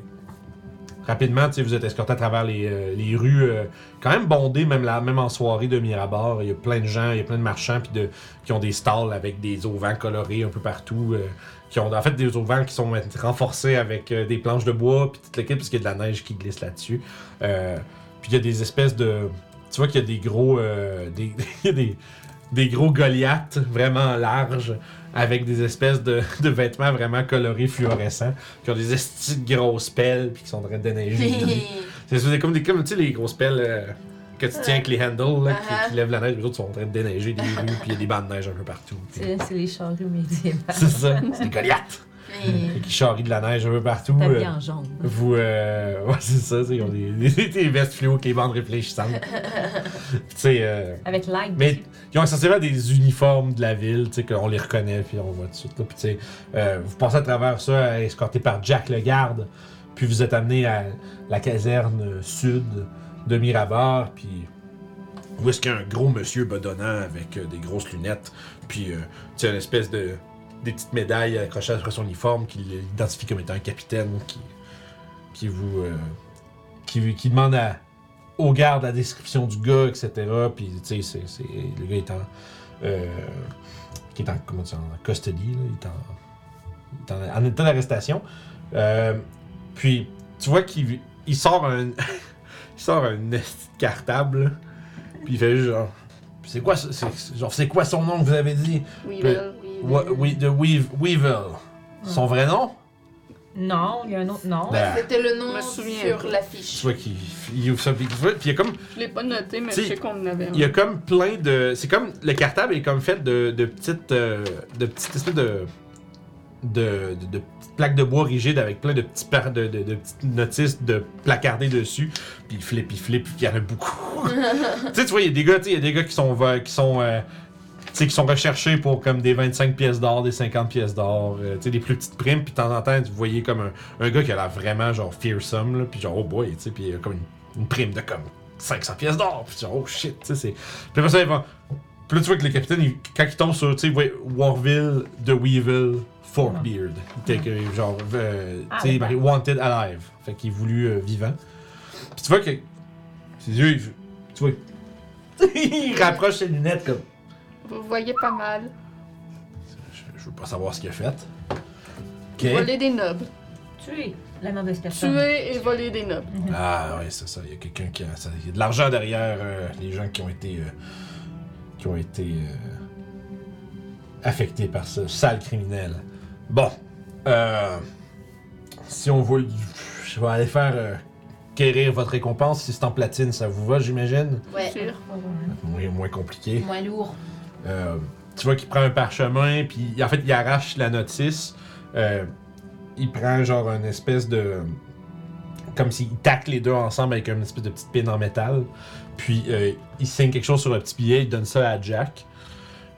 Speaker 1: que, rapidement, tu sais, vous êtes escorté à travers les, euh, les rues, euh, quand même bondées, même, la, même en soirée de Mirabar. Il y a plein de gens, il y a plein de marchands puis de, qui ont des stalls avec des auvents colorés un peu partout. euh, qui ont en fait des auvents qui sont (laughs) maintenant renforcés avec euh, des planches de bois puis toute l'équipe, parce qu'il y a de la neige qui glisse là-dessus. Euh, puis il y a des espèces de. Tu vois qu'il y a des gros. euh, des, (laughs) il y a des, des gros Goliaths vraiment larges avec des espèces de, (laughs) de vêtements vraiment colorés fluorescents qui ont des estis de grosses pelles puis qui sont en train de
Speaker 3: (laughs)
Speaker 1: déneiger. c'est c'est comme des comme tu sais les grosses pelles euh, que tu tiens avec les handles là, qui- qui,
Speaker 3: Uh-huh.
Speaker 1: lèvent la neige, les autres sont en train de
Speaker 2: (laughs)
Speaker 1: déneiger des rues puis il y a des bandes de neige un peu partout. puis-
Speaker 2: C'est c'est les charrues médiévales. (laughs)
Speaker 1: C'est ça, c'est des Goliaths. et qui charrie de la neige un peu partout.
Speaker 2: T'as
Speaker 1: euh,
Speaker 2: bien en jaune.
Speaker 1: Vous, euh, (laughs) ouais, c'est ça, c'est- ils ont des, (laughs) des, des vestes fluo avec les bandes
Speaker 2: (laughs)
Speaker 1: réfléchissantes. Puis, tu sais, euh,
Speaker 2: Avec l'aide.
Speaker 1: mais ils ont essentiellement des uniformes de la ville, tu sais, qu'on les reconnaît, puis on voit tout de suite. là. Puis, tu sais, euh, vous passez à travers ça, escorté par Jack le garde, puis vous êtes amené à la caserne sud de Mirabar, puis où est-ce qu'il y a un gros monsieur bedonnant avec euh, des grosses lunettes, puis, euh, tu sais, une espèce de. des petites médailles accrochées à son uniforme qui l'identifie comme étant un capitaine, qui. qui vous. euh, qui, qui demande à au garde la description du gars, etc. Puis, tu sais, c'est- c'est- le gars est en. euh, qui est en. Comment dire, en custody, là, Il est en. il est en, en état d'arrestation. Euh, puis, tu vois qu'il il sort un. (laughs) il sort un esti de cartable, là. Puis il fait juste genre. C'est quoi, ce- c'est- c'est- genre, c'est quoi son nom que vous avez dit?
Speaker 4: Weevil, Weevil.
Speaker 1: Wa- oui, de Weave- Weevil. Son vrai nom?
Speaker 2: Non, il y a un autre nom.
Speaker 1: Ben,
Speaker 3: C'était le
Speaker 4: Je
Speaker 3: nom
Speaker 4: me souviens.
Speaker 3: sur
Speaker 1: tu
Speaker 3: l'affiche.
Speaker 1: vois qu'il il ouvre ça, puis puis il y a comme
Speaker 4: Je l'ai pas noté, mais
Speaker 1: Si.
Speaker 4: je sais qu'on en avait un.
Speaker 1: Il y a comme plein de. C'est comme. Le cartable est comme fait de, de petites. euh, de petites espèces de. De, de, de petites plaques de bois rigides avec plein de, petits par- de, de- de petites notices de placardées dessus. Puis il flippe, il flippe, puis il y en a beaucoup. (laughs) tu sais, tu vois, il y a des gars, tu sais, il y a des gars qui sont. va- Qui sont euh, tu sais, qui sont recherchés pour comme des 25 pièces d'or, des 50 pièces d'or, euh, tu sais, des plus petites primes, puis de temps en temps, vous voyez comme un, un gars qui a l'air vraiment genre fearsome, là, puis genre, oh boy, tu sais, puis il y a comme une, une prime de comme 500 pièces d'or, puis genre, oh shit, tu sais, c'est. Puis après ça, il va. Puis là, tu vois que le capitaine, il- quand il tombe sur, tu sais, ouais, Warville de Weevil, Forkbeard. Il était que, genre, euh,
Speaker 2: Ah,
Speaker 1: tu sais,
Speaker 2: oui.
Speaker 1: marqué Wanted Alive. Fait qu'il est voulu euh, vivant. Puis tu vois que. Ses yeux, ils- tu vois. (laughs) il rapproche ses lunettes comme.
Speaker 4: Vous voyez pas mal.
Speaker 1: Je, je veux pas savoir ce qu'il a fait. Ok.
Speaker 4: Voler des nobles.
Speaker 2: Tuer la mauvaise personne. Euh,
Speaker 4: Tuer et voler des nobles.
Speaker 1: Ah ouais, c'est ça. Il y a quelqu'un qui a. ça- Il y a de l'argent derrière euh, les gens qui ont été. euh, qui ont été. euh, affectés par ce sale criminel. Bon. Euh, si on veut. Je vais aller faire. euh, quérir votre récompense. Si c'est en platine, ça vous va, j'imagine.
Speaker 3: Ouais.
Speaker 4: Sûr.
Speaker 1: Moins, moins compliqué.
Speaker 3: Moins lourd.
Speaker 1: Euh, tu vois qu'il prend un parchemin, puis en fait, il arrache la notice. Euh, il prend genre une espèce de. Comme s'il tacle les deux ensemble avec une espèce de petite pine en métal. Puis euh, il signe quelque chose sur un petit billet, il donne ça à Jack.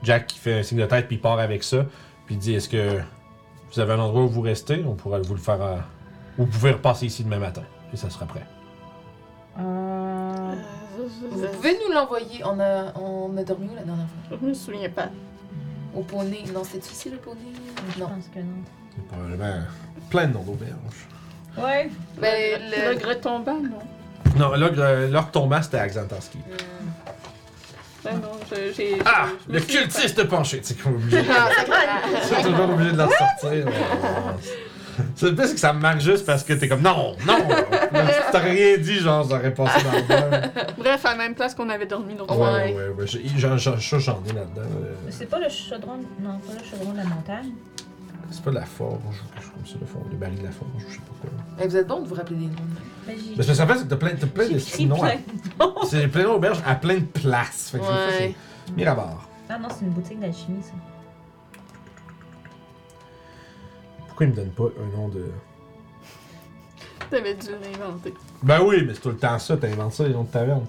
Speaker 1: Jack qui fait un signe de tête, puis il part avec ça. Puis il dit Est-ce que vous avez un endroit où vous restez On pourrait vous le faire. à- Vous pouvez repasser ici demain matin, et ça sera prêt.
Speaker 2: Euh,
Speaker 3: Vous pouvez nous l'envoyer. On a, on a dormi où la dernière fois
Speaker 4: Je me souviens pas.
Speaker 3: Au poney. Non, c'est ici le poney
Speaker 2: je
Speaker 3: Non.
Speaker 2: pense que non.
Speaker 1: C'est probablement plein de noms d'auberges.
Speaker 2: Ouais.
Speaker 3: Ben,
Speaker 4: le...
Speaker 3: le-
Speaker 4: gré tombant, non.
Speaker 1: Non, l'ogre l'ogre tombant, c'était à Xantarski.
Speaker 3: Hmm.
Speaker 4: Ben non, je- j'ai.
Speaker 1: Ah!
Speaker 4: je me
Speaker 1: Le
Speaker 4: souviens pas.
Speaker 1: cultiste penché! C'est qu'on est obligé.
Speaker 3: Ah, sacrément.
Speaker 1: C'est toujours obligé de la sortir. C'est le plus que ça me marque juste parce que t'es comme non, non! Si T'aurais rien dit, genre, j'aurais passé dans le beurre.
Speaker 4: Bref, à la même place qu'on avait dormi l'autre
Speaker 1: Ouais,
Speaker 4: fois.
Speaker 1: ouais, ouais. ouais. J'ai- J'en j'en- ça, j'en ai là-dedans. euh,
Speaker 2: C'est pas le chaudron. Non, pas le chaudron de la montagne.
Speaker 1: C'est pas de la forge ou quelque chose comme ça, le, forge, le baril de la forge, je sais pas quoi.
Speaker 3: Mais ben, vous êtes bon de vous rappeler des noms.
Speaker 2: Mais Ben, j'ai-
Speaker 1: Mais ce que ça fait, c'est que t'as plein, t'as plein de
Speaker 2: j'ai
Speaker 1: petits
Speaker 2: pris
Speaker 1: noms. à-
Speaker 2: plein de noms.
Speaker 1: C'est plein d'auberges à plein de places. Fait que des fois,
Speaker 3: Ouais.
Speaker 1: c'est Mirabar.
Speaker 2: Ah non, c'est une boutique d'alchimie, ça.
Speaker 1: Pourquoi ils me donnent pas un nom de.
Speaker 4: T'avais dû l'inventer.
Speaker 1: Ben oui, mais c'est tout le temps ça, t'inventes ça, les noms de taverne.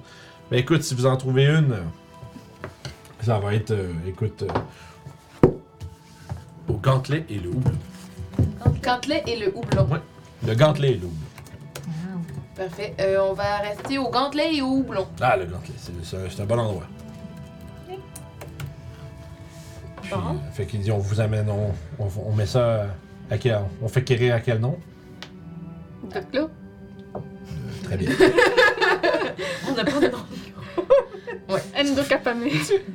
Speaker 1: Ben écoute, si vous en trouvez une, euh, ça va être, euh, écoute, euh, au gantelet et le houblon.
Speaker 3: Cantelet et le houblon.
Speaker 1: Ouais. Le gantelet et le houblon.
Speaker 3: Parfait. Euh, on va rester au gantelet et au houblon.
Speaker 1: Ah, le gantelet, c'est, c'est un- c'est un bon endroit. Puis,
Speaker 2: Bon.
Speaker 1: euh, fait qu'il dit, on vous amène, on, on, on met ça à quel, on fait quérir à quel nom?
Speaker 4: Donc là,
Speaker 1: Très bien.
Speaker 2: On a pas de nom.
Speaker 4: Endo
Speaker 3: (laughs)
Speaker 4: Capame.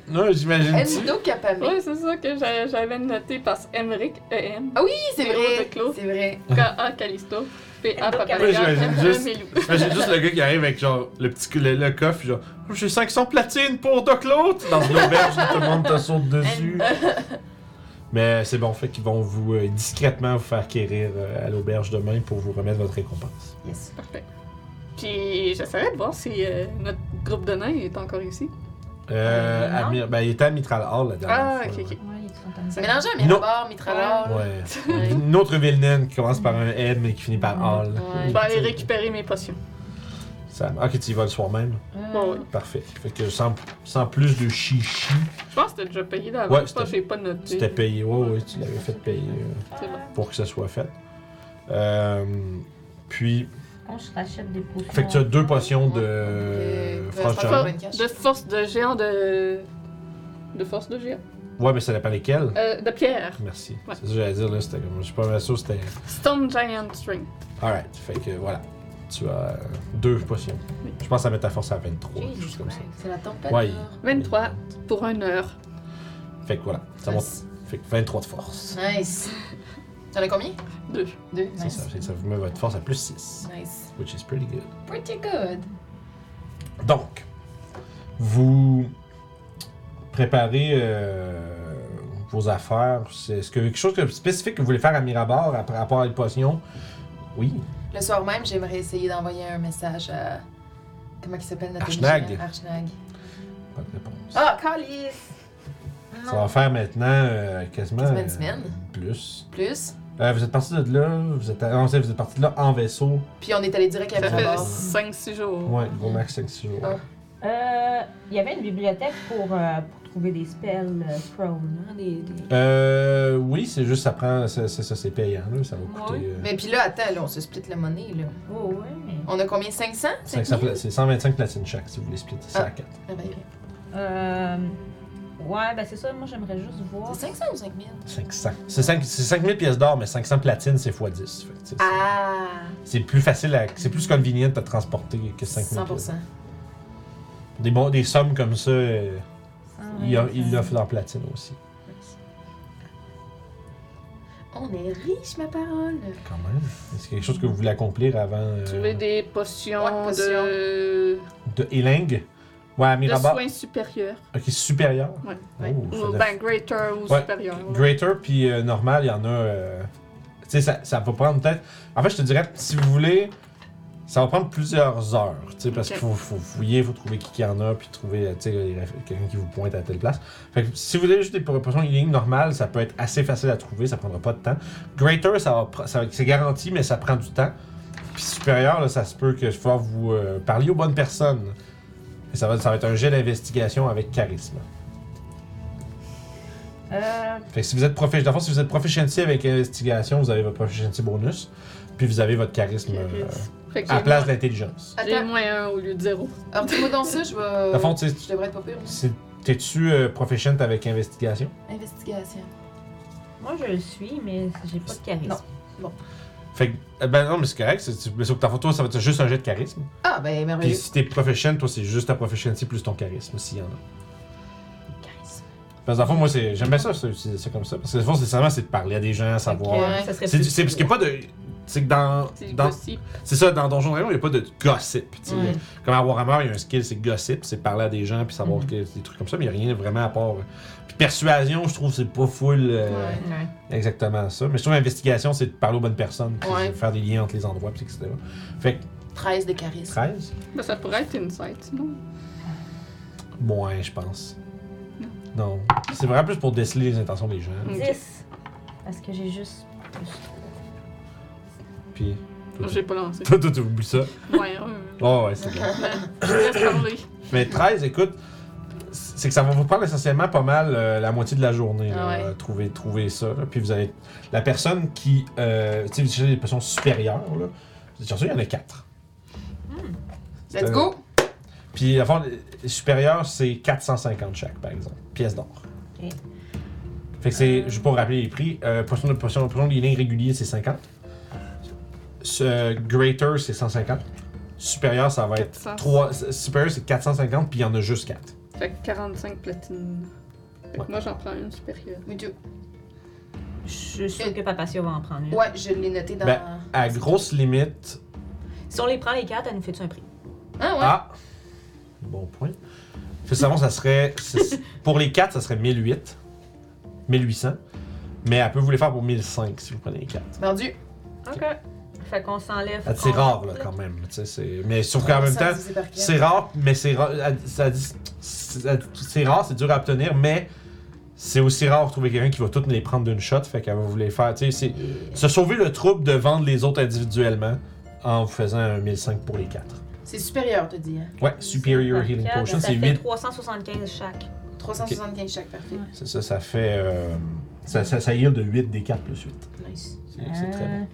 Speaker 1: non, j'imagine.
Speaker 3: Endo Capame.
Speaker 4: ouais, c'est ça que j'a- j'avais noté E parce Emric, E-M.
Speaker 3: Ah oui, c'est
Speaker 4: Léo
Speaker 3: vrai.
Speaker 4: Declos.
Speaker 3: C'est vrai.
Speaker 4: K-A Calisto. P-A
Speaker 2: Endo
Speaker 4: Papa
Speaker 2: Capame.
Speaker 1: Ah. J'imagine juste-
Speaker 4: Melou.
Speaker 1: J'imagine Ah, juste le gars qui arrive avec genre le petit le, le coffre, genre Oh, j'ai 500 platines pour Doc L'autre dans une auberge, tout le monde te saute dessus. Mais c'est bon, fait qu'ils vont vous euh, discrètement vous faire quérir euh, à l'auberge demain pour vous remettre votre récompense.
Speaker 3: Yes.
Speaker 4: Puis j'essaierai de voir si euh, notre groupe de nains est encore ici.
Speaker 1: Euh,
Speaker 2: Non.
Speaker 1: à Mi- ben, il était à Mitral Hall la dernière
Speaker 4: Ah,
Speaker 1: fois.
Speaker 4: ok, ok.
Speaker 2: Ouais, ils sont en
Speaker 3: C'est mélangé à Mirabar, Mitralar.
Speaker 1: Ouais.
Speaker 3: Ouais.
Speaker 1: Une autre ville naine qui commence par un M et qui finit par Hall.
Speaker 4: Je vais aller Ben, récupérer mes potions.
Speaker 1: Ça- Ok, tu y vas le soir même.
Speaker 3: Mm.
Speaker 4: Bon, oui.
Speaker 1: Parfait. Fait que sans, sans plus de chichi,
Speaker 4: Je pense que c'était déjà payé d'avant.
Speaker 1: Ouais,
Speaker 4: je pense que j'ai pas noté.
Speaker 1: tu t'es payé. Ouais, ouais, tu l'avais fait payer euh,
Speaker 4: C'est bon.
Speaker 1: pour que ça soit fait. Euh, puis,
Speaker 2: On se rachète des potions.
Speaker 1: fait que tu as deux potions de
Speaker 3: De- de-
Speaker 1: Frost
Speaker 3: de-
Speaker 1: Giant.
Speaker 4: For- de force de géant de. De force de géant.
Speaker 1: Ouais, mais ça dépend lesquels.
Speaker 4: Euh, de pierre.
Speaker 1: Merci.
Speaker 4: Ouais.
Speaker 1: C'est ça que j'allais dire, là. C'était comme. Je suis pas mal sûr, c'était.
Speaker 4: Stone Giant String.
Speaker 1: Alright. Fait que voilà. Tu as euh, deux potions.
Speaker 4: Oui.
Speaker 1: Je pense que ça met ta force à 23, quelque chose comme ça.
Speaker 3: C'est la tempête.
Speaker 1: Ouais.
Speaker 3: d'or.
Speaker 4: 23 pour une heure.
Speaker 1: Fait que voilà. Ça monte.
Speaker 3: Nice.
Speaker 1: Fait que 23 de force.
Speaker 3: Nice. T'en as combien?
Speaker 4: Deux.
Speaker 3: Deux.
Speaker 1: C'est ça.
Speaker 3: Nice.
Speaker 1: fait que ça vous met votre force à plus 6.
Speaker 3: Nice.
Speaker 1: Which is pretty good.
Speaker 3: Pretty good.
Speaker 1: Donc, vous préparez euh, vos affaires. C'est- Est-ce que quelque chose de spécifique que vous voulez faire à Mirabar à- par rapport à les potions? Oui.
Speaker 3: Le soir même, j'aimerais essayer d'envoyer un message à. Comment il s'appelle notre
Speaker 1: Archnag.
Speaker 3: ami, hein? Archnag.
Speaker 1: Pas de réponse.
Speaker 3: Ah, Calis!
Speaker 1: Ça va faire maintenant euh, quasiment.
Speaker 3: Quasiment une
Speaker 1: euh,
Speaker 3: semaine.
Speaker 1: plus.
Speaker 3: Plus.
Speaker 1: Euh, vous êtes parti de là, vous êtes, ah, non, c'est- vous êtes parti de là en vaisseau.
Speaker 3: Puis on est allé direct à
Speaker 4: Ça fait
Speaker 3: Mirabar.
Speaker 4: 5-6 jours.
Speaker 1: Ouais, gros max 5 jours.
Speaker 3: Ah.
Speaker 2: Euh, Il y avait une bibliothèque pour, euh, pour trouver des spells euh, prone. hein, des, des-
Speaker 1: Euh, oui, c'est juste ça prend, c'est, c'est- ça c'est payant, là, ça va coûter. euh,
Speaker 3: Mais puis là, attends, là, on se split la monnaie, là.
Speaker 2: Oh, ouais, mais.
Speaker 3: On a combien? 500?
Speaker 1: 500 pla-
Speaker 3: 5000?
Speaker 1: c'est 125 platines chaque si vous voulez splitter ça à 4.
Speaker 3: Ah ben,
Speaker 2: Euh, ouais, ben c'est ça, moi j'aimerais juste voir.
Speaker 3: C'est 500 ou 5000?
Speaker 1: 500. C'est 5, c'est 5000 pièces d'or, mais 500 platines, c'est x 10. Fait que, tu sais, c'est-
Speaker 3: Ah!
Speaker 1: C'est plus facile, à, c'est plus convenient de transporter que 5000 pièces.
Speaker 3: 100%.
Speaker 1: Des, bons- des sommes comme ça, euh, ils,
Speaker 2: Ah,
Speaker 1: offrent ils l'offrent leur platine aussi.
Speaker 3: On est riche, ma parole!
Speaker 1: Quand même. Est-ce quelque chose que vous voulez accomplir avant euh,
Speaker 4: Trouver des potions,
Speaker 3: Ouais, potions.
Speaker 4: de,
Speaker 1: de Eling? Ouais, à
Speaker 4: de
Speaker 1: Mirabar.
Speaker 4: soins supérieurs.
Speaker 1: Ok, supérieur.
Speaker 4: Ouais.
Speaker 3: Ouais.
Speaker 1: Oh, ça
Speaker 4: Ou,
Speaker 1: doit-
Speaker 4: ben, greater ou
Speaker 1: Ouais.
Speaker 4: supérieur. ouais.
Speaker 1: Greater puis euh, normal, il y en a. euh, tu sais, ça, ça va prendre peut-être. En fait, je te dirais, si vous voulez, ça va prendre plusieurs heures. Tu sais, parce
Speaker 4: Ok.
Speaker 1: qu'il faut, faut fouiller, il faut trouver qui qu'il y en a, puis trouver euh, tu sais, les réf- quelqu'un qui vous pointe à telle place. Fait que si vous voulez juste des proportions ligne normale, ça peut être assez facile à trouver, ça prendra pas de temps. Greater, ça va, pr- ça va- c'est garanti, mais ça prend du temps. Puis supérieur, là, ça se peut que il va falloir vous euh, parler aux bonnes personnes. Et ça va, ça va être un jet d'investigation avec charisme.
Speaker 2: Euh,
Speaker 1: Fait que si vous êtes profi- dans le fond, si vous êtes proficiency avec investigation, vous avez votre proficiency bonus, puis vous avez votre charisme euh,
Speaker 4: Fait que
Speaker 1: à
Speaker 4: j'ai
Speaker 1: place de
Speaker 4: moins-
Speaker 1: l'intelligence.
Speaker 4: J'ai
Speaker 3: Attends,
Speaker 4: moins un au lieu de zéro.
Speaker 3: alors dis-moi dans ça, je
Speaker 1: Dans le fond,
Speaker 3: vais.
Speaker 1: tu sais,
Speaker 3: Je devrais être pas pire. moi.
Speaker 1: c'est- t'es-tu euh, proficient avec investigation?
Speaker 3: Investigation.
Speaker 2: moi je le suis, mais j'ai pas de charisme.
Speaker 3: Non.
Speaker 1: Fait que, euh, ben non, mais c'est correct, c'est, c'est- mais sauf que dans le fond, toi, ça va être juste un jet de charisme.
Speaker 3: Ah, ben,
Speaker 1: Puis
Speaker 3: merveilleux.
Speaker 1: si t'es proficient, toi, c'est juste ta proficiency plus ton charisme, s'il y en a.
Speaker 3: Charisme.
Speaker 1: Parce que dans le fond, moi, c'est, j'aime bien ça, c'est, c'est- c'est comme ça. Parce que dans le fond, c'est seulement c'est de parler à des gens, savoir.
Speaker 3: Ouais.
Speaker 2: Ça serait
Speaker 1: C'est,
Speaker 2: plus-
Speaker 1: c'est parce qu'il n'y a pas de. C'est que dans.
Speaker 4: C'est
Speaker 1: dans-
Speaker 4: possible.
Speaker 1: C'est ça, dans Donjon Dragon, il n'y a pas de gossip. tu sais.
Speaker 3: Ouais.
Speaker 1: Comme à Warhammer, il y a un skill, c'est gossip, c'est parler à des gens puis savoir
Speaker 2: Mhm.
Speaker 3: Mm-hmm.
Speaker 1: que- des trucs comme ça, mais il n'y a rien vraiment à part. euh, Puis persuasion, je trouve, c'est pas full euh,
Speaker 3: Ouais.
Speaker 1: exactement ça. Mais je trouve investigation, c'est de parler aux bonnes personnes, puis
Speaker 3: Ouais.
Speaker 1: de faire des liens entre les endroits, puis etc. Fait que
Speaker 3: 13 de charisme.
Speaker 1: 13
Speaker 4: Ben, ça pourrait être une site, sinon.
Speaker 1: Moins, je pense. Non. C'est vraiment plus pour déceler les intentions des gens.
Speaker 4: Mm.
Speaker 2: 10. Parce que j'ai juste.
Speaker 1: Puis. (laughs)
Speaker 4: Non, J'ai pas lancé.
Speaker 1: Toi, toi, tu oublies ça.
Speaker 4: Moins un.
Speaker 1: Oh, ouais,
Speaker 3: (laughs)
Speaker 1: c'est bon.
Speaker 4: Laisse parler.
Speaker 1: Mais 13, écoute, c'est que ça va vous prendre essentiellement pas mal euh, la moitié de la journée, là,
Speaker 3: Ah ouais.
Speaker 1: euh, trouver, trouver ça. là. Puis vous allez. La personne qui. euh, tu sais, vous cherchez des potions supérieures, là. Vous êtes chanceux, il y en a 4.
Speaker 3: Let's go!
Speaker 1: Puis, à fond, les supérieures, c'est 450 chaque, par exemple. Pièce d'or.
Speaker 2: Ok.
Speaker 1: Fait que c'est. Je vais pas vous rappeler les prix. Euh, potion de potion, potion de healing régulier, c'est 50. Ce greater, c'est 150. Supérieur, ça va être
Speaker 4: 400.
Speaker 1: 3. Supérieur, c'est 450, puis il y en a juste 4.
Speaker 4: Fait que 45 platines. Fait que
Speaker 1: Ouais.
Speaker 4: moi, j'en prends une supérieure.
Speaker 3: Me too.
Speaker 2: Je suis sûre que Papatio va en prendre une.
Speaker 3: Ouais, je l'ai noté dans.
Speaker 1: Ben, À grosse limite,
Speaker 2: Si on les prend les quatre, elle nous fait-tu un prix?
Speaker 3: Ah, ouais.
Speaker 1: Ah! Bon point. Fait que, dans le fond, ça serait. c'est- pour les 4, ça serait 1008. 1800. Mais elle peut vous les faire pour 1005 si vous prenez les 4.
Speaker 3: Mordu.
Speaker 2: Ok. Fait qu'on s'enlève.
Speaker 1: Ah, C'est
Speaker 2: on-
Speaker 1: rare, là, quand même. tu sais, c'est- Mais sauf qu'en même temps, c'est rare, mais c'est rare. ça dit- c'est- C'est rare, c'est dur à obtenir, mais c'est aussi rare de trouver quelqu'un qui va toutes les prendre d'une shot. Fait qu'elle va vous les faire. tu sais, c'est- Se sauver le trouble de vendre les autres individuellement en vous faisant un 1005 pour les quatre.
Speaker 3: C'est supérieur, te dis. hein.
Speaker 1: Ouais, Superior
Speaker 2: Fait que,
Speaker 1: Healing
Speaker 2: ben,
Speaker 1: Potion,
Speaker 2: ça
Speaker 1: c'est
Speaker 2: fait
Speaker 1: 8
Speaker 2: 375 chaque.
Speaker 3: 375 chaque, parfait.
Speaker 1: C'est ça, ça fait. euh, ça, ça, ça heal de 8 des 4 plus 8.
Speaker 3: Nice.
Speaker 1: C'est c'est
Speaker 2: Euh,
Speaker 1: très
Speaker 3: Euh.
Speaker 1: bon.
Speaker 2: bon.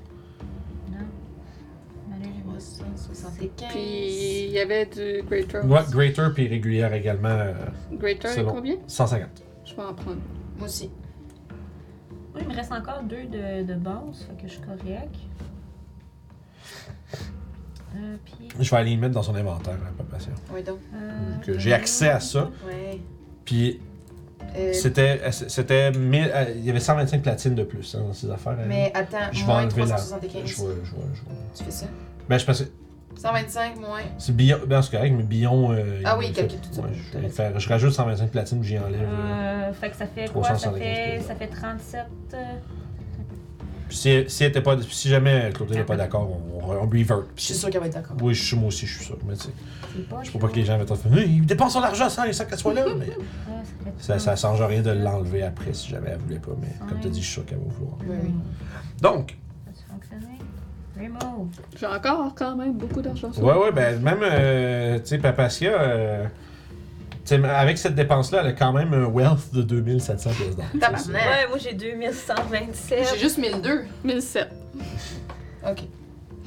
Speaker 3: 375.
Speaker 4: Puis il y avait du Greater.
Speaker 1: Ouais, Greater puis régulière également, euh,
Speaker 4: Greater,
Speaker 1: c'est bon.
Speaker 4: combien
Speaker 1: 150.
Speaker 4: Je vais en prendre.
Speaker 3: Moi aussi.
Speaker 2: Oui, il me reste encore deux de, de base, fait que je suis correct. Euh, puis,
Speaker 1: Je vais aller le mettre dans son inventaire, hein, pas patient.
Speaker 3: Oui, donc.
Speaker 2: euh,
Speaker 1: Que j'ai accès à ça.
Speaker 3: Ouais.
Speaker 1: Puis
Speaker 3: Euh,
Speaker 1: c'était. c'était mille- euh, Il y avait 125 platines de plus hein, dans ces affaires. hein.
Speaker 3: mais attends,
Speaker 1: je vais
Speaker 3: moins
Speaker 1: enlever la. Je
Speaker 3: 375.
Speaker 1: vais, je vais, je vais.
Speaker 3: Tu fais ça.
Speaker 1: Ben, je pense que
Speaker 3: 125 moins.
Speaker 1: c'est Bion. Ben, c'est correct, mais Bion. euh,
Speaker 3: Ah
Speaker 1: il
Speaker 3: oui,
Speaker 1: me
Speaker 3: calcule
Speaker 1: fait-
Speaker 3: tout ça.
Speaker 1: ouais, je, vais faire- je rajoute 125 platines, puis j'y enlève. euh.
Speaker 2: euh, fait que ça fait quoi ça
Speaker 1: 375
Speaker 2: fait,
Speaker 1: plus
Speaker 2: ça fait 37. euh,
Speaker 1: Puis si, si, elle était pas, si jamais Claudine n'est pas d'accord, on, on, on revert.
Speaker 3: Je
Speaker 1: Puis
Speaker 3: suis sûre qu'elle va être d'accord.
Speaker 1: Oui, je suis moi aussi, je suis sûr. Mais tu sais,
Speaker 2: c'est pas.
Speaker 1: je peux pas que les gens mettent en fait. Hey, Ils dépensent son argent sans, sans qu'elle soit là. Mais ça, ça change rien de l'enlever après si jamais elle voulait pas. Mais comme tu dis, je suis sûr qu'elle va vouloir.
Speaker 3: Oui, oui.
Speaker 1: Donc,
Speaker 2: Remove.
Speaker 4: J'ai encore quand même beaucoup d'argent sur
Speaker 1: ouais, ouais, ben même, euh, tu sais, Papacia, euh, tu sais, avec cette dépense-là, elle a quand même un wealth de 2700 pièces d'or.
Speaker 3: Tabarnak.
Speaker 2: Ouais, moi j'ai 2127.
Speaker 3: J'ai juste 1002.
Speaker 4: 1007.
Speaker 3: Ok.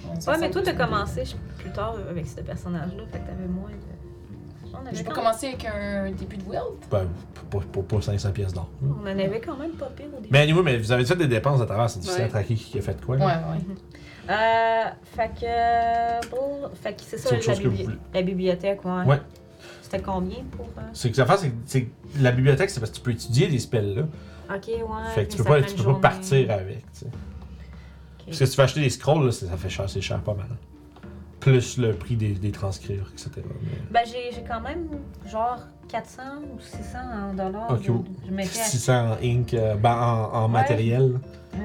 Speaker 2: Ouais, mais toi t'as commencé je- plus tard avec ce personnage-là, fait que t'avais moins de. On avait
Speaker 3: J'ai pas
Speaker 2: quand-
Speaker 3: commencé avec un début de World.
Speaker 1: Pas, pas, pas- pas 500 pièces d'or.
Speaker 2: On en avait quand même pas pire au début.
Speaker 1: Mais anyway, mais vous avez fait des dépenses à travers, c'est difficile
Speaker 4: Ouais.
Speaker 1: à traquer qui a fait quoi.
Speaker 3: Ouais,
Speaker 1: là.
Speaker 3: ouais.
Speaker 2: Euh, fait que. Bon, fait que c'est ça
Speaker 1: C'est autre
Speaker 2: la,
Speaker 1: chose que vous
Speaker 2: bibli-
Speaker 1: voulez.
Speaker 2: la bibliothèque, ouais.
Speaker 1: Ouais.
Speaker 2: C'était combien pour. euh,
Speaker 1: C'est que l'affaire, c'est que c'est que la bibliothèque, c'est parce que tu peux étudier des spells là.
Speaker 2: Ok, ouais.
Speaker 1: fait que tu peux
Speaker 2: mais ça
Speaker 1: pas,
Speaker 2: prend
Speaker 1: tu
Speaker 2: une
Speaker 1: peux pas
Speaker 2: journée.
Speaker 1: partir avec. tu sais. Parce que si tu vas acheter des scrolls, là, c'est- ça fait cher, c'est cher pas mal. Plus le prix des, des transcrire, etc. Mais
Speaker 2: Ben, j'ai j'ai quand même genre 400 ou 600 en dollars.
Speaker 1: Ok,
Speaker 2: Je-
Speaker 1: ou-
Speaker 2: Je m'étais acheté.
Speaker 1: 600 en ink, euh, ben, en, en matériel.
Speaker 2: Euh,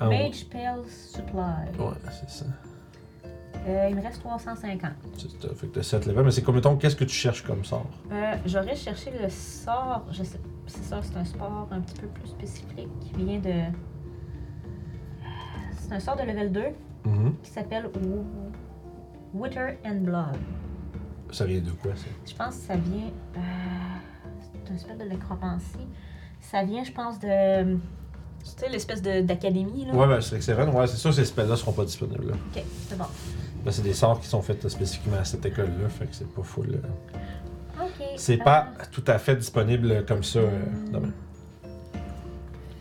Speaker 1: En-
Speaker 2: Mage Pale Supply.
Speaker 1: Ah Ouais, c'est ça.
Speaker 2: Euh, il me reste 350.
Speaker 1: C'est- t'as- Fait que t'as 7 levels, mais c'est comme, mettons, qu'est-ce que tu cherches comme sort?
Speaker 2: Euh, J'aurais cherché le sort. Je sais, c'est ça, c'est un sport un petit peu plus spécifique qui vient de. C'est un sort de level 2
Speaker 1: Mhm.
Speaker 2: qui s'appelle Wo- Water and Blood.
Speaker 1: Ça vient de quoi, ça?
Speaker 2: Je pense que ça vient. euh, c'est un spell de nécromancie. Ça vient, je pense, de. Tu sais, l'espèce de- d'académie, là.
Speaker 1: Ouais, ben, c'est excellent. Ouais, c'est sûr, ces spells-là seront pas disponibles. Là.
Speaker 2: Ok, c'est bon.
Speaker 1: Ben, c'est des sorts qui sont faits euh, spécifiquement à cette école-là, fait que c'est pas full. euh,
Speaker 2: Ok.
Speaker 1: C'est
Speaker 2: euh,
Speaker 1: pas tout à fait disponible euh, comme ça euh, demain.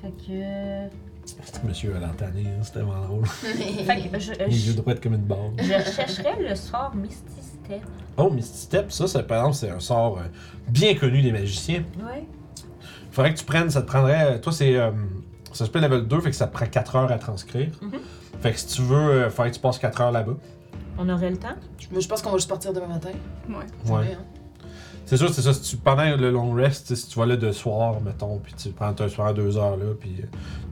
Speaker 2: Fait que.
Speaker 1: C'était monsieur à l'entanée, hein, c'était vraiment drôle.
Speaker 2: Fait que je, euh,
Speaker 1: Les yeux
Speaker 2: je,
Speaker 1: droits comme une barbe.
Speaker 2: je chercherais le sort Misty Step.
Speaker 1: Oh, Misty Step, ça, c'est- par exemple, c'est un sort euh, bien connu des magiciens.
Speaker 2: Ouais.
Speaker 1: Faudrait que tu prennes, ça te prendrait. euh, Toi, c'est. euh, ça se peut level 2, fait que ça te prend 4 heures à transcrire.
Speaker 2: Mhm.
Speaker 1: Fait que si tu veux, euh, faudrait que tu passes 4 heures là-bas.
Speaker 2: On aurait le temps.
Speaker 3: Je je pense qu'on va juste partir demain matin.
Speaker 4: Ouais.
Speaker 1: Ouais.
Speaker 3: hein.
Speaker 1: C'est sûr, c'est ça. Si tu, pendant le long rest, tu sais, si tu vas là de soir, mettons, puis tu prends, tu prends deux heures là, puis euh,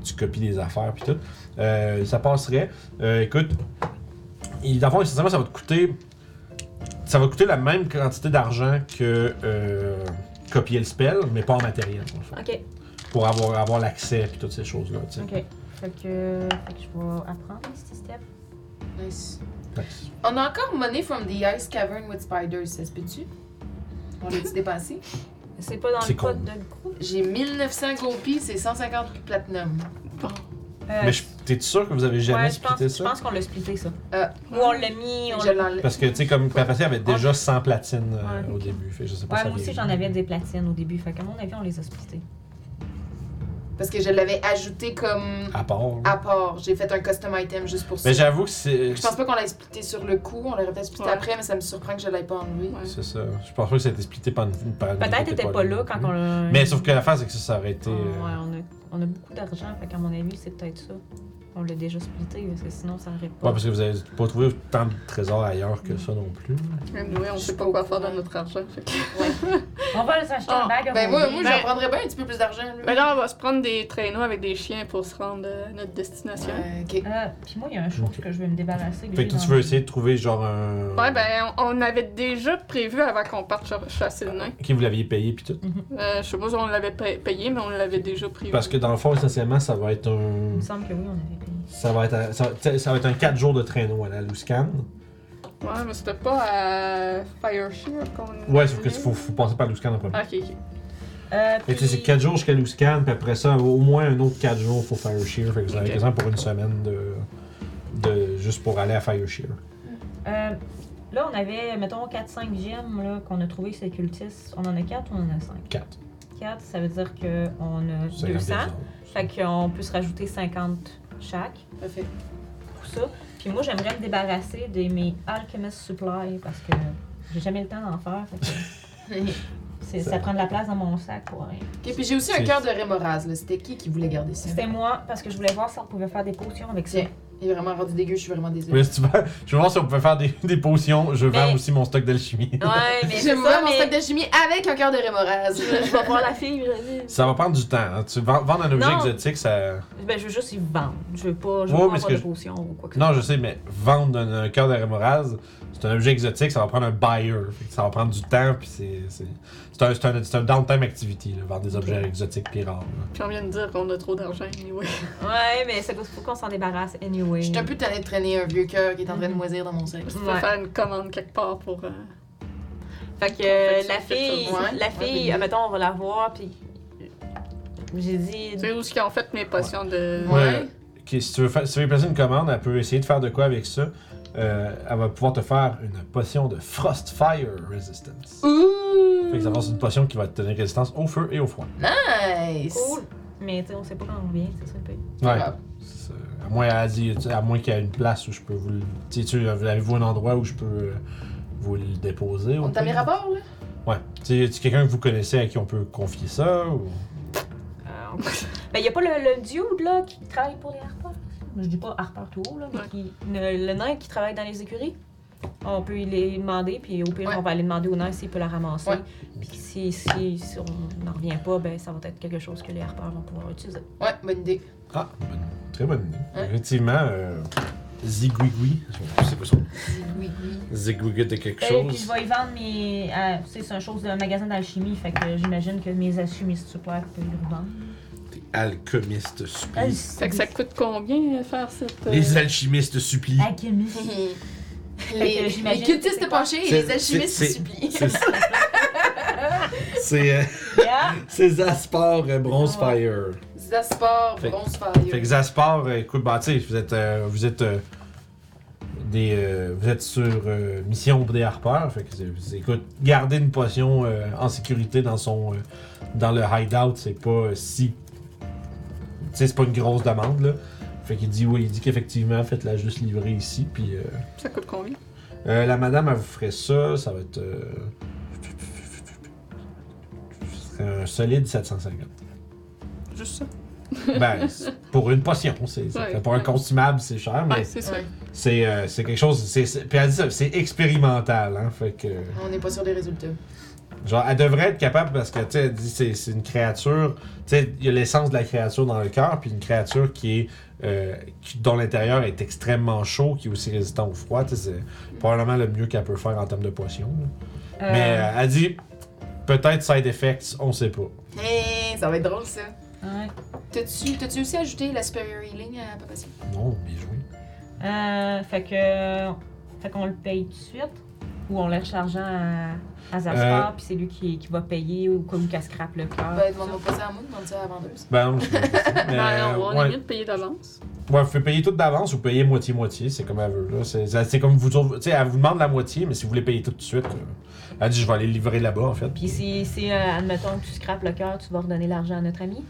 Speaker 1: tu copies des affaires, puis tout, euh, ça passerait. Euh, écoute, il- dans le fond, essentiellement, ça va te coûter. Ça va coûter la même quantité d'argent que euh, copier le spell, mais pas en matériel, dans le fond,
Speaker 2: Ok.
Speaker 1: pour avoir, avoir l'accès, puis toutes ces choses-là. tu sais.
Speaker 2: Ok. Fait que, fait que je vais apprendre Misty Step.
Speaker 3: Nice.
Speaker 1: Nice.
Speaker 3: On a encore Money from the Ice Cavern with Spiders, ça se peut-tu? On
Speaker 2: (laughs)
Speaker 3: l'a-tu dépassé?
Speaker 2: C'est pas dans
Speaker 1: C'est
Speaker 2: le code
Speaker 1: con.
Speaker 2: de groupe.
Speaker 3: J'ai 1900 gopies, c'est 150 platinum.
Speaker 4: Bon.
Speaker 2: Euh,
Speaker 1: Mais je- t'es-tu sûr que vous avez jamais
Speaker 2: ouais, je pense,
Speaker 1: splitté
Speaker 2: je
Speaker 1: ça?
Speaker 2: pense qu'on l'a splitté ça.
Speaker 3: Ah.
Speaker 2: Ou on l'a mis. On
Speaker 3: Je
Speaker 2: l'a-
Speaker 3: l'enlève.
Speaker 1: Parce que, tu sais, comme Papassi avait déjà 100 platines euh,
Speaker 2: Ouais,
Speaker 1: au début, fait que je sais pas
Speaker 2: Ouais,
Speaker 1: ça
Speaker 2: moi aussi
Speaker 1: vient
Speaker 2: j'en
Speaker 1: d'où.
Speaker 2: avais des platines au début. Fait qu'à mon avis, on les a splittés.
Speaker 3: Parce que je l'avais ajouté comme
Speaker 1: À part. là.
Speaker 3: apport. J'ai fait un custom item juste pour ça.
Speaker 1: Mais j'avoue que c'est.
Speaker 3: Je pense pas qu'on l'ait splitté sur le coup, on l'aurait peut-être splitté
Speaker 4: Ouais.
Speaker 3: après, mais ça me surprend que je l'ai pas enlevé.
Speaker 4: Ouais.
Speaker 1: C'est ça. Je pense pas que ça a été splitté par une. par une-
Speaker 2: Peut-être t'étais pas là quand on l'a.
Speaker 1: Mais sauf que l'affaire, c'est que ça, ça aurait été.
Speaker 2: On-
Speaker 1: euh,
Speaker 2: ouais, on a, on a beaucoup d'argent. Fait qu'à mon avis, c'est peut-être ça. On l'a déjà splitté, parce que sinon, ça n'arrête pas.
Speaker 1: Ouais, parce que vous avez pas trouvé tant de trésors ailleurs que ça non plus.
Speaker 4: Anyway, on sait pas quoi faire dans notre argent. fait que-
Speaker 2: On va s'acheter
Speaker 4: Ah,
Speaker 2: une bague. à
Speaker 3: Ben, moi,
Speaker 2: René.
Speaker 3: moi
Speaker 4: Ben-
Speaker 3: j'en prendrais bien un petit peu plus d'argent. là.
Speaker 2: ben,
Speaker 4: Mais là, on va se prendre des traîneaux avec des chiens pour se rendre euh, à notre destination. Ouais,
Speaker 3: Ouais, Euh, ok.
Speaker 2: Ah, puis moi, il y a un chose
Speaker 1: Ok.
Speaker 2: que je veux me débarrasser.
Speaker 1: Fait que toi, tu veux essayer de trouver genre un.
Speaker 4: ben, on on avait déjà prévu avant qu'on parte ch- chasser le nain.
Speaker 1: Qui vous l'aviez payé puis tout.
Speaker 4: Euh, je sais pas si on l'avait pa- payé, mais on l'avait déjà prévu.
Speaker 1: Parce que dans le fond, essentiellement, ça va être
Speaker 2: Il
Speaker 1: un.
Speaker 2: me semble que oui, on avait payé.
Speaker 1: Ça va être, un- ça, t'sais, ça va être un 4 jours de traîneau à la Luscan.
Speaker 4: Ouais, mais c'était pas à Fireshear qu'on.
Speaker 1: Ouais, sauf que faut, faut passer par Luscan en premier.
Speaker 4: Ah, ok, ok.
Speaker 2: Euh,
Speaker 1: Et tu sais, c'est
Speaker 2: puis-
Speaker 1: 4 jours jusqu'à Luscan, puis après ça, au moins un autre 4 jours pour Fireshear. Fait que vous avez
Speaker 4: Ok.
Speaker 1: quasiment pour une semaine de, de. juste pour aller à Fireshear.
Speaker 2: Euh, là, on avait, mettons, 4-5 gemmes là, qu'on a trouvé ces cultistes. On en a 4 ou on en a 5
Speaker 1: 4.
Speaker 2: 4, ça veut dire qu'on a 200. Fait qu'on peut se rajouter 50 chaque
Speaker 3: Parfait.
Speaker 2: (laughs) pour ça. Puis moi, j'aimerais me débarrasser de mes Alchemist Supply parce que j'ai jamais le temps d'en faire. fait que
Speaker 3: ok,
Speaker 2: c'est- ça prend de la place dans mon sac pour rien.
Speaker 3: puis j'ai aussi un
Speaker 1: C'est-
Speaker 3: cœur de rémoraz. là. C'était qui qui voulait garder ça?
Speaker 2: C'était moi parce que je voulais voir si on pouvait faire des potions avec ça.
Speaker 3: Tiens. Il est vraiment rendu dégueu, je suis vraiment désolée.
Speaker 1: Mais si tu veux, (laughs) je vais voir si on peut faire des, des potions. Je vends
Speaker 2: Mais-
Speaker 1: aussi mon stock d'alchimie.
Speaker 2: Ouais,
Speaker 3: J'aime vraiment mon sac de chimie avec un cœur de rémoraz.
Speaker 2: (laughs) je vais voir la fille,
Speaker 1: (laughs) Ça va prendre du temps. hein. Tu vends- vendre un objet
Speaker 2: Non.
Speaker 1: exotique, ça.
Speaker 2: Ben, je veux juste y vendre. Je veux pas, je veux
Speaker 1: Ouais,
Speaker 2: pas
Speaker 1: mais ce
Speaker 2: avoir
Speaker 1: que
Speaker 2: de
Speaker 1: je-
Speaker 2: potions ou quoi que ce
Speaker 1: Non, je sais, mais vendre un, un cœur d'aramoraz, c'est un objet exotique, ça va prendre un buyer. Fait que ça va prendre du temps, puis c'est. C'est c'est un, c'est un, c'est un downtime activity, là, vendre des objets exotiques pis rares. là.
Speaker 4: Puis on vient de dire qu'on a trop d'argent, anyway.
Speaker 2: soit. Ouais, mais c'est faut qu'on s'en débarrasse anyway.
Speaker 3: Je suis un peu tannée de traîner un vieux cœur qui est en
Speaker 2: Mhm.
Speaker 3: train de moisir dans mon sac.
Speaker 4: Je
Speaker 2: Ouais.
Speaker 4: peux faire une commande quelque part pour. euh,
Speaker 2: Fait
Speaker 4: Fait
Speaker 2: que euh,
Speaker 4: que
Speaker 2: la
Speaker 4: ça fait
Speaker 2: fille,
Speaker 3: ça. Ouais,
Speaker 2: la
Speaker 3: ouais,
Speaker 2: fille,
Speaker 3: mais-
Speaker 2: euh, mettons, on va la voir, puis j'ai dit.
Speaker 4: Tu sais où est-ce qu'ils ont fait mes potions de.
Speaker 3: Ouais.
Speaker 1: Ok, si, tu veux fa- si tu veux placer une commande, elle peut essayer de faire de quoi avec ça. Euh, elle va pouvoir te faire une potion de Frost Fire Resistance.
Speaker 3: Ouh!
Speaker 1: Fait que ça va être une potion qui va te donner résistance au feu et au froid.
Speaker 3: Nice!
Speaker 2: Cool. Mais tu sais, on sait pas quand on vient, c'est ça le pire.
Speaker 1: Ouais.
Speaker 3: grave.
Speaker 1: C'est- euh, À moins, elle dit- à moins qu'il y ait une place où je peux vous le. Tu sais, tu- avez-vous un endroit où je peux euh, vous le déposer?
Speaker 3: On
Speaker 1: au
Speaker 3: t'a mis
Speaker 1: pire?
Speaker 3: rapport, là?
Speaker 1: Ouais. Tu sais, tu quelqu'un que vous connaissez à qui on peut confier ça? Ou...
Speaker 2: Euh, on- (laughs) ben, y a pas le, le dude, là, qui travaille pour les harpeurs. Je dis pas harpeurs tout haut, là, mais
Speaker 4: Ouais.
Speaker 2: qui- le, le nain qui travaille dans les écuries. On peut les demander, puis au pire,
Speaker 3: Ouais.
Speaker 2: on va aller demander au nain s'il peut la ramasser.
Speaker 3: Ouais.
Speaker 2: Puis si, si, si on n'en revient pas, ben ça va être quelque chose que les harpeurs vont pouvoir utiliser.
Speaker 3: Ouais, bonne idée.
Speaker 1: Ah, bonne- très bonne idée.
Speaker 3: Ouais.
Speaker 1: Effectivement, euh, Zigouigoui. Je sais pas son
Speaker 3: Oui, oui.
Speaker 1: Zigouigoui de quelque
Speaker 2: Et Ben, puis je
Speaker 1: chose.
Speaker 2: vais y vendre mes. euh, tu sais, c'est une chose d'un magasin d'alchimie, fait que j'imagine que mes alchimistes super peuvent y revendre.
Speaker 1: Des alchimistes supplient.
Speaker 4: Fait que ça coûte combien euh, faire cette. euh,
Speaker 1: Les alchimistes supplient.
Speaker 2: Alchimiste.
Speaker 3: (laughs) les,
Speaker 2: (laughs)
Speaker 3: les
Speaker 2: j'imagine que c'est
Speaker 3: cultistes penchés et
Speaker 1: C'est-
Speaker 3: les alchimistes
Speaker 1: c'est- c'est-
Speaker 3: supplient.
Speaker 1: C'est
Speaker 3: (laughs)
Speaker 1: ça. C'est euh,
Speaker 2: (laughs) Yeah.
Speaker 1: c'est Zaspar euh, Bronze Fire.
Speaker 3: (laughs) Zaspar,
Speaker 1: Fait-
Speaker 3: bronze
Speaker 1: Fait que
Speaker 3: fire.
Speaker 1: Zaspar, euh, écoute, bah, tu sais, vous êtes, euh, vous êtes, euh, des, euh, vous êtes sur euh, mission des harpeurs. Fait que, c'est- c'est- écoute, garder une potion euh, en sécurité dans son, euh, dans le hideout, c'est pas euh, si, tu sais, c'est pas une grosse demande là. Fait qu'il dit, oui, il dit qu'effectivement, faites-la juste livrer ici, puis. euh,
Speaker 4: Ça coûte combien
Speaker 1: euh, la madame, elle vous ferait ça, ça va être. euh, ce serait un solide 750.
Speaker 4: Juste ça.
Speaker 1: ben, c'est- pour une potion, c'est, c'est-
Speaker 4: Ouais.
Speaker 1: pour un consumable, c'est cher, mais
Speaker 4: Ouais, c'est ça.
Speaker 3: Ouais.
Speaker 1: c'est, euh, c'est quelque chose. C'est, c'est- puis elle dit ça, c'est expérimental, hein, fait que.
Speaker 3: On n'est pas sûr des résultats.
Speaker 1: Genre, elle devrait être capable parce que, tu sais, elle dit c'est, c'est une créature. Tu sais, il y a l'essence de la créature dans le cœur, puis une créature qui est. euh, qui- dont l'intérieur est extrêmement chaud, qui est aussi résistant au froid. tu sais, C'est probablement le mieux qu'elle peut faire en termes de potion. là.
Speaker 2: Euh,
Speaker 1: Mais euh, elle dit peut-être side effects, on sait pas.
Speaker 3: Hey, Eh, ça va être drôle, ça.
Speaker 2: Euh, ouais.
Speaker 3: T'as-tu t'as-tu aussi ajouté la superior healing à Papa Sion?
Speaker 1: Non, bien joué.
Speaker 2: Euh, fait que. Fait qu'on le paye tout de suite. Ou on laisse l'argent à, à Zaspar,
Speaker 1: Euh.
Speaker 2: puis c'est lui qui, qui va payer ou comme qu'elle scrape le cœur.
Speaker 3: Ben, demande-moi pas ça à moi, demande ça à la vendeuse.
Speaker 1: Ben,
Speaker 4: (laughs)
Speaker 1: non, c'est- mais, euh,
Speaker 4: non, non, Ben, on
Speaker 1: ouais,
Speaker 4: est mieux de payer d'avance.
Speaker 1: ouais, vous pouvez payer tout d'avance ou payer moitié-moitié, c'est comme elle veut. Là. C'est, c'est- c'est comme vous. Tu sais, elle vous demande la moitié, mais si vous voulez payer tout de suite, euh, elle dit je vais aller le livrer là-bas en fait.
Speaker 2: Puis si, si euh, admettons que tu scrapes le cœur, tu vas redonner l'argent à notre ami.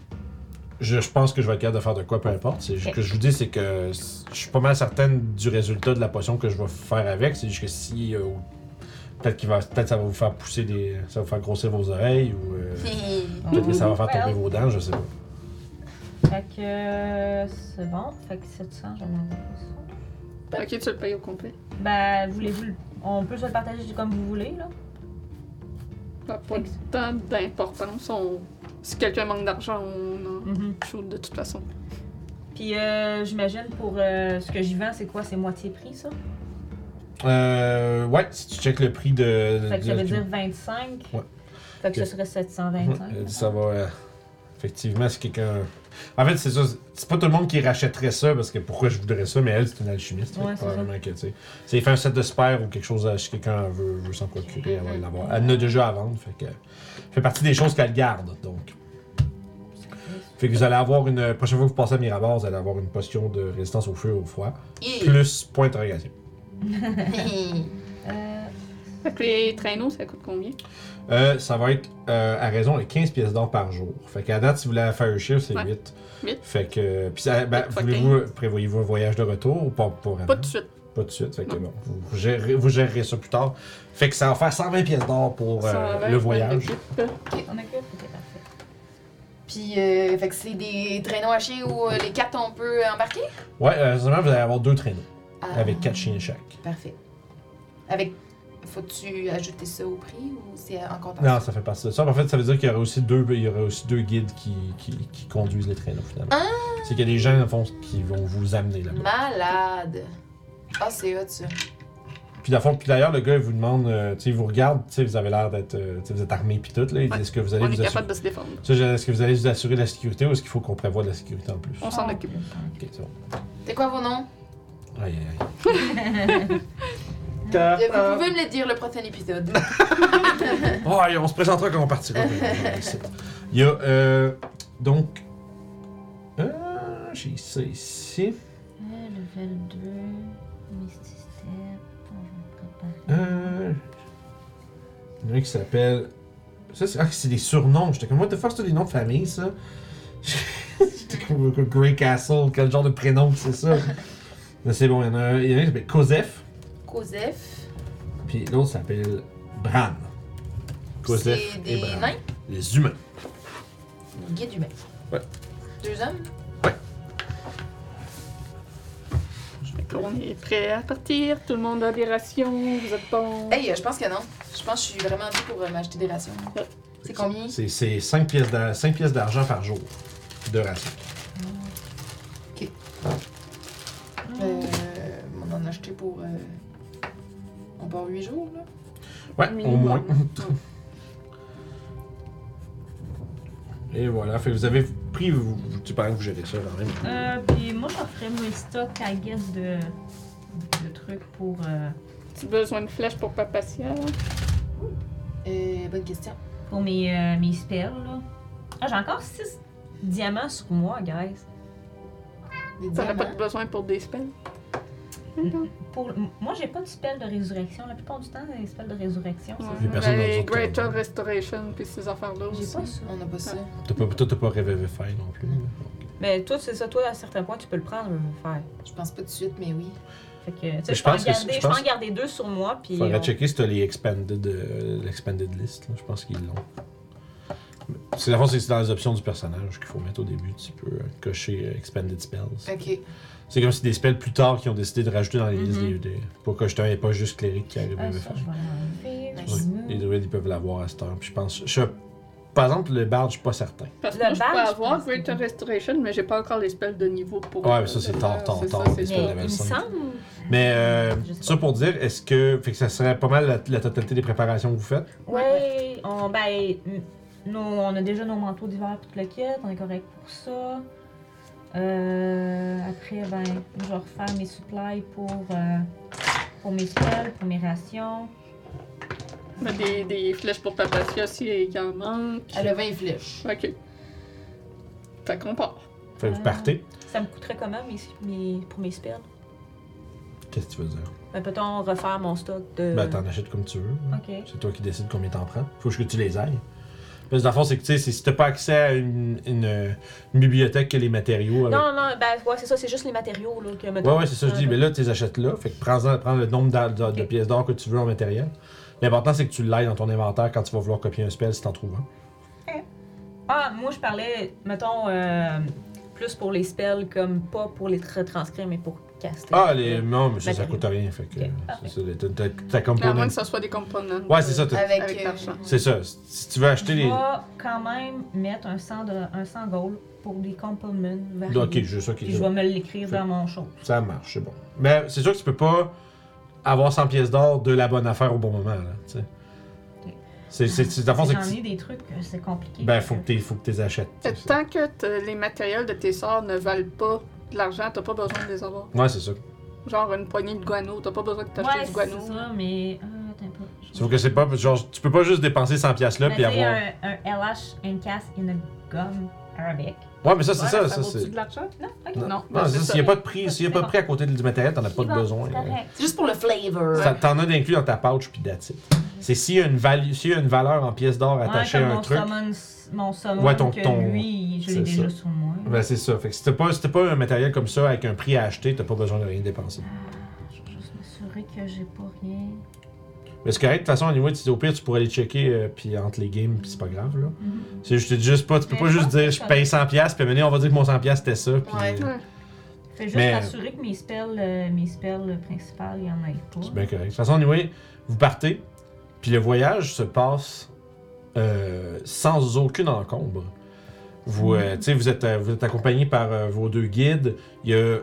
Speaker 1: Je, je pense que je vais être capable de faire de quoi, peu importe. C'est, Ce
Speaker 2: Ok.
Speaker 1: que je vous dis, c'est que c- je suis pas mal certaine du résultat de la potion que je vais faire avec. C'est juste que si. euh, peut-être, qu'il va, peut-être ça va vous faire pousser des. (laughs) Ça va vous faire grossir vos oreilles ou. euh,
Speaker 3: Hi, hi.
Speaker 1: peut-être que ça va faire tomber
Speaker 2: Well.
Speaker 1: vos dents, je sais pas.
Speaker 2: Fait que euh, c'est bon. Fait que 700, j'en ai un
Speaker 4: Ok, tu le payes au complet.
Speaker 2: peu. Ben, voulez-vous. le- On peut se le partager comme vous voulez, là.
Speaker 4: Ça n'a pas tant d'importance. On- Si quelqu'un manque d'argent, on en shoot de toute façon.
Speaker 2: Puis euh, j'imagine pour euh, ce que j'y vends, c'est quoi C'est moitié prix, ça
Speaker 1: Euh, ouais, si tu checkes le prix de.
Speaker 2: Fait que
Speaker 1: de-
Speaker 2: ça veut
Speaker 1: de-
Speaker 2: dire 25.
Speaker 1: Ouais.
Speaker 2: Fait que
Speaker 1: Ok.
Speaker 2: ce serait 725.
Speaker 1: Euh, Ça va. euh, effectivement, si quelqu'un. En fait, c'est ça. c'est- C'est pas tout le monde qui rachèterait ça parce que pourquoi je voudrais ça, mais elle, c'est une alchimiste.
Speaker 2: Ouais,
Speaker 1: fait que
Speaker 2: c'est
Speaker 1: probablement que, tu sais. C'est fait un set de sphères ou quelque chose à- si quelqu'un veut, veut s'en procurer, elle va l'avoir. Elle en a déjà à vendre, fait que. fait partie des choses qu'elle garde, donc. Fait que vous allez avoir une. Prochaine fois que vous passez à Mirabar, vous allez avoir une potion de résistance au feu et au froid. Plus point d'interrogation.
Speaker 2: Euh,
Speaker 4: Fait que les traîneaux, ça coûte combien?
Speaker 1: Euh, ça va être euh, à raison de 15 pièces d'or par jour. Fait qu'à date, si vous voulez la faire un chiffre, c'est
Speaker 4: Ouais.
Speaker 1: 8.
Speaker 4: Huit.
Speaker 1: Fait que. Puis ça, ben,
Speaker 4: Huit fois
Speaker 1: voulez-vous, prévoyez-vous un voyage de retour ou pas, pas vraiment?
Speaker 4: Pas de suite.
Speaker 1: Pas de suite. Fait que bon, vous, vous gérerez, vous gérerez ça plus tard. Fait que ça va faire 120 pièces d'or pour euh,
Speaker 4: 120,
Speaker 1: le voyage.
Speaker 4: l'équipe.
Speaker 2: on occupe Ok, parfait.
Speaker 3: Puis, euh, fait que c'est des traîneaux hachés où euh, les quatre on peut embarquer?
Speaker 1: Ouais, euh, seulement vous allez avoir deux traîneaux
Speaker 3: Ah,
Speaker 1: avec quatre chiens chaque.
Speaker 3: Parfait. Avec. Faut-tu ajouter ça au prix ou c'est en comptant?
Speaker 1: Non, ça fait partie de ça. En fait, ça veut dire qu'il y aurait aussi deux, il y aurait aussi deux guides qui, qui, qui conduisent les traîneaux finalement.
Speaker 3: Ah!
Speaker 1: C'est qu'il y a des gens, dans le fond, qui vont vous amener là-bas.
Speaker 3: Malade! Ah, c'est hot ça.
Speaker 1: Puis dans le fond- puis d'ailleurs, le gars, il vous demande, euh, tu sais, il vous regarde, tu sais, vous avez l'air d'être, euh, tu sais, vous êtes armé puis tout, là. Il dit,
Speaker 4: Ouais.
Speaker 1: est-ce que vous allez
Speaker 4: On est
Speaker 1: vous assurer,
Speaker 4: capable de se défendre.
Speaker 1: Ça, j'ai- est-ce que vous allez vous assurer la sécurité ou est-ce qu'il faut qu'on prévoie de la sécurité en plus?
Speaker 4: On s'en occupe.
Speaker 1: Ok, c'est bon.
Speaker 3: C'est quoi vos noms?
Speaker 1: Aïe, aïe, aïe. Euh,
Speaker 3: Euh, Vous pouvez me le dire le prochain épisode.
Speaker 1: (laughs) Oh, aïe, on se présentera quand on partira.
Speaker 4: (laughs)
Speaker 1: il y a, euh, donc, euh, j'ai ça ici.
Speaker 2: Euh, level 2, Misty Step. Bon, je vais me préparer.
Speaker 1: Euh, il y en a un qui s'appelle. Ça, c'est... Ah, c'est des surnoms. J'étais comme, what the fuck, c'est des noms de famille, ça? (laughs) J'étais comme, euh, Grey Castle, quel genre de prénom que c'est ça? Mais c'est bon, il y en a un, il y en a un qui s'appelle Cosef,
Speaker 3: Cosef.
Speaker 1: puis l'autre s'appelle Bran. Cosef
Speaker 3: C'est
Speaker 1: et
Speaker 3: des
Speaker 1: Bran.
Speaker 3: nains?
Speaker 1: Les humains.
Speaker 3: Guide humain.
Speaker 1: Ouais.
Speaker 3: Deux hommes?
Speaker 4: Fait qu'on est prêt à partir. Tout le monde a des rations. Vous êtes bons.
Speaker 3: Hey, euh, je pense que non. Je pense que je suis vraiment due pour euh, m'acheter des rations. C'est combien?
Speaker 1: C'est, c'est 5 pièces, d'ar- cinq pièces d'argent par jour de ration.
Speaker 3: Euh, on en a acheté pour. euh, on part huit jours, là.
Speaker 1: Ouais, au
Speaker 4: Minimum.
Speaker 1: moins. Et voilà, fait que vous avez pris, vous, vous- tu parles que vous gérez ça quand même.
Speaker 2: Euh, puis moi, j'en ferais mes stocks, I guess, de, de trucs pour. euh,
Speaker 4: Tu as besoin de flèches pour Papatia, là?
Speaker 3: Euh, bonne question.
Speaker 2: pour mes, euh, mes spells, là. Ah, j'ai encore 6 diamants sur moi, guys.
Speaker 3: Des
Speaker 4: T'en as pas
Speaker 3: diamants.
Speaker 4: besoin pour des spells?
Speaker 2: Pour, m- moi, j'ai pas de spell de résurrection. La plupart du temps, les spells de résurrection, c'est-
Speaker 1: Il y a personne dans les
Speaker 4: les
Speaker 1: autres
Speaker 4: Greater
Speaker 1: caves.
Speaker 4: Restoration puis ces affaires-là
Speaker 2: J'ai
Speaker 4: aussi.
Speaker 2: pas ça.
Speaker 3: On n'a pas ça.
Speaker 1: T'as pas, toi, t'as pas rêvé faire non plus. là.
Speaker 2: Mais Ben, toi, c'est ça. Toi, à certains points, tu peux le prendre, le faire.
Speaker 3: Je pense pas tout de suite, mais oui.
Speaker 2: Fait que, tu sais,
Speaker 1: Mais
Speaker 2: je peux en
Speaker 1: je pense que c'est-
Speaker 2: garder-
Speaker 1: je
Speaker 2: je peux en
Speaker 1: pense-
Speaker 2: garder deux sur moi, puis. euh,
Speaker 1: Faudrait
Speaker 2: on-
Speaker 1: checker si t'as les expanded, euh, l'expanded list. là. Je pense qu'ils l'ont. Mais C'est la fois, c'est c'est dans les options du personnage qu'il faut mettre au début. Tu peux euh, cocher euh, expanded spells.
Speaker 3: Ok.
Speaker 1: C'est comme si des spells plus tard qui ont décidé de rajouter dans les listes
Speaker 2: Mhm.
Speaker 1: des, des- pour que je t'en ai pas juste cléric qui arrive à
Speaker 2: Ah,
Speaker 1: le
Speaker 2: ça,
Speaker 1: faire.
Speaker 2: je vais l'enlever.
Speaker 3: Ouais.
Speaker 2: Je vais
Speaker 1: Les
Speaker 2: le-
Speaker 1: druides ils peuvent l'avoir à cette heure. Puis je pense, je, par exemple le bard, je suis pas certain.
Speaker 4: Parce que
Speaker 2: Le
Speaker 4: moi, je peux
Speaker 2: badge, je
Speaker 4: avoir
Speaker 2: pense que-
Speaker 4: Greater Restoration, mais j'ai pas encore les spells de niveau pour.
Speaker 1: Ouais, mais ça, c'est tard, tard,
Speaker 4: C'est ça,
Speaker 1: tard,
Speaker 4: c'est
Speaker 1: les
Speaker 4: ça.
Speaker 1: spells.
Speaker 2: Mais il me semble.
Speaker 1: Mais euh,
Speaker 2: Ah, Je sais
Speaker 1: ça
Speaker 2: pas.
Speaker 1: pour dire, est-ce que, fait que ça serait pas mal la, la totalité des préparations que vous faites?
Speaker 2: Ouais, on, ben, n- nos- on a déjà nos manteaux d'hiver pour tout le kit, on est correct pour ça. Euh, après, ben, je vais refaire mes supplies pour, euh, pour mes spells, pour mes rations.
Speaker 4: Mais Des, des flèches pour Papatia si il en manque.
Speaker 3: Elle a 20 flèches.
Speaker 4: Ok. Fait qu'on part.
Speaker 1: Fait que vous
Speaker 2: Ah.
Speaker 1: partez.
Speaker 2: Ça me coûterait comment mes, mes- pour mes spells?
Speaker 1: Qu'est-ce que tu veux dire?
Speaker 2: Ben, peut-on refaire mon stock de.
Speaker 1: Ben, t'en achètes comme tu veux.
Speaker 2: ok.
Speaker 1: C'est toi qui décides combien t'en prends. Faut que tu les ailles. Parce que dans le fond, c'est que tu sais, c'est- si t'as pas accès à une, une- une bibliothèque que les matériaux. avec-
Speaker 2: Non, non, ben, ouais, c'est ça, c'est juste les matériaux, là, que mettons- euh,
Speaker 1: Ouais, ouais, c'est ça, je dis. Mais là, tu les achètes là. Fait que prends, prends le nombre d'a- d'a- de,
Speaker 2: Ok.
Speaker 1: pièces d'or que tu veux en matériel. L'important, c'est que tu l'ailles dans ton inventaire quand tu vas vouloir copier un spell si t'en trouves un.
Speaker 2: Ah, moi, je parlais, mettons, euh, plus pour les spells, comme pas pour les retranscrire, mais pour caster.
Speaker 1: Ah, les... non, mais ça, ça
Speaker 2: Matériaux.
Speaker 1: coûte rien. Fait que
Speaker 2: Ok,
Speaker 1: c'est ça, t'as- t'as- t'as
Speaker 4: Mais à Ah, moins
Speaker 1: component.
Speaker 4: que ça soit des components.
Speaker 1: Ouais, c'est ça, t'as-
Speaker 3: Avec,
Speaker 4: Avec
Speaker 3: euh,
Speaker 4: l'argent.
Speaker 1: c'est ça. Si tu veux
Speaker 2: Je
Speaker 1: acheter les.
Speaker 2: vais quand même mettre un 100, de, un 100 gold pour les compliments variés.
Speaker 1: Ok, juste ok.
Speaker 2: Puis je vais me l'écrire
Speaker 1: Fait-
Speaker 2: dans mon show.
Speaker 1: Ça marche, c'est bon. Mais c'est sûr que tu peux pas avoir 100 pièces d'or de la bonne affaire au bon moment, là, tu sais.
Speaker 2: Ok.
Speaker 1: C'est, c'est, c'est, dans le fond, c'est
Speaker 2: J'en
Speaker 1: que
Speaker 2: ai des trucs, euh, c'est compliqué.
Speaker 1: tu- ben, faut que tu faut que t'es achètes. tu
Speaker 4: Euh,
Speaker 1: sais.
Speaker 4: Tant que t- les matériels de tes sorts ne valent pas de l'argent, t'as pas besoin de les avoir.
Speaker 1: Ouais, c'est ça.
Speaker 4: Genre une poignée de guano, t'as pas besoin de t'acheter
Speaker 2: Ouais,
Speaker 4: du
Speaker 2: c'est
Speaker 4: guano.
Speaker 2: ça, mais. euh, attends un peu. Je-
Speaker 1: Sauf que c'est pas genre tu peux pas juste dépenser 100 pièces là
Speaker 2: Mais
Speaker 1: puis
Speaker 2: tu sais,
Speaker 1: avoir
Speaker 2: un, un LH, une casse, une gomme arabique.
Speaker 1: Ouais, mais ça c'est
Speaker 4: Voilà,
Speaker 1: ça, ça
Speaker 4: vaut-tu
Speaker 1: c'est
Speaker 4: de l'argent?
Speaker 2: Non, ok.
Speaker 4: Non,
Speaker 1: Non,
Speaker 4: ben,
Speaker 1: c'est ça, s'il n'y a pas de prix, s'il y a pas de prix à côté du matériel, t'en as pas de
Speaker 2: Bon,
Speaker 1: besoin. euh,
Speaker 2: c'est correct.
Speaker 3: C'est juste pour le flavor.
Speaker 1: Ça- T'en as d'inclus dans ta pouch puis that's it. C'est s'il y a une value, s'il y a une valeur en pièces d'or
Speaker 2: Ouais,
Speaker 1: attachée
Speaker 2: comme
Speaker 1: à un
Speaker 2: mon
Speaker 1: truc.
Speaker 2: summon, mon summon
Speaker 1: Ouais, ton-
Speaker 2: que
Speaker 1: ton-
Speaker 2: lui, je l'ai
Speaker 1: c'est ça.
Speaker 2: déjà sur moi.
Speaker 1: Ben c'est ça. Fait que si t'as pas, si t'as pas un matériel comme ça avec un prix à acheter, t'as pas besoin de rien dépenser.
Speaker 2: Je vais juste m'assurer que j'ai pas rien.
Speaker 1: Mais c'est correct, de toute façon, anyway, tu- au pire, tu pourrais les checker euh, puis entre les games, puis c'est pas grave, là.
Speaker 2: Mhm.
Speaker 1: C'est juste, je te dis juste pas, tu peux
Speaker 2: Mais
Speaker 1: pas
Speaker 2: je
Speaker 1: juste
Speaker 2: pense que
Speaker 1: dire,
Speaker 2: c'est
Speaker 1: je paye 100$, piastres, puis maintenant, on va dire que mon 100$ piastres, c'était ça, puis...
Speaker 3: Ouais.
Speaker 1: euh,
Speaker 2: Fais juste
Speaker 1: Mais-
Speaker 2: m'assurer que mes spells, euh, mes spells principales, il y en a pas.
Speaker 1: C'est bien correct. De toute façon, anyway, vous partez, puis le voyage se passe euh, sans aucune encombre. Vous, euh, tu sais, vous êtes, euh, vous êtes accompagné par euh, vos deux guides. Il y a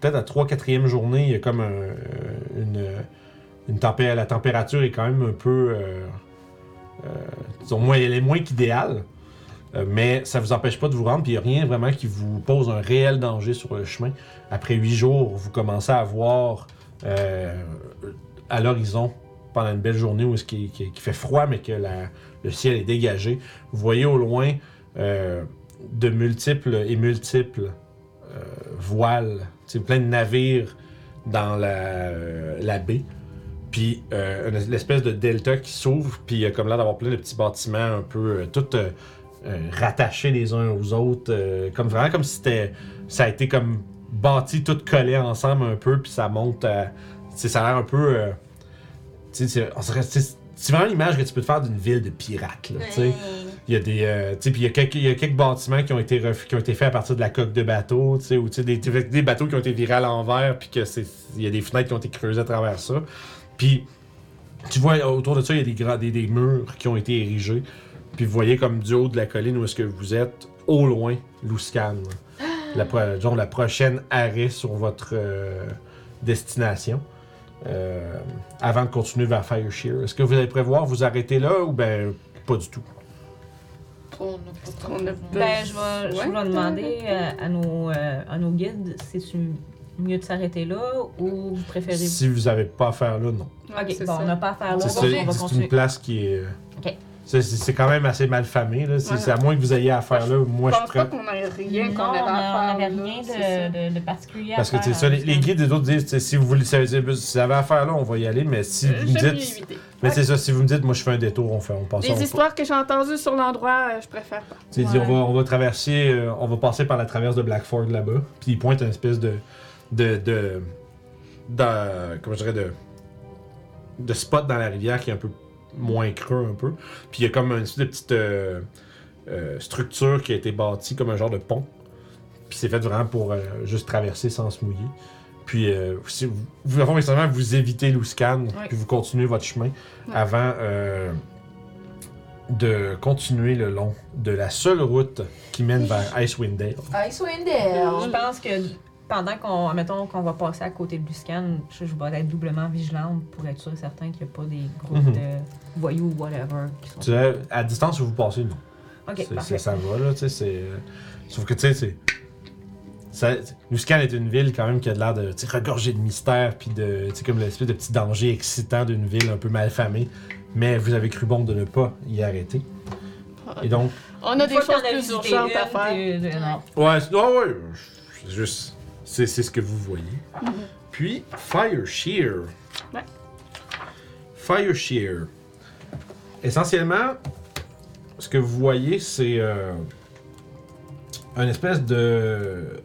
Speaker 1: peut-être à 3 4 journée, il y a comme un, euh, une, une température. La température est quand même un peu. euh, euh, disons, moins, elle est moins qu'idéale. Euh, mais ça vous empêche pas de vous rendre, puis il n'y a rien vraiment qui vous pose un réel danger sur le chemin. Après 8 jours, vous commencez à voir euh, à l'horizon pendant une belle journée où est-ce qu'il qu'il- qu'il fait froid mais que la- le ciel est dégagé. Vous voyez au loin euh, de multiples et multiples euh, voiles, tu sais, plein de navires dans la, euh, la baie. Puis euh, une- l'espèce de delta qui s'ouvre, puis il y a comme là d'avoir plein de petits bâtiments un peu tout tous euh, euh, rattachés les uns aux autres, euh, comme vraiment comme si c'était, ça a été comme bâti tout collé ensemble un peu, puis ça monte à, tu sais, ça a l'air un peu. euh, tu sais, c'est- on serait- tu sais, c'est vraiment l'image que tu peux te faire d'une ville de pirates. Là, tu sais. Il y a des. euh, tu sais, puis il y a quelques, il y a quelques bâtiments qui ont été ref- qui ont été faits à partir de la coque de bateau, tu sais, ou tu sais, des, des bateaux qui ont été virés à l'envers, puis que c'est. Il y a des fenêtres qui ont été creusées à travers ça. Puis tu vois autour de ça, il y a des, grands- des, des murs qui ont été érigés. Puis vous voyez comme du haut de la colline où est-ce que vous êtes, au loin, Louscan. là. La, pro- disons, la prochaine arrêt sur votre euh, destination. Euh, avant de continuer vers Fireshear. Est-ce que vous allez prévoir vous arrêter là ou ben pas du tout?
Speaker 3: On n'a pas trop
Speaker 4: On a
Speaker 3: besoin.
Speaker 2: Ben, je vais, je
Speaker 4: Ouais.
Speaker 2: vais demander euh, à, nos, euh, à nos guides si c'est mieux de s'arrêter là ou vous préférez.
Speaker 1: Si vous n'avez pas à faire là, non.
Speaker 4: Ouais,
Speaker 2: Ok,
Speaker 4: c'est
Speaker 2: Ah, bon,
Speaker 4: ça.
Speaker 2: on n'a pas à faire là,
Speaker 1: C'est
Speaker 2: donc
Speaker 1: ça,
Speaker 2: on va
Speaker 1: c'est une
Speaker 2: continuer.
Speaker 1: place qui est. euh,
Speaker 2: Ok.
Speaker 1: C'est- C'est c'est quand même assez mal famé. là. C'est
Speaker 4: Ouais.
Speaker 1: c'est à moins que vous ayez à faire là. Moi,
Speaker 4: Je
Speaker 1: je
Speaker 4: pense pas
Speaker 1: prends.
Speaker 4: qu'on ait rien
Speaker 2: Non,
Speaker 4: qu'on
Speaker 2: on
Speaker 4: avait à
Speaker 2: n'avait
Speaker 4: faire. là,
Speaker 2: rien
Speaker 4: c'est ça.
Speaker 2: de, de, de particulier
Speaker 1: Parce que
Speaker 2: à faire.
Speaker 1: c'est ça, les, les
Speaker 2: hein.
Speaker 1: guides des autres disent, tu sais, si vous voulez, si vous avez à faire là, on va y aller. Mais si
Speaker 4: Euh,
Speaker 1: vous me
Speaker 4: j'aime
Speaker 1: dites,
Speaker 4: mieux éviter.
Speaker 1: mais c'est ça, si vous me dites, moi je fais un détour, on fait, on passe. on,
Speaker 4: Les histoires que j'ai entendues sur l'endroit, euh, je préfère pas.
Speaker 1: Tu sais,
Speaker 2: Ouais.
Speaker 1: on, va, on va traverser, euh, on va passer par la traverse de Blackford là-bas. Puis il pointe une espèce de. de. de. d'un- comment je dirais, de. de spot dans la rivière qui est un peu moins creux, un peu. Puis il y a comme une espèce de petite euh, euh, structure qui a été bâtie comme un genre de pont. Puis c'est fait vraiment pour euh, juste traverser sans se mouiller. Puis, euh, si vous, vous, au fond, essentiellement, vous évitez l'Ouscan, puis vous continuez votre chemin avant euh, de continuer le long de la seule route qui mène vers Icewind Dale.
Speaker 3: Icewind Dale.
Speaker 4: Euh,
Speaker 2: Je pense que pendant qu'on mettons qu'on va passer à côté de Buscan, je, je vais être doublement vigilante pour être sûr et certain qu'il n'y a pas des groupes
Speaker 1: Mhm.
Speaker 2: de voyous ou whatever qui sont.
Speaker 1: Tu sais, à distance où vous passez, non.
Speaker 2: Ok,
Speaker 1: C'est- c'est-
Speaker 2: parfait.
Speaker 1: ça va, là, tu sais, c'est... euh, Sauf que, tu sais, c'est... ça- Luscan est une ville quand même qui a de l'air de tu sais, regorger de mystère, puis de, tu sais, comme l'espèce de petit danger excitant d'une ville un peu malfamée. Mais vous avez cru bon de ne pas y arrêter. Et donc,
Speaker 4: On a
Speaker 2: Une
Speaker 4: des
Speaker 2: fois qu'on
Speaker 4: choses
Speaker 2: a
Speaker 4: plus
Speaker 2: visité
Speaker 4: urgentes
Speaker 2: une,
Speaker 4: à faire.
Speaker 2: de- de- non.
Speaker 1: Ouais, c'est- ouais, ouais, c'est juste. C'est, c'est ce que vous voyez. Puis, Fire Shear.
Speaker 4: Ouais.
Speaker 1: Fire Shear. Essentiellement, ce que vous voyez, c'est euh, un espèce de,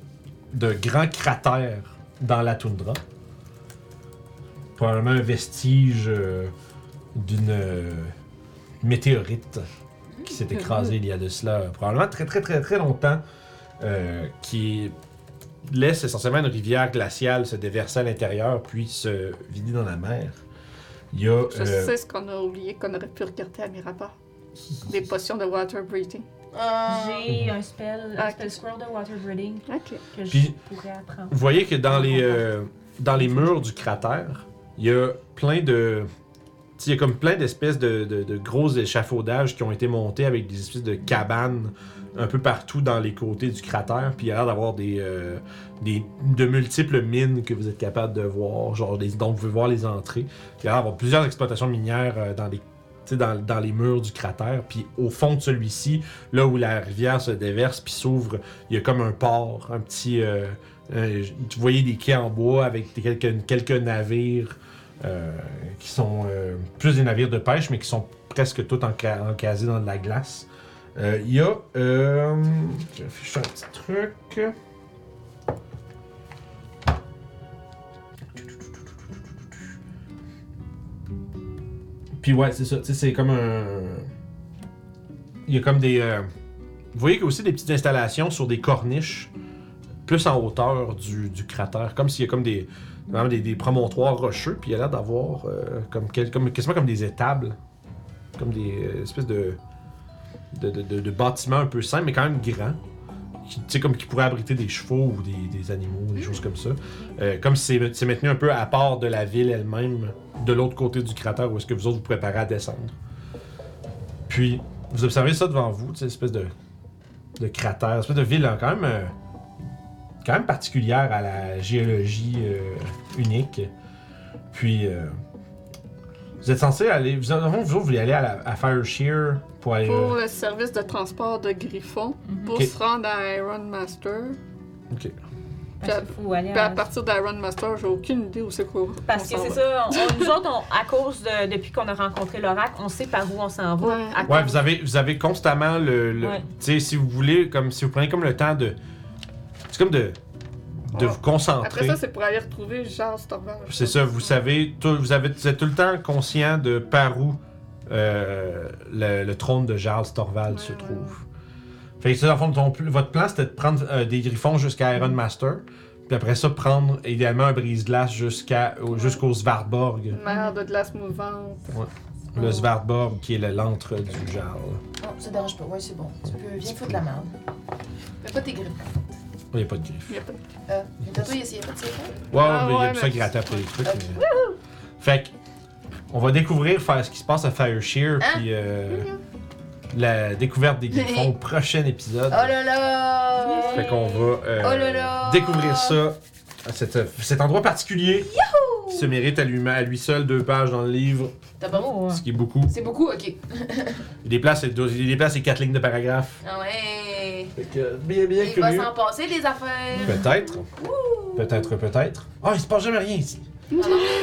Speaker 1: de grand cratère dans la toundra. Probablement un vestige euh, d'une euh, météorite qui s'est écrasée il y a de cela euh, probablement très très très très longtemps euh, qui laisse essentiellement une rivière glaciale se déverser à l'intérieur puis se vider dans la mer. Il y a.
Speaker 4: Je
Speaker 1: euh,
Speaker 4: sais ce qu'on a oublié, qu'on aurait pu regarder à mes rapports. Des
Speaker 1: Euh.
Speaker 4: potions de water breathing.
Speaker 2: J'ai un spell, un
Speaker 4: Ah,
Speaker 2: spell scroll de water breathing
Speaker 4: Ok.
Speaker 2: que je
Speaker 1: Puis-
Speaker 2: pourrais apprendre.
Speaker 1: Vous voyez que dans les, euh, dans les murs du cratère, il y a plein de. tu sais, Il y a comme plein d'espèces de, de- de gros échafaudages qui ont été montés avec des espèces de cabanes un peu partout dans les côtés du cratère. Puis il y a l'air d'avoir des, euh, des- de multiples mines que vous êtes capable de voir. Genre des- donc vous pouvez voir les entrées. Puis il y a l'air d'avoir plusieurs exploitations minières euh, dans les tu sais, dans, dans les murs du cratère, puis au fond de celui-ci, là où la rivière se déverse puis s'ouvre, il y a comme un port, un petit, euh, euh, tu voyais des quais en bois avec des- quelques, quelques navires euh, qui sont euh, plus des navires de pêche, mais qui sont presque tous enca- encasés dans de la glace. Euh, Il y a. euh, je vais afficher un petit truc. Puis ouais, c'est ça. Tu sais, c'est comme un. Il y a comme des. euh, Vous voyez qu'il y a aussi des petites installations sur des corniches plus en hauteur du, du cratère, comme s'il y a comme des, vraiment des, des promontoires rocheux, puis il y a l'air d'avoir euh, comme, quel- comme, quasiment comme des étables, comme des euh, espèces de, de, de- de- de bâtiments un peu simples, mais quand même grands, qui, tu sais, comme qui pourraient abriter des chevaux ou des, des animaux, des choses comme ça. Euh, comme si c'est- c'est maintenu un peu à part de la ville elle-même, de l'autre côté du cratère, où est-ce que vous autres vous préparez à descendre. Puis, vous observez ça devant vous, tu sais, espèce de, de cratère, espèce de ville hein, quand même... euh, quand même particulière à la géologie euh, unique. Puis, euh, vous êtes censé aller. Vous, en- vous, vous voulez aller à, la, à Fireshear pour aller.
Speaker 4: Pour
Speaker 1: euh,
Speaker 4: le service de transport de Griffon,
Speaker 2: Mhm.
Speaker 4: pour
Speaker 1: Ok.
Speaker 4: se rendre à Iron Master.
Speaker 1: ok.
Speaker 2: Parce qu'il faut aller
Speaker 4: Puis à
Speaker 2: à...
Speaker 4: partir d'Iron Master, j'ai aucune idée où c'est quoi.
Speaker 2: Parce que c'est ça, on- on- nous autres, on- à cause de, depuis qu'on a rencontré l'oracle, on sait par où on s'en va.
Speaker 4: Ouais.
Speaker 2: À
Speaker 1: Ouais,
Speaker 2: cause-
Speaker 1: vous avez, vous avez constamment le. le-
Speaker 2: Ouais.
Speaker 1: Tu sais, si vous voulez, comme si vous prenez comme le temps de. C'est comme de. De
Speaker 4: Ouais.
Speaker 1: vous concentrer.
Speaker 4: Après ça, c'est pour aller retrouver Charles Storval.
Speaker 1: C'est ça, vous savez, tout- vous, avez, vous êtes tout le temps conscient de par où euh, le, le trône de Jarl Torvald se
Speaker 4: Ouais, ouais,
Speaker 1: trouve. Fait que ça, dans le fond, ton pl- votre plan, c'était de prendre euh, des griffons jusqu'à Iron Master, puis après ça, prendre idéalement un brise-glace jusqu'à, au- jusqu'au Svartborg.
Speaker 4: Mère de glace mouvante.
Speaker 1: Le Svartborg qui est le- l'antre du Jarl.
Speaker 3: Oh, ça dérange pas. Ouais, c'est bon. Tu peux viens foutre la merde. Fais pas tes griffes.
Speaker 1: Il n'y a pas de griffes.
Speaker 4: Il y a pas-
Speaker 3: Euh, mais tantôt, il essayait pas de ses griffes.
Speaker 1: Ouais,
Speaker 4: Ah
Speaker 1: mais il y a
Speaker 4: ouais,
Speaker 1: plus ça
Speaker 4: mais-
Speaker 1: gratter après les trucs. mais- Fait que, on va découvrir faire ce qui se passe à Fireshear,
Speaker 3: Hein?
Speaker 1: puis euh, la découverte
Speaker 3: (laughs)
Speaker 1: des griffons au prochain épisode.
Speaker 3: Oh là là!
Speaker 1: Fait qu'on va euh,
Speaker 3: Oh là là!
Speaker 1: découvrir ça, à cet, euh, cet endroit particulier. qui se mérite à lui, à lui seul deux pages dans le livre,
Speaker 3: T'as pas
Speaker 2: Oh.
Speaker 1: ce qui est beaucoup.
Speaker 3: C'est beaucoup? Ok.
Speaker 1: Il déplace ses deux- il déplace ses quatre lignes de paragraphe.
Speaker 3: Ah ouais!
Speaker 1: Fait que, bien, bien
Speaker 3: Il va
Speaker 1: curieux.
Speaker 3: s'en passer des affaires!
Speaker 1: Peut-être. Peut-être, peut-être. Ah, il se passe jamais rien ici.
Speaker 2: Hein?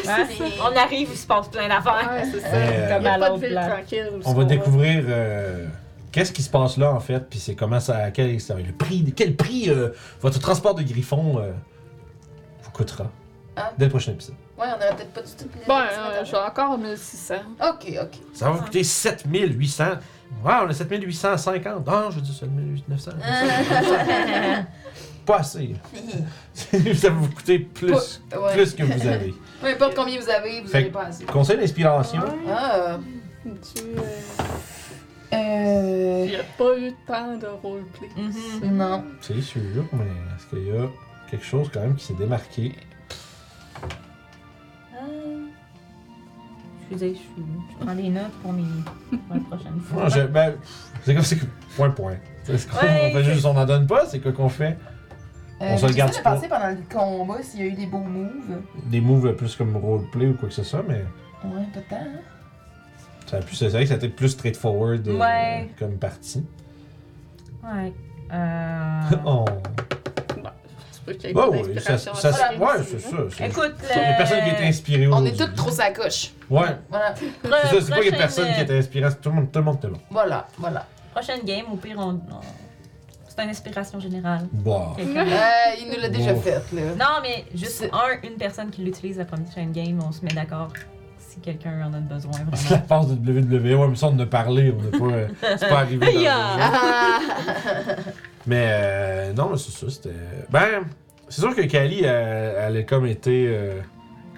Speaker 3: c'est-
Speaker 2: On arrive, il se passe
Speaker 1: (laughs)
Speaker 2: plein d'affaires.
Speaker 4: Ouais, c'est ça.
Speaker 1: Euh,
Speaker 4: Il
Speaker 2: Comme
Speaker 4: n'y a
Speaker 2: à
Speaker 4: pas de
Speaker 2: l'autre
Speaker 4: ville
Speaker 2: plan.
Speaker 4: tranquille. où
Speaker 1: On
Speaker 4: est-ce
Speaker 1: va
Speaker 4: qu'on
Speaker 1: découvrir euh, qu'est-ce qui se passe là en fait, puis c'est comment ça, quel, ça- le prix, quel prix euh, votre transport de griffon euh, vous coûtera
Speaker 3: Ah.
Speaker 1: dès le prochain épisode.
Speaker 3: Ouais, on aurait peut-être pas du tout pu
Speaker 1: Ben,
Speaker 4: Bon,
Speaker 3: mettre ça
Speaker 4: euh,
Speaker 3: dans-
Speaker 4: j'ai encore 1600.
Speaker 3: Ok, ok.
Speaker 1: Ça va vous coûter 7800. Wow, on a 7850. Non, Ah, je dis 7900.
Speaker 3: Euh.
Speaker 1: Pas assez. (laughs) ça va vous coûter plus,
Speaker 3: Pas- ouais.
Speaker 1: plus que vous avez.
Speaker 3: (laughs) Peu importe combien vous avez, vous
Speaker 1: Fait-
Speaker 3: avez pas assez.
Speaker 1: Conseil d'inspiration.
Speaker 3: Ah!
Speaker 4: Tu, euh,
Speaker 3: Euh.
Speaker 4: Il n'y a pas eu tant de roleplay.
Speaker 2: Mhm.
Speaker 3: Non.
Speaker 1: C'est sûr, mais est-ce qu'il y a quelque chose quand même qui s'est démarqué?
Speaker 2: Excusez, je, suis- je prends des notes pour, mes, pour la prochaine
Speaker 1: Non,
Speaker 2: fois.
Speaker 1: je- ben, pff, c'est comme c'est que- point point. Est-ce qu'on
Speaker 2: Ouais,
Speaker 1: on fait juste on en donne pas, c'est quoi qu'on fait On se le garde
Speaker 3: J'essaie de
Speaker 1: pas.
Speaker 3: penser pendant le combat s'il y a eu des beaux moves.
Speaker 1: des moves plus comme roleplay ou quoi que ce soit, mais
Speaker 3: Ouais, pas tant. hein.
Speaker 1: ça a pu c'est vrai que ça a été plus straightforward euh,
Speaker 2: Ouais.
Speaker 1: comme partie.
Speaker 2: Ouais. Euh...
Speaker 1: (laughs) Oh.
Speaker 4: Tu peux qu'il y ait
Speaker 1: Bah
Speaker 4: pas
Speaker 1: oui, ça,
Speaker 4: d'inspiration à
Speaker 1: ça,
Speaker 4: ça. hein.
Speaker 1: ouais, c'est ça. c'est-
Speaker 2: Écoute, euh,
Speaker 1: Il y a personne qui est inspiré
Speaker 3: euh, On
Speaker 1: aujourd'hui.
Speaker 3: est toutes trop sacoches.
Speaker 1: Ouais,
Speaker 3: Voilà,
Speaker 1: c'est ça, c'est pas qu'il y a personne qui est inspiré, c'est tout le monde, tout le monde était bon.
Speaker 3: voilà, voilà.
Speaker 2: euh, Prochaine game, au pire, on. on- C'est une inspiration générale.
Speaker 1: Bah.
Speaker 2: Quelqu'un-
Speaker 3: Euh, il nous l'a déjà
Speaker 1: Wow.
Speaker 3: fait, là.
Speaker 2: Non, mais juste
Speaker 3: C'est-
Speaker 2: un, une personne qui l'utilise la prochaine game, on se met d'accord si quelqu'un en a besoin (laughs)
Speaker 1: C'est la
Speaker 2: vraiment.
Speaker 1: phase de E, WWE, ouais, mais ça on en a parlé, on n'a pas. euh, c'est pas arrivé. dans le-
Speaker 2: Yeah.
Speaker 3: Ah!
Speaker 1: Mais euh, non, c'est ça, c'était. Ben, c'est sûr que Kali, elle, elle a comme été euh,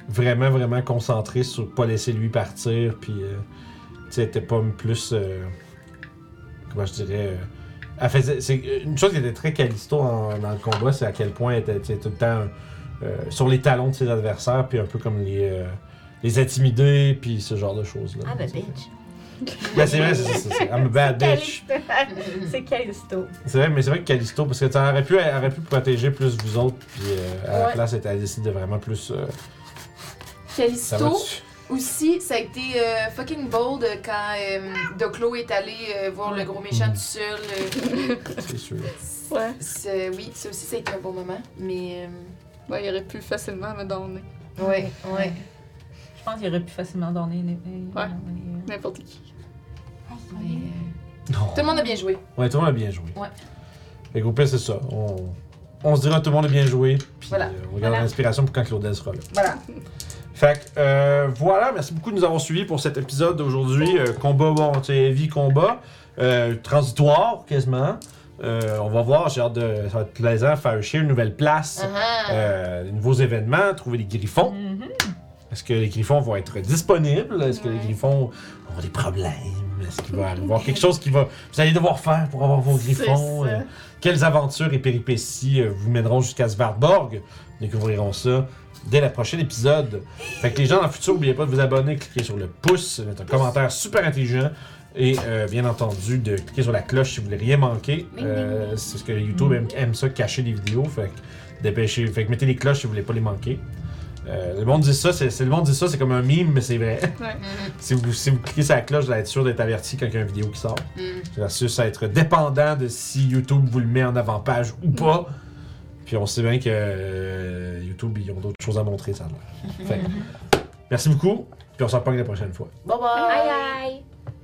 Speaker 1: vraiment, vraiment concentrée sur pas laisser lui partir, puis euh, tu sais, elle était pas plus. euh, comment je dirais. euh, elle faisait. c'est- une chose qui était très Calisto en- dans le combat, c'est à quel point elle était tu sais, tout le temps euh, sur les talons de ses adversaires, puis un peu comme les. euh, les intimider, puis ce genre de choses-là.
Speaker 2: Ah, ben, bitch.
Speaker 1: Ben, c'est vrai, c'est ça. c'est- I'm a bad bitch.
Speaker 2: C'est Calisto.
Speaker 1: C'est vrai, mais c'est vrai que Callisto, parce que ça aurait pu, elle aurait pu protéger plus vous autres, puis euh, à la
Speaker 3: Ouais.
Speaker 1: place, elle, elle décide de vraiment plus. euh, ça va
Speaker 3: Calisto,
Speaker 1: dessus.
Speaker 3: aussi, ça a été euh, fucking bold quand euh, Doclo est allé euh, voir le gros méchant
Speaker 1: Mhm.
Speaker 3: tout seul.
Speaker 1: C'est sûr.
Speaker 3: euh,
Speaker 4: (laughs) Ouais.
Speaker 3: c'est- oui, ça aussi, ça a été un bon moment. Mais.
Speaker 4: Ouais, Ben, il aurait pu facilement me donner.
Speaker 3: euh, ouais, ouais.
Speaker 2: Je pense qu'il aurait pu facilement donner une épée.
Speaker 4: Ouais. N'importe qui.
Speaker 3: mais, euh,
Speaker 1: Non.
Speaker 3: tout le monde a bien joué.
Speaker 1: Ouais, tout le monde a bien joué.
Speaker 3: Ouais.
Speaker 1: Fait qu'au pire, c'est ça. On, on se dira tout le monde a bien joué, puis
Speaker 3: Voilà.
Speaker 1: euh, on regarde
Speaker 2: Voilà.
Speaker 1: l'inspiration pour quand Claudel sera là.
Speaker 3: Voilà.
Speaker 1: Fait que euh, voilà, merci beaucoup de nous avoir suivis pour cet épisode d'aujourd'hui. Euh, combat, bon, tu sais, heavy combat, euh, transitoire quasiment. Euh, on va voir, j'ai hâte de. Ça va être plaisant de faire chier une nouvelle place,
Speaker 3: Ah, ah.
Speaker 1: euh, des nouveaux événements, trouver des
Speaker 2: Oh.
Speaker 1: griffons.
Speaker 2: Mhm.
Speaker 1: Est-ce que les griffons vont être disponibles? Est-ce que les
Speaker 3: Ouais.
Speaker 1: griffons ont des problèmes? Est-ce qu'il va y
Speaker 4: (laughs)
Speaker 1: avoir quelque chose qui va. Vous allez devoir faire pour avoir vos griffons?
Speaker 4: C'est ça.
Speaker 1: Euh, quelles aventures et péripéties euh, vous mèneront jusqu'à Svartborg? Nous découvrirons ça dès le prochain épisode. Fait que les gens dans le futur, n'oubliez pas de vous abonner, cliquer sur le pouce, mettre un commentaire super intelligent. Et euh, bien entendu, de cliquer sur la cloche si vous voulez rien manquer. Euh, c'est ce que YouTube aime, aime ça, cacher les vidéos. Fait que, dépêchez, fait que mettez les cloches si vous voulez pas les manquer. Euh, le monde dit ça, c'est c'est- le monde dit ça, c'est comme un mime, mais c'est vrai. (laughs)
Speaker 4: Ouais.
Speaker 1: si, vous, si vous cliquez sur la cloche, vous allez être sûr d'être averti quand il y a une vidéo qui sort.
Speaker 3: Mhm.
Speaker 1: Versus à être dépendant de si YouTube vous le met en avant-page ou pas. Puis on sait bien que euh, YouTube, ils ont d'autres choses à montrer, ça a l'air. Fait que, Merci beaucoup, puis on se reparle la prochaine fois.
Speaker 3: Bye bye.
Speaker 2: Aïe, aïe.